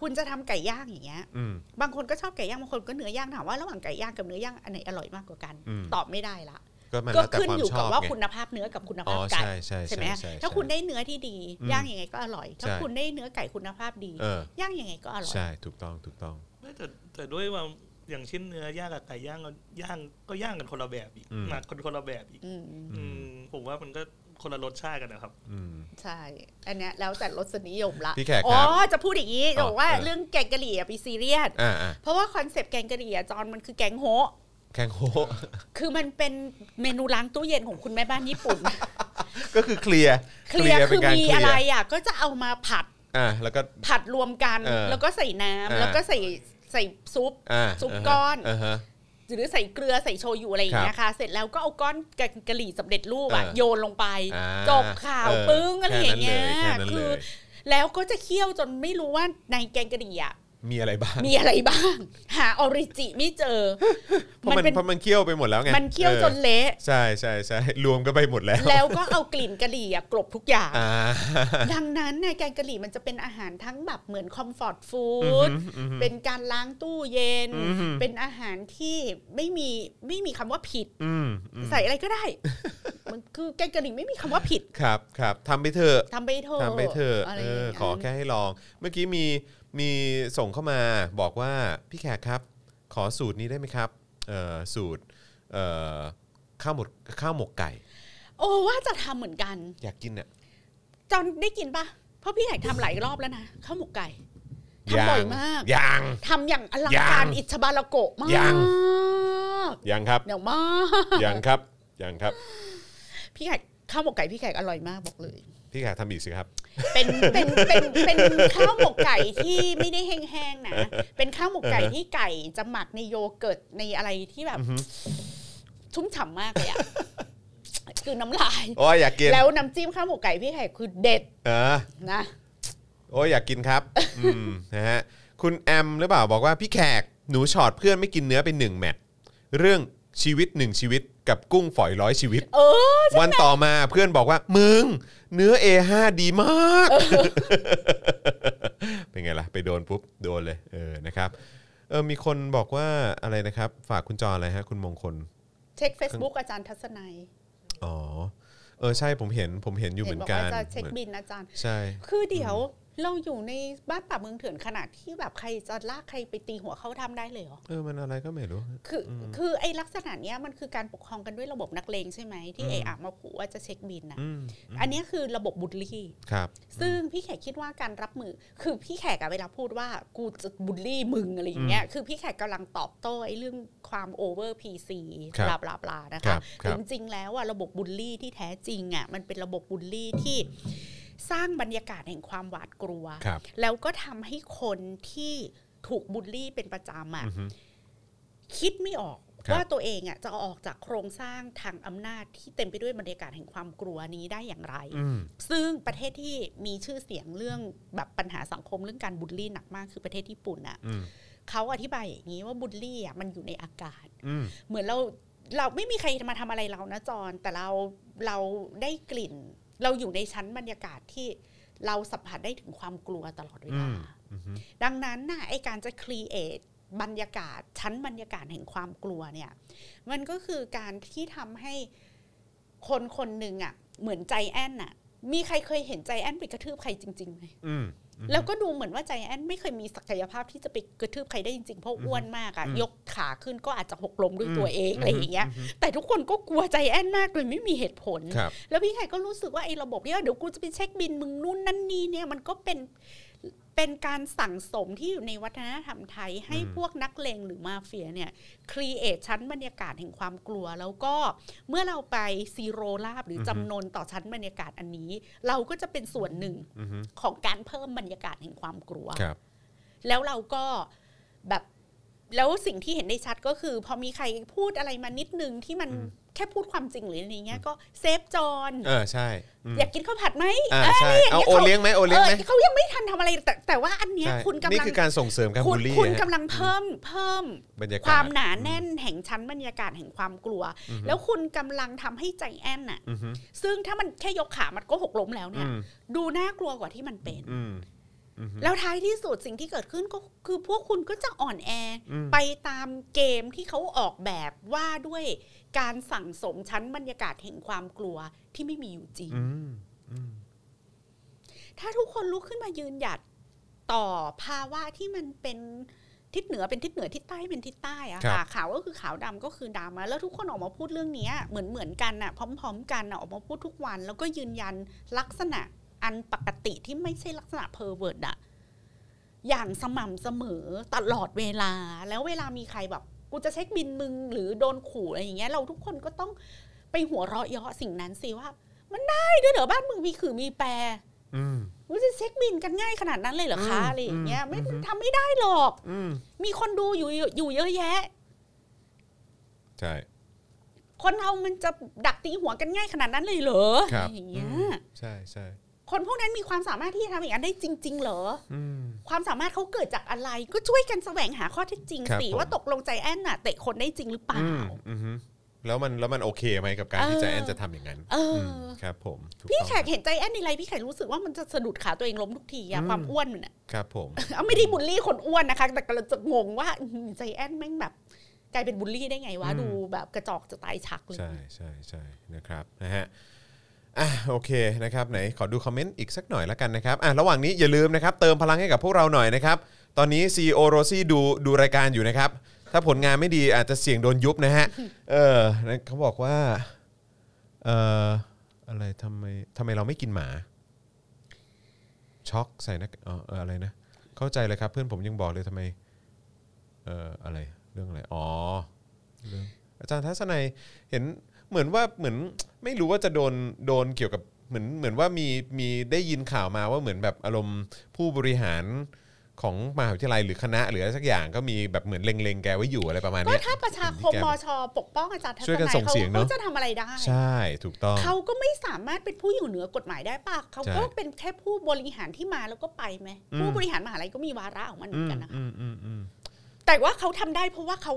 [SPEAKER 3] คุณจะทำไก่ย่างอย่างเงี้ย
[SPEAKER 2] อืม
[SPEAKER 3] บางคนก็ชอบไก่ย่างบางคนก็เนื้อย่างถามว่าระหว่างไก่ย่างกับเนื้อย่างอันไหนอร่อยมากกว่ากัน
[SPEAKER 2] อืม
[SPEAKER 3] ตอบไม่ได้ละ
[SPEAKER 2] ก็มัน
[SPEAKER 3] ก็
[SPEAKER 2] แล้วแต่
[SPEAKER 3] ขึ้น
[SPEAKER 2] ความ
[SPEAKER 3] อยู่
[SPEAKER 2] ช
[SPEAKER 3] กั
[SPEAKER 2] อ
[SPEAKER 3] บบ ว่า
[SPEAKER 2] ไง
[SPEAKER 3] คุณภาพเนื้อกับคุณ
[SPEAKER 2] อ๋
[SPEAKER 3] ภา
[SPEAKER 2] อ
[SPEAKER 3] พไก่
[SPEAKER 2] ใช่ใช่
[SPEAKER 3] ใช่ไหม
[SPEAKER 2] ใช่
[SPEAKER 3] ถ้าคุณได้เนื้อที่ดี
[SPEAKER 2] อืม
[SPEAKER 3] ย่างยังไงก็อร่อย ถ้า
[SPEAKER 2] ใช่
[SPEAKER 3] คุณได้เนื้อไก่คุณภาพดี
[SPEAKER 2] เออ
[SPEAKER 3] ย่างยังไงก็อร่อย
[SPEAKER 2] ใช่ถูกต้องถูกต้อง
[SPEAKER 5] ไม่แต่แต่ด้วยว่าอย่างเช่นเนื้อย่างกับไก่ย่างก็ย่างก็ย่างกันคนละแบบอีก
[SPEAKER 2] อืม
[SPEAKER 5] หมักคนคนละแบบอีก
[SPEAKER 3] อืม
[SPEAKER 5] อืมผมว่ามันก็คนละรสชาติกันนะครับ
[SPEAKER 2] อืม
[SPEAKER 3] ใช่ อันเนี้ยแล้วแต่รสนิยมละ
[SPEAKER 2] พี่แขกครับ
[SPEAKER 3] อ๋อจะพูดอย่างนี้
[SPEAKER 2] อ๋อ
[SPEAKER 3] บอกว่า
[SPEAKER 2] เออ
[SPEAKER 3] เรื่องแกงกะหรี่อะไปซีเรียส
[SPEAKER 2] อ่าอ่า
[SPEAKER 3] เพราะว่าคอนเซปต์แกงกะหรี่อะจอนมันคือแกงโฮะ
[SPEAKER 2] แคงโฮ
[SPEAKER 3] คือมันเป็นเมนูล้างตู้เย็นของคุณแม่บ้านญี่ ปุ่น
[SPEAKER 2] ก็คือเคลียร์
[SPEAKER 3] เคลียร์
[SPEAKER 2] เป็
[SPEAKER 3] คื
[SPEAKER 2] น
[SPEAKER 3] อ
[SPEAKER 2] การ
[SPEAKER 3] มี
[SPEAKER 2] เคลี
[SPEAKER 3] อะไร
[SPEAKER 2] ยร์
[SPEAKER 3] อ่ะก็จะเอามาผัด
[SPEAKER 2] อ่าแล้วก็
[SPEAKER 3] ผัดรวมกัน
[SPEAKER 2] เออ
[SPEAKER 3] แล้วก็ใส่น้ำ
[SPEAKER 2] อ่า
[SPEAKER 3] แล้วก็ใส่ใส่ซุป
[SPEAKER 2] อ่า
[SPEAKER 3] ซุปก้อน
[SPEAKER 2] อ่าฮะ
[SPEAKER 3] หรือใส่เกลือใส่โชยุอะไรอย่างเงี้ยค่ะ เสร็จแล้วก็เอาก้อนแกงกะหรี่สำเร็จรูปอะ
[SPEAKER 2] เออ
[SPEAKER 3] โยนลงไป
[SPEAKER 2] อ่า
[SPEAKER 3] จบข่าว
[SPEAKER 2] เออ
[SPEAKER 3] ปึ้งอะไรอย่างเงี้ย
[SPEAKER 2] แค่นั้นเล
[SPEAKER 3] คื
[SPEAKER 2] แค่
[SPEAKER 3] อ
[SPEAKER 2] นั้นเลย
[SPEAKER 3] แล้วก็จะเคี่ยวจนไม่รู้ว่าในแกงกะหรี่อะ
[SPEAKER 2] มีอะไรบ้าง
[SPEAKER 3] มีอะไรบ้าง หาออริจิไม่เจอ
[SPEAKER 2] เพราะ
[SPEAKER 3] มั
[SPEAKER 2] มัน
[SPEAKER 3] นเป็น
[SPEAKER 2] เพราะมันเคี่ยวไปหมดแล้วไง
[SPEAKER 3] มันเคี่ยวจน
[SPEAKER 2] ออ
[SPEAKER 3] เละ
[SPEAKER 2] ใช่ใช่ใช่รวมกันไปหมดแล้ว
[SPEAKER 3] แล้วก็เอากลิ่นกะหรี่อะกลบทุกอย่าง
[SPEAKER 2] อ่า
[SPEAKER 3] ดังนั้นในยแกงกะหรี่มันจะเป็นอาหารทั้งแบบเหมือนคอมฟอร์ตฟู
[SPEAKER 2] อื้
[SPEAKER 3] ด
[SPEAKER 2] อหืออื้อหือ
[SPEAKER 3] เป็นการล้างตู้เย็น
[SPEAKER 2] อือหือ
[SPEAKER 3] เป็นอาหารที่ไม่มีไม่มีคำว่าผิด
[SPEAKER 2] อืมอืม
[SPEAKER 3] ใส่อะไรก็ได้ มันคือแกงกะหรี่ไม่มีคำว่าผิด
[SPEAKER 2] ครับครับทำไปเถอะ
[SPEAKER 3] ทำไปเถอะ
[SPEAKER 2] ทำไปเถอะ
[SPEAKER 3] ไร
[SPEAKER 2] เอย่าง อ
[SPEAKER 3] เงี้ย
[SPEAKER 2] ขอแค่ให้ลอง เมื่อกี้มีมีส่งเข้ามาบอกว่าพี่แขกครับ ขอสูตรนี้ได้ไหมครับเอ่อสูตรเอ่อข้าวหมกข้าวหมกไก่
[SPEAKER 3] โอ้ว่าจะทำเหมือนกัน
[SPEAKER 2] อยากกินอ่ะ
[SPEAKER 3] จอนได้กินปะเพราะพี่แขกทำหลายรอบแล้วนะข้าวหมกไก่ทำบ่อยมาก
[SPEAKER 2] ยัง
[SPEAKER 3] ทำอย่างอลังกา
[SPEAKER 2] ยั
[SPEAKER 3] ร
[SPEAKER 2] ง
[SPEAKER 3] อิชบาลโกะมาก
[SPEAKER 2] ยัง ยัง ครับ
[SPEAKER 3] เดี๋ยวมาก
[SPEAKER 2] ยังครับยังครับ
[SPEAKER 3] พี่แขกข้าวหมกไก่พี่แขกอร่อยมากบอกเลย
[SPEAKER 2] พี่แขกทำอีกสิครับ
[SPEAKER 3] เป็นเป็นเป็นเป็นข้าวหมกไก่ที่ไม่ได้แห้งๆนะเป็นข้าวหมกไก่
[SPEAKER 2] เออ
[SPEAKER 3] ที่ไก่จะหมักในโยเกิร์ตในอะไรที่แบบ
[SPEAKER 2] อื้อหือ
[SPEAKER 3] ชุ่มฉ่ำมากเล ยอะ คือน้ำลาย
[SPEAKER 2] โอ้ยอยากกิน
[SPEAKER 3] แล้วน้ำจิ้มข้าวหมกไก่พี่ไข่คือเด็ด
[SPEAKER 2] เออ
[SPEAKER 3] นะ
[SPEAKER 2] โอ้ยอยากกินครับอืมนะฮะคุณแอมหรือเปล่าบอกว่าพี่แขกหนูช็อตเพื่อนไม่กินเนื้อไปหนึ่งแมตช์เรื่องชีวิตหนึ่งชีวิตกับกุ้งฝอยร้อยชีวิต
[SPEAKER 3] เออ
[SPEAKER 2] วันต่อมาเพื่อนบอกว่า มึง เนื้อ A5 ดีมาก เป็นไงล่ะ ไปโดนปุ๊บ โดนเลย เออนะครับ เออมีคนบอกว่าอะไรนะครับ ฝากคุณจออะไรฮะ คุณมงคล
[SPEAKER 3] เช็ค Facebook อาจารย์ทัศนัย
[SPEAKER 2] อ๋อ เออ ใช่ผมเห็นผมเห็นอยู่เหมือน
[SPEAKER 3] บอก
[SPEAKER 2] กั
[SPEAKER 3] ว่าน จะเช็ค
[SPEAKER 2] เหมือน
[SPEAKER 3] บินอาจารย์
[SPEAKER 2] ใช่
[SPEAKER 3] คือเดี๋ยวเราอยู่ในบ้านป่าเมืองเถื่อนขนาดที่แบบใครจะลากใครไปตีหัวเขาทำได้เลยเหรอ
[SPEAKER 2] เออ มันอะไรก็ไม่รู้
[SPEAKER 3] คืออคือไอ้ลักษณะเนี้ยมันคือการปกครองกันด้วยระบบนักเลงใช่ไหมที่เออะมาขู่ว่าจะเช็คบินนะ
[SPEAKER 2] อืม
[SPEAKER 3] อันเนี้ยคือระบบบุลลี่
[SPEAKER 2] ครับ
[SPEAKER 3] ซึ่งพี่แขกคิดว่าการรับมือ คือพี่แขกอะเวลาพูดว่ากูจะบูลลี่มึงอะไรอย่างเงี้ย คือพี่แขกกำลังตอบโต้ไอ้เรื่องความโอเวอร์พีซี
[SPEAKER 2] ครับ
[SPEAKER 3] บลาบลาบลานะ
[SPEAKER 2] ครั
[SPEAKER 3] คะ
[SPEAKER 2] บครับ
[SPEAKER 3] จริงๆแล้วอะระบบบูลลี่ที่แท้จริงอะมันเป็นระบบบูลลี่ที่สร้างบรรยากาศแห่งความหวาดกลัว
[SPEAKER 2] ครับ
[SPEAKER 3] แล้วก็ทำให้คนที่ถูกบูลลี่เป็นประจำอะ
[SPEAKER 2] อือฮึ
[SPEAKER 3] คิดไม่ออก
[SPEAKER 2] ครับ
[SPEAKER 3] ว่าตัวเองอะจะออกจากโครงสร้างทางอำนาจที่เต็มไปด้วยบรรยากาศแห่งความกลัวนี้ได้อย่างไร
[SPEAKER 2] อืม
[SPEAKER 3] ซึ่งประเทศที่มีชื่อเสียงเรื่องแบบปัญหาสังคมเรื่องการบูลลี่หนักมากคือประเทศญี่ปุ่นน่ะ
[SPEAKER 2] อืม
[SPEAKER 3] เขาอธิบายอย่างนี้ว่าบูลลี่อ่ะมันอยู่ในอากาศ
[SPEAKER 2] อืม
[SPEAKER 3] เหมือนเราเราไม่มีใครมาทำอะไรเรานะจอนแต่เราเราได้กลิ่น เราอยู่ในชั้นบรรยากาศที่เราสัมผัสได้ถึงความกลัวตลอดเวลา
[SPEAKER 2] อืม อืม
[SPEAKER 3] ดังนั้นน่ะไอการจะครีเอทบรรยากาศชั้นบรรยากาศแห่งความกลัวเนี่ย มันก็คือการที่ทำให้คนคนหนึ่งอ่ะ เหมือนใจแอนน่ะ มีใครเคยเห็นใจแอนไปกระทืบใครจริงๆไหม
[SPEAKER 2] อืม
[SPEAKER 3] แล้วก็ดูเหมือนว่าใจแอนไม่เคยมีศักยภาพที่จะไปกระทืบใครได้จริงๆเพราะอ้วนมากอะยกขาขึ้นก็อาจจะหกล้มด้วยตัวเองอะไรอย่างเงี้ย แต่ทุกคนก็กลัวใจแอนมากโดยไม่มีเหตุผล
[SPEAKER 2] ครับ
[SPEAKER 3] แล้วพี่ไข่ก็รู้สึกว่าไอ้ระบบที่ว่าเดี๋ยวกูจะไปเช็คบินมึงนู่นนั่นนี่เนี่ยมันก็เป็นเป็นการสั่งสมที่อยู่ในวัฒนธรรมไทยให้พวกนักเลงหรือมาเฟียเนี่ยครีเอทชั้นบรรยากาศแห่งความกลัว แล้วก็เมื่อเราไปซีโรราบหรือจำนนต่อชั้นบรรยากาศอันนี้ เราก็จะเป็นส่วนหนึ่ง
[SPEAKER 2] อือฮึ
[SPEAKER 3] ของการเพิ่มบรรยากาศแห่งความกลัว
[SPEAKER 2] ครับ
[SPEAKER 3] แล้วเราก็แบบแล้วสิ่งที่เห็นได้ชัดก็คือ พอมีใครพูดอะไรมานิดนึงที่มัน
[SPEAKER 2] อืม
[SPEAKER 3] แค่พูดความจริงหรืออะไรเงี้ยก็เซฟจอน
[SPEAKER 2] เออใช่อืม
[SPEAKER 3] อยากกินข้าวผัดไหม
[SPEAKER 2] อ่า
[SPEAKER 3] เอ้ย
[SPEAKER 2] ใช่เอาโอเลี้ยงไหมโอเลี้ยงไหม
[SPEAKER 3] เออเขายังไม่ทันทำอะไรแต่แต่ว่าอันเนี้ย
[SPEAKER 2] ใช่
[SPEAKER 3] คุณกำ
[SPEAKER 2] นี่
[SPEAKER 3] ลัง
[SPEAKER 2] คือการส่งเสริมการ
[SPEAKER 3] คุ
[SPEAKER 2] บู
[SPEAKER 3] ณ
[SPEAKER 2] ลลี่
[SPEAKER 3] คุณ
[SPEAKER 2] ฮะ
[SPEAKER 3] กำลังเพิ่มเพิ่ม
[SPEAKER 2] บรรยากาศ
[SPEAKER 3] ความหนาแน่นแห่งชั้นบรรยากาศแห่งความกลัว แล้วคุณกำลังทำให้ใจแอนน่ะ
[SPEAKER 2] อือฮึ
[SPEAKER 3] ซึ่งถ้ามันแค่ยกขามันก็หกล้มแล้วเนี่ย
[SPEAKER 2] อืม
[SPEAKER 3] ดูน่ากลัวกว่าที่มันเป็น
[SPEAKER 2] อืมอืม
[SPEAKER 3] แล้วท้ายที่สุดสิ่งที่เกิดขึ้นก็คือพวกคุณก็จะอ่อนแออ
[SPEAKER 2] ม
[SPEAKER 3] ไปตามเกมที่เขาออกแบบว่าด้วยการสั่งสมชั้นบรรยากาศแห่งความกลัวที่ไม่มีอยู่จริง
[SPEAKER 2] อืมอืม
[SPEAKER 3] ถ้าทุกคนลุกขึ้นมายืนหยัดต่อภาวะที่มันเป็นทิศเหนือเป็นทิศเหนือทิศใต้เป็นทิศใต้อะ
[SPEAKER 2] ครั
[SPEAKER 3] ค่ะ
[SPEAKER 2] บ
[SPEAKER 3] ขาวก็คือขาวดำก็คือดำอะแล้วทุกคนออกมาพูดเรื่องเนี้ยเหมือนเหมือนกันอะพร้อม ๆ กันอะออกมาพูดทุกวัน แล้วก็ยืนยันลักษณะอันปกติที่ไม่ใช่ลักษณะเพอร์เวิร์ดอะอย่างสม่ำเสมอตลอดเวลา แล้วเวลามีใครแบบกูจะเช็คบินมึงหรือโดนขู่อะไรอย่างเงี้ยเราทุกคนก็ต้องไปหัวเราะเยาะสิ่งนั้นสิว่า มันได้ด้วยเหรอบ้านมึงมีขื่อมีแปร
[SPEAKER 2] อืม
[SPEAKER 3] ว่าจะเช็คบินกันง่ายขนาดนั้นเลยเหรอคะ
[SPEAKER 2] อืม
[SPEAKER 3] อะไรอย่างเงี้ย
[SPEAKER 2] อืม
[SPEAKER 3] ไม่
[SPEAKER 2] อืม
[SPEAKER 3] ทำไม่ได้หรอก
[SPEAKER 2] อืม
[SPEAKER 3] มีคนดูอยู่อยู่เยอะแยะ
[SPEAKER 2] ใช่
[SPEAKER 3] คนเรามันจะดักตีหัวกันง่ายขนาดนั้นเลยเหรอ
[SPEAKER 2] ครับ
[SPEAKER 3] อะไรอย่างเงี้
[SPEAKER 2] อื
[SPEAKER 3] ย
[SPEAKER 2] ม ใช่ใช่
[SPEAKER 3] คนพวกนั้นมีความสามารถที่จะทำอย่างนั้นได้จริง ๆ เหรอ
[SPEAKER 2] อืม
[SPEAKER 3] ความสามารถเขาเกิดจากอะไร ก็ช่วยกันแสวงหาข้อเท็จจริง
[SPEAKER 2] ครับ
[SPEAKER 3] สิ
[SPEAKER 2] ผม
[SPEAKER 3] ว่าตกลงใจแอนน่ะเตะคนได้จริงหรือเปล่า
[SPEAKER 2] อืมอือฮึแล้วมันแล้วมันโอเคไหมกับการที่ใจแอนจะทำอย่างนั้น
[SPEAKER 3] เอออื
[SPEAKER 2] มครับ ผมถู
[SPEAKER 3] พี่
[SPEAKER 2] ต้อง
[SPEAKER 3] แขกเห็นใจแอนในไรพี่แขกรู้สึกว่ามันจะสะดุดขาตัวเองล้มทุกทีอะความอ้วนมันอะ
[SPEAKER 2] ครับผม
[SPEAKER 3] เอาไม่ได้บูลลี่คนอ้วนนะคะ แต่กำลังจะงงว่าอื้อหือใจแอนแม่งแบบกลายเป็นบูลลี่ได้ไงวะ
[SPEAKER 2] อืม
[SPEAKER 3] ดูแบบกระจอกจะตายชักเลย
[SPEAKER 2] ใช่ใช่ใช่นะครับนะฮะอ่ะโอเคนะครับไหนขอดูคอมเมนต์อีกสักหน่อยละกันนะครับอ่ะระหว่างนี้อย่าลืมนะครับ เติมพลังให้กับพวกเราหน่อยนะครับ ตอนนี้ CEO r o s i ดูดูรายการอยู่นะครับ ถ้าผลงานไม่ดีอาจจะเสี่ยงโดนยุบนะฮะ เออนะเขาบอกว่าเอ่ออะไรทำไมทำไมเราไม่กินหมา ช็อกใส่หนักอ๋อเอออะไรนะ เข้าใจเลยครับ เพื่อนผมยังบอกเลยทำไม เอ่ออะไรเรื่องอะไรอ๋อเรื่องอาจารย์ทัศนัยเห็นเหมือนว่าเหมือนไม่รู้ว่าจะโดนโดนเกี่ยวกับเหมือนเหมือนว่ามีมีได้ยินข่าวมาว่าเหมือนแบบอารมณ์ผู้บริหารของมหาวิทยาลัยหรือคณะหรืออะไรสักอย่างก็มีแบบเหมือนเล็งๆแกไว้อยู่อะไรประมาณ
[SPEAKER 3] ก็
[SPEAKER 2] เนี้ย
[SPEAKER 3] ถ้าประชาคมมชปกป้องอาจารย์ทัศ
[SPEAKER 2] ช่วยกัน
[SPEAKER 3] นัย
[SPEAKER 2] ส่ง
[SPEAKER 3] เขา
[SPEAKER 2] เสียงเนอะ
[SPEAKER 3] เขาจะทำอะไรได้
[SPEAKER 2] ใช่ถูกต้อง
[SPEAKER 3] เขาก็ไม่สามารถเป็นผู้อยู่เหนือกฎหมายได้ป่ะเขา
[SPEAKER 2] ใช่
[SPEAKER 3] ก็เป็นแค่ผู้บริหารที่มาแล้วก็ไปไหม
[SPEAKER 2] อืม
[SPEAKER 3] ผู้บริหารมหาลัยก็มีวาระของมันเหมื
[SPEAKER 2] อื
[SPEAKER 3] อน
[SPEAKER 2] ม
[SPEAKER 3] กันนะคะ
[SPEAKER 2] อืมอืมอืม
[SPEAKER 3] แต่ว่าเขาทำได้เพราะว่าเขา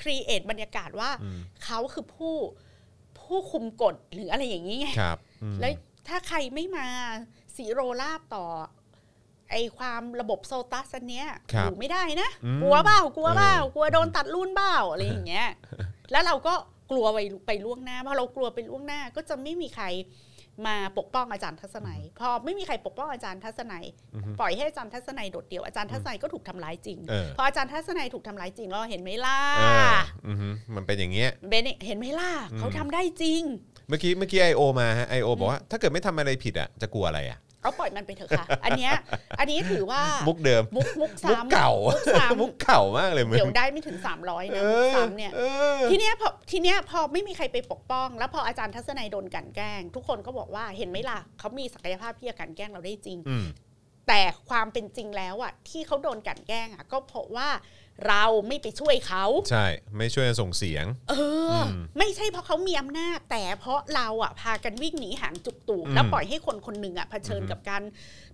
[SPEAKER 3] ครีเอทบรรยากาศว่า
[SPEAKER 2] อืม
[SPEAKER 3] เขาคือผู้ผู้คุมกฎหรืออะไรอย่างนี้ไง
[SPEAKER 2] ครับอืม
[SPEAKER 3] แล้วถ้าใครไม่มาสีโรลาบต่อ ไอความระบบโซตัสอันเนี้ย
[SPEAKER 2] ครับ
[SPEAKER 3] อยู่ไม่ได้นะ
[SPEAKER 2] อืม
[SPEAKER 3] กลัวเบ้ากลัวเบ้า
[SPEAKER 2] เออ
[SPEAKER 3] กลัวโดนตัดรุ่นเบ้าอะไรอย่างเงี้ย แล้วเราก็กลัวไปไปล่วงหน้าพอเรากลัวไปล่วงหน้าก็จะไม่มีใครมาปกป้องอาจารย์ทัศนัยพอไม่มีใครปกป้องอาจารย์ทัศนัย
[SPEAKER 2] อือฮึ
[SPEAKER 3] ปล่อยให้อาจารย์ทัศนัยโดดเดี่ยวอาจารย์ทัศนัยก็ถูกทำร้ายจริง
[SPEAKER 2] เออ
[SPEAKER 3] พออาจารย์ทัศนัยถูกทำร้ายจริงเราเห็นไหมล่ะ
[SPEAKER 2] เอออือฮึมันเป็นอย่างเงี้ย
[SPEAKER 3] เบนเนี่ยเห็นไหมล่ะ
[SPEAKER 2] อืม
[SPEAKER 3] เขาทำได้จริง
[SPEAKER 2] เมื่อกี้เมื่อกี้ไอโอมาฮะไอโอบอกว่าถ้าเกิดไม่ทำอะไรผิดอ่ะจะกลัวอะไรอ่ะ
[SPEAKER 3] เอาปล่อยมันไปเถอะค่ะ อันเนี้ยอันนี้ถือว่า
[SPEAKER 2] มุกเดิม
[SPEAKER 3] มุกมุก
[SPEAKER 2] มุก
[SPEAKER 3] ซ้ำ
[SPEAKER 2] เก่า
[SPEAKER 3] มุกซ้ำ
[SPEAKER 2] มุกเก่ามากเลยมึง
[SPEAKER 3] เดี๋ยวได้ไม่ถึง 300
[SPEAKER 2] เอ
[SPEAKER 3] นะมุก
[SPEAKER 2] อ
[SPEAKER 3] ซ้ำเนี่ย
[SPEAKER 2] ออ
[SPEAKER 3] ทีเนี้ยพอทีเนี้ยพอไม่มีใครไปปกป้อง แล้วพออาจารย์ทัศนัยโดนกลันแกล้ง ทุกคนก็บอกว่าเห็นไหมล่ะเขามีศักยภาพที่จะกลันแกล้งเราได้จริง
[SPEAKER 2] อืม
[SPEAKER 3] แต่ความเป็นจริงแล้วอ่ะที่เขาโดนกลันแกล้งอ่ะก็เพราะว่าเราไม่ไปช่วยเขา
[SPEAKER 2] ใช่ไม่ช่วยส่งเสียง
[SPEAKER 3] เอออ
[SPEAKER 2] ม
[SPEAKER 3] ไม่ใช่เพราะเขามีอำนาจ แต่เพราะเราอ่ะพากันวิ่งหนีหางจุกตูด
[SPEAKER 2] อืม
[SPEAKER 3] แล้วปล่อยให้คนคนหนึ่งอ่ะเผชิญกับการ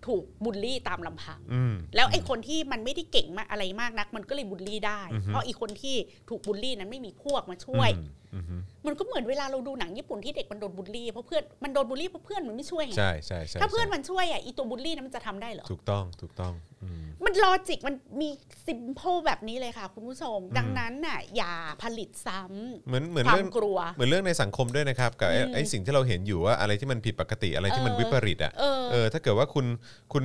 [SPEAKER 3] ถูกบูลลี่ตามลำพัง
[SPEAKER 2] อืม
[SPEAKER 3] แล้วไอ้คนที่มันไม่ได้เก่งมากอะไรมากนัก มันก็เลยบูลลี่ได้
[SPEAKER 2] อือฮึ
[SPEAKER 3] เพราะไอีคนที่ถูกบูลลี่นั้นไม่มีพวกมาช่วย
[SPEAKER 2] อืมอืม
[SPEAKER 3] มันก็เหมือนเวลาเราดูหนังญี่ปุ่นที่เด็กมันโดนบูลลี่เพราะเพื่อนมันโดนบูลลี่เพราะเพื่อนมันไม่ช่วยไง
[SPEAKER 2] ใช่ใช่ใช่
[SPEAKER 3] ถ้าเพื่อน
[SPEAKER 2] ใช่
[SPEAKER 3] มันช่วยอ่ะอีตัวบูลลี่นั้นมันจะทำได้เหรอ
[SPEAKER 2] ถูกต้องถูกต้องอืม
[SPEAKER 3] มันลอจิกมันมีซิมโพแบบนี้เลยค่ะ คุณผู้ชม
[SPEAKER 2] อืม
[SPEAKER 3] ดังนั้นน่ะอย่าผลิตซ้ำ
[SPEAKER 2] เหมือนเหมือน
[SPEAKER 3] ควา
[SPEAKER 2] เรื่อ
[SPEAKER 3] ม
[SPEAKER 2] ง
[SPEAKER 3] กลัว
[SPEAKER 2] เหมือนเรื่องในสังคมด้วยนะครับกับไอ้
[SPEAKER 3] อืม
[SPEAKER 2] ไอ้สิ่งที่เราเห็นอยู่ว่าอะไรที่มันผิดปกติอะไรที่มัน
[SPEAKER 3] เออ
[SPEAKER 2] วิปริตอ่ะ
[SPEAKER 3] เออ
[SPEAKER 2] เออถ้าเกิดว่าคุณคุณ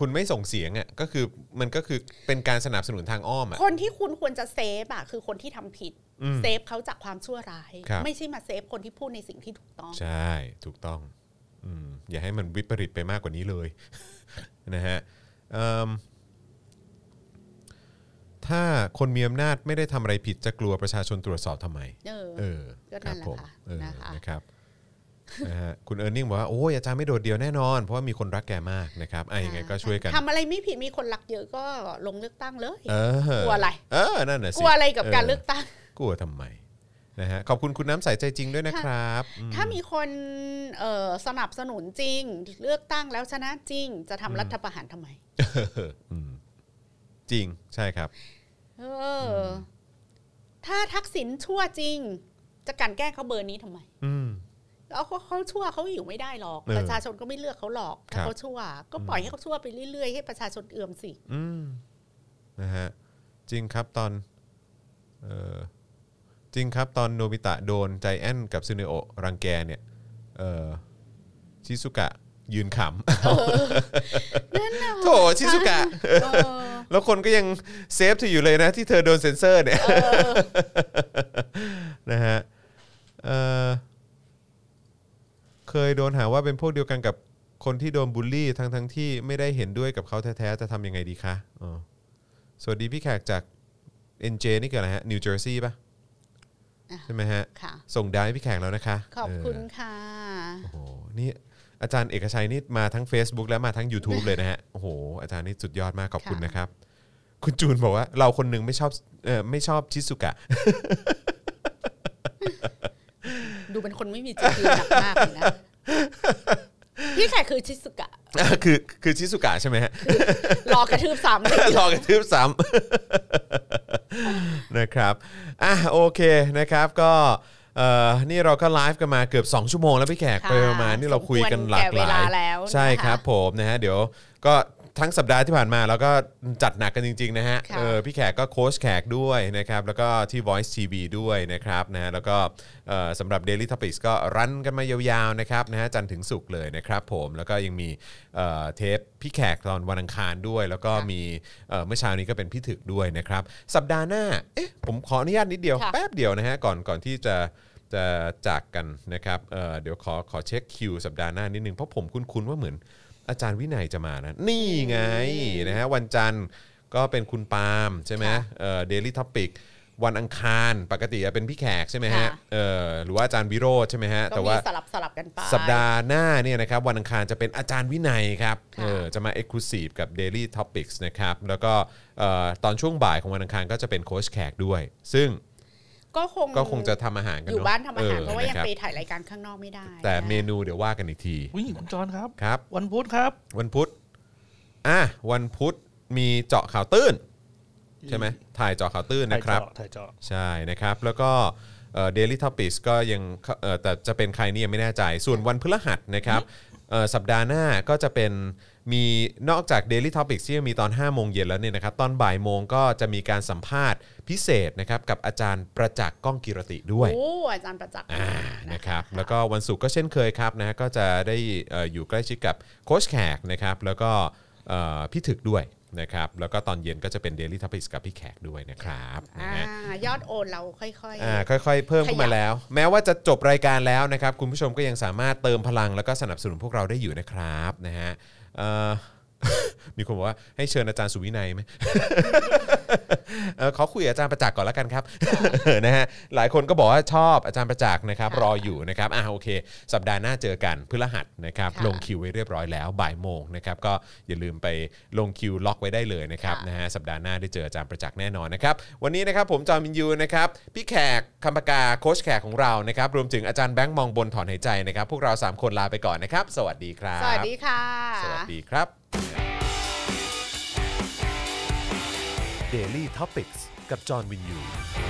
[SPEAKER 2] คุณไม่ส่งเสียงอ่ะก็คือมันก็คือเป็นการสนับสนุนทางอ้อมอ่ะ
[SPEAKER 3] คนที่คุณควรจะเซฟอะคือคนที่ทำผิด
[SPEAKER 2] อืม
[SPEAKER 3] เซฟเขาจากความชั่วร้าย
[SPEAKER 2] ครับ
[SPEAKER 3] ไม่ใช่มาเซฟคนที่พูดในสิ่งที่ถูกต้อง
[SPEAKER 2] ใช่ ถูกต้องอืมอย่าให้มันวิปริตไปมากกว่านี้เลย นะฮะเอิ่มถ้าคนมีอำนาจไม่ได้ทำอะไรผิดจะกลัวประชาชนตรวจสอบทำไม
[SPEAKER 3] เออ
[SPEAKER 2] เออ
[SPEAKER 3] ก็นั่นแหละ
[SPEAKER 2] ผม
[SPEAKER 3] ค่ะ
[SPEAKER 2] เออ
[SPEAKER 3] นะคะ
[SPEAKER 2] นะครับนะฮะคุณเอิร์นิ่งบอกว่าโอ้ยอาจารย์ไม่โดดเดียวแน่นอน เพราะว่ามีคนรักแกมากนะครับไอ้ยังไงก็ช่วยกัน
[SPEAKER 3] ทำอะไรไม่ผิดมีคนรักเยอะก็ลงเลือกตั้งเลย
[SPEAKER 2] เออก
[SPEAKER 3] ลัวอะไร
[SPEAKER 2] เออนั่นน่ะสิ
[SPEAKER 3] กลัวอะไรกับการเลือกตั้ง
[SPEAKER 2] กลัวทำไมนะฮะขอบคุณคุณน้ำใสใจจริงด้วยนะครับอืม
[SPEAKER 3] ถ้ามีคนเอ่อสนับสนุนจริง เลือกตั้งแล้วชนะจริง จะทำรัฐประหารทำไม
[SPEAKER 2] อืมจริงใช่ครับ
[SPEAKER 3] เอออถ้าทักษิณชั่วจริง จะกลันแกล้งเขาเบอร์นี้ทำไม
[SPEAKER 2] อืม
[SPEAKER 3] เอาเขาเขาชั่วเขาอยู่ไม่ได้หรอก
[SPEAKER 2] เออ
[SPEAKER 3] ประชาชนก็ไม่เลือกเขาหรอก
[SPEAKER 2] ครั
[SPEAKER 3] ถ้า
[SPEAKER 2] บ
[SPEAKER 3] เขาชั่ว ก็ปล่อยให้เขาชั่วไปเรื่อยๆให้ประชาชนเอื่อมสิ
[SPEAKER 2] อืมนะฮะจริงครับตอนเออจริงครับตอนโนบิตะโดนใจแอนกับซูเนโอรังแกเนี่ยเออชิซุกะยืนข
[SPEAKER 3] นั่นน่ะ
[SPEAKER 2] ำ โถชิซุกะ
[SPEAKER 3] เออ
[SPEAKER 2] แล้วคนก็ยังเซฟเธออยู่เลยนะที่เธอโดนเซ็นเซอร์เนี่ย
[SPEAKER 3] เออ
[SPEAKER 2] นะฮะเอ่อเคยโดนหาว่าเป็นพวกเดียวกันกับคนที่โดนบูลลี่ทั้งทั้งที่ไม่ได้เห็นด้วยกับเขาแท้ๆ จะทำยังไงดีคะอ๋อสวัสดีพี่แขกจาก NJ นี่เกิดอะไรฮะ นิวเจอร์ซีย์ป่ะ
[SPEAKER 3] อ่ะ
[SPEAKER 2] ใช่ไหมฮะ
[SPEAKER 3] ค่ะ
[SPEAKER 2] ส่งดาวให้พี่แขกแล้วนะคะ
[SPEAKER 3] ขอบคุณ
[SPEAKER 2] เ
[SPEAKER 3] ค่ะ
[SPEAKER 2] โอ้โหนี่อาจารย์เอกชัยนี่มาทั้ง Facebook และมาทั้ง YouTube เลยนะฮะ โอ้โห อาจารย์นี่สุดยอดมากขอบคุณ
[SPEAKER 3] ค่ะ
[SPEAKER 2] นะครับ คุณจูนบอกว่า เราคนหนึ่งไม่ชอบเออไม่ชอบชิสุกะ
[SPEAKER 3] ดูเป็นคนไม่มีจุดยืนหนักมากเลยนะ พี่แขกคือชิสุกะ
[SPEAKER 2] คือคือชิสุกะใช่ไหมฮะ
[SPEAKER 3] รอก ระทืบซ้ำเลย
[SPEAKER 2] รอกระทืบซ้ำ นะครับ อ่ะโอเคนะครับก็เอ่อนี่เราก็ไลฟ์กันมาเกือบ 2 ชั่วโมงแล้วพี่แขก
[SPEAKER 3] ค่ะ
[SPEAKER 2] ไปประมาณนี่เราคุยกันหลากหลาย
[SPEAKER 3] สมควรแก่เวแล้วนะคะ
[SPEAKER 2] ใช่ครับผมนะฮะเดี๋ยวก็ทั้งสัปดาห์ที่ผ่านมาเราก็จัดหนักกันจริงๆนะฮะ
[SPEAKER 3] ค่ะ
[SPEAKER 2] เออพี่แขกก็โค้ชแขกด้วยนะครับแล้วก็ที่ Voice TV ด้วยนะครับนะฮะแล้วก็เอ่อสำหรับ Daily Topics ก็รันกันมายาวๆนะครับนะฮะจันทร์ถึงสุกร์เลยนะครับผมแล้วก็ยังมีเอ่อเทปพี่แขกตอนวันอังคารด้วย แล้วก็
[SPEAKER 3] ค่ะ
[SPEAKER 2] มีเอ่อเมื่อเช้านี้ก็เป็นพี่ถึกด้วยนะครับสัปดาห์หน้าเอ๊ะผมขออนุญาตนิดเดียว
[SPEAKER 3] ค่ะ
[SPEAKER 2] แป๊บเดียวนะฮะก่อนก่อนที่จะ จะจากกันนะครับเอ่อเดี๋ยวขอขอเช็คคิวสัปดาห์หน้านิดนึง เพราะผมคุ้นๆว่าเหมือนอาจารย์วินัยจะมานะ นี่ไงนะฮะวันจันทร์ก็เป็นคุณปาล์มใช่ไหม
[SPEAKER 3] ค่ะ
[SPEAKER 2] เดลิทอพิกวันอังคาร ปกติจะเป็นพี่แขกใช่ไหมฮะ
[SPEAKER 3] ค่ะ
[SPEAKER 2] เอ่อหรือว่าอาจารย์วิโรธใช่ไหมฮะ
[SPEAKER 3] ก็
[SPEAKER 2] แต่
[SPEAKER 3] มี
[SPEAKER 2] ว่า
[SPEAKER 3] สลับสลับกันไป
[SPEAKER 2] สัปดาห์หน้าเนี่ยนะครับวันอังคารจะเป็นอาจารย์วินัยครับ
[SPEAKER 3] ค่ะ
[SPEAKER 2] เออจะมา Exclusive กับ Daily Topics นะครับแล้วก็เอ่อตอนช่วงบ่ายของวันอังคารก็จะเป็นโค้ชแขกด้วย ซึ่ง
[SPEAKER 3] ก็คง
[SPEAKER 2] ก็คงจะทำอาหารกัน
[SPEAKER 3] อ
[SPEAKER 2] เะ
[SPEAKER 3] ยู่บ้านทำอาหาร
[SPEAKER 2] อ
[SPEAKER 3] เพราะว่ายัง
[SPEAKER 2] นคบ
[SPEAKER 3] ไปถ่ายรายการข้างนอกไม่ได้
[SPEAKER 2] แต่เม
[SPEAKER 3] นู
[SPEAKER 2] นูเดี๋ยวว่ากันอีกที
[SPEAKER 5] อุ้ยคุณจอนครับ
[SPEAKER 2] ครับ
[SPEAKER 5] วันพุธครับ
[SPEAKER 2] วันพุธอ่ะวันพุธมีเจาะข่าวตื้น ใช่ไหมถ่ายเจาะข่าวตื้นนะครับ
[SPEAKER 5] ถ่ายเจาะ
[SPEAKER 2] ใช่นะครับ แล้วก็เดลิทอพิสก็ยังเอ่อแต่จะเป็นใครนี่ยังไม่แน่ใจ ส่วนวันพฤหัสนะครับเอ่อสัปดาห์หน้าก็จะเป็นมีนอกจาก Daily Topics ที่จะมีตอน 5 โมงเย็นแล้วเนี่ยนะครับ ตอนบ่ายโมงก็จะมีการสัมภาษณ์พิเศษนะครับ กับอาจารย์ประจักษ์ก้องกิรติด้วย
[SPEAKER 3] โอ้อาจารย์ประจักษ์
[SPEAKER 2] อ่า
[SPEAKER 3] นะ
[SPEAKER 2] นะครับแล้วก็วันศุกร์ก็เช่นเคยครับนะก็จะได้เอ่ออยู่ใกล้ชิดกับโค้ชแขกนะครับแล้วก็เอ่อพี่ถึกด้วยนะครับแล้วก็ตอนเย็นก็จะเป็น Daily Topics กับพี่แขกด้วยนะครับนะ
[SPEAKER 3] อ่า
[SPEAKER 2] ฮะ
[SPEAKER 3] ยอดโอนเราค่อย
[SPEAKER 2] อ่าค่อยๆ เพิ่มขึ้นมา
[SPEAKER 3] ขยับ
[SPEAKER 2] แล้ว แม้ว่าจะจบรายการแล้วนะครับ คุณผู้ชมก็ยังสามารถเติมพลังแล้วก็สนับสนุนพวกเราได้อยู่นะครับนะฮะเอ่ อ มีคนบอกว่าให้เชิญอาจารย์สุวินัยไหม เออขอคุยกับอาจารย์ประจักษ์ก่อนแล้วกันครับ นะฮะหลายคนก็บอกว่าชอบอาจารย์ประจักษ์นะครับ
[SPEAKER 3] ค่ะ
[SPEAKER 2] รออยู่นะครับอ่าโอเค สัปดาห์หน้าเจอกันพฤหัสนะครับ
[SPEAKER 3] ค่ะ
[SPEAKER 2] ลงคิวไว้เรียบร้อยแล้วบ่ายโมงนะครับ ก็อย่าลืมไปลงคิวล็อกไว้ได้เลยนะครับ
[SPEAKER 3] ค่ะ
[SPEAKER 2] นะฮะสัปดาห์หน้าได้เจออาจารย์ประจักษ์แน่นอนนะครับ วันนี้นะครับผมจอมินยูนะครับพี่แขกคำปากาโค้ชแขกของเรานะครับ รวมถึงอาจารย์แบงค์มองบนถอนหายใจนะครับ พวกเราสามคนลาไปก่อนนะครับ สวัสดีครับ
[SPEAKER 3] ๆ สวัสดีค่ะ
[SPEAKER 2] สวัสดีครับ
[SPEAKER 1] Daily t o p i c กกับจอห์นวินยู